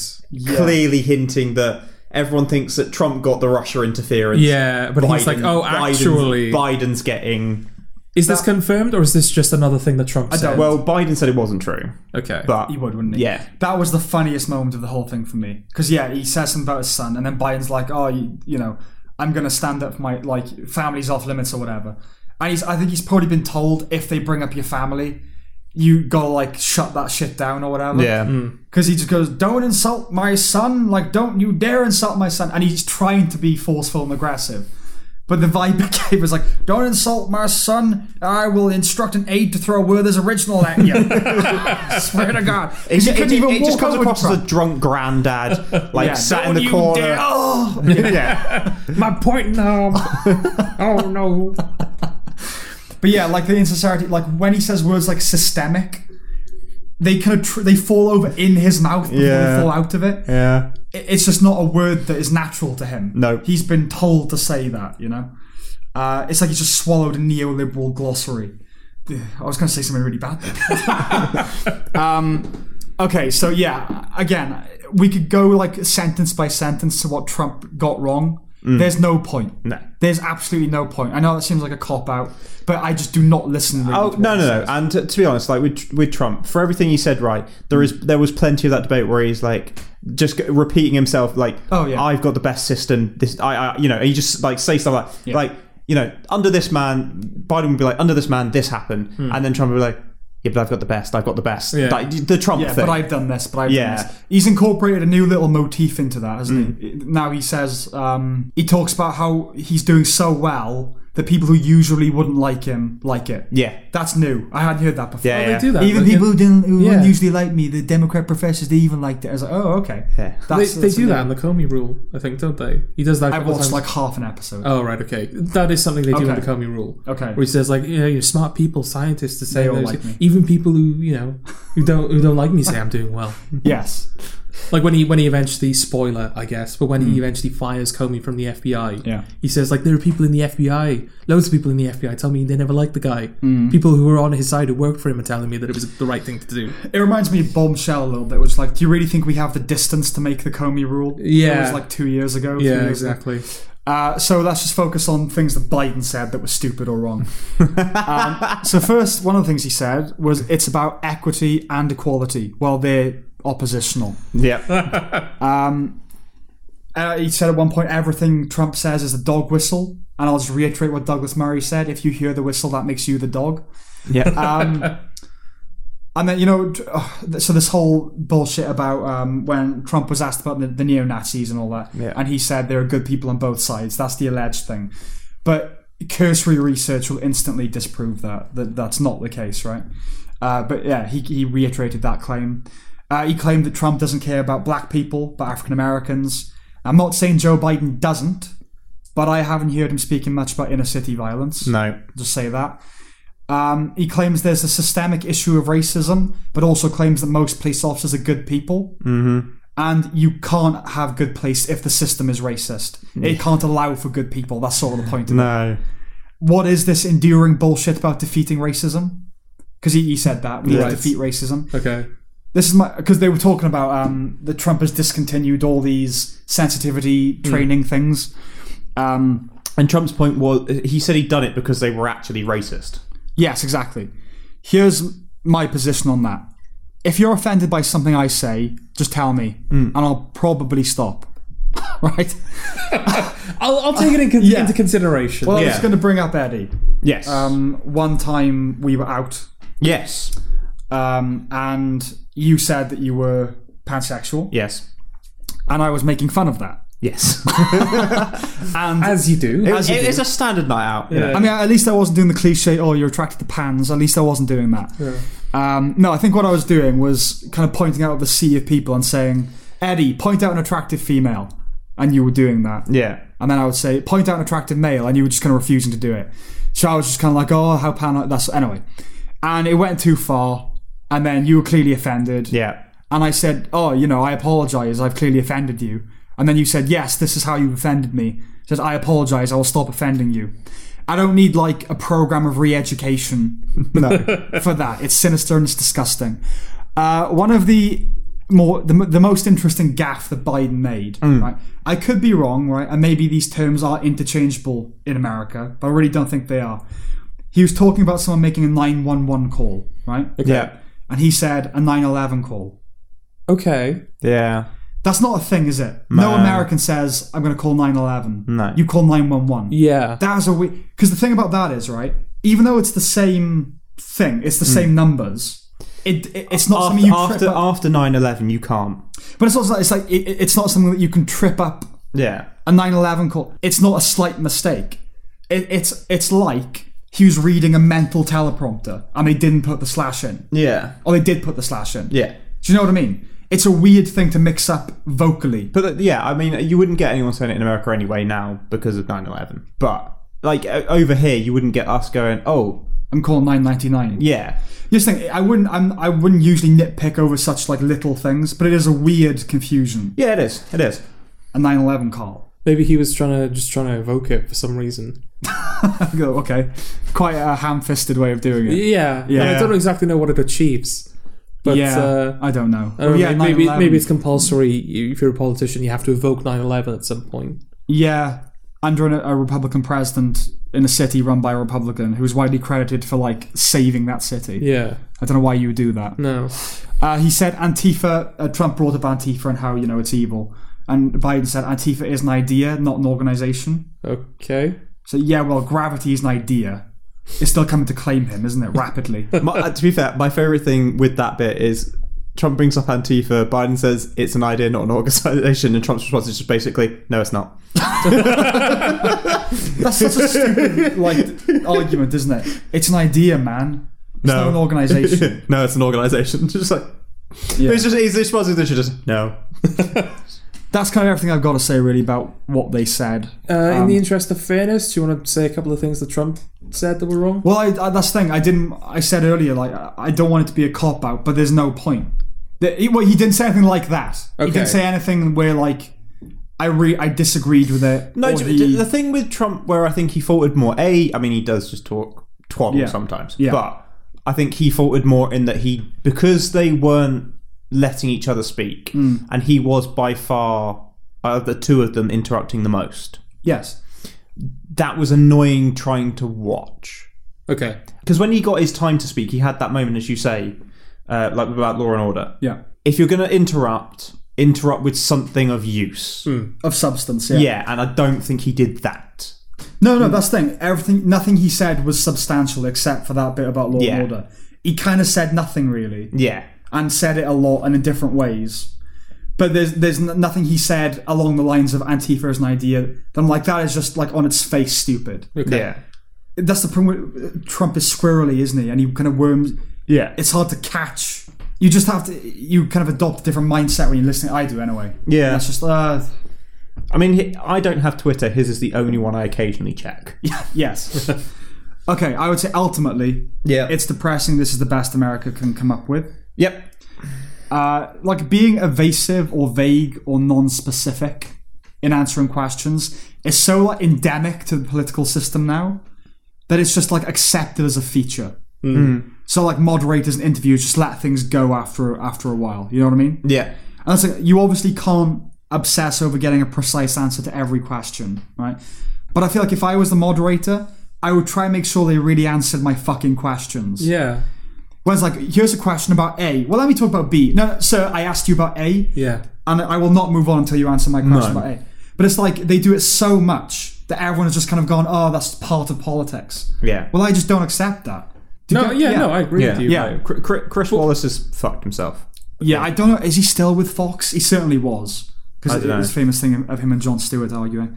Speaker 3: Clearly hinting that everyone thinks that Trump got the Russia interference.
Speaker 2: oh,
Speaker 1: Yeah, but he's like, oh, actually,
Speaker 3: Biden's, Biden's getting
Speaker 1: Is this
Speaker 2: That-
Speaker 1: confirmed or is this just another thing that Trump
Speaker 2: I
Speaker 1: said?
Speaker 2: don't-
Speaker 3: Well, Biden said it wasn't true,
Speaker 1: okay.
Speaker 3: but
Speaker 2: He would, wouldn't he?
Speaker 3: yeah,
Speaker 2: That was the funniest moment of the whole thing for me. Because, yeah, he says something about his son, and then Biden's like, oh, you, you know, I'm going to stand up for my, like, family's off limits or whatever. And he's, I think he's probably been told if they bring up your family, you gotta, like, shut that shit down or whatever.
Speaker 3: yeah.
Speaker 2: Because he just goes, don't insult my son. Like, don't you dare insult my son. And he's trying to be forceful and aggressive. But the vibe it gave was like, don't insult my son. I will instruct an aide to throw Werther's original at you. I swear to God.
Speaker 3: It,
Speaker 2: Because you couldn't
Speaker 3: it-
Speaker 2: even
Speaker 3: it
Speaker 2: walk
Speaker 3: just comes
Speaker 2: over
Speaker 3: across
Speaker 2: to
Speaker 3: as a
Speaker 2: Trump.
Speaker 3: drunk granddad, like
Speaker 2: Yeah.
Speaker 3: sat in
Speaker 2: Don't
Speaker 3: the
Speaker 2: you
Speaker 3: corner.
Speaker 2: dare- Oh!
Speaker 3: yeah,
Speaker 1: my point now. oh no.
Speaker 2: But yeah, like the insincerity, like when he says words like systemic, they kind of tr- they fall over in his mouth before
Speaker 3: Yeah.
Speaker 2: they fall out of it.
Speaker 3: yeah.
Speaker 2: It- It's just not a word that is natural to him.
Speaker 3: No.
Speaker 2: he's been told to say that. You know, uh, it's like he just swallowed a neoliberal glossary. Ugh, I was going to say something really bad. There. um, okay, so yeah, again, we could go like sentence by sentence to what Trump got wrong. There's no point.
Speaker 3: Mm. No.
Speaker 2: There's absolutely no point. I know that seems like a cop out, but I just do not listen. Really
Speaker 3: Oh
Speaker 2: to
Speaker 3: no,
Speaker 2: what
Speaker 3: no,
Speaker 2: he
Speaker 3: no.
Speaker 2: says.
Speaker 3: And to, to be honest, like with with Trump, for everything he said, right, there is there was plenty of that debate where he's like just g- repeating himself, like,
Speaker 2: Oh, yeah.
Speaker 3: I've got the best system. This, I, I, you know, he just like say stuff like, like, you know, under this man, Biden would be like, under this man, this happened, and then Trump would be like, yeah, but I've got the best. I've got the best.
Speaker 1: Yeah.
Speaker 3: Like the Trump
Speaker 2: Hmm. Yeah,
Speaker 3: thing.
Speaker 2: but I've done this. But I've
Speaker 3: Yeah. Mm.
Speaker 2: done this. He's incorporated a new little motif into that, hasn't he? Now he says um, he talks about how he's doing so well that people who usually wouldn't like him like it.
Speaker 3: yeah,
Speaker 2: That's new. I hadn't heard that before.
Speaker 3: yeah, yeah.
Speaker 1: do that.
Speaker 2: Even
Speaker 1: like,
Speaker 2: people who didn't who
Speaker 1: Yeah.
Speaker 2: wouldn't usually like me, the Democrat professors, they even liked it. I was like, oh, okay.
Speaker 3: Yeah.
Speaker 1: They,
Speaker 2: That's,
Speaker 1: they
Speaker 2: that's
Speaker 1: do
Speaker 2: new.
Speaker 1: that in the Comey rule, I think, don't they? He does that. a
Speaker 2: I
Speaker 1: couple
Speaker 2: watched
Speaker 1: times.
Speaker 2: like half an episode.
Speaker 1: Oh right, okay. That is something they do in
Speaker 2: Okay.
Speaker 1: the Comey rule.
Speaker 2: Okay.
Speaker 1: Where he says like, you know, you're smart people, scientists to say
Speaker 2: all
Speaker 1: those,
Speaker 2: like me.
Speaker 1: even people who you know who don't who don't like me say I'm doing well.
Speaker 2: Yes.
Speaker 1: Like when he when he eventually spoiler, I guess, but when he eventually fires Comey from the FBI,
Speaker 2: Yeah.
Speaker 1: he says like there are people in the FBI, loads of people in the FBI tell me they never liked the guy. People who were on his side who worked for him are telling me that Hmm. it was the right thing to do.
Speaker 2: It reminds me of Bombshell a little bit, which like, do you really think we have the distance to make the Comey rule?
Speaker 1: Yeah.
Speaker 2: It was like two years ago. three
Speaker 1: Yeah,
Speaker 2: years ago.
Speaker 1: exactly.
Speaker 2: Uh, so let's just focus on things that Biden said that were stupid or wrong. um, so first, one of the things he said was it's about equity and equality. Well, they're oppositional.
Speaker 3: yeah.
Speaker 2: Um, uh, he said at one point everything Trump says is a dog whistle, and I'll just reiterate what Douglas Murray said: if you hear the whistle, that makes you the dog.
Speaker 3: yeah. Uh,
Speaker 2: Um, and then you know, t- ugh, so this whole bullshit about um, when Trump was asked about the, the neo Nazis and all that,
Speaker 3: Yeah.
Speaker 2: and he said there are good people on both sides. That's the alleged thing, but cursory research will instantly disprove that that that's not the case, right? Uh, but yeah, he he reiterated that claim. Uh, he claimed that Trump doesn't care about black people, but African Americans. I'm not saying Joe Biden doesn't, but I haven't heard him speaking much about inner city violence
Speaker 3: No.
Speaker 2: just say that. Um, he claims there's a systemic issue of racism, but also claims that most police officers are good people. Mm-hmm. And you can't have good police if the system is racist. It can't allow for good people. That's sort of the point. Of it.
Speaker 3: No.
Speaker 2: What is this enduring bullshit about defeating racism? Because he, he said that we
Speaker 1: Right.
Speaker 2: defeat racism.
Speaker 1: Okay.
Speaker 2: This is my because they were talking about um, that Trump has discontinued all these sensitivity training things. Um,
Speaker 3: And Trump's point was he said he'd done it because they were actually racist.
Speaker 2: Yes, exactly. Here's my position on that. If you're offended by something I say, just tell me, and I'll probably stop. right?
Speaker 1: I'll, I'll take it in,
Speaker 2: Yeah.
Speaker 1: into consideration.
Speaker 2: Well, I was
Speaker 3: Yeah.
Speaker 2: going to bring up Eddie.
Speaker 3: Yes.
Speaker 2: Um, one time we were out,
Speaker 3: yes.
Speaker 2: um, and you said that you were pansexual,
Speaker 3: Yes.
Speaker 2: and I was making fun of that.
Speaker 3: Yes.
Speaker 2: And
Speaker 1: as you do.
Speaker 2: as you
Speaker 3: It-
Speaker 2: do.
Speaker 3: it's a standard night out. you
Speaker 1: Yeah.
Speaker 3: know.
Speaker 2: I mean, at least I wasn't doing the cliche, oh, you're attracted to pans. At least I wasn't doing that. Um, no, I think what I was doing was kind of pointing out the sea of people and saying, Eddie, point out an attractive female. And you were doing that.
Speaker 3: Yeah.
Speaker 2: And then I would say, point out an attractive male. And you were just kind of refusing to do it. So I was just kind of like, oh, how pan. That's. Anyway. And it went too far. And then you were clearly offended.
Speaker 3: Yeah.
Speaker 2: And I said, "Oh, you know, I apologize. I've clearly offended you." And then you said, "Yes, this is how you offended me." I said, "I apologize. I will stop offending you." I don't need like a program of re-education for that. It's sinister and it's disgusting. Uh, one of the more the, the most interesting gaff that Biden made. Right? I could be wrong, right? And maybe these terms are interchangeable in America, but I really don't think they are. He was talking about someone making a 911 call, right?
Speaker 3: Yeah.
Speaker 2: And he said a 911 call.
Speaker 1: Okay.
Speaker 3: Yeah.
Speaker 2: That's not a thing, is it? No American says, I'm going to call 911.
Speaker 3: No.
Speaker 2: You call 911.
Speaker 1: Yeah.
Speaker 2: That was a weird. Because the thing about that is, right? Even though it's the same thing, it's the same numbers. It, it- it's not something
Speaker 3: After
Speaker 2: you
Speaker 3: Mm. after,
Speaker 2: trip up.
Speaker 3: after 9-11, you can't.
Speaker 2: But it's also it's like it, it- it's not something that you can trip up
Speaker 3: Yeah.
Speaker 2: a 9/11 call. It's not a slight mistake. It, it's it's like he was reading a mental teleprompter and they didn't put the slash in,
Speaker 3: Yeah.
Speaker 2: or they did put the slash in.
Speaker 3: Yeah.
Speaker 2: Do you know what I mean? It's a weird thing to mix up vocally.
Speaker 3: But uh, yeah, I mean, you wouldn't get anyone saying it in America anyway now because of 9-11. But like o- over here, you wouldn't get us going, oh,
Speaker 2: I'm calling 999.
Speaker 3: yeah.
Speaker 2: Just think, I wouldn't I'm, I wouldn't usually nitpick over such like little things, but it is a weird confusion.
Speaker 3: Yeah, it is. It is.
Speaker 2: A 9/11 call.
Speaker 1: Maybe he was trying to just trying to evoke it for some reason.
Speaker 2: I go, okay, quite a ham-fisted way of doing it.
Speaker 1: Yeah. And I
Speaker 3: Yeah.
Speaker 1: don't exactly know what it achieves. But
Speaker 2: yeah,
Speaker 1: uh,
Speaker 2: I don't know.
Speaker 1: I don't know,
Speaker 2: yeah,
Speaker 1: maybe
Speaker 2: 9/11.
Speaker 1: maybe it's compulsory. If you're a politician, you have to evoke 9/11 at some point.
Speaker 2: Yeah, under an, a Republican president in a city run by a Republican who's widely credited for like saving that city.
Speaker 1: Yeah. Hmm.
Speaker 2: I don't know why you would do that.
Speaker 1: No.
Speaker 2: Uh, he said Antifa. Uh, Trump brought up Antifa and how you know it's evil, and Biden said Antifa is an idea, not an organization.
Speaker 1: Okay.
Speaker 2: So yeah, well, gravity is an idea. It's still coming to claim him, isn't it? Rapidly.
Speaker 3: My, uh, to be fair, my favorite thing with that bit is Trump brings up Antifa, Biden says it's an idea, not an organization, and Trump's response is just basically, no, it's not.
Speaker 2: That's such a stupid like argument, isn't it? It's an idea, man. It's
Speaker 3: No.
Speaker 2: not an organization.
Speaker 3: no, it's an organization. Just like
Speaker 2: Yeah.
Speaker 3: it's just his response is literally just no.
Speaker 2: That's kind of everything I've got to say really about what they said.
Speaker 1: Uh, in the interest of fairness, do you want to say a couple of things that Trump said that were wrong?
Speaker 2: Well, I, I, that's the thing. I didn't. I said earlier, like I I don't want it to be a cop out, but there's no point. The- he, well, he didn't say anything like that. He
Speaker 1: Okay.
Speaker 2: didn't say anything where like I re- I disagreed with it.
Speaker 3: No,
Speaker 2: or
Speaker 3: d-
Speaker 2: he-
Speaker 3: d- the thing with Trump where I think he faltered more. A, I mean, he does just talk twaddle
Speaker 2: Yeah.
Speaker 3: sometimes,
Speaker 2: Yeah.
Speaker 3: but I think he faltered more in that he because they weren't letting each other speak,
Speaker 2: Mm.
Speaker 3: and he was by far uh, the two of them interrupting the most.
Speaker 2: yes,
Speaker 3: That was annoying trying to watch.
Speaker 1: Okay.
Speaker 3: Because when he got his time to speak, he had that moment, as you say, uh, like about Law and Order.
Speaker 2: yeah,
Speaker 3: If you're going to interrupt, interrupt with something of use.
Speaker 2: of substance. Yeah.
Speaker 3: Yeah, and I don't think he did that.
Speaker 2: No, no, that's the thing. Everything, nothing he said was substantial except for that bit about law
Speaker 3: Yeah.
Speaker 2: and order. He kind of said nothing really,
Speaker 3: Yeah.
Speaker 2: and said it a lot and in different ways. But there's there's n- nothing he said along the lines of Antifa is an idea. That I'm like that is just like on its face stupid.
Speaker 1: Okay.
Speaker 3: Yeah.
Speaker 2: that's the problem. With, uh, Trump is squirrely, isn't he? And he kind of worms.
Speaker 3: Yeah.
Speaker 2: It's hard to catch. You just have to. You kind of adopt a different mindset when you're listening. I do anyway.
Speaker 3: Yeah.
Speaker 2: That's just. Uh,
Speaker 3: I mean, he, I don't have Twitter. His is the only one I occasionally check.
Speaker 2: yes. okay, I would say ultimately,
Speaker 3: Yeah.
Speaker 2: it's depressing. This is the best America can come up with.
Speaker 3: Yep.
Speaker 2: Uh, like being evasive or vague or non-specific in answering questions is so like, endemic to the political system now that it's just like accepted as a feature. So like moderators and interviews just let things go after after a while. You know what I mean?
Speaker 3: Yeah.
Speaker 2: And it's like, you obviously can't obsess over getting a precise answer to every question, right? But I feel like if I was the moderator, I would try and make sure they really answered my fucking questions.
Speaker 1: Yeah.
Speaker 2: Whereas, like, here's a question about A. Well, let me talk about B. No, no sir, I asked you about A,
Speaker 1: Yeah.
Speaker 2: and I will not move on until you answer my question about A. But it's like they do it so much that everyone has just kind of gone, oh, that's part of politics.
Speaker 3: Yeah.
Speaker 2: Well, I just don't accept that. Do you
Speaker 1: No.
Speaker 2: get-
Speaker 1: Yeah, No. I agree
Speaker 3: yeah.
Speaker 1: with you.
Speaker 3: yeah. Cr- Cr- Chris Wallace has fucked himself.
Speaker 2: yeah, I don't know. Is he still with Fox? He certainly was. Because
Speaker 3: don't know.
Speaker 2: this famous thing of him and John Stewart arguing.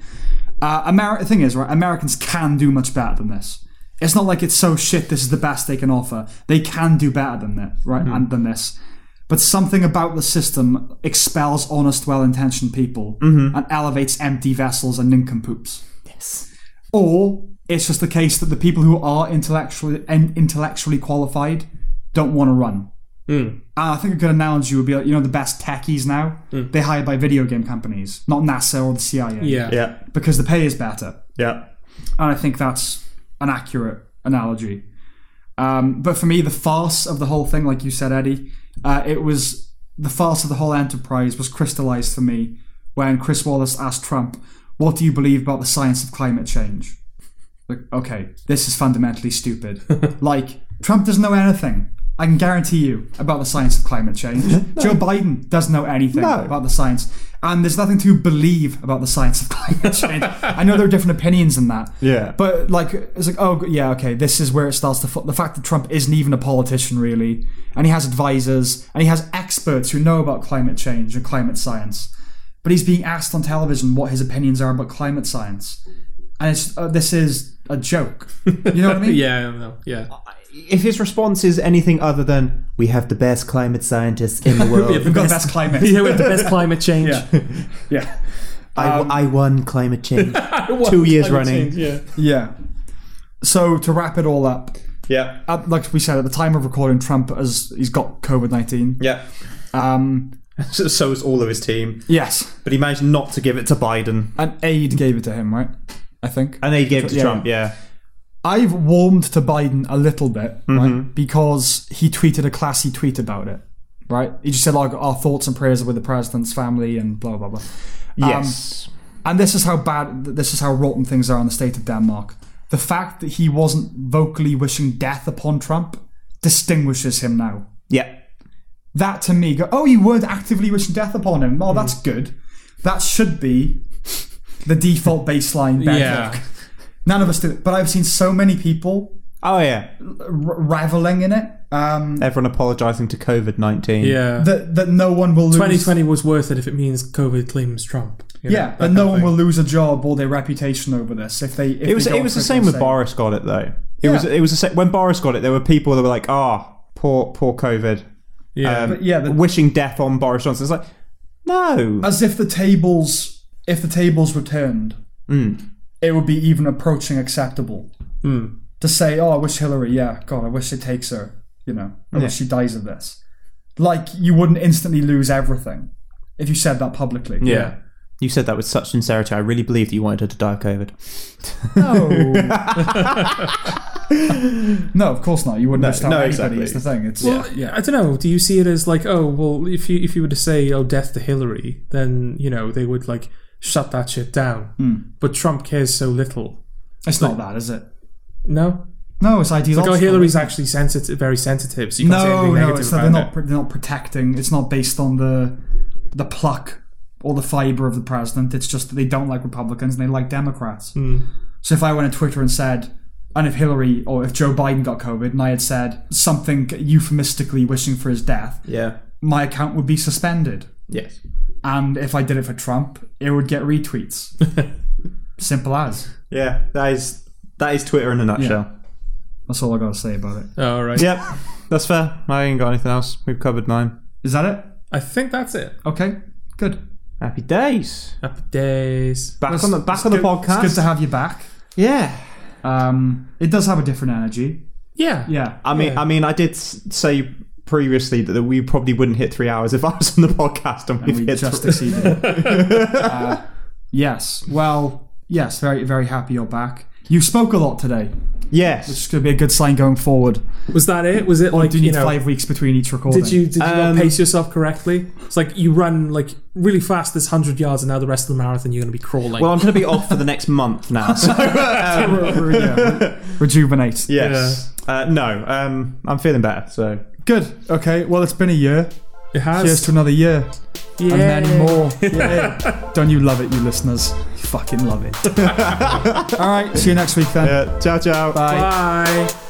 Speaker 2: Uh, Ameri- the thing is, right, Americans can do much better than this. It's not like it's so shit, this is the best they can offer. They can do better than that, right,
Speaker 1: Hmm.
Speaker 2: and than this. But something about the system expels honest, well-intentioned people and elevates empty vessels and nincompoops. Yes. Or it's just the case that the people who are intellectually and intellectually qualified don't want to run. And I think a good analogy would be, like, you know, the best techies now they hire by video game companies, not NASA or the CIA.
Speaker 1: Yeah.
Speaker 3: Yeah.
Speaker 2: because the pay is better,
Speaker 3: Yeah.
Speaker 2: and I think that's an accurate analogy. Um, but for me, the farce of the whole thing, like you said, Eddie, uh, it was the farce of the whole enterprise was crystallized for me when Chris Wallace asked Trump, "What do you believe about the science of climate change?" Like, okay, this is fundamentally stupid. like, Trump doesn't know anything. I can guarantee you about the science of climate change. Joe Biden doesn't know anything
Speaker 3: No.
Speaker 2: about the science. And there's nothing to believe about the science of climate change. I know there are different opinions in that.
Speaker 3: Yeah.
Speaker 2: But, like, it's like, oh, yeah, okay, this is where it starts to. Fo- the fact that Trump isn't even a politician, really, and he has advisors, and he has experts who know about climate change and climate science. But he's being asked on television what his opinions are about climate science. And it's, uh, this is a joke. You know what I mean?
Speaker 1: Yeah, no, yeah.
Speaker 3: If his response is anything other than "We have the best climate scientists in the world,"
Speaker 2: We've got the best climate.
Speaker 1: Yeah, we have the best climate change.
Speaker 2: Yeah. yeah.
Speaker 3: I, I won climate change.
Speaker 1: What?
Speaker 3: Two years
Speaker 1: Climate
Speaker 3: running.
Speaker 1: change, yeah.
Speaker 2: Yeah. So to wrap it all up,
Speaker 3: yeah,
Speaker 2: at, like we said at the time of recording, Trump has he's got COVID nineteen.
Speaker 3: yeah.
Speaker 2: Um,
Speaker 3: So, so is all of his team,
Speaker 2: yes,
Speaker 3: but he managed not to give it to Biden,
Speaker 2: an aide gave it to him, right? I think
Speaker 3: and they gave it to
Speaker 2: Yeah.
Speaker 3: Trump. Yeah,
Speaker 2: I've warmed to Biden a little bit,
Speaker 1: Mm-hmm.
Speaker 2: right? Because he tweeted a classy tweet about it, right? He just said like our thoughts and prayers are with the president's family and blah blah blah. Um,
Speaker 3: yes.
Speaker 2: And this is how bad, this is how rotten things are in the state of Denmark. The fact that he wasn't vocally wishing death upon Trump distinguishes him now.
Speaker 3: yeah,
Speaker 2: That to me, go, oh, you weren't actively wishing death upon him. Oh, that's
Speaker 3: Hmm.
Speaker 2: good. That should be the default baseline.
Speaker 1: Yeah.
Speaker 2: Yeah. None of us do it, but I've seen so many people
Speaker 3: oh yeah.
Speaker 2: r- raveling in it um,
Speaker 3: Everyone apologising to COVID nineteen.
Speaker 1: Yeah.
Speaker 2: that that no one will lose.
Speaker 1: 2020 was worth it if it means COVID claims Trump. you know,
Speaker 2: Yeah,
Speaker 1: that
Speaker 2: that
Speaker 1: kind
Speaker 2: no
Speaker 1: of
Speaker 2: one
Speaker 1: thing.
Speaker 2: will lose a job or their reputation over this if they. If
Speaker 3: It was it was the same with Boris got it though. It was
Speaker 2: Yeah.
Speaker 3: it was the same, when Boris got it. There were people that were like, "Ah, poor poor COVID."
Speaker 1: Yeah.
Speaker 3: Um,
Speaker 2: But yeah, Uh, the-
Speaker 3: wishing death on Boris Johnson. It's like, no,
Speaker 2: as if the tables if the tables returned it would be even approaching acceptable to say oh i wish hillary yeah god i wish it takes her you know i wish she dies of this like you wouldn't instantly lose everything if you said that publicly
Speaker 3: Yeah. You said that with such sincerity. I really believed that you wanted her to die of COVID.
Speaker 2: no no of course not you wouldn't wish that
Speaker 3: no,
Speaker 2: on anybody
Speaker 3: exactly.
Speaker 2: is the thing it's
Speaker 1: Well,
Speaker 2: yeah
Speaker 1: I don't know. Do you see it as like, oh, well, if you if you were to say, oh, death to Hillary, then you know they would like shut that shit down. But Trump cares so little.
Speaker 2: it's not that is it
Speaker 1: No,
Speaker 2: no it's
Speaker 1: like,
Speaker 2: ideological
Speaker 1: oh, Hillary's actually sensitive, very sensitive. So you can't say
Speaker 2: no,
Speaker 1: anything
Speaker 2: no,
Speaker 1: negative
Speaker 2: it's that
Speaker 1: about
Speaker 2: they're not
Speaker 1: it.
Speaker 2: pr- they're not protecting. It's not based on the the pluck or the fiber of the president. It's just that they don't like Republicans and they like Democrats.
Speaker 3: Hmm.
Speaker 2: So if I went on Twitter and said, and if Hillary or if Joe Biden got COVID, and I had said something euphemistically wishing for his death,
Speaker 3: Yeah.
Speaker 2: my account would be suspended.
Speaker 3: Yes.
Speaker 2: And if I did it for Trump, it would get retweets. Simple as.
Speaker 3: Yeah. That is that is Twitter in a nutshell.
Speaker 2: That's all I gotta say about it.
Speaker 1: Oh, all right.
Speaker 3: Yep. That's fair. I ain't got anything else. We've covered nine.
Speaker 2: Is that it?
Speaker 1: I think that's it.
Speaker 2: Okay, good.
Speaker 3: Happy days.
Speaker 1: Happy days.
Speaker 3: Back on the back on the
Speaker 2: Good-
Speaker 3: podcast.
Speaker 2: It's good to have you back.
Speaker 3: yeah.
Speaker 2: Um, it does have a different energy.
Speaker 1: Yeah.
Speaker 2: Yeah.
Speaker 3: I mean, I mean, I did s- say previously that we probably wouldn't hit three hours if I was on the podcast, and we've
Speaker 2: we
Speaker 3: hit
Speaker 2: just
Speaker 3: three.
Speaker 2: exceeded it. Uh, yes. Well, yes, very, very happy you're back. You spoke a lot today. It's
Speaker 3: Yes.
Speaker 2: going to be a good sign going forward.
Speaker 1: Was that it? Was it like
Speaker 2: Do you
Speaker 1: you
Speaker 2: need
Speaker 1: know?
Speaker 2: five weeks between each recording?
Speaker 1: Did you did you
Speaker 3: Um,
Speaker 1: not pace yourself correctly? It's like you run like really fast this hundred yards, and now the rest of the marathon you're going to be crawling.
Speaker 3: Well, I'm going to be off for the next month now. So um,
Speaker 2: Uh, Re- re- yeah, re- rejuvenate?
Speaker 3: yes. Uh, no. Um, I'm feeling better. So
Speaker 2: Good. Okay. Well, it's been a year.
Speaker 1: it has.
Speaker 2: Cheers to another year
Speaker 1: yeah.
Speaker 2: and then more. Yeah. Don't you love it, you listeners? You fucking love it. All right. See you next week then.
Speaker 3: uh, ciao, ciao.
Speaker 2: Bye.
Speaker 1: Bye.